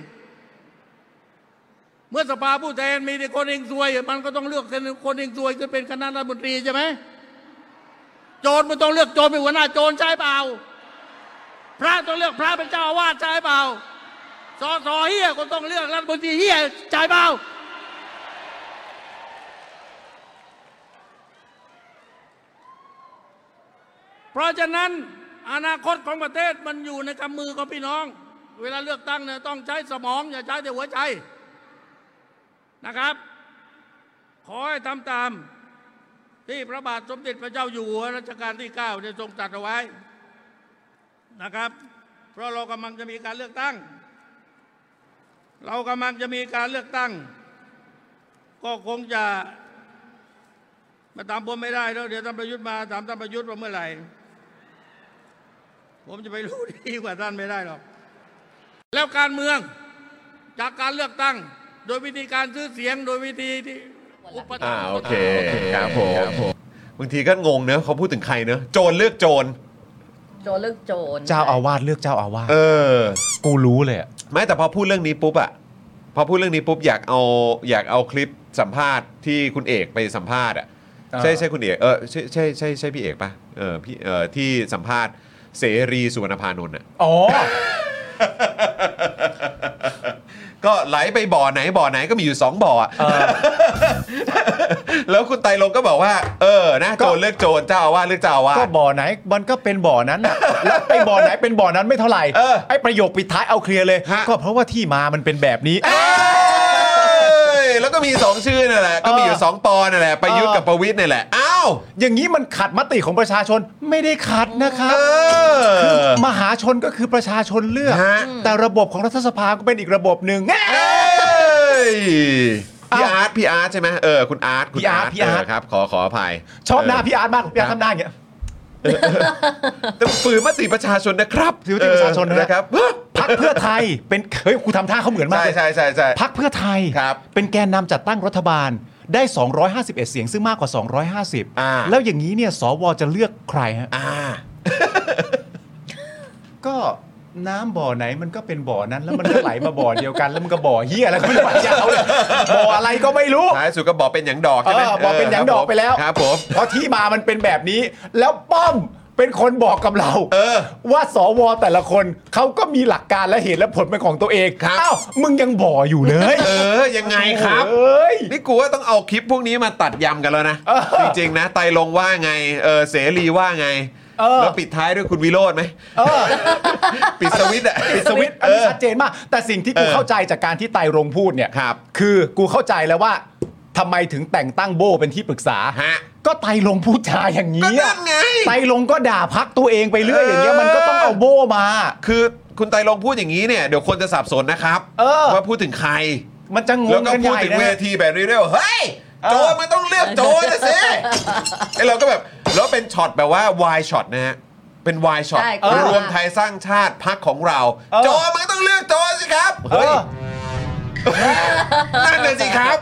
Speaker 10: เมื่อสภาผู้แทนมีแต่คนเองซวย มันก็ต้องเลือกคนเองซวยจะเป็นคณะรัฐมนตรีใช่ไหมโจรมันต้องเลือกโจรเป็นหัวหน้าโจรใช่เปล่า พระต้องเลือกพระเป็นเจ้าอาวาสใช่เปล่าสสเฮียก็ต้องเลือกรัฐมนตรีเฮียใช่เปล่า เพราะฉะนั้นอนาคตของประเทศมันอยู่ในกำมือของพี่น้อง เวลาเลือกตั้งเนี่ยต้องใช้สมอง อย่าใช้แต่หัวใจนะครับ ขอให้ทำตามที่พระบาทสมเด็จพระเจ้าอยู่หัวรัชกาลที่ 9 ได้ทรงตรัสเอาไว้นะครับ เพราะเรากำลังจะมีการเลือกตั้ง เรากำลังจะมีการเลือกตั้ง ก็คงจะ มาตามผมไม่ได้แล้วเดี๋ยวท่านประยุทธ์มาถามท่านประยุทธ์ว่าเมื่อไหร่ ผมจะไปรู้ดีกว่าท่านไม่ได้หรอก แล้วการเมืองจากการเลือกตั้ง โดยวิธีการซื้อเสียงโดยวิธีที่อุป
Speaker 3: อ่า
Speaker 10: ทาน
Speaker 3: โอเคครับผมบางทีก็งงเนอะเขาพูดถึงใครเนอะโจรเลือกโจร
Speaker 4: โจรเลือกโจร
Speaker 5: เจ้าอาวาสเลือกเจ้าอาวาส
Speaker 3: เออ
Speaker 5: กูรู้เลยอะ
Speaker 3: ไม่แต่พอพูดเรื่องนี้ปุ๊บอะพอพูดเรื่องนี้ปุ๊บอยากเอาอยากเอาคลิปสัมภาษณ์ที่คุณเอกไปสัมภาษณ์อะใช่ใช่คุณเอกเออใช่ใช่ใช่ใช่พี่เอกปะเออพี่เออที่สัมภาษณ์เสรีสุวรรณพานนท์อะ
Speaker 5: อ๋อ
Speaker 3: ก็ไหลไปบ่อไหนบ่อไหนก็มีอยู่ 2 บ่ออะแล้วคุณไตรลงก็บอกว่า เออนะ
Speaker 5: ก็
Speaker 3: โจรเลือกโจรเจ้าอาวาสเลือกเจ้าอาวาส
Speaker 5: ก็บ่อไหนมันก็เป็นบ่อนั้นน่ะแล้วไอ้บ่อไหนเป็นบ่อนั้นไม่เท่าไหร่
Speaker 3: เออ
Speaker 5: ไอ้ประโยคปิดท้ายเอาเคลียร์เลย
Speaker 3: ฮะ
Speaker 5: ก็เพราะว่าที่มามันเป็นแบบนี้
Speaker 3: เอ้ยแล้วก็มี 2 ชื่อนั่นแหละก็มีอยู่
Speaker 5: เออ
Speaker 3: 2 ปอนั่นแหละประยุทธ์กับประวิทย์นี่นแหละอ้าว
Speaker 5: อย่างนี้มันขัดมติของประชาชนไม่ได้ขัดนะครั
Speaker 3: เอบ อ
Speaker 5: มหาชนก็คือประชาชนเลือก
Speaker 3: ฮะ
Speaker 5: แต่ระบบของรัฐสภาก็เป็นอีกระบบหนึ่ง
Speaker 3: เอ้ยพี่
Speaker 5: เอ้า
Speaker 3: อาร์ตพี่อาร์ตใช่ไหมเออคุณอาร์ตคุณ
Speaker 5: พี่อาร์ตพี่อาร์ต
Speaker 3: เครับขอขออภัย
Speaker 5: ชอบหน้า
Speaker 3: เ
Speaker 5: พี่อาร์ตมากพี่อาร์ตทำหน้าอย่างเงี้ย
Speaker 3: แต่มันฝืนมติประชาชนนะครับ
Speaker 5: ฝืนมติประชาชนนะ
Speaker 3: นะครับ
Speaker 5: พักเพื่อไทยเป็นเฮ้ยกูทำท่าเขาเหมือนมาก
Speaker 3: ใช่
Speaker 5: เลย
Speaker 3: ใช่ใช่ใช่
Speaker 5: พักเพื่อไทย
Speaker 3: ครับ
Speaker 5: เป็นแกนนำจัดตั้งรัฐบาลได้ 251 เสียงซึ่งมากกว่า
Speaker 3: อ่า
Speaker 5: 250 แล้วอย่างนี้เนี่ยสวจะเลือกใครฮะ
Speaker 3: อ่า
Speaker 5: ก็น้ำบ่อไหนมันก็เป็นบ่อนั้นแล้วมันก็ไหลมาบ่อเดียวกัน แล้วมันก็บ่อเฮียแล้วก็มันไหลยาวเลยบ่ออะไรก็ไม่รู้
Speaker 3: ท้ายสุดก็บอกเป็นหยังดอกใช่ไหม
Speaker 5: เออบอกเป็นหยังดอกไปแล้ว
Speaker 3: ครับผม
Speaker 5: เพราะที่มามันเป็นแบบนี้ แล้วป้อมเป็นคนบอกกับเรา
Speaker 3: เออ
Speaker 5: ว่าสวแต่ละคนเขาก็มีหลักการและเหตุและผลเป็นของตัวเอง
Speaker 3: ครับ
Speaker 5: อ้าวมึงยังบ่ออยู่เลย
Speaker 3: เออ ยังไงครับ
Speaker 5: เอ้ย
Speaker 3: นี่กูว่าต้องเอาคลิปพวกนี้มาตัดยำกันแล้วนะ
Speaker 5: เออ
Speaker 3: จริงๆนะ ไตรลงว่าไง เออ เสรีว่าไง
Speaker 5: เออ
Speaker 3: แล้วปิดท้ายด้วยคุณวิโรธไหม
Speaker 5: เออ
Speaker 3: ปิดสวิตช์อะ
Speaker 5: ปิดสวิตช์อันนี้ชัดเจนมาก แต่สิ่งที่กู
Speaker 3: เออ
Speaker 5: เข้าใจจากการที่ไตรรงพูดเนี่ย
Speaker 3: ครับ
Speaker 5: คือกูเข้าใจแล้วว่าทำไมถึงแต่งตั้งโบเป็นที่ปรึกษา
Speaker 3: ฮะ
Speaker 5: ก็ไตรรงพูดจาอย่างนี้
Speaker 3: ก็นั่นไง
Speaker 5: ไตรรงก็ด่าพักตัวเองไปเรื่อยอย่างเงี้ย
Speaker 3: เออ
Speaker 5: มันก็ต้องเอาโบมา
Speaker 3: คือคุณไตรลงพูดอย่างนี้เนี่ย เดี๋ยวคนจะสับสนนะครับ
Speaker 5: เออ
Speaker 3: ว่าพูดถึงใคร
Speaker 5: มันจะง
Speaker 3: แล้ว
Speaker 5: ง
Speaker 3: ก็
Speaker 5: กันให
Speaker 3: พูด
Speaker 5: ญ่
Speaker 3: ถึง
Speaker 5: นะ
Speaker 3: เวทีแบบนี้ด้วยว่าเฮ้ย โจรมันต้องเลือกโจรนะสิ ไอเราก็แบบ แล้วเป็นช็อตแบบว่าวายช็อตนะฮะ เป็นวายช็อต
Speaker 4: ใช่ค่ะ
Speaker 3: รวมไทยสร้างชาติพักของเรา โจรมันต้องเลือกโจรสิครับ
Speaker 5: เอ
Speaker 3: เฮ้ย
Speaker 5: อ
Speaker 3: นั่นเลยสิครับ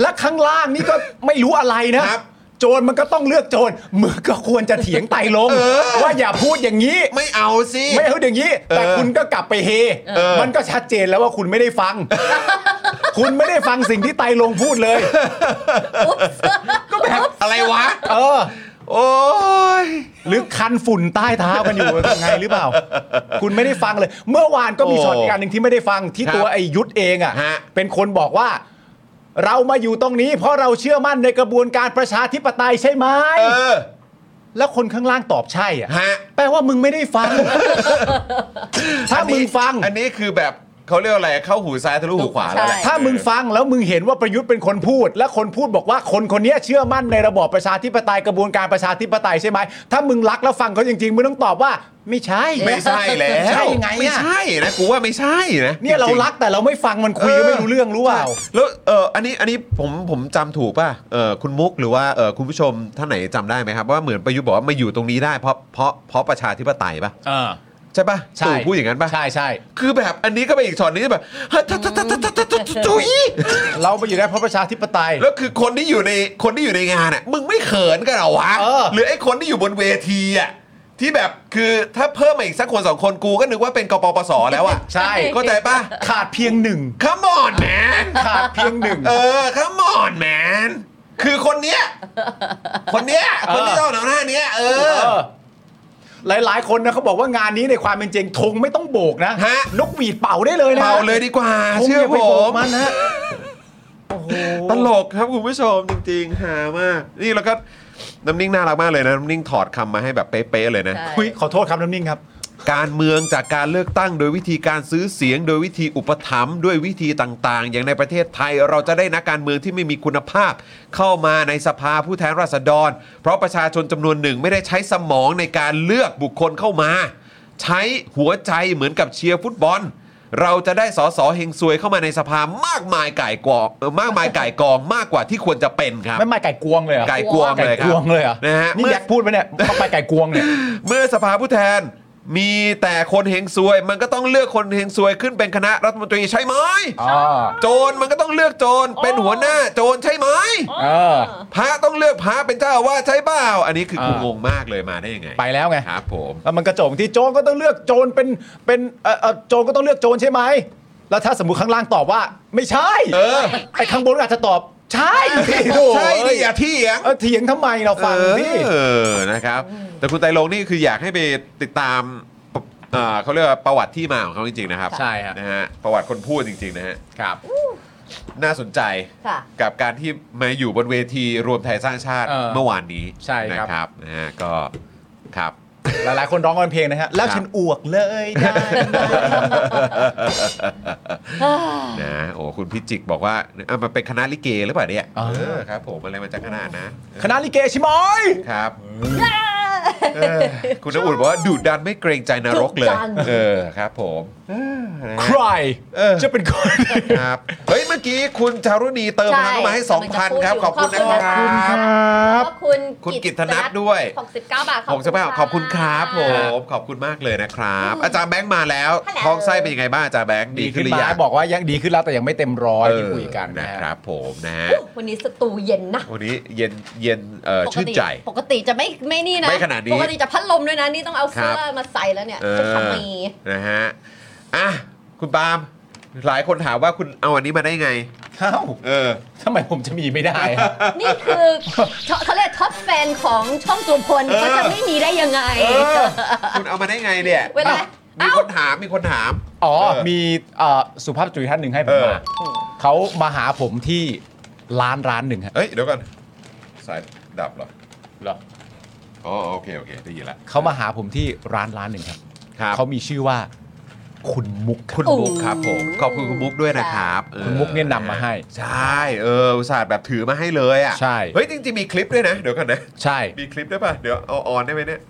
Speaker 5: และข้างล่างนี่ก็ไม่รู้อะไรนะครับโจรมันก็ต้องเลือกโจรมึงก็ควรจะเถียงไตรรง
Speaker 3: เออ
Speaker 5: ว่าอย่าพูดอย่างนี้
Speaker 3: ไม่เอาสิ
Speaker 5: ไม่เอาอย่างนี้ แต่
Speaker 3: เออ
Speaker 5: คุณก็กลับไปเฮ
Speaker 3: เออ
Speaker 5: มันก็ชัดเจนแล้วว่าคุณไม่ได้ฟัง คุณไม่ได้ฟังสิ่งที่ไตรลงพูดเลย
Speaker 3: ก็แบบอะไร วะ
Speaker 5: เออ
Speaker 3: โอ้ย
Speaker 5: หรือคันฝุ่นใต้เท้ากันอยู่ยังไงหรือเปล่า คุณไม่ได้ฟังเลย เมื่อวานก็มี
Speaker 3: โอ้
Speaker 5: ช็อตอีกอันหนึ่งที่ไม่ได้ฟังที่
Speaker 3: ครับ
Speaker 5: ตัวไอ้ยุทธเองอ่ะ
Speaker 3: ฮะ
Speaker 5: เป็นคนบอกว่า เรามาอยู่ตรงนี้ เพราะเราเชื่อมั่นในกระบวนการประชาธิปไตยใช่ไหม
Speaker 3: เออ
Speaker 5: แล้วคนข้างล่างตอบใช่อ่ะ
Speaker 3: ฮะ
Speaker 5: แปลว่ามึงไม่ได้ฟัง ถ้า
Speaker 3: อัน
Speaker 5: มึ
Speaker 3: นี้
Speaker 5: งฟัง
Speaker 3: อันนี้คือแบบเขาเรียกอะไร เข้าหูซ้ายทะลุหูขวาแล้วแหละ
Speaker 5: ถ้ามึงฟังแล้วมึงเห็นว่าประยุทธ์เป็นคนพูด และคนพูดบอกว่าคนคนเนี้ยเชื่อมั่นในระบอบประชาธิปไตยกระบวนการประชาธิปไตยใช่ไหมถ้ามึงรักแล้วฟังเขาจริงๆมึงต้องตอบว่า ไม่ใช่
Speaker 3: ไม่ใช่แล้ว
Speaker 5: ใช่ไง
Speaker 3: ไม่
Speaker 5: อะ
Speaker 3: ใช่นะกูว่าไม่ใช่นะ
Speaker 5: เนี่ยเรา
Speaker 3: จงๆ
Speaker 5: รักแต่เราไม่ฟังมันคุยก็ไม่รู้เรื่องรู้เปล่า
Speaker 3: ใช่แล้วเอออันนี้อันนี้ผมผมจำถูกป่ะเออคุณมุกหรือว่าเออคุณผู้ชมท่านไหนจำได้ไหมครับ ว่าเหมือนประยุทธ์บอกว่ามาอยู่ตรงนี้ได้เพราะเพราะเพราะประชาธิปไตยป่ะใช่ป่ะ
Speaker 5: ใช่
Speaker 3: ตู่พูดอย่างนั้นป่ะ
Speaker 5: ใช่ใช่
Speaker 3: คือแบบอันนี้ก็เป็นอีกช็อตนี้แบบฮะทะทะทะทะทะทะทะจุย
Speaker 5: เราไปอยู่ได้เพราะประชาธิปไตย
Speaker 3: แล้วคือคนที่อยู่ในคนที่อยู่ในงานอ่ะมึงไม่เขินกันเหรอวะ
Speaker 5: เออ
Speaker 3: หรือไอ้คนที่อยู่บนเวทีอ่ะ ที่แบบคือถ้าเพิ่มมาอีกสักคนสองคนกูก็นึกว่าเป็นกปปสแล้วอะ
Speaker 5: ใช่
Speaker 3: เข้าใจปะ
Speaker 5: ขาดเพียงหนึ่ง
Speaker 3: Come on man
Speaker 5: ขาดเพียงหนึ่ง
Speaker 3: เออ Come on man คือคนเนี้ย คนเนี้ย คนที่ต้องหนังหน้าเนี้ยเอ
Speaker 5: เอ
Speaker 3: อ
Speaker 5: อ หลาย ๆ คนนะเขาบอกว่างานนี้ในความเป็นจริงธงไม่ต้องโบกนะ
Speaker 3: ฮะ
Speaker 5: นกหวีดเป่าได้เลยนะ
Speaker 3: เมาเลยดีกว่า
Speaker 5: ธง
Speaker 3: เชื่อย่
Speaker 5: า
Speaker 3: ผ
Speaker 5: ไปโบก
Speaker 3: ม
Speaker 5: มันนะโอ้โห
Speaker 3: ตลกครับคุณผู้ชมจริงๆหามาก นี่แล้วก็น้ำนิ่งน่ารักมากเลยนะน้ำนิ่งถอดคำมาให้แบบเป๊ะๆเลยนะ
Speaker 4: ใช่
Speaker 5: คุยขอโทษครับน้ำนิ่งครับ
Speaker 3: การเมืองจากการเลือกตั้งโดยวิธีการซื้อเสียง โดยวิธีอุปถัมภ์ด้วยวิธีต่างๆ อย่างในประเทศไทยเราจะได้นักการเมืองที่ไม่มีคุณภาพ เข้ามาในสภาผู้แทนราษฎร เพราะประชาชนจำนวนหนึ่งไม่ได้ใช้สมองในการเลือกบุคคลเข้ามา ใช้หัวใจเหมือนกับเชียร์ฟุตบอล เราจะได้สอสอเฮงซวยเข้ามาในสภามากมายไก่กองเอ่อมากมายไก่กองมากกว่าที่ควรจะเป็นครับ
Speaker 5: ไม่ไม่ไก่กวงเลยเหรอ
Speaker 3: ไก่กวงเลยครับ
Speaker 5: ไก่กวงเลยเหรอ
Speaker 3: นะฮะ
Speaker 5: นี่แยกพูดไหมเนี่ยเข้าไปไก่กวงเนี่ย
Speaker 3: เมื่อสภาผู้แทนมีแต่คนเฮงซวย มันก็ต้องเลือกคนเฮงซวยขึ้นเป็นคณะรัฐมนตรีใช่ไหม
Speaker 5: อ๋อ
Speaker 3: โจรมันก็ต้องเลือกโจรเป็นหัวหน้าโจรใช่ไหม
Speaker 5: เออ
Speaker 3: พระต้องเลือกพระเป็นเจ้าอาว่าสใช่เปล่าอันนี้คือกู
Speaker 5: อ่าง ง
Speaker 3: งมากเลยมาได้ยังไง
Speaker 5: ไปแล้วไง
Speaker 3: ครับผม
Speaker 5: แล้วมันกระจงที่โจรก็ต้องเลือกโจรเป็นเป็นเออเออโจรก็ต้องเลือกโจรใช่ไหมแล้วถ้าสมมติข้างล่างตอบว่า ไม่ใช่
Speaker 3: เออ
Speaker 5: ไอ้ข้างบนก็อาจจะตอบ ใช่
Speaker 3: ใช่ดิอย่าเที่ยง
Speaker 5: เออเถียงทำไมเราฟังดิ
Speaker 3: เออนะครับ แต่คุณไตรลงนี่คืออยากให้ไปติดตามเอ่อเขาเรียกว่าประวัติที่มาของเขาจริงๆนะครับ
Speaker 5: ใช่ครับ
Speaker 3: นะฮะประวัติคนพูดจริงๆนะฮะ
Speaker 5: ครับ
Speaker 3: น่าสนใจ
Speaker 4: ค่ะ
Speaker 3: กับการที่มาอยู่บนเวทีรวมไทยสร้างชาติ
Speaker 5: เออ
Speaker 3: เมื่อวานนี้
Speaker 5: ใช่ครับ
Speaker 3: นะครับนะฮะก็ครับ
Speaker 5: หลายๆคนร้องกันเพลงนะฮะแล้วฉันอวกเลยได้ไหม
Speaker 3: นะโอ้คุณพิจิกบอกว่าเอามาเป็นคณะลิเกหรือเปล่าเนี่ย
Speaker 5: อ๋อ
Speaker 3: เออครับผมอะไรมันจะขนาดนะ
Speaker 5: คณะลิเกใช่ไหม
Speaker 3: ครับเออคุณน้ำอุ่นบอกว่าดุดันไม่เกรงใจนรกเลย
Speaker 4: ดุดัน
Speaker 3: เออครับผมเออนะฮะ
Speaker 5: ใคร
Speaker 3: เออ
Speaker 5: จะเป็นคน
Speaker 3: ครับเฮ้ยเมื่อกี้คุณจารุณีเติมพลังเข้ามาให้
Speaker 4: ใช่
Speaker 3: 2,000 ครับ ขอบคุณนะค
Speaker 4: ขอบคุณ
Speaker 3: รั
Speaker 4: ค่ะ
Speaker 3: บ
Speaker 4: ขอบคุณ
Speaker 3: คุณกิตธนัทด้วย
Speaker 4: 69 บาท
Speaker 3: ขอบคุณมากขอบคุณครับผ
Speaker 4: ะ
Speaker 3: ม ขอบคุณมากเลยนะครับ
Speaker 4: อืม
Speaker 3: อาจารย์แบงค์มาแล้ว
Speaker 4: ฮัลโหล
Speaker 3: ท้องไส้เป็นยังไงบ้างอาจารย์แบงค์ดี
Speaker 5: ดี
Speaker 3: ขึ้
Speaker 5: ขึ้
Speaker 3: นห
Speaker 5: นห
Speaker 3: รื
Speaker 5: รือ
Speaker 3: ยั
Speaker 5: อยัง งบอกว่ายังดีขึ้นแล้วแต่ยังไม่เต็มร้อยที่คุยกัน
Speaker 3: เออ
Speaker 5: นะ
Speaker 3: นะ
Speaker 5: ฮะ
Speaker 3: ครับผมนะฮะ
Speaker 4: วันนี้สตูเย็นนะ
Speaker 3: วันนี้เย็นเย็นเอ่อ
Speaker 4: ปก
Speaker 3: ชื่น
Speaker 4: ติ
Speaker 3: ใจ
Speaker 4: ปกติจะไม่ไม่นี่นะ
Speaker 3: ไม่ขนาดนี้
Speaker 4: ปกติจะพัดลมด้วยนะ นี่ต้องเอาเสื้อ
Speaker 3: ครับ
Speaker 4: มาใส่แล้วเนี่ย
Speaker 3: เอ
Speaker 4: จะทำ
Speaker 3: อ
Speaker 4: ไม
Speaker 3: นะฮะอ่ะคุณปาล์มหลายคนถามว่าคุณเอาอันนี้มาได้ไง
Speaker 5: เอ้า
Speaker 3: เออ
Speaker 5: ทำไมผมจะมีไม่ ได้อะ
Speaker 4: นี่คือ เขาเขาเรียกท็อปแฟนของช่องตัวพล
Speaker 3: เออ
Speaker 4: เขาจะไม่มีได้ยังไง
Speaker 3: เออ คุณเอามาได้ไงเนี่ย
Speaker 4: เวลา
Speaker 3: มีคนถามมีคนถาม
Speaker 5: อ๋อ
Speaker 3: เออ
Speaker 5: มีเอ่อสุภาพสตรีท่านหนึ่งให้ผมมา
Speaker 3: เออ
Speaker 5: เขามาหาผมที่ร้านร้านหนึ่งฮะ
Speaker 3: เอ้ยเดี๋ยวก่อนสายดับเหรอ
Speaker 5: หรอ
Speaker 3: อ๋อโอเคโอเคได้ยินละ
Speaker 5: เขามาหาผมที่ร้านร้านหนึ่งครับ
Speaker 3: ครับ
Speaker 5: เขามีชื่อว่า คุณมุก
Speaker 3: คุณ
Speaker 5: รับ
Speaker 3: มุกครับผมขอบคุณคุณมุกด้วยนะครับเออ
Speaker 5: คุณมุกเนี่ยนำมาให้
Speaker 3: ใช่ เอออุตส่าห์แบบถือมาให้เลยอ่ะ
Speaker 5: ใช่
Speaker 3: เฮ้ย จริง ๆ มีคลิปด้วยนะ เดี๋ยวกันนะ
Speaker 5: ใช่
Speaker 3: มีคลิปด้วยป่ะ เดี๋ยวเอาออนได้ไหมเนี่ย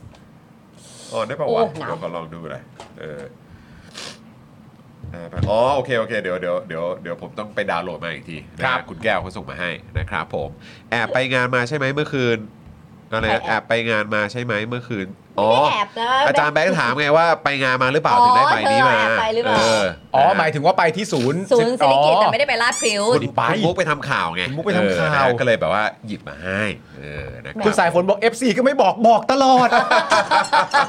Speaker 3: ออนได้ป่ะ
Speaker 4: โอ้
Speaker 3: วะ
Speaker 4: หนาว
Speaker 3: เดี๋ยวขอลองดูหน่อยเออได้ป่ะอ๋อ โอเค โอเค เดี๋ยวเดี๋ยวเดี๋ยวเดี๋ยวผมต้องไปดาวน์โหลดมาอีกทีนะฮะ
Speaker 5: ครับ
Speaker 3: คุณแก้วเขาส่งมาให้นะครับผม แอบไปงานมาใช่ไหมเมื่อคืน อะไรนะแอบไปงานมาใช่ไหมเมื่อคืน อ๋อ
Speaker 4: ไม่แอบนะ
Speaker 3: อาจารย์แบงค์ถามไงว่าไปงานมาหรือเปล่าถึงได้ใบนี้มา
Speaker 4: อ๋อเธอแอบไปหรือเปล่า
Speaker 5: อ๋อ หมายถึงว่าไปที่ศูนย์
Speaker 4: ศูนย์เศรษฐกิจแต่ไม่
Speaker 5: อ๋
Speaker 4: ได้ไปลาดพริ้ว
Speaker 5: คุณ ไป
Speaker 3: คุณมุกไปทำข่าวไง
Speaker 5: คุณมุกไปทำข่าว
Speaker 3: เออนะฮะก็เลยแบบว่าหยิบมาให้เออนะ
Speaker 5: อ
Speaker 3: รับ
Speaker 5: คุณสายฝนบอก FC ก็ไม่บอกบอกตล อด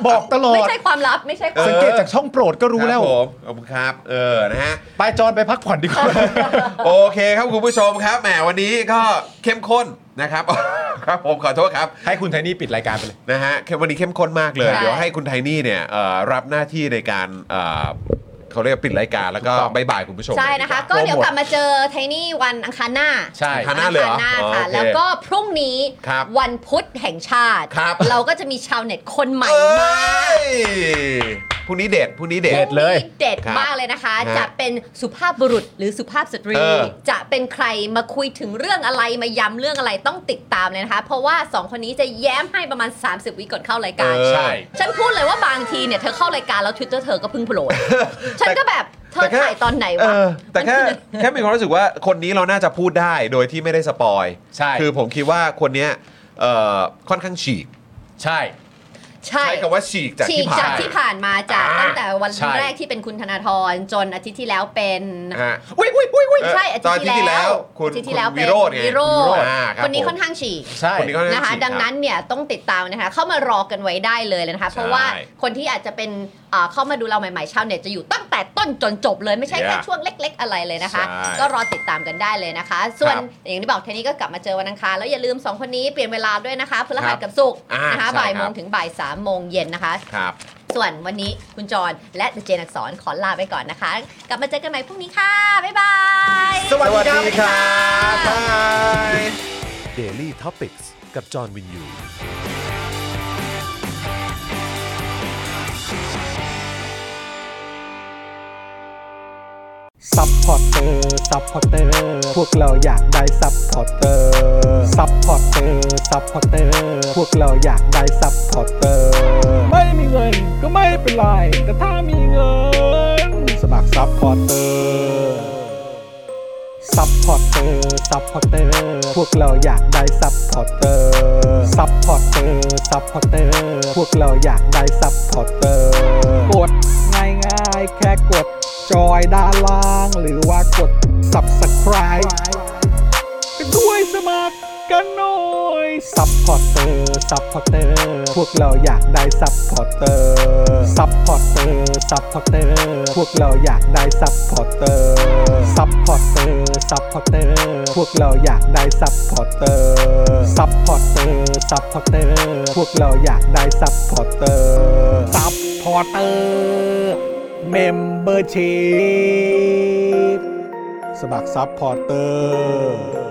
Speaker 5: บอกตลอ
Speaker 4: ไม่
Speaker 5: ด
Speaker 4: ใช่ความลับไม่ใช่ความ
Speaker 5: สังเกตจากช่องโปรดก็รู้แล้ว
Speaker 3: ครับผมขอบคุณครับ เออ นะฮะ
Speaker 5: ไปจอนไปพักผ่อนดีกว่า
Speaker 3: โอเคครับคุณผู้ชมครับ แหม วันนี้ก็เข้มข้นนะครับ ครับผมขอโทษครับ
Speaker 5: ให้คุณไทนี่ปิดรายการไปเลย
Speaker 3: นะฮะเข้มวันนี้เข้มข้นมากเลย
Speaker 4: ใช่
Speaker 3: เดี๋ยวให้คุณไทนี่เนี่ยเอ่อรับหน้าที่ในการเอ่อเขาเรียกว่าปิดรายการแล้วก็
Speaker 5: ถูกต้อง
Speaker 3: บายบายคุณผู้ชม
Speaker 4: ใช่นะคะ
Speaker 3: เลยดีกว่า
Speaker 4: ก็เดี๋ยวกลับมาเจอไทนี่วันอังคารหน้า
Speaker 5: ใช่
Speaker 3: อังคาร หน้เลยเหรอ
Speaker 4: อังคารหน้า
Speaker 3: อ๋อ
Speaker 4: ค่ะ
Speaker 3: โอเค
Speaker 4: แล้วก็พรุ่งนี้
Speaker 3: ครับ
Speaker 4: วันพุธแห่งชาติ
Speaker 3: ครับ
Speaker 4: เราก็จะมีชาวเน็ตคนใหม่
Speaker 3: เอ้
Speaker 4: มาก
Speaker 3: ยพรุ่งนี้เด็ดพรุ่งนี้เด็ด
Speaker 5: เด็ด ลย
Speaker 4: เด็ด
Speaker 3: ครับ
Speaker 4: มากเลยนะคะ
Speaker 3: ฮะ
Speaker 4: จะเป็นสุภาพบุรุษหรือสุภาพสตรี
Speaker 3: เออ
Speaker 4: จะเป็นใครมาคุยถึงเรื่องอะไรมาย้ำเรื่องอะไรต้องติดตามเลยนะคะ เพราะว่า 2 คนนี้จะแย้มให้ประมาณ 30 วิก่อนเข้ารายการ
Speaker 3: เออใช่
Speaker 4: ฉันพูดเลยว่าบางทีเนี่ยเธอเข้ารายการแล้วทวิตเตอร์เธอก็เพึ่งโผล่ฉันก็แบบเธอ
Speaker 3: แต่แค่
Speaker 4: ถ่ายตอนไหน
Speaker 3: เอ
Speaker 4: วะ
Speaker 3: อแต่แค่แค่มีความรู้สึกว่าคนนี้เราน่าจะพูดได้โดยที่ไม่ได้สปอย
Speaker 5: ใช่
Speaker 3: คือผมคิดว่าคนเนี้ยเอ่อค่อนข้างฉีก
Speaker 5: ใช่
Speaker 4: ใช่
Speaker 3: ใช้คำว่าฉีกจาก
Speaker 4: ฉี
Speaker 3: ที่
Speaker 4: ก
Speaker 3: ผ่า
Speaker 4: จาก
Speaker 3: น
Speaker 4: ที่ผ่านมาจาก
Speaker 3: อ่า
Speaker 4: ตั้งแต่วัน
Speaker 5: ใช่
Speaker 4: แรกที่เป็นคุณธนาธรจนอาทิตย์ที่แล้วเป็น
Speaker 3: อ่ะอุ้ยอุ้ยอุ้ยอุ้ย
Speaker 4: ใช่อาทิตย์ที่แล้ว
Speaker 3: คุณ
Speaker 4: อาทิตย์
Speaker 3: คุ
Speaker 4: ที่
Speaker 3: ณ
Speaker 4: แล้ว
Speaker 3: วิ
Speaker 4: เป็น
Speaker 3: โรจน์ไง
Speaker 4: วิโรจน์
Speaker 3: อ่ารับ
Speaker 4: คนนี้
Speaker 3: ผม
Speaker 4: ค่อนข้างฉีก
Speaker 5: ใช่
Speaker 3: คนนี้ค่อนข้าง
Speaker 4: นะคะ
Speaker 3: ฉีก
Speaker 4: ดังนั้น
Speaker 3: รับ
Speaker 4: เนี่ยต้องติดตามนะคะเข้ามารอกันไว้ได้เลยนะคะ เพราะว่าคนที่อาจจะเป็นเอ่อเข้ามาดูเราใหม่ๆชาวเน็ตจะอยู่ตั้งแต่ต้นจนจบเลยไม่ใช่แค่
Speaker 3: Yeah
Speaker 4: ช่วงเล็ก ๆ อะไรเลยนะคะ
Speaker 3: ใช่
Speaker 4: ก็รอติดตามกันได้เลยนะคะ ส่วน
Speaker 3: ครับ
Speaker 4: อย่างที่บอกเทนนี้ก็กลับมาเจอวันอังคารแล้วอย่าลืม 2 คนนี้เปลี่ยนเวลาด้วยนะคะพฤหั
Speaker 3: ครั
Speaker 4: ส
Speaker 3: บ
Speaker 4: กับศุกร์
Speaker 3: อ่าน
Speaker 4: นะคะ
Speaker 3: ใช่
Speaker 4: บ่าย
Speaker 3: ครับ
Speaker 4: โมงถึงบ่ายสามโมงเย็นนะคะ
Speaker 3: ครับ
Speaker 4: ส่วนวันนี้คุณจรและเจนอักษรขอลาไปก่อนนะคะ กลับมาเจอกันใหม่พรุ่งนี้ค่ะบ๊ายบาย
Speaker 3: สวัสดีครับบาย
Speaker 2: Daily Topics กับจอห์นวินยู
Speaker 1: ซัพพอร์เตอร์ ซัพพอร์เตอร์ พวกเราอยากได้ซัพพอร์เตอร์ ซัพพอร์เตอร์ ซัพพอร์เตอร์ พวกเราอยากได้ซัพพอร์เตอร์ ไม่มีเงินก็ไม่เป็นไร แต่ถ้ามีเงิน สมัครซัพพอร์เตอร์ ซัพพอร์เตอร์ ซัพพอร์เตอร์ พวกเราอยากได้ซัพพอร์เตอร์ ซัพพอร์เตอร์ ซัพพอร์เตอร์ พวกเราอยากได้ซัพพอร์เตอร์ กดง่ายๆ แค่กด จอยด้านล่าง หรือว่ากด subscribe ไปด้วยสมัครกันหน่อย ซัพพอร์เตอร์ ซัพพอร์เตอร์ พวกเราอยากได้ซัพพอร์เตอร์ ซัพพอร์เตอร์ ซัพพอร์เตอร์ พวกเราอยากได้ซัพพอร์เตอร์ ซัพพอร์เตอร์ ซัพพอร์เตอร์ พวกเราอยากได้ซัพพอร์เตอร์ ซัพพอร์เตอร์ ซัพพอร์เตอร์ พวกเราอยากได้ซัพพอร์เตอร์ ซัพพอร์เตอร์ เมมเบอร์ชีพสมัครซัพพอร์เตอร์